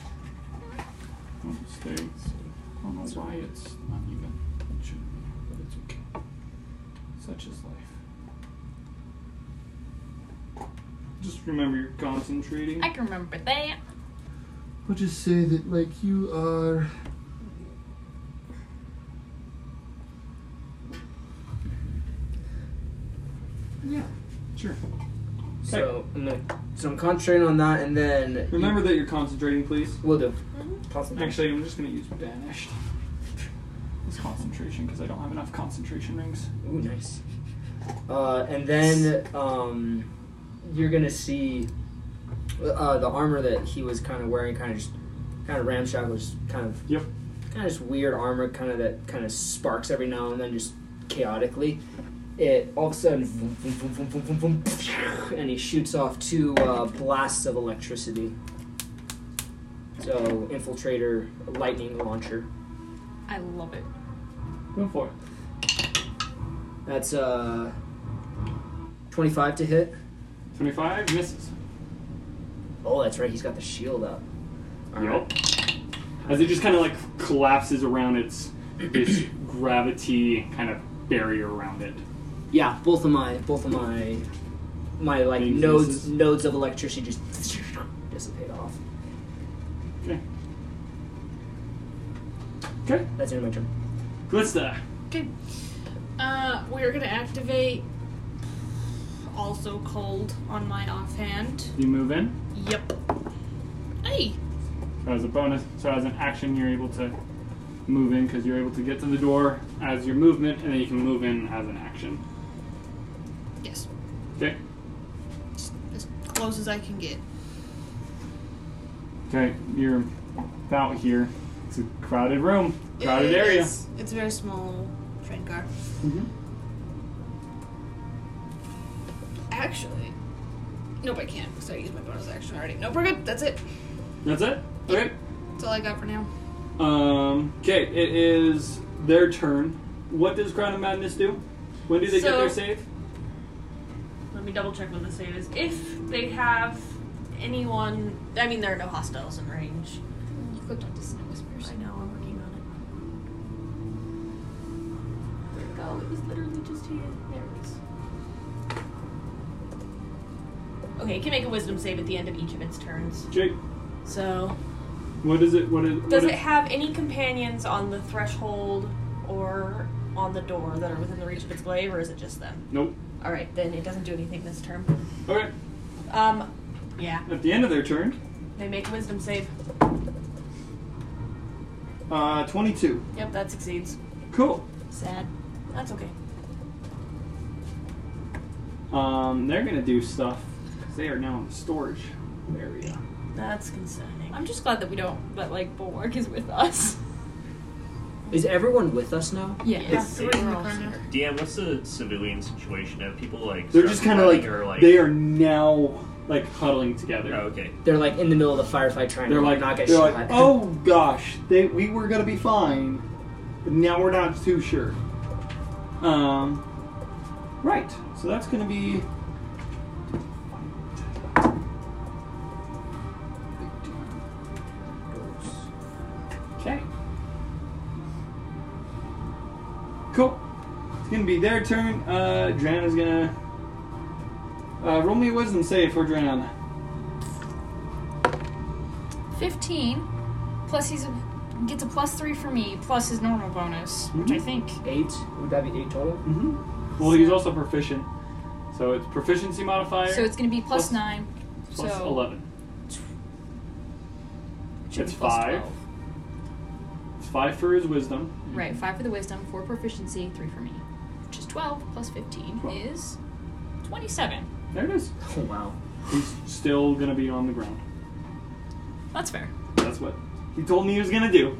Speaker 16: Stay. I don't know why it's not even. It shouldn't be, but it's okay. Such is life. Just remember you're concentrating.
Speaker 10: I can remember that.
Speaker 47: We'll just say that, like, you are.
Speaker 16: Yeah. Sure.
Speaker 2: So I'm gonna, so I'm concentrating on that, and then
Speaker 16: Remember that you're concentrating, please.
Speaker 2: we'll do.
Speaker 16: Actually, I'm just gonna use banished. It's concentration because I don't have enough concentration rings.
Speaker 2: Ooh, nice. Uh, and then um, you're gonna see uh, the armor that he was kind of wearing, kind of just kind of ramshackle, just kind of
Speaker 16: Yep.
Speaker 2: kind of just weird armor, kind of that kind of sparks every now and then, just chaotically. It all of a sudden, vroom, vroom, vroom, vroom, vroom, vroom, and he shoots off two uh, blasts of electricity. So infiltrator, lightning launcher.
Speaker 10: I love it.
Speaker 16: Go for it.
Speaker 2: That's uh, 25 to hit.
Speaker 16: 25 misses.
Speaker 2: Oh, that's right. He's got the shield up.
Speaker 16: Yep. As it just kind of like collapses around its this gravity kind of barrier around it.
Speaker 2: Yeah, both of my both of my my like
Speaker 16: Things
Speaker 2: nodes
Speaker 16: misses.
Speaker 2: nodes of electricity just dissipate off.
Speaker 16: Okay. Okay.
Speaker 2: That's the end of my turn.
Speaker 16: Glitster.
Speaker 5: Okay. Uh, we are gonna activate. Also cold on my offhand.
Speaker 16: You move in.
Speaker 5: Yep. Hey.
Speaker 16: So as a bonus, so as an action, you're able to move in because you're able to get to the door as your movement, and then you can move in as an action.
Speaker 5: Yes.
Speaker 16: Okay.
Speaker 5: As close as I can get.
Speaker 16: Okay. You're about here. It's a crowded room, crowded area.
Speaker 5: It's, it's a very small train car.
Speaker 16: Mhm.
Speaker 5: Actually, nope, I can't because I used my bonus action already. Nope, we're good. That's it.
Speaker 16: That's it. Okay.
Speaker 5: That's all I got for now.
Speaker 16: Um. Okay. It is their turn. What does Crown of Madness do? When do they get
Speaker 4: So-
Speaker 16: their save?
Speaker 4: Let me double check what the save is. If they have anyone, I mean, there are no hostiles in range.
Speaker 48: You clicked on Dissonant Whispers.
Speaker 4: I know, I'm working on it. There we go. It was literally just here. There it is. Okay, it can make a wisdom save at the end of each of its turns.
Speaker 16: Jake,
Speaker 4: So,
Speaker 16: what is it? What is? what
Speaker 4: does
Speaker 16: is-
Speaker 4: it have any companions on the threshold or on the door that are within the reach of its glaive, or is it just them?
Speaker 16: Nope.
Speaker 4: All right, then it doesn't do anything this term.
Speaker 16: Okay.
Speaker 4: Um, yeah,
Speaker 16: At the end of their turn,
Speaker 4: they make a wisdom save.
Speaker 16: uh, twenty-two.
Speaker 4: Yep, that succeeds.
Speaker 16: Cool.
Speaker 4: Sad. That's okay.
Speaker 16: Um, they're gonna do stuff. 'cause They are now in the storage area.
Speaker 4: That's concerning.
Speaker 10: I'm just glad that we don't. That like Bulwark is with us.
Speaker 2: Is everyone with us now?
Speaker 10: Yeah.
Speaker 1: DM, what's the civilian situation? Have people like
Speaker 16: They're just kind of like,
Speaker 1: or, like Oh,
Speaker 16: they are now like huddling together.
Speaker 1: okay.
Speaker 2: They're like in the middle of the firefight trying
Speaker 16: They're
Speaker 2: to
Speaker 16: like,
Speaker 2: not
Speaker 16: they're
Speaker 2: get shot.
Speaker 16: like, oh gosh, they we were gonna be fine, but now we're not too sure. Um, right. So that's gonna be. Okay. Cool. It's gonna be their turn. Uh, Dran is gonna. Uh, roll me a wisdom save for Dran.
Speaker 10: 15. Plus he's gets a plus three for me, plus his normal bonus, which I
Speaker 16: Mhm.
Speaker 10: think.
Speaker 2: Eight? Would that be eight total?
Speaker 16: Mm-hmm. Well, he's also proficient, so it's proficiency modifier
Speaker 10: So it's gonna be plus, plus nine.
Speaker 16: plus
Speaker 10: so
Speaker 16: eleven.
Speaker 10: should
Speaker 1: It's
Speaker 10: be plus
Speaker 1: five.
Speaker 10: 12.
Speaker 1: It's five for his wisdom.
Speaker 10: Right, five for the wisdom, four proficiency, three for me. Which is 12 plus 15 is 27.
Speaker 1: There it is.
Speaker 49: Oh wow.
Speaker 1: He's still gonna be on the ground.
Speaker 10: That's fair.
Speaker 1: That's what he told me he was gonna do.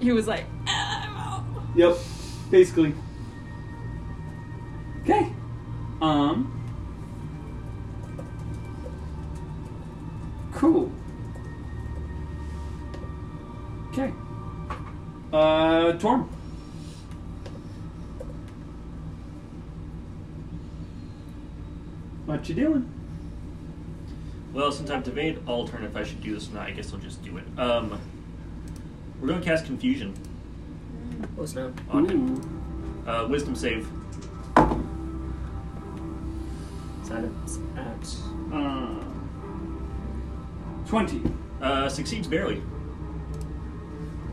Speaker 10: He was like, "Ah,
Speaker 1: Yep. Basically. Okay. Um. Cool. Okay. Uh, Torm. What you doing?
Speaker 16: Well, since I've debated alternate if I should do this or not, I guess I'll just do it. Um, we're going to cast confusion
Speaker 2: Oh snap.
Speaker 16: on him. Uh, wisdom save.
Speaker 2: It's not a- it's an axe.
Speaker 1: Uh, Twenty.
Speaker 16: Uh, succeeds barely.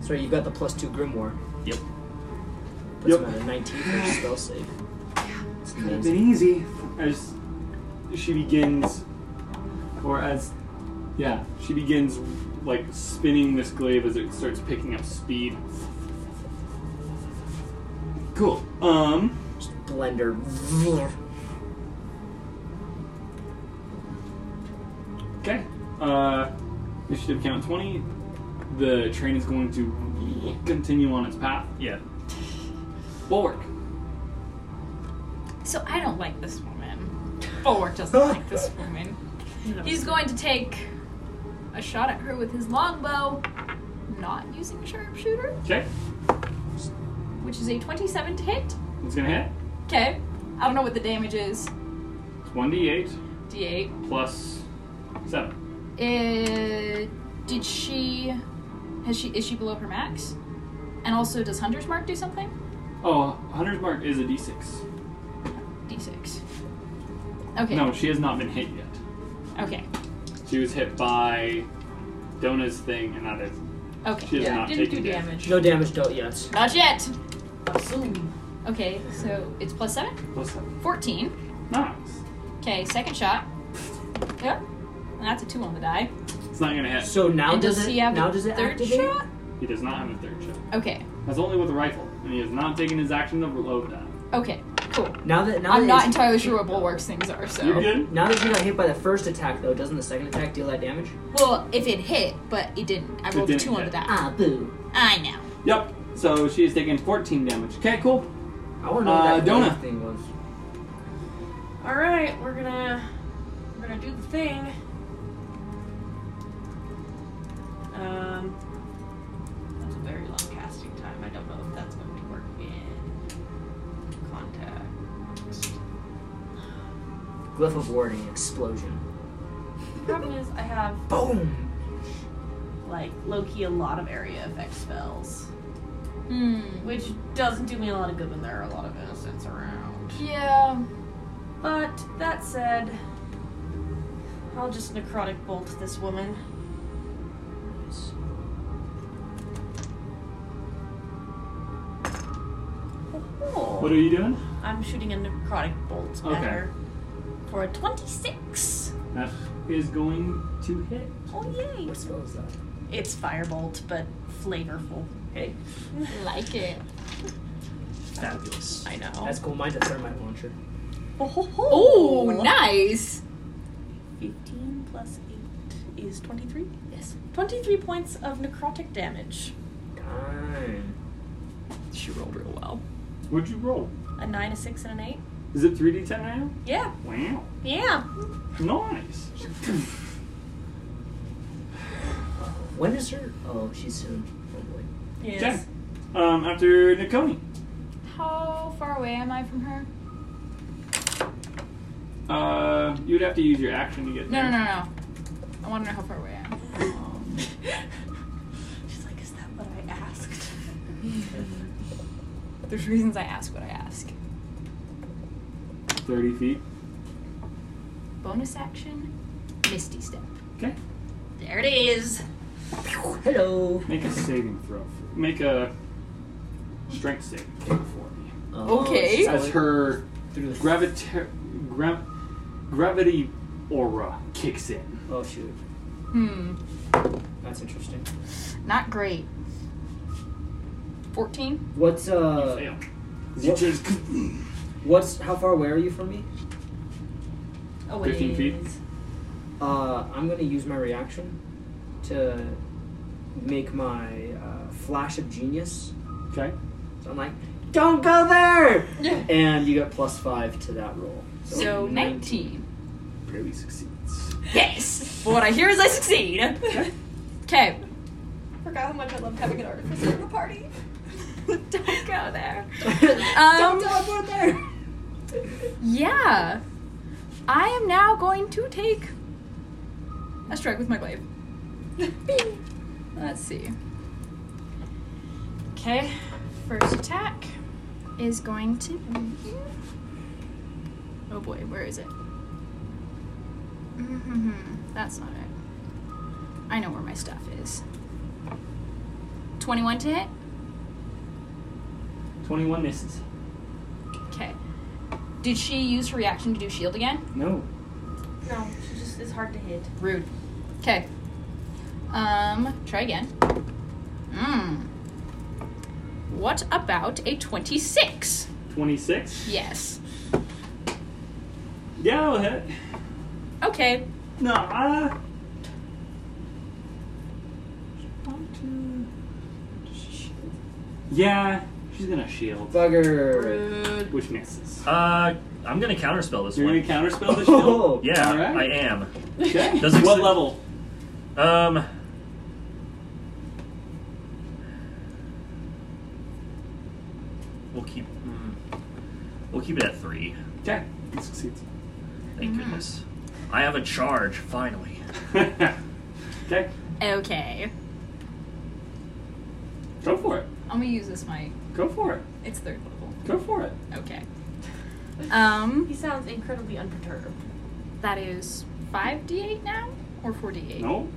Speaker 2: So you've got the plus two grimoire.
Speaker 16: Yep.
Speaker 2: Puts him at a 19 for his spell save. It's
Speaker 1: Could have
Speaker 2: amazing.
Speaker 1: been easy. As she begins, or as, yeah, she begins like spinning this glaive as it starts picking up speed. Cool. Um.
Speaker 2: Just blender.
Speaker 1: Okay. Uh, initiative count 20. The train is going to continue on its path.
Speaker 16: Yeah.
Speaker 1: Bulwark.
Speaker 10: So I don't like this woman. Bulwark doesn't like this woman. He's going to take a shot at her with his longbow, not using sharpshooter,
Speaker 1: Okay.
Speaker 10: which is a 27 to hit.
Speaker 1: It's gonna hit.
Speaker 10: Okay. I don't know what the damage is.
Speaker 1: It's 1d8
Speaker 10: D8.
Speaker 1: plus 7.
Speaker 10: Uh, did she? Has she? Is she below her max? And also, does Hunter's Mark do something?
Speaker 1: Oh, Hunter's Mark is a d6.
Speaker 10: D6. Okay.
Speaker 1: No, she has not been hit yet.
Speaker 10: Okay.
Speaker 1: She was hit by Dona's thing, and that is.
Speaker 10: Okay.
Speaker 1: She has not taken
Speaker 2: No damage dealt yet.
Speaker 10: Not yet. Okay, so it's plus seven.
Speaker 1: Plus seven.
Speaker 10: 14.
Speaker 1: Nice.
Speaker 10: Okay, second shot. Yep. And that's a two on the die.
Speaker 1: It's not gonna hit.
Speaker 2: So now
Speaker 10: and
Speaker 2: does,
Speaker 10: does
Speaker 2: it?
Speaker 10: he have
Speaker 2: now
Speaker 10: a
Speaker 2: does it
Speaker 10: third
Speaker 2: activate?
Speaker 10: shot?
Speaker 1: He does not have a third shot.
Speaker 10: Okay.
Speaker 1: That's only with a rifle, and he has not taken his action to reload that.
Speaker 10: Okay. Cool.
Speaker 2: Now that now
Speaker 10: I'm
Speaker 2: that
Speaker 10: not
Speaker 2: it's-
Speaker 10: entirely sure what bulwarks things are, so.
Speaker 1: You're good.
Speaker 2: Now that you're not hit by the first attack, though, doesn't the second attack deal that damage?
Speaker 10: Well, if it hit, but it didn't. I
Speaker 1: It
Speaker 10: rolled a
Speaker 1: didn't
Speaker 10: two on the
Speaker 1: hit.
Speaker 10: die.
Speaker 2: Ah, boo.
Speaker 10: I know.
Speaker 1: Yep. So she has taken 14 damage. Okay, cool.
Speaker 2: I want to know
Speaker 1: uh,
Speaker 2: what that
Speaker 1: Dona.
Speaker 2: blade thing was.
Speaker 4: All right, we're gonna we're gonna do the thing. Um, that's a very long casting time. I don't know if that's going to work in contact.
Speaker 2: Glyph of warning explosion.
Speaker 4: The problem is I have
Speaker 2: Boom.
Speaker 4: like low key a lot of area effect spells,
Speaker 10: Hmm.
Speaker 4: which doesn't do me a lot of good when there are a lot of innocents around.
Speaker 10: Yeah.
Speaker 4: But that said, I'll just necrotic bolt this woman.
Speaker 1: What are you doing?
Speaker 4: Oh. I'm shooting a necrotic bolt
Speaker 1: Okay.
Speaker 4: at her for a 26.
Speaker 1: That is going to hit.
Speaker 4: Oh yay!
Speaker 2: What spell is that?
Speaker 4: It's firebolt, but flavorful.
Speaker 2: Hey,
Speaker 10: like it.
Speaker 2: fabulous.
Speaker 4: I know.
Speaker 2: That's cool. Mine's a thermite launcher.
Speaker 4: Oh, ho, ho.
Speaker 10: Oh, nice.
Speaker 4: 15 plus 8 is 23.
Speaker 10: Yes.
Speaker 4: 23 points of necrotic damage.
Speaker 2: Darn.
Speaker 10: She rolled real well.
Speaker 1: What'd you roll?
Speaker 4: A 9, a 6, and an 8.
Speaker 1: Is it 3d10 now?
Speaker 4: Yeah.
Speaker 1: Wow.
Speaker 4: Yeah.
Speaker 1: Nice.
Speaker 2: When is her? Oh, she's soon. Oh boy.
Speaker 4: Yes.
Speaker 1: Okay. Um, after Nikoni.
Speaker 10: How far away am I from her?
Speaker 1: Uh, you'd have to use your action to get
Speaker 10: No,
Speaker 1: there.
Speaker 10: no, no, no. I want to know how far away I am.
Speaker 4: She's like, is that what I asked?
Speaker 10: There's reasons I ask what I ask.
Speaker 1: 30 feet.
Speaker 10: Bonus action, Misty Step.
Speaker 1: Okay.
Speaker 10: There it is.
Speaker 2: Oh, Hello.
Speaker 1: Make a saving throw. Make a strength saving throw for me.
Speaker 2: Oh,
Speaker 10: Okay.
Speaker 2: so
Speaker 1: As
Speaker 2: it-
Speaker 1: her
Speaker 2: through the-
Speaker 1: gravita- gra- gravity aura kicks in.
Speaker 2: Oh shoot.
Speaker 10: Hmm.
Speaker 2: That's interesting.
Speaker 10: Not great. 14?
Speaker 2: What's uh?
Speaker 10: You
Speaker 2: what- what's how far away are you from me?
Speaker 4: Oh, wait.
Speaker 2: Uh, I'm gonna use my reaction to make my uh, flash of genius.
Speaker 1: Okay.
Speaker 2: So I'm like, don't go there. and you get plus five to that roll.
Speaker 10: So 19.
Speaker 1: Barely succeeds.
Speaker 10: Yes! But what I hear is I succeed. Okay.
Speaker 4: Forgot how much I loved having an artificer at a party.
Speaker 10: Don't go there.
Speaker 4: Don't
Speaker 10: Um,
Speaker 4: teleport there.
Speaker 10: yeah. I am now going to take a strike with my glaive. Bing. Let's see. Okay. First attack is going to be. Oh boy, where is it? hmm That's not it. I know where my stuff is. 21 to hit?
Speaker 50: 21 misses.
Speaker 10: Okay. Did she use her reaction to do shield again?
Speaker 50: No.
Speaker 4: No, she just is hard to hit.
Speaker 10: Rude. Okay. Um, try again. Mmm. What about a 26?
Speaker 1: 26?
Speaker 10: Yes.
Speaker 1: Yeah, that'll hit.
Speaker 10: Okay.
Speaker 1: No, uh. Yeah, she's gonna shield.
Speaker 2: Bugger.
Speaker 1: Which misses.
Speaker 13: Uh, I'm gonna counterspell this
Speaker 1: You're
Speaker 13: one.
Speaker 1: gonna counterspell the shield?
Speaker 13: Yeah,
Speaker 1: Alright.
Speaker 13: I am.
Speaker 1: Okay.
Speaker 13: Does it
Speaker 1: what
Speaker 13: say-
Speaker 1: level?
Speaker 13: Um. We'll keep. mm, We'll keep it at three.
Speaker 1: Okay. It succeeds.
Speaker 13: Thank goodness. I have a charge finally.
Speaker 1: okay.
Speaker 10: Okay.
Speaker 1: Go for it.
Speaker 10: I'm gonna use this mic.
Speaker 1: Go for it.
Speaker 10: It's third level.
Speaker 1: Go for it.
Speaker 10: Okay. Um.
Speaker 4: He sounds incredibly unperturbed.
Speaker 10: That is 5d8 now? Or 4d8?
Speaker 1: No.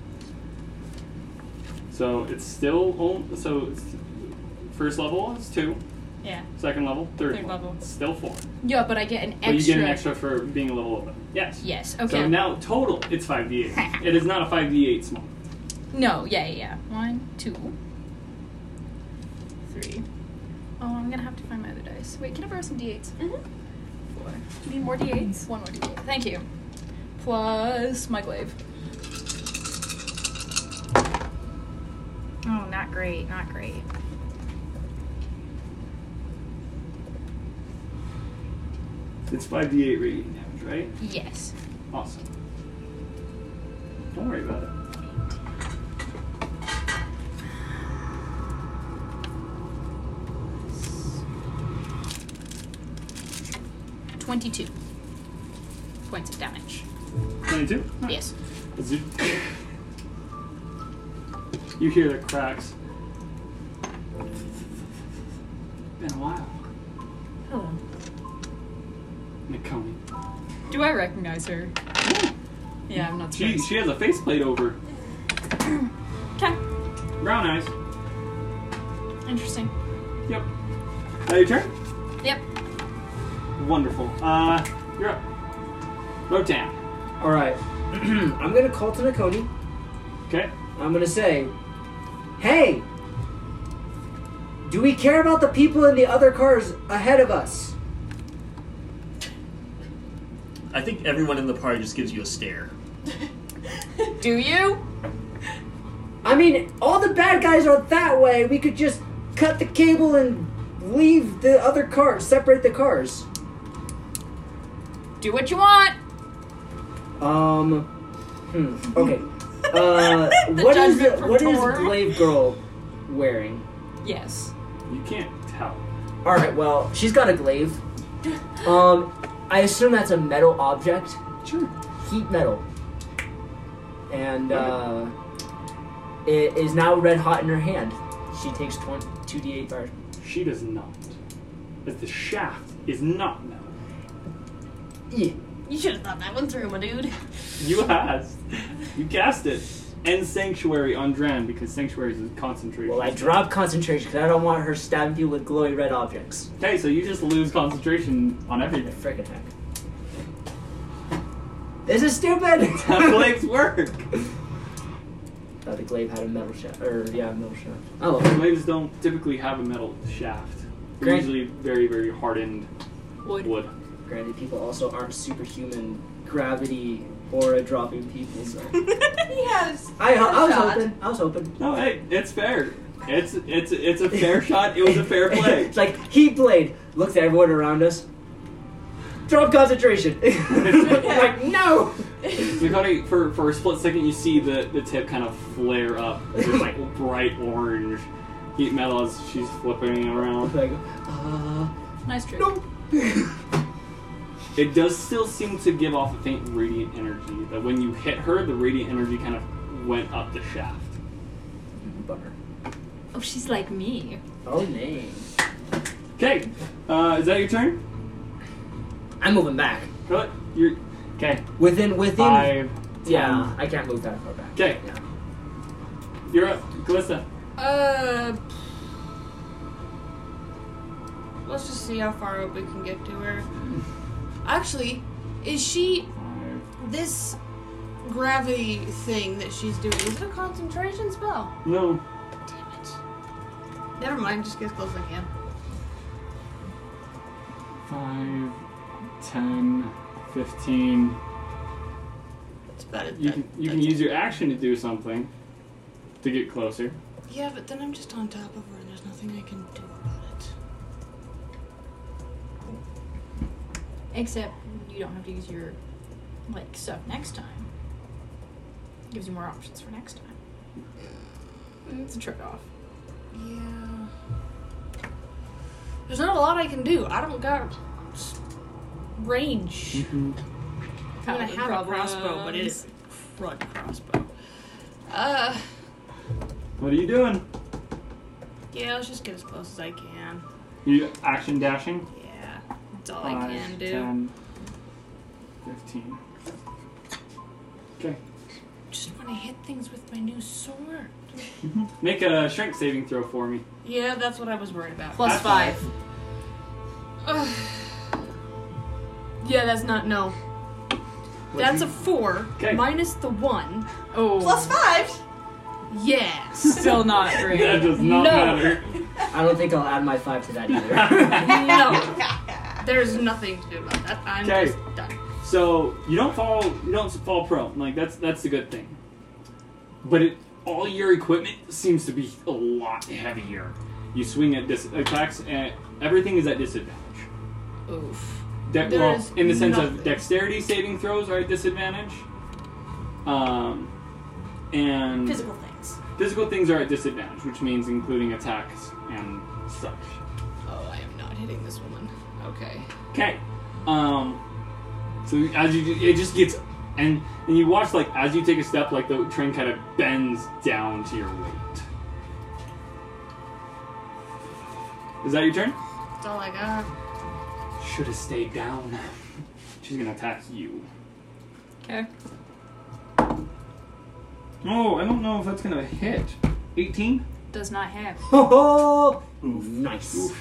Speaker 1: So it's still on. So it's first level is two.
Speaker 10: Yeah.
Speaker 1: Second level, third,
Speaker 10: Third level.
Speaker 1: It's still four.
Speaker 10: Yeah, but I get an extra.
Speaker 1: But you get an extra for being a level eleven. Yes.
Speaker 10: Yes,
Speaker 1: So
Speaker 10: okay.
Speaker 1: now total, it's five d eight. it is not a five d eight small.
Speaker 10: No, yeah, yeah, yeah. One, two, three. Oh, I'm gonna have to find my other dice. Wait, can I borrow some d8s? Mm-hmm. Four.
Speaker 4: Need more d8s?
Speaker 10: One more d8. Thank you. Plus my glaive. Oh, not great, not great.
Speaker 1: It's five d eight radiant damage, right?
Speaker 10: Yes.
Speaker 1: Awesome. Don't worry about it.
Speaker 10: Twenty-two points of damage.
Speaker 1: Twenty two.
Speaker 10: Yes.
Speaker 1: You hear the cracks. Been a while.
Speaker 10: Hello.
Speaker 1: Nakoni.
Speaker 10: Do I recognize her? Yeah, I'm not
Speaker 1: She
Speaker 10: sure.
Speaker 1: she has a faceplate over.
Speaker 10: Okay.
Speaker 1: Brown eyes.
Speaker 10: Interesting.
Speaker 1: Yep. Uh, your turn?
Speaker 10: Yep.
Speaker 1: Wonderful. Uh, you're up. Rotan.
Speaker 2: All right. I'm gonna call to Nakoni.
Speaker 1: Okay.
Speaker 2: I'm gonna say, "Hey, do we care about the people in the other cars ahead of us?"
Speaker 13: I think everyone in the party just gives you a stare.
Speaker 10: Do you?
Speaker 2: I mean, all the bad guys are that way. We could just cut the cable and leave the other cars, separate the cars.
Speaker 10: Do what you want.
Speaker 2: Um. Hmm. Okay. Uh, what is
Speaker 10: judgment
Speaker 2: the,
Speaker 10: from
Speaker 2: what is
Speaker 10: Torm.
Speaker 2: Glaive Girl wearing?
Speaker 10: Yes.
Speaker 1: You can't tell.
Speaker 2: All right. Well, she's got a glaive. Um, I assume that's a metal object.
Speaker 1: Sure.
Speaker 2: Heat metal. And uh, it is now red hot in her hand. She takes twenty two d eight fire.
Speaker 1: She does not. As the shaft is not metal.
Speaker 2: Yeah.
Speaker 51: You should have thought that one through, my dude.
Speaker 1: You asked. You cast it. And Sanctuary on Dran because Sanctuary is concentrated.
Speaker 2: Well, I drop concentration because I don't want her stabbing people with glowy red objects.
Speaker 1: Okay, so you just lose concentration on everything.
Speaker 2: Frick attack. This is stupid.
Speaker 1: That's Blake's work.
Speaker 2: thought the glaive had a metal shaft. Or yeah, a metal shaft.
Speaker 1: Oh, glaives don't typically have a metal shaft. They're
Speaker 2: Great.
Speaker 1: usually very, very hardened wood.
Speaker 2: Granted, people also aren't superhuman gravity aura dropping people. So.
Speaker 52: yes.
Speaker 2: I, I was hoping. I was hoping.
Speaker 1: No, hey, it's fair. It's it's it's a fair shot. It was a fair play.
Speaker 2: It's like he played. Looks at everyone around us. Drop concentration. like no.
Speaker 1: Makati, for, for a split second, you see the, the tip kind of flare up. It's like bright orange heat metal as she's flipping around.
Speaker 2: uh,
Speaker 10: Nice trick.
Speaker 1: It does still seem to give off a faint radiant energy. That when you hit her, the radiant energy kind of went up the shaft.
Speaker 2: Bummer.
Speaker 10: Oh, she's like me.
Speaker 2: Oh nay.
Speaker 1: Okay, uh, is that your turn?
Speaker 2: I'm moving back.
Speaker 1: Really? You're okay.
Speaker 2: Within within.
Speaker 1: Five,
Speaker 2: yeah,
Speaker 1: ten.
Speaker 2: I can't move that far back.
Speaker 1: Okay. You're up, Calista.
Speaker 5: Uh. Let's just see how far up we can get to her. Actually, is she. This gravity thing that she's doing, is it a concentration spell?
Speaker 1: No.
Speaker 5: Never mind, just get as close as I can.
Speaker 1: Five, ten, fifteen.
Speaker 5: That's better.
Speaker 1: You can, you can use your action to do something to get closer.
Speaker 5: Yeah, but then I'm just on top of her and there's nothing I can do about it.
Speaker 10: Except you don't have to use your like stuff next time. Gives you more options for next time. It's a trade off.
Speaker 5: Yeah. There's not a lot I can do. I don't got s- range.
Speaker 1: Mm-hmm.
Speaker 5: I'm gonna
Speaker 9: Paladin
Speaker 5: have a crossbow, but it is front crossbow. Uh,
Speaker 1: What are you doing?
Speaker 5: yeah, let's just get as close as I can.
Speaker 1: You action dashing?
Speaker 5: Yeah, that's all
Speaker 1: Five,
Speaker 5: I can do.
Speaker 1: 10, 15. Okay.
Speaker 5: Just want to hit things with my new sword.
Speaker 1: Make a strength saving throw for me.
Speaker 5: Yeah, that's what I was worried about.
Speaker 1: Plus That's five.
Speaker 5: Ugh. yeah, that's not no. that's a four minus the one. Oh. Plus five. Yeah.
Speaker 10: Still not great.
Speaker 2: That does
Speaker 5: not No. matter.
Speaker 2: I don't think I'll add my five to that either.
Speaker 5: no. There's nothing to do about that. I'm
Speaker 1: Okay.
Speaker 5: just done.
Speaker 1: So you don't fall you don't fall prone. Like that's that's a good thing. But it, all your equipment seems to be a lot heavier. You swing at dis- attacks and everything is at disadvantage.
Speaker 5: Oof.
Speaker 1: De-
Speaker 5: There
Speaker 1: well,
Speaker 5: is
Speaker 1: in the sense of
Speaker 5: nothing.
Speaker 1: dexterity saving throws are at disadvantage. Um, and
Speaker 4: Physical things.
Speaker 1: physical things are at disadvantage, which means including attacks and such.
Speaker 5: Oh, I am not hitting this woman. Okay.
Speaker 1: Okay. Um. So as you, it just gets, and and you watch like as you take a step, like the train kind of bends down to your weight. Is that your turn?
Speaker 5: That's all I got.
Speaker 1: Should have stayed down. She's gonna attack you.
Speaker 10: Okay.
Speaker 1: Oh, I don't know if that's gonna hit. Eighteen.
Speaker 10: Does not have.
Speaker 2: Ho ho! Nice.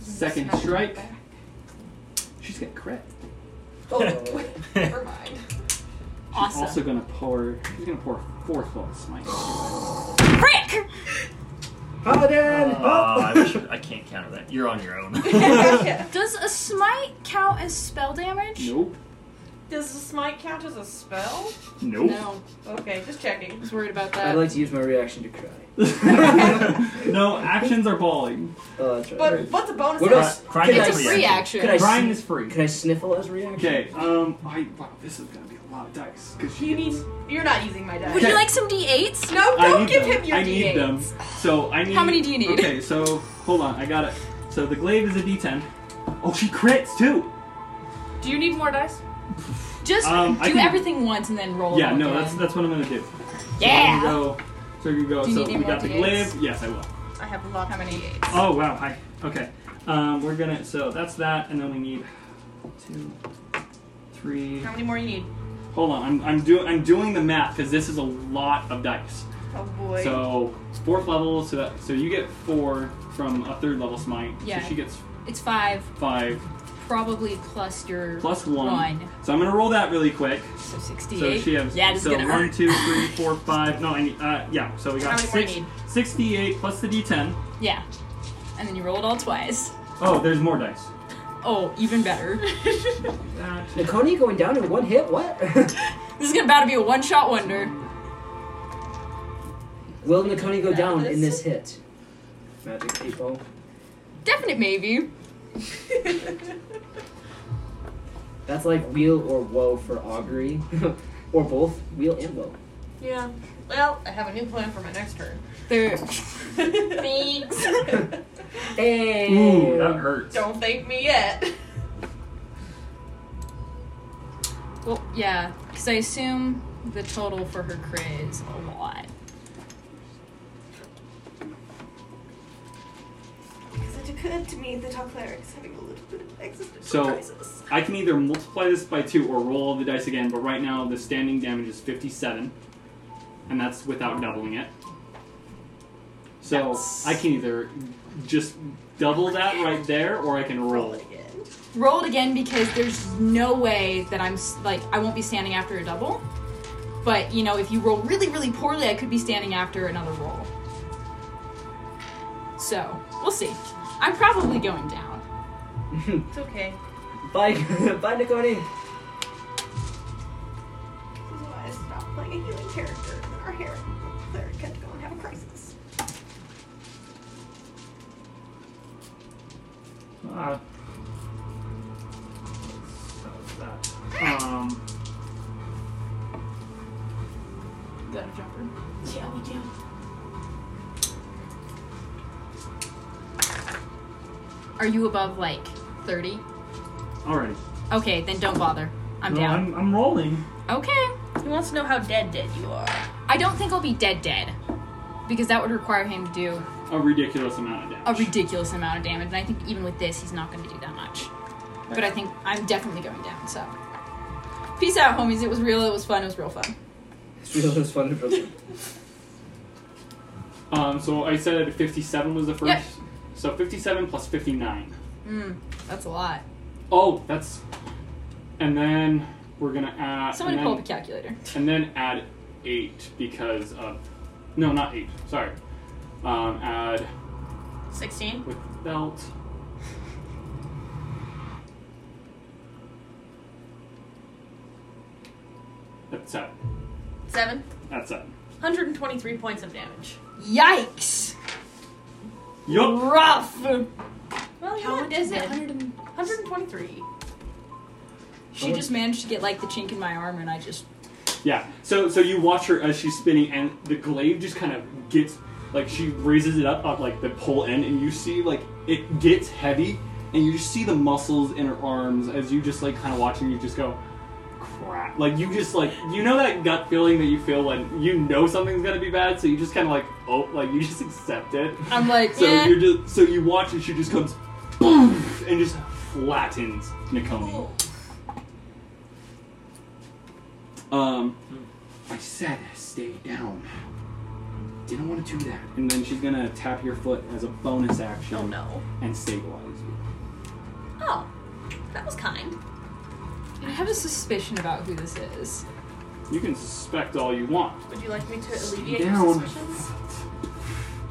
Speaker 1: Second strike. She's got crit.
Speaker 52: Oh, never mind.
Speaker 1: She's also gonna pour. She's gonna pour fourth level smite.
Speaker 52: Frick!
Speaker 2: Paladin!
Speaker 53: Ah, I, wish, I can't counter that. You're on your own.
Speaker 10: Does a smite count as spell damage?
Speaker 1: nope.
Speaker 9: Does the smite count as a spell?
Speaker 1: Nope.
Speaker 9: No. Okay, just checking. I
Speaker 10: was worried about
Speaker 2: I'd like to use my reaction to cry.
Speaker 1: no, actions are balling.
Speaker 2: Oh, that's right.
Speaker 9: But what's a bonus?
Speaker 2: What else?
Speaker 9: action?
Speaker 2: Could I- Could I
Speaker 1: Crying
Speaker 2: sn-
Speaker 1: is free.
Speaker 2: Could I sniffle as a reaction?
Speaker 1: Okay. Um. I, wow, this is gonna be a lot of dice. Cause she
Speaker 9: You need. You're not using my die.
Speaker 1: Would you Okay. like
Speaker 10: some d8s?
Speaker 9: No,
Speaker 1: I
Speaker 9: don't
Speaker 1: need
Speaker 9: give
Speaker 1: them.
Speaker 9: him your
Speaker 1: I
Speaker 9: d8s.
Speaker 1: need them. So I need.
Speaker 10: How many do you need?
Speaker 1: Okay. So hold on. I got it. So the glaive is a D10. Oh, she crits too.
Speaker 10: Do you need more dice? Just
Speaker 1: Um,
Speaker 10: do
Speaker 1: I can-
Speaker 10: everything once and then roll.
Speaker 1: yeah.
Speaker 10: them
Speaker 1: No.
Speaker 10: again.
Speaker 1: That's that's what I'm gonna do.
Speaker 10: Oh, Yeah.
Speaker 1: So here you go.
Speaker 10: Do you
Speaker 1: So,
Speaker 10: need
Speaker 1: here
Speaker 10: any
Speaker 1: we go. so we
Speaker 10: more
Speaker 1: got the
Speaker 10: D8s?
Speaker 1: glaive. Yes, I will.
Speaker 9: I have a lot. How many?
Speaker 1: Oh wow. Hi. Okay. Um. We're gonna. So that's that, and then we need two, three.
Speaker 9: How many more you need?
Speaker 1: Hold on, I'm, I'm doing I'm doing the math because this is a lot of dice.
Speaker 9: Oh boy.
Speaker 1: So it's fourth level, so that so you get four from a third level smite.
Speaker 10: Yeah.
Speaker 1: So she gets
Speaker 10: It's five.
Speaker 1: five
Speaker 10: probably plus your
Speaker 1: Plus one. So I'm gonna roll that really quick. So
Speaker 10: 68.
Speaker 1: So she has
Speaker 10: Yeah, this is
Speaker 1: so
Speaker 10: gonna
Speaker 1: one,
Speaker 10: hurt.
Speaker 1: two, three, four, five. No, I need, uh, yeah. So we
Speaker 10: How
Speaker 1: got
Speaker 10: many more you
Speaker 1: six,
Speaker 10: need?
Speaker 1: 68 plus the d10.
Speaker 10: Yeah. And then you roll it all twice.
Speaker 1: Oh, there's more dice.
Speaker 10: Oh, even better.
Speaker 2: Nakoni going down in one hit? What?
Speaker 10: This is gonna about to be a one shot wonder.
Speaker 2: Will Nakoni go down in this hit? Magic eight ball.
Speaker 10: Definite maybe.
Speaker 2: That's like wheel or woe for augury, or both wheel and woe.
Speaker 4: Yeah. Well, I have a new plan for my next turn.
Speaker 10: There.
Speaker 4: Thanks.
Speaker 2: Hey.
Speaker 1: Ooh, that hurts.
Speaker 4: Don't thank me yet.
Speaker 10: Well, yeah, because I assume the total for her crit is a lot.
Speaker 4: Because it occurred to me that our cleric's having a little bit of existential
Speaker 1: So
Speaker 4: crisis.
Speaker 1: I can either multiply this by two or roll all the dice again. But right now the standing damage is 57, and that's without doubling it. So I can either just double that right there, or I can roll. it again.
Speaker 10: Roll it again because there's no way that I'm s- like I won't be standing after a double. But you know, if you roll really, really poorly, I could be standing after another roll. So we'll see. I'm probably going down.
Speaker 4: It's okay.
Speaker 2: Bye, bye, Nakoni.
Speaker 4: This is why I stopped playing a healing character. and Our hair cleric had to go and have a crisis.
Speaker 1: Uh, that was that. Um,
Speaker 54: Got a jumper. Yeah, we do.
Speaker 10: Are you above like 30?
Speaker 1: alrighty.
Speaker 10: Okay, then don't bother. I'm
Speaker 1: No,
Speaker 10: down.
Speaker 1: I'm, I'm rolling.
Speaker 10: Okay.
Speaker 4: He wants to know how dead dead you are.
Speaker 10: I don't think I'll be dead dead. Because that would require him to do
Speaker 1: A ridiculous amount of damage.
Speaker 10: a ridiculous amount of damage. And I think even with this, he's not going to do that much. But I think I'm definitely going down, so. Peace out, homies. It was real, it was fun, it was real fun.
Speaker 2: Wheel is fun to build.
Speaker 1: Um, so I said 57 was the first.
Speaker 10: Yeah.
Speaker 1: So 57 plus 59.
Speaker 10: Mm, that's a lot.
Speaker 1: Oh, that's. And then we're gonna add.
Speaker 10: Somebody
Speaker 1: and
Speaker 10: pull up
Speaker 1: then,
Speaker 10: a calculator.
Speaker 1: And then add eight because of. No, not eight. Sorry. Um, add
Speaker 54: 16?
Speaker 1: with belt. That's seven.
Speaker 54: 7?
Speaker 1: That's seven.
Speaker 54: 123 points of damage.
Speaker 10: Yikes!
Speaker 1: Yup.
Speaker 10: Rough!
Speaker 54: Well,
Speaker 4: How much is it?
Speaker 54: 123.
Speaker 10: She just managed to get like the chink in my arm, and I just.
Speaker 1: Yeah. So so you watch her as she's spinning, and the glaive just kind of gets like she raises it up on like the pole end, and you see like it gets heavy, and you just see the muscles in her arms as you just like kind of watching. You just go, crap. Like you just like you know that gut feeling that you feel when you know something's gonna be bad, so you just kind of like oh like you just accept it.
Speaker 10: I'm like,
Speaker 1: So
Speaker 10: eh.
Speaker 1: you're just so you watch and she just comes, boom, and just flattens Nakomi. Um, I said stay down. Didn't want to do that. And then she's gonna tap your foot as a bonus action. Oh no! And stabilize you.
Speaker 4: Oh, that was kind.
Speaker 10: I have a suspicion about who this is.
Speaker 1: You can suspect all you want.
Speaker 4: Would you like me to
Speaker 1: Stay
Speaker 4: alleviate your
Speaker 1: down.
Speaker 4: suspicions?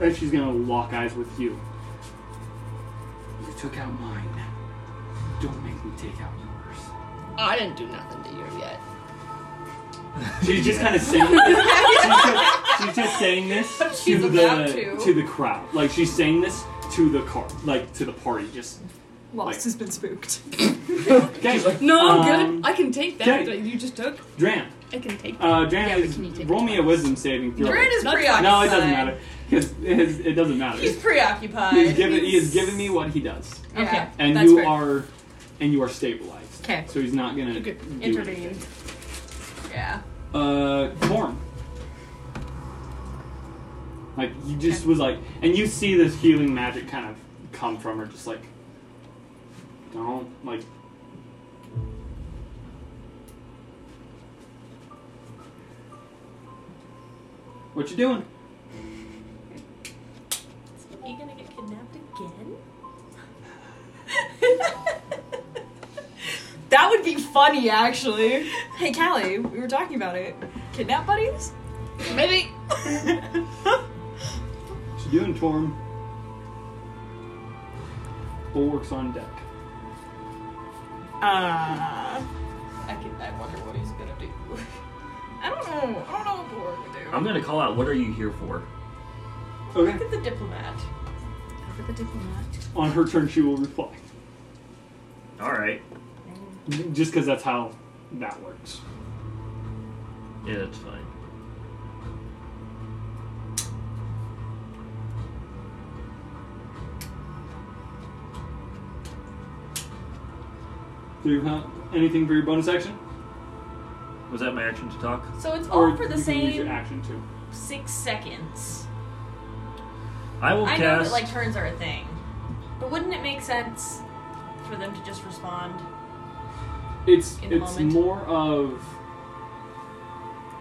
Speaker 1: And she's gonna lock eyes with you. You took out mine. Don't make me take out yours.
Speaker 16: I didn't do nothing to you yet.
Speaker 1: She's just kind of saying this. she's, just, she's just saying this
Speaker 16: She's
Speaker 1: to
Speaker 16: about
Speaker 1: the
Speaker 16: to.
Speaker 1: the crowd. Like she's saying this to the car, like to the party. Just
Speaker 10: Lost has been spooked.
Speaker 1: She's like,
Speaker 5: No, I'm
Speaker 1: um,
Speaker 5: good. I can take that
Speaker 1: okay.
Speaker 5: that you just took.
Speaker 1: Dram.
Speaker 5: I can take that.
Speaker 1: Uh, Dram is roll me a wisdom saving throw.
Speaker 5: Dram is
Speaker 1: No,
Speaker 5: preoccupied.
Speaker 1: No, it doesn't matter. His, his, it doesn't matter.
Speaker 4: He's preoccupied.
Speaker 1: He's given, he has given me what he does.
Speaker 4: Yeah, Okay,
Speaker 1: And
Speaker 4: that's
Speaker 1: you
Speaker 4: fair.
Speaker 1: are, and you are stabilized.
Speaker 4: 'Kay.
Speaker 1: So he's not gonna do anything.
Speaker 4: Yeah.
Speaker 1: uh form. Like you just was like, and you see this healing magic kind of come from her, just like, don't like. What you doing?
Speaker 4: Are you gonna get kidnapped again?
Speaker 10: That would be funny, actually. Hey, Callie, we were talking about it. Kidnap buddies? Uh,
Speaker 55: Maybe.
Speaker 16: So you and Torm. Bulwark's on deck.
Speaker 10: Uh,
Speaker 9: I, can, I wonder what he's gonna do. I don't know. I don't know what Borg would do.
Speaker 1: I'm gonna call out. What are you here for?
Speaker 16: Okay.
Speaker 9: Look at the diplomat. Look at the diplomat.
Speaker 16: On her turn, she will reply.
Speaker 1: All right.
Speaker 16: Just because that's how that works.
Speaker 1: Yeah, that's fine.
Speaker 16: Do you have anything for your bonus action?
Speaker 1: Was that my action to talk?
Speaker 4: So it's
Speaker 16: Or
Speaker 4: all for the
Speaker 16: you can use your
Speaker 4: same
Speaker 16: action too.
Speaker 4: six seconds.
Speaker 1: I will
Speaker 4: I know that
Speaker 1: cast.
Speaker 4: like turns are a thing, but wouldn't it make sense for them to just respond?
Speaker 16: It's
Speaker 4: in the
Speaker 16: it's
Speaker 4: moment.
Speaker 16: more of.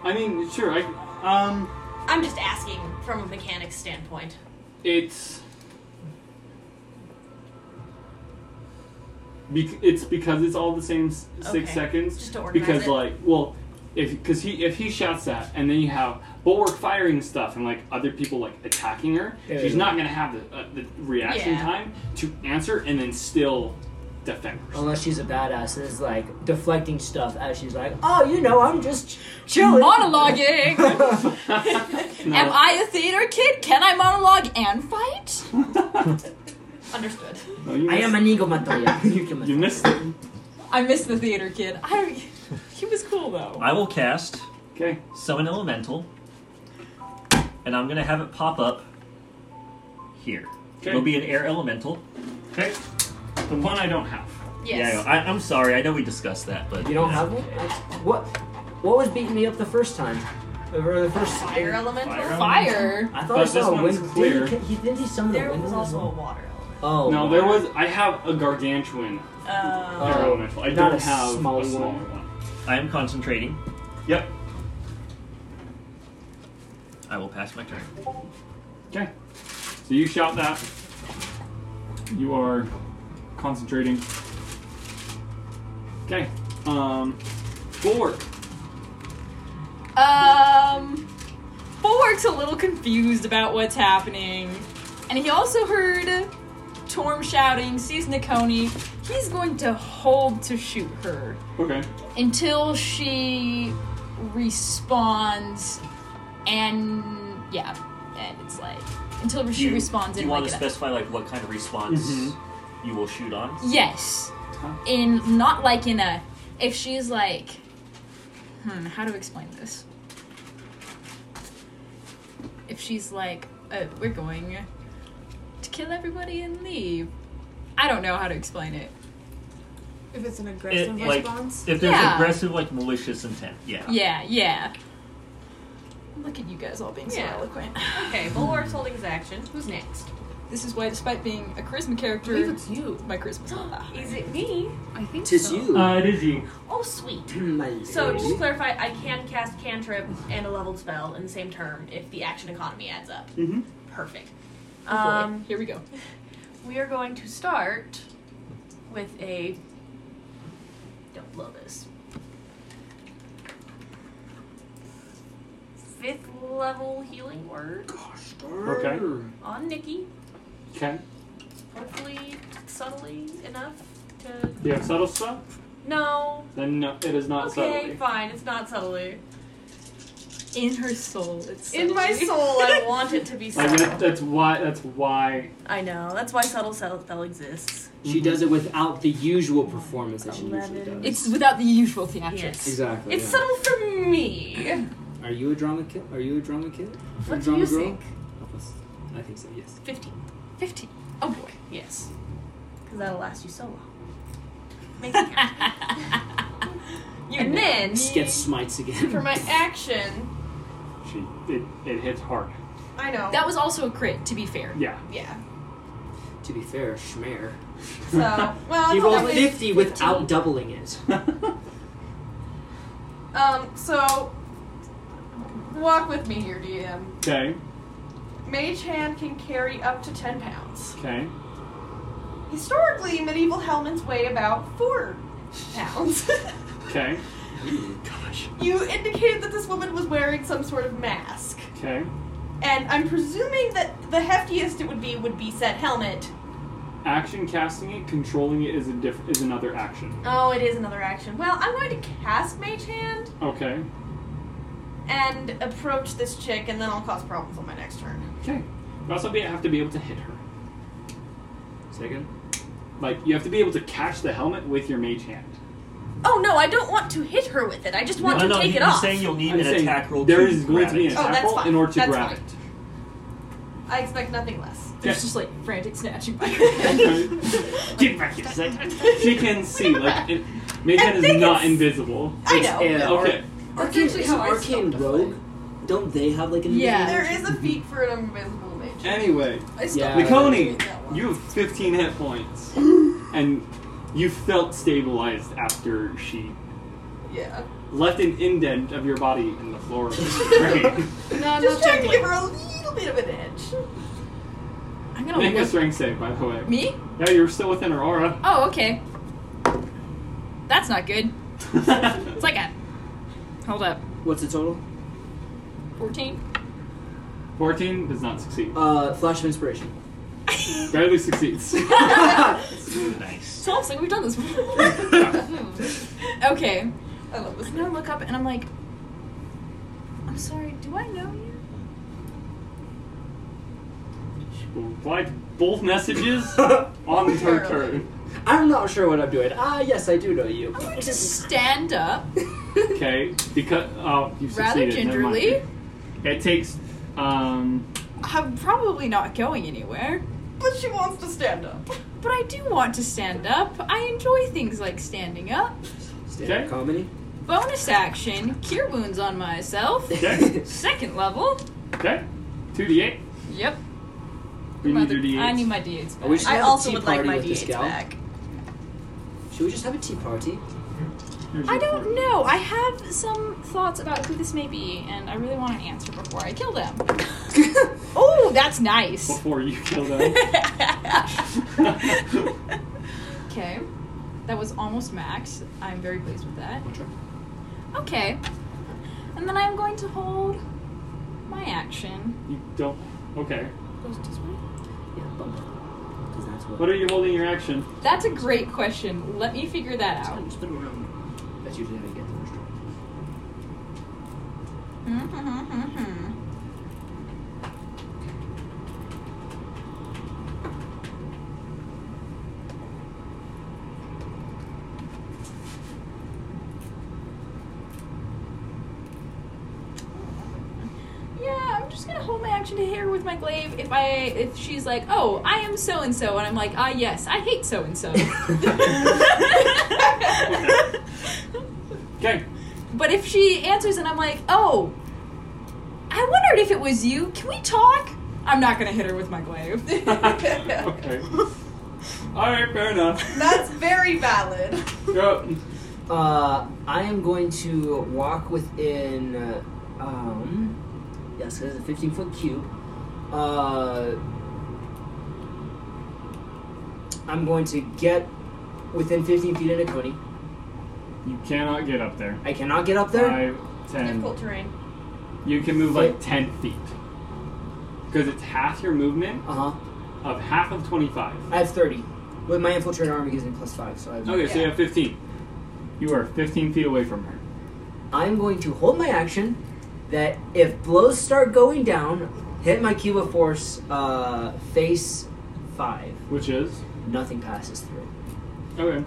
Speaker 16: I mean, sure. I um,
Speaker 4: I'm just asking from a mechanics standpoint.
Speaker 16: it's. Bec- it's because it's all the same s- six
Speaker 4: Okay.
Speaker 16: seconds.
Speaker 4: Just to organize
Speaker 16: because
Speaker 4: it.
Speaker 16: like, well, if because he if he shouts that and then you have bulwark firing stuff and like other people like attacking her,
Speaker 2: Yeah,
Speaker 16: she's
Speaker 2: yeah.
Speaker 16: not gonna have the, uh, the reaction
Speaker 2: Yeah.
Speaker 16: time to answer and then still defend.
Speaker 2: Unless she's a badass and is like deflecting stuff as she's like, oh, you know, I'm just chilling.
Speaker 10: Monologuing.
Speaker 2: No.
Speaker 10: Am I a theater kid? Can I monologue and fight?
Speaker 4: Understood.
Speaker 2: I am an ego Matoya.
Speaker 16: you missed it.
Speaker 10: I miss the theater kid. I. He was cool though.
Speaker 1: I will cast.
Speaker 16: Okay.
Speaker 1: Summon elemental, and I'm gonna have it pop up here. It'll be an air elemental.
Speaker 16: Okay. The one I don't have.
Speaker 1: Yeah, I, I- I'm sorry. I know we discussed that, but
Speaker 2: You don't have one? I- What? What was beating me up the first time? Or the first
Speaker 9: Fire elemental?
Speaker 2: Fire
Speaker 1: Um,
Speaker 10: Fire.
Speaker 2: I
Speaker 16: But
Speaker 2: thought I
Speaker 16: this
Speaker 2: saw a
Speaker 16: one's
Speaker 2: wind.
Speaker 16: clear.
Speaker 2: Did he, he, didn't he summon
Speaker 9: There
Speaker 2: the wind
Speaker 9: was
Speaker 2: as
Speaker 9: also a
Speaker 2: well?
Speaker 9: water element.
Speaker 2: Oh.
Speaker 16: no, there was. I have a gargantuan
Speaker 9: Uh,
Speaker 16: air elemental. I
Speaker 2: not
Speaker 16: don't
Speaker 2: a
Speaker 16: have
Speaker 2: small
Speaker 16: a smaller
Speaker 2: one.
Speaker 16: one.
Speaker 1: I am concentrating.
Speaker 16: Yep.
Speaker 1: I will pass my turn.
Speaker 16: Okay. So you shout that. You are concentrating. Okay. Um, four.
Speaker 10: Um, Bulwark's a little confused about what's happening, and he also heard Torm shouting, sees Nikoni. He's going to hold to shoot her
Speaker 16: Okay.
Speaker 10: until she responds, and yeah, and it's like until she
Speaker 1: Do you-
Speaker 10: responds.
Speaker 1: Do
Speaker 10: in
Speaker 1: you want
Speaker 10: like
Speaker 1: to
Speaker 10: a-
Speaker 1: specify like what kind of response
Speaker 2: Mm-hmm.
Speaker 1: you will shoot on?
Speaker 10: Yes. In not like in a if she's like hmm, how do I explain this? If she's like, uh, we're going to kill everybody and leave. I don't know how to explain it.
Speaker 55: If it's an
Speaker 1: It-
Speaker 55: aggressive
Speaker 1: like
Speaker 55: response.
Speaker 1: if there's
Speaker 10: Yeah.
Speaker 1: aggressive, like malicious intent. Yeah.
Speaker 10: Yeah, yeah. Oh. Look at you guys all being so
Speaker 9: Yeah.
Speaker 10: eloquent.
Speaker 9: Okay, Bulwark's holding his action. Who's next?
Speaker 10: This is why, despite being a charisma character,
Speaker 9: I believe it's
Speaker 10: you. My charisma's not that high.
Speaker 9: Is it me?
Speaker 5: I think
Speaker 2: Tis you.
Speaker 56: Uh, it is you.
Speaker 4: Oh sweet.
Speaker 2: My
Speaker 4: So just to
Speaker 2: lady.
Speaker 4: clarify, I can cast cantrip and a leveled spell in the same term if the action economy adds up.
Speaker 16: Mm-hmm.
Speaker 4: Perfect.
Speaker 10: boy.
Speaker 4: Um,
Speaker 10: Here we go.
Speaker 4: we are going to start with a. Don't blow this. Fifth level healing word
Speaker 16: Okay.
Speaker 4: on Nikki.
Speaker 16: Okay.
Speaker 4: Hopefully, subtly enough to.
Speaker 16: Do you have subtle stuff?
Speaker 4: No.
Speaker 16: Then no, it is not
Speaker 4: okay,
Speaker 16: subtly.
Speaker 4: fine. It's not subtly.
Speaker 10: In her soul, it's
Speaker 4: In my
Speaker 10: subtly-
Speaker 4: soul, I want it to be
Speaker 16: Like that,
Speaker 4: subtle.
Speaker 16: that's why. That's why.
Speaker 4: I know. That's why subtle spell exists.
Speaker 16: Oh,
Speaker 2: She does it without the usual performance that she usually does.
Speaker 10: It's without the usual theatrics.
Speaker 2: Exactly.
Speaker 4: It's
Speaker 2: yeah.
Speaker 4: subtle for me.
Speaker 2: Are you a drama kid? Are you a drama kid?
Speaker 4: What do
Speaker 2: drama
Speaker 4: you
Speaker 2: girl?
Speaker 4: think?
Speaker 2: Help us. I think so. Yes.
Speaker 4: 15.
Speaker 10: 15. Oh boy.
Speaker 4: Yes. Because that'll last you so long. Make it count. and then,
Speaker 2: Just get smites again.
Speaker 4: for my action,
Speaker 16: She it, it hits hard.
Speaker 4: I know.
Speaker 10: That was also a crit, to be fair.
Speaker 16: Yeah.
Speaker 4: Yeah.
Speaker 2: To be fair, Schmear.
Speaker 4: So, well,
Speaker 2: he
Speaker 4: it's
Speaker 2: rolled
Speaker 4: only
Speaker 2: 50 without doubling it.
Speaker 9: Um, so walk with me here, DM.
Speaker 16: Okay.
Speaker 9: Mage hand can carry up to ten pounds.
Speaker 16: Okay.
Speaker 9: Historically, medieval helmets weigh about four
Speaker 4: pounds.
Speaker 16: Okay.
Speaker 4: you indicated that this woman was wearing some sort of mask.
Speaker 16: Okay.
Speaker 4: And I'm presuming that the heftiest it would be would be said helmet.
Speaker 16: Action casting it, controlling it is a diff- is another action.
Speaker 4: Oh, it is another action. Well, I'm going to cast Mage Hand
Speaker 16: Okay.
Speaker 4: and approach this chick, and then I'll cause problems on my next turn.
Speaker 16: Okay. You also be, have to be able to hit her.
Speaker 1: Second.
Speaker 16: Like you have to be able to catch the helmet with your mage hand.
Speaker 4: Oh no, I don't want to hit her with it. I just want
Speaker 16: No,
Speaker 4: to
Speaker 16: no,
Speaker 4: take
Speaker 16: he-
Speaker 4: it
Speaker 16: he's
Speaker 4: off.
Speaker 13: saying you'll need
Speaker 16: I'm
Speaker 13: an
Speaker 16: saying
Speaker 13: attack roll
Speaker 16: There
Speaker 13: to
Speaker 16: is going
Speaker 13: grab
Speaker 16: to be
Speaker 13: it.
Speaker 16: an
Speaker 4: Oh,
Speaker 16: attack
Speaker 4: that's
Speaker 16: roll
Speaker 4: fine.
Speaker 16: in order to
Speaker 4: That's
Speaker 16: grab
Speaker 4: fine.
Speaker 16: it.
Speaker 4: I expect nothing less.
Speaker 16: There's
Speaker 10: just like frantic snatching by
Speaker 16: Get back here! Zach. She can see. Like it, mage hand is not invisible.
Speaker 4: I know.
Speaker 16: It's air. Okay.
Speaker 9: That's actually how I
Speaker 1: Arcane Rogue? Don't they have like an
Speaker 9: There is a feat for an invisible mage.
Speaker 16: Anyway,
Speaker 9: I still
Speaker 16: yeah.
Speaker 9: can't
Speaker 16: Liconi,
Speaker 9: read that
Speaker 16: you have 15 hit points, and you felt stabilized after she
Speaker 9: Yeah.
Speaker 16: left an indent of your body in the floor. of the brain.
Speaker 9: No,
Speaker 4: just
Speaker 9: no,
Speaker 4: trying to
Speaker 9: gently.
Speaker 4: give her a little bit of an edge.
Speaker 10: I'm gonna
Speaker 16: Make a
Speaker 10: look.
Speaker 16: strength save, by the way.
Speaker 10: Me?
Speaker 16: Yeah, you're still within her aura.
Speaker 10: Oh, okay. That's not good. it's like a. Hold up.
Speaker 1: What's the total?
Speaker 10: 14?
Speaker 16: 14 does not succeed.
Speaker 1: Uh, flash of inspiration.
Speaker 16: Barely succeeds.
Speaker 13: nice.
Speaker 10: So it's like we've done this before. okay.
Speaker 4: I love this.
Speaker 10: I'm gonna look up and I'm like, I'm sorry, do I know you?
Speaker 16: She will reply to both messages on her turn.
Speaker 1: I'm not sure what I'm doing. Ah, yes, I do know you.
Speaker 10: I'm going to stand up
Speaker 16: Okay, because oh, you
Speaker 10: rather
Speaker 16: succeeded. never mind.
Speaker 10: gingerly.
Speaker 16: It takes um.
Speaker 10: I'm probably not going anywhere.
Speaker 4: But she wants to stand up.
Speaker 10: But I do want to stand up. I enjoy things like standing up.
Speaker 1: Stand-up
Speaker 16: Okay.
Speaker 1: comedy.
Speaker 10: Bonus action, cure wounds on myself.
Speaker 16: Okay.
Speaker 10: Second level.
Speaker 16: Okay. Two d eight.
Speaker 10: Yep.
Speaker 16: We need your d eight.
Speaker 10: I need my D8s back.
Speaker 1: we should
Speaker 10: I
Speaker 1: have a
Speaker 10: also
Speaker 1: tea
Speaker 10: would like
Speaker 1: party
Speaker 10: my
Speaker 1: with this
Speaker 10: D8s
Speaker 1: gal.
Speaker 10: back.
Speaker 1: Should we just have a tea party?
Speaker 10: I don't know. I have some thoughts about who this may be, and I really want an answer before I kill them. oh, that's nice.
Speaker 16: Before you kill them.
Speaker 10: Okay. That was almost max. I'm very pleased with that. Okay. And then I'm going to hold my action.
Speaker 16: you don't. Okay.
Speaker 10: Goes this way?
Speaker 16: What are you holding your action?
Speaker 10: That's a great question. Let me figure that out.
Speaker 1: Just put it around. That's usually how you get the first roll.
Speaker 10: Yeah, I'm just gonna hold my action to hit her with my glaive if I if she's like, oh, I am so and so, and I'm like, ah, yes, I hate so and so.
Speaker 16: Okay.
Speaker 10: But if she answers and I'm like, oh, I wondered if it was you. Can we talk? I'm not gonna hit her with my glaive.
Speaker 16: Okay. All right. Fair enough.
Speaker 4: That's very valid.
Speaker 10: Oh,
Speaker 16: Go.
Speaker 2: Uh, I am going to walk within, uh, um, yes, it is a 15 foot cube. Uh, I'm going to get within 15 feet of Nakoni.
Speaker 16: You cannot get up there.
Speaker 2: I cannot get up there.
Speaker 16: Five, ten.
Speaker 4: Difficult terrain.
Speaker 16: You can move like ten feet. Because it's half your movement.
Speaker 2: Uh
Speaker 16: huh. Of half of twenty-five.
Speaker 2: I have 30. With my infiltrator army gives me plus five, so I.
Speaker 16: Okay, so you have fifteen. You are fifteen feet away from her.
Speaker 2: I'm going to hold my action that if blows start going down, hit my cube of force uh, face five.
Speaker 16: Which is?
Speaker 2: Nothing passes through.
Speaker 16: Okay.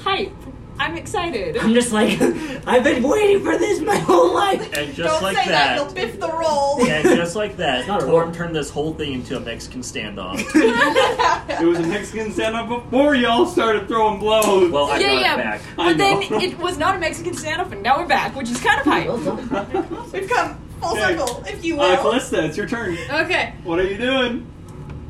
Speaker 10: Hype! I'm excited.
Speaker 2: I'm just like, I've been waiting for this my whole life!
Speaker 13: And just
Speaker 4: Don't
Speaker 13: like
Speaker 4: say that.
Speaker 13: that,
Speaker 4: you'll biff the roll.
Speaker 13: and just like that,
Speaker 2: not a
Speaker 13: Torm turned this whole thing into a Mexican standoff.
Speaker 16: It was a Mexican standoff before y'all started throwing blows.
Speaker 13: Well, I
Speaker 10: yeah,
Speaker 13: got
Speaker 10: yeah.
Speaker 13: it back.
Speaker 10: But
Speaker 16: I
Speaker 10: then
Speaker 16: know.
Speaker 10: it was not a Mexican standoff, and now we're back, which is kind of hype.
Speaker 4: We've come full
Speaker 16: Okay.
Speaker 4: circle, if you
Speaker 16: Uh,
Speaker 4: will.
Speaker 16: Callista, it's your turn.
Speaker 5: Okay,
Speaker 16: What are you doing?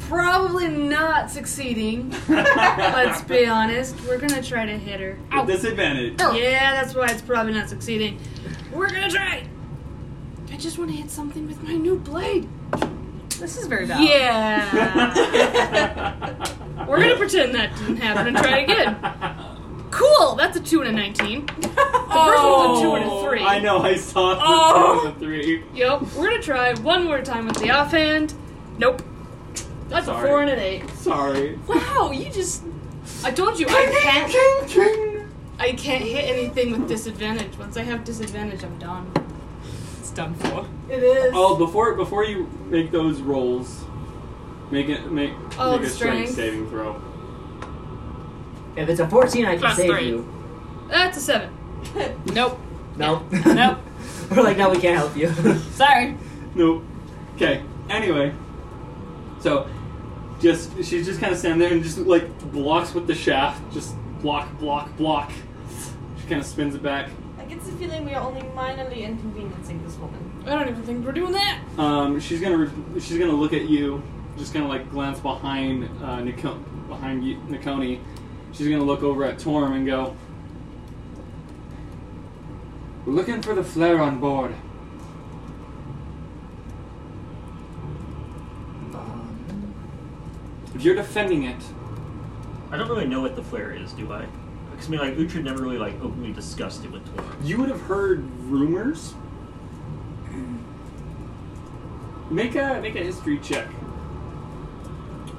Speaker 5: probably not succeeding. Let's be honest. We're gonna try to hit her.
Speaker 16: With disadvantage.
Speaker 5: Yeah, that's why it's probably not succeeding. We're gonna try. I just want to hit something with my new blade.
Speaker 10: This is very valid.
Speaker 5: Yeah. We're gonna pretend that didn't happen and try again. Cool. That's a two and a 19. The first one's a 2 and a 3.
Speaker 16: I know, I saw the
Speaker 5: Oh.
Speaker 16: two and the three.
Speaker 5: Yep, we're gonna try one more time with the offhand. Nope. That's
Speaker 16: Sorry.
Speaker 5: a 4 and an 8.
Speaker 16: Sorry.
Speaker 5: Wow, you just. I told you, I can't. I can't hit anything with disadvantage. Once I have disadvantage, I'm done.
Speaker 16: It's done for.
Speaker 5: It is.
Speaker 16: Oh, before before you make those rolls, make it make
Speaker 5: Oh,
Speaker 16: make a
Speaker 5: the
Speaker 16: strength
Speaker 5: strength.
Speaker 16: saving throw.
Speaker 2: If it's a 14, I can
Speaker 5: Plus
Speaker 2: save
Speaker 5: three.
Speaker 2: you.
Speaker 5: That's a 7. nope.
Speaker 2: Nope.
Speaker 5: Nope.
Speaker 2: We're like, no, we can't help you.
Speaker 5: Sorry.
Speaker 16: Nope. Okay. Anyway, so just she's just kind of standing there and just like blocks with the shaft, just block, block, block. She kind of spins it back.
Speaker 4: I get the feeling we are only minorly inconveniencing this woman.
Speaker 5: I don't even think we're doing that.
Speaker 16: Um, she's gonna re- she's gonna look at you, just gonna like glance behind uh, Nico- behind you, Nikoni. She's gonna look over at Torm and go. We're looking for the flare on board. If you're defending it,
Speaker 1: I don't really know what the flare is, do I? Because I mean, like Uhtred never really like openly discussed it with Tor.
Speaker 16: you would have heard rumors. Make a make a history check.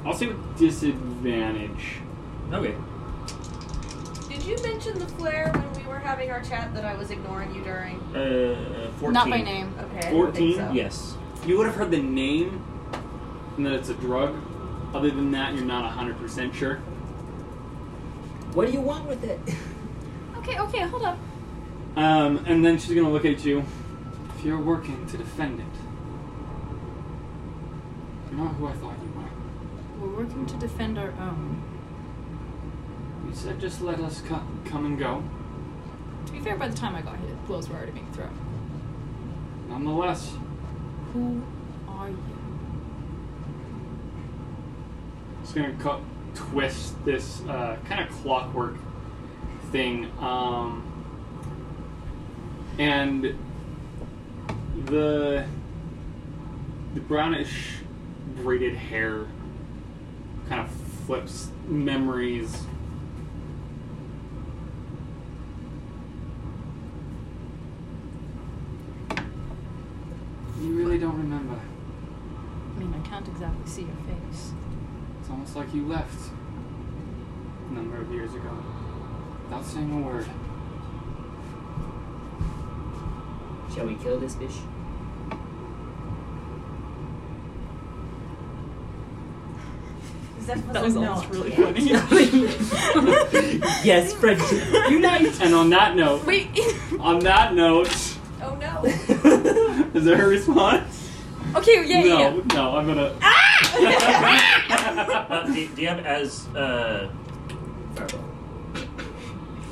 Speaker 16: I'll say with disadvantage. Okay.
Speaker 4: Did you mention the flare when we were having our chat that I was ignoring you during?
Speaker 16: Uh, 14.
Speaker 13: Not by name.
Speaker 4: Okay. I don't think
Speaker 16: 14?
Speaker 4: so.
Speaker 1: Yes.
Speaker 16: You would have heard the name and that it's a drug. Other than that, you're not 100% sure.
Speaker 2: What do you want with it?
Speaker 10: Okay, okay, hold up.
Speaker 16: Um, and then she's going to look at you. If you're working to defend it, you're not who I thought you were.
Speaker 10: We're working to defend our own.
Speaker 16: You said just let us come, come and go.
Speaker 10: To be fair, by the time I got hit, blows were already being thrown.
Speaker 16: Nonetheless,
Speaker 10: Who are you?
Speaker 16: It's gonna co- twist this uh, kind of clockwork thing, um, and the the brownish braided hair kind of flips memories. You really don't remember.
Speaker 10: I mean, I can't exactly see your face.
Speaker 16: It's almost like you left a number of years ago without saying a word.
Speaker 2: Shall we kill this bitch?
Speaker 4: That was,
Speaker 2: That was
Speaker 4: a no.
Speaker 2: almost really
Speaker 4: funny.
Speaker 16: Yes, friendship. Unite! And on that note,
Speaker 4: Wait.
Speaker 16: on that note,
Speaker 4: oh no.
Speaker 16: is there a response?
Speaker 13: Okay, yeah,
Speaker 16: no,
Speaker 13: yeah, yeah.
Speaker 16: no, I'm gonna.
Speaker 1: Uh, do, do you have as uh?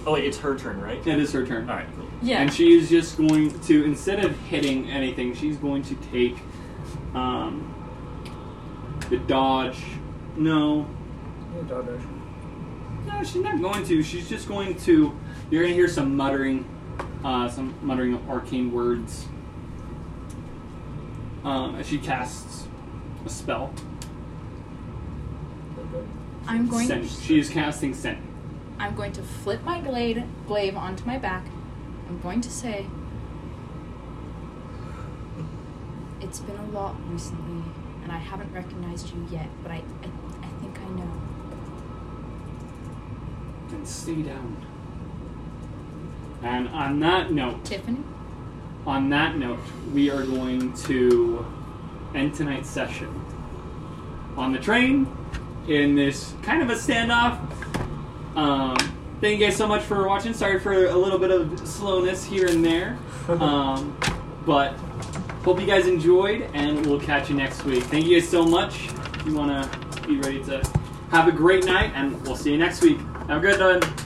Speaker 1: Oh wait, it's her turn, right?
Speaker 16: It is her turn.
Speaker 1: All right, cool.
Speaker 13: Yeah.
Speaker 16: And she is just going to, instead of hitting anything, she's going to take um, the dodge. No.
Speaker 2: dodge.
Speaker 16: No, she's not going to. She's just going to. You're going to hear some muttering, uh, some muttering of arcane words um, as she casts a spell.
Speaker 10: I'm going.
Speaker 16: Scent. She is casting scent.
Speaker 10: I'm going to flip my glade glaive onto my back. I'm going to say, "It's been a lot recently, and I haven't recognized you yet, but I, I, I think I know."
Speaker 16: Then stay down. And on that note,
Speaker 10: Tiffany.
Speaker 16: on that note, we are going to end tonight's session on the train in this kind of a standoff. Um, thank you guys so much for watching. Sorry for a little bit of slowness here and there, um, but hope you guys enjoyed, and we'll catch you next week. Thank you guys so much. You want to be ready to have a great night, and we'll see you next week. Have a good one.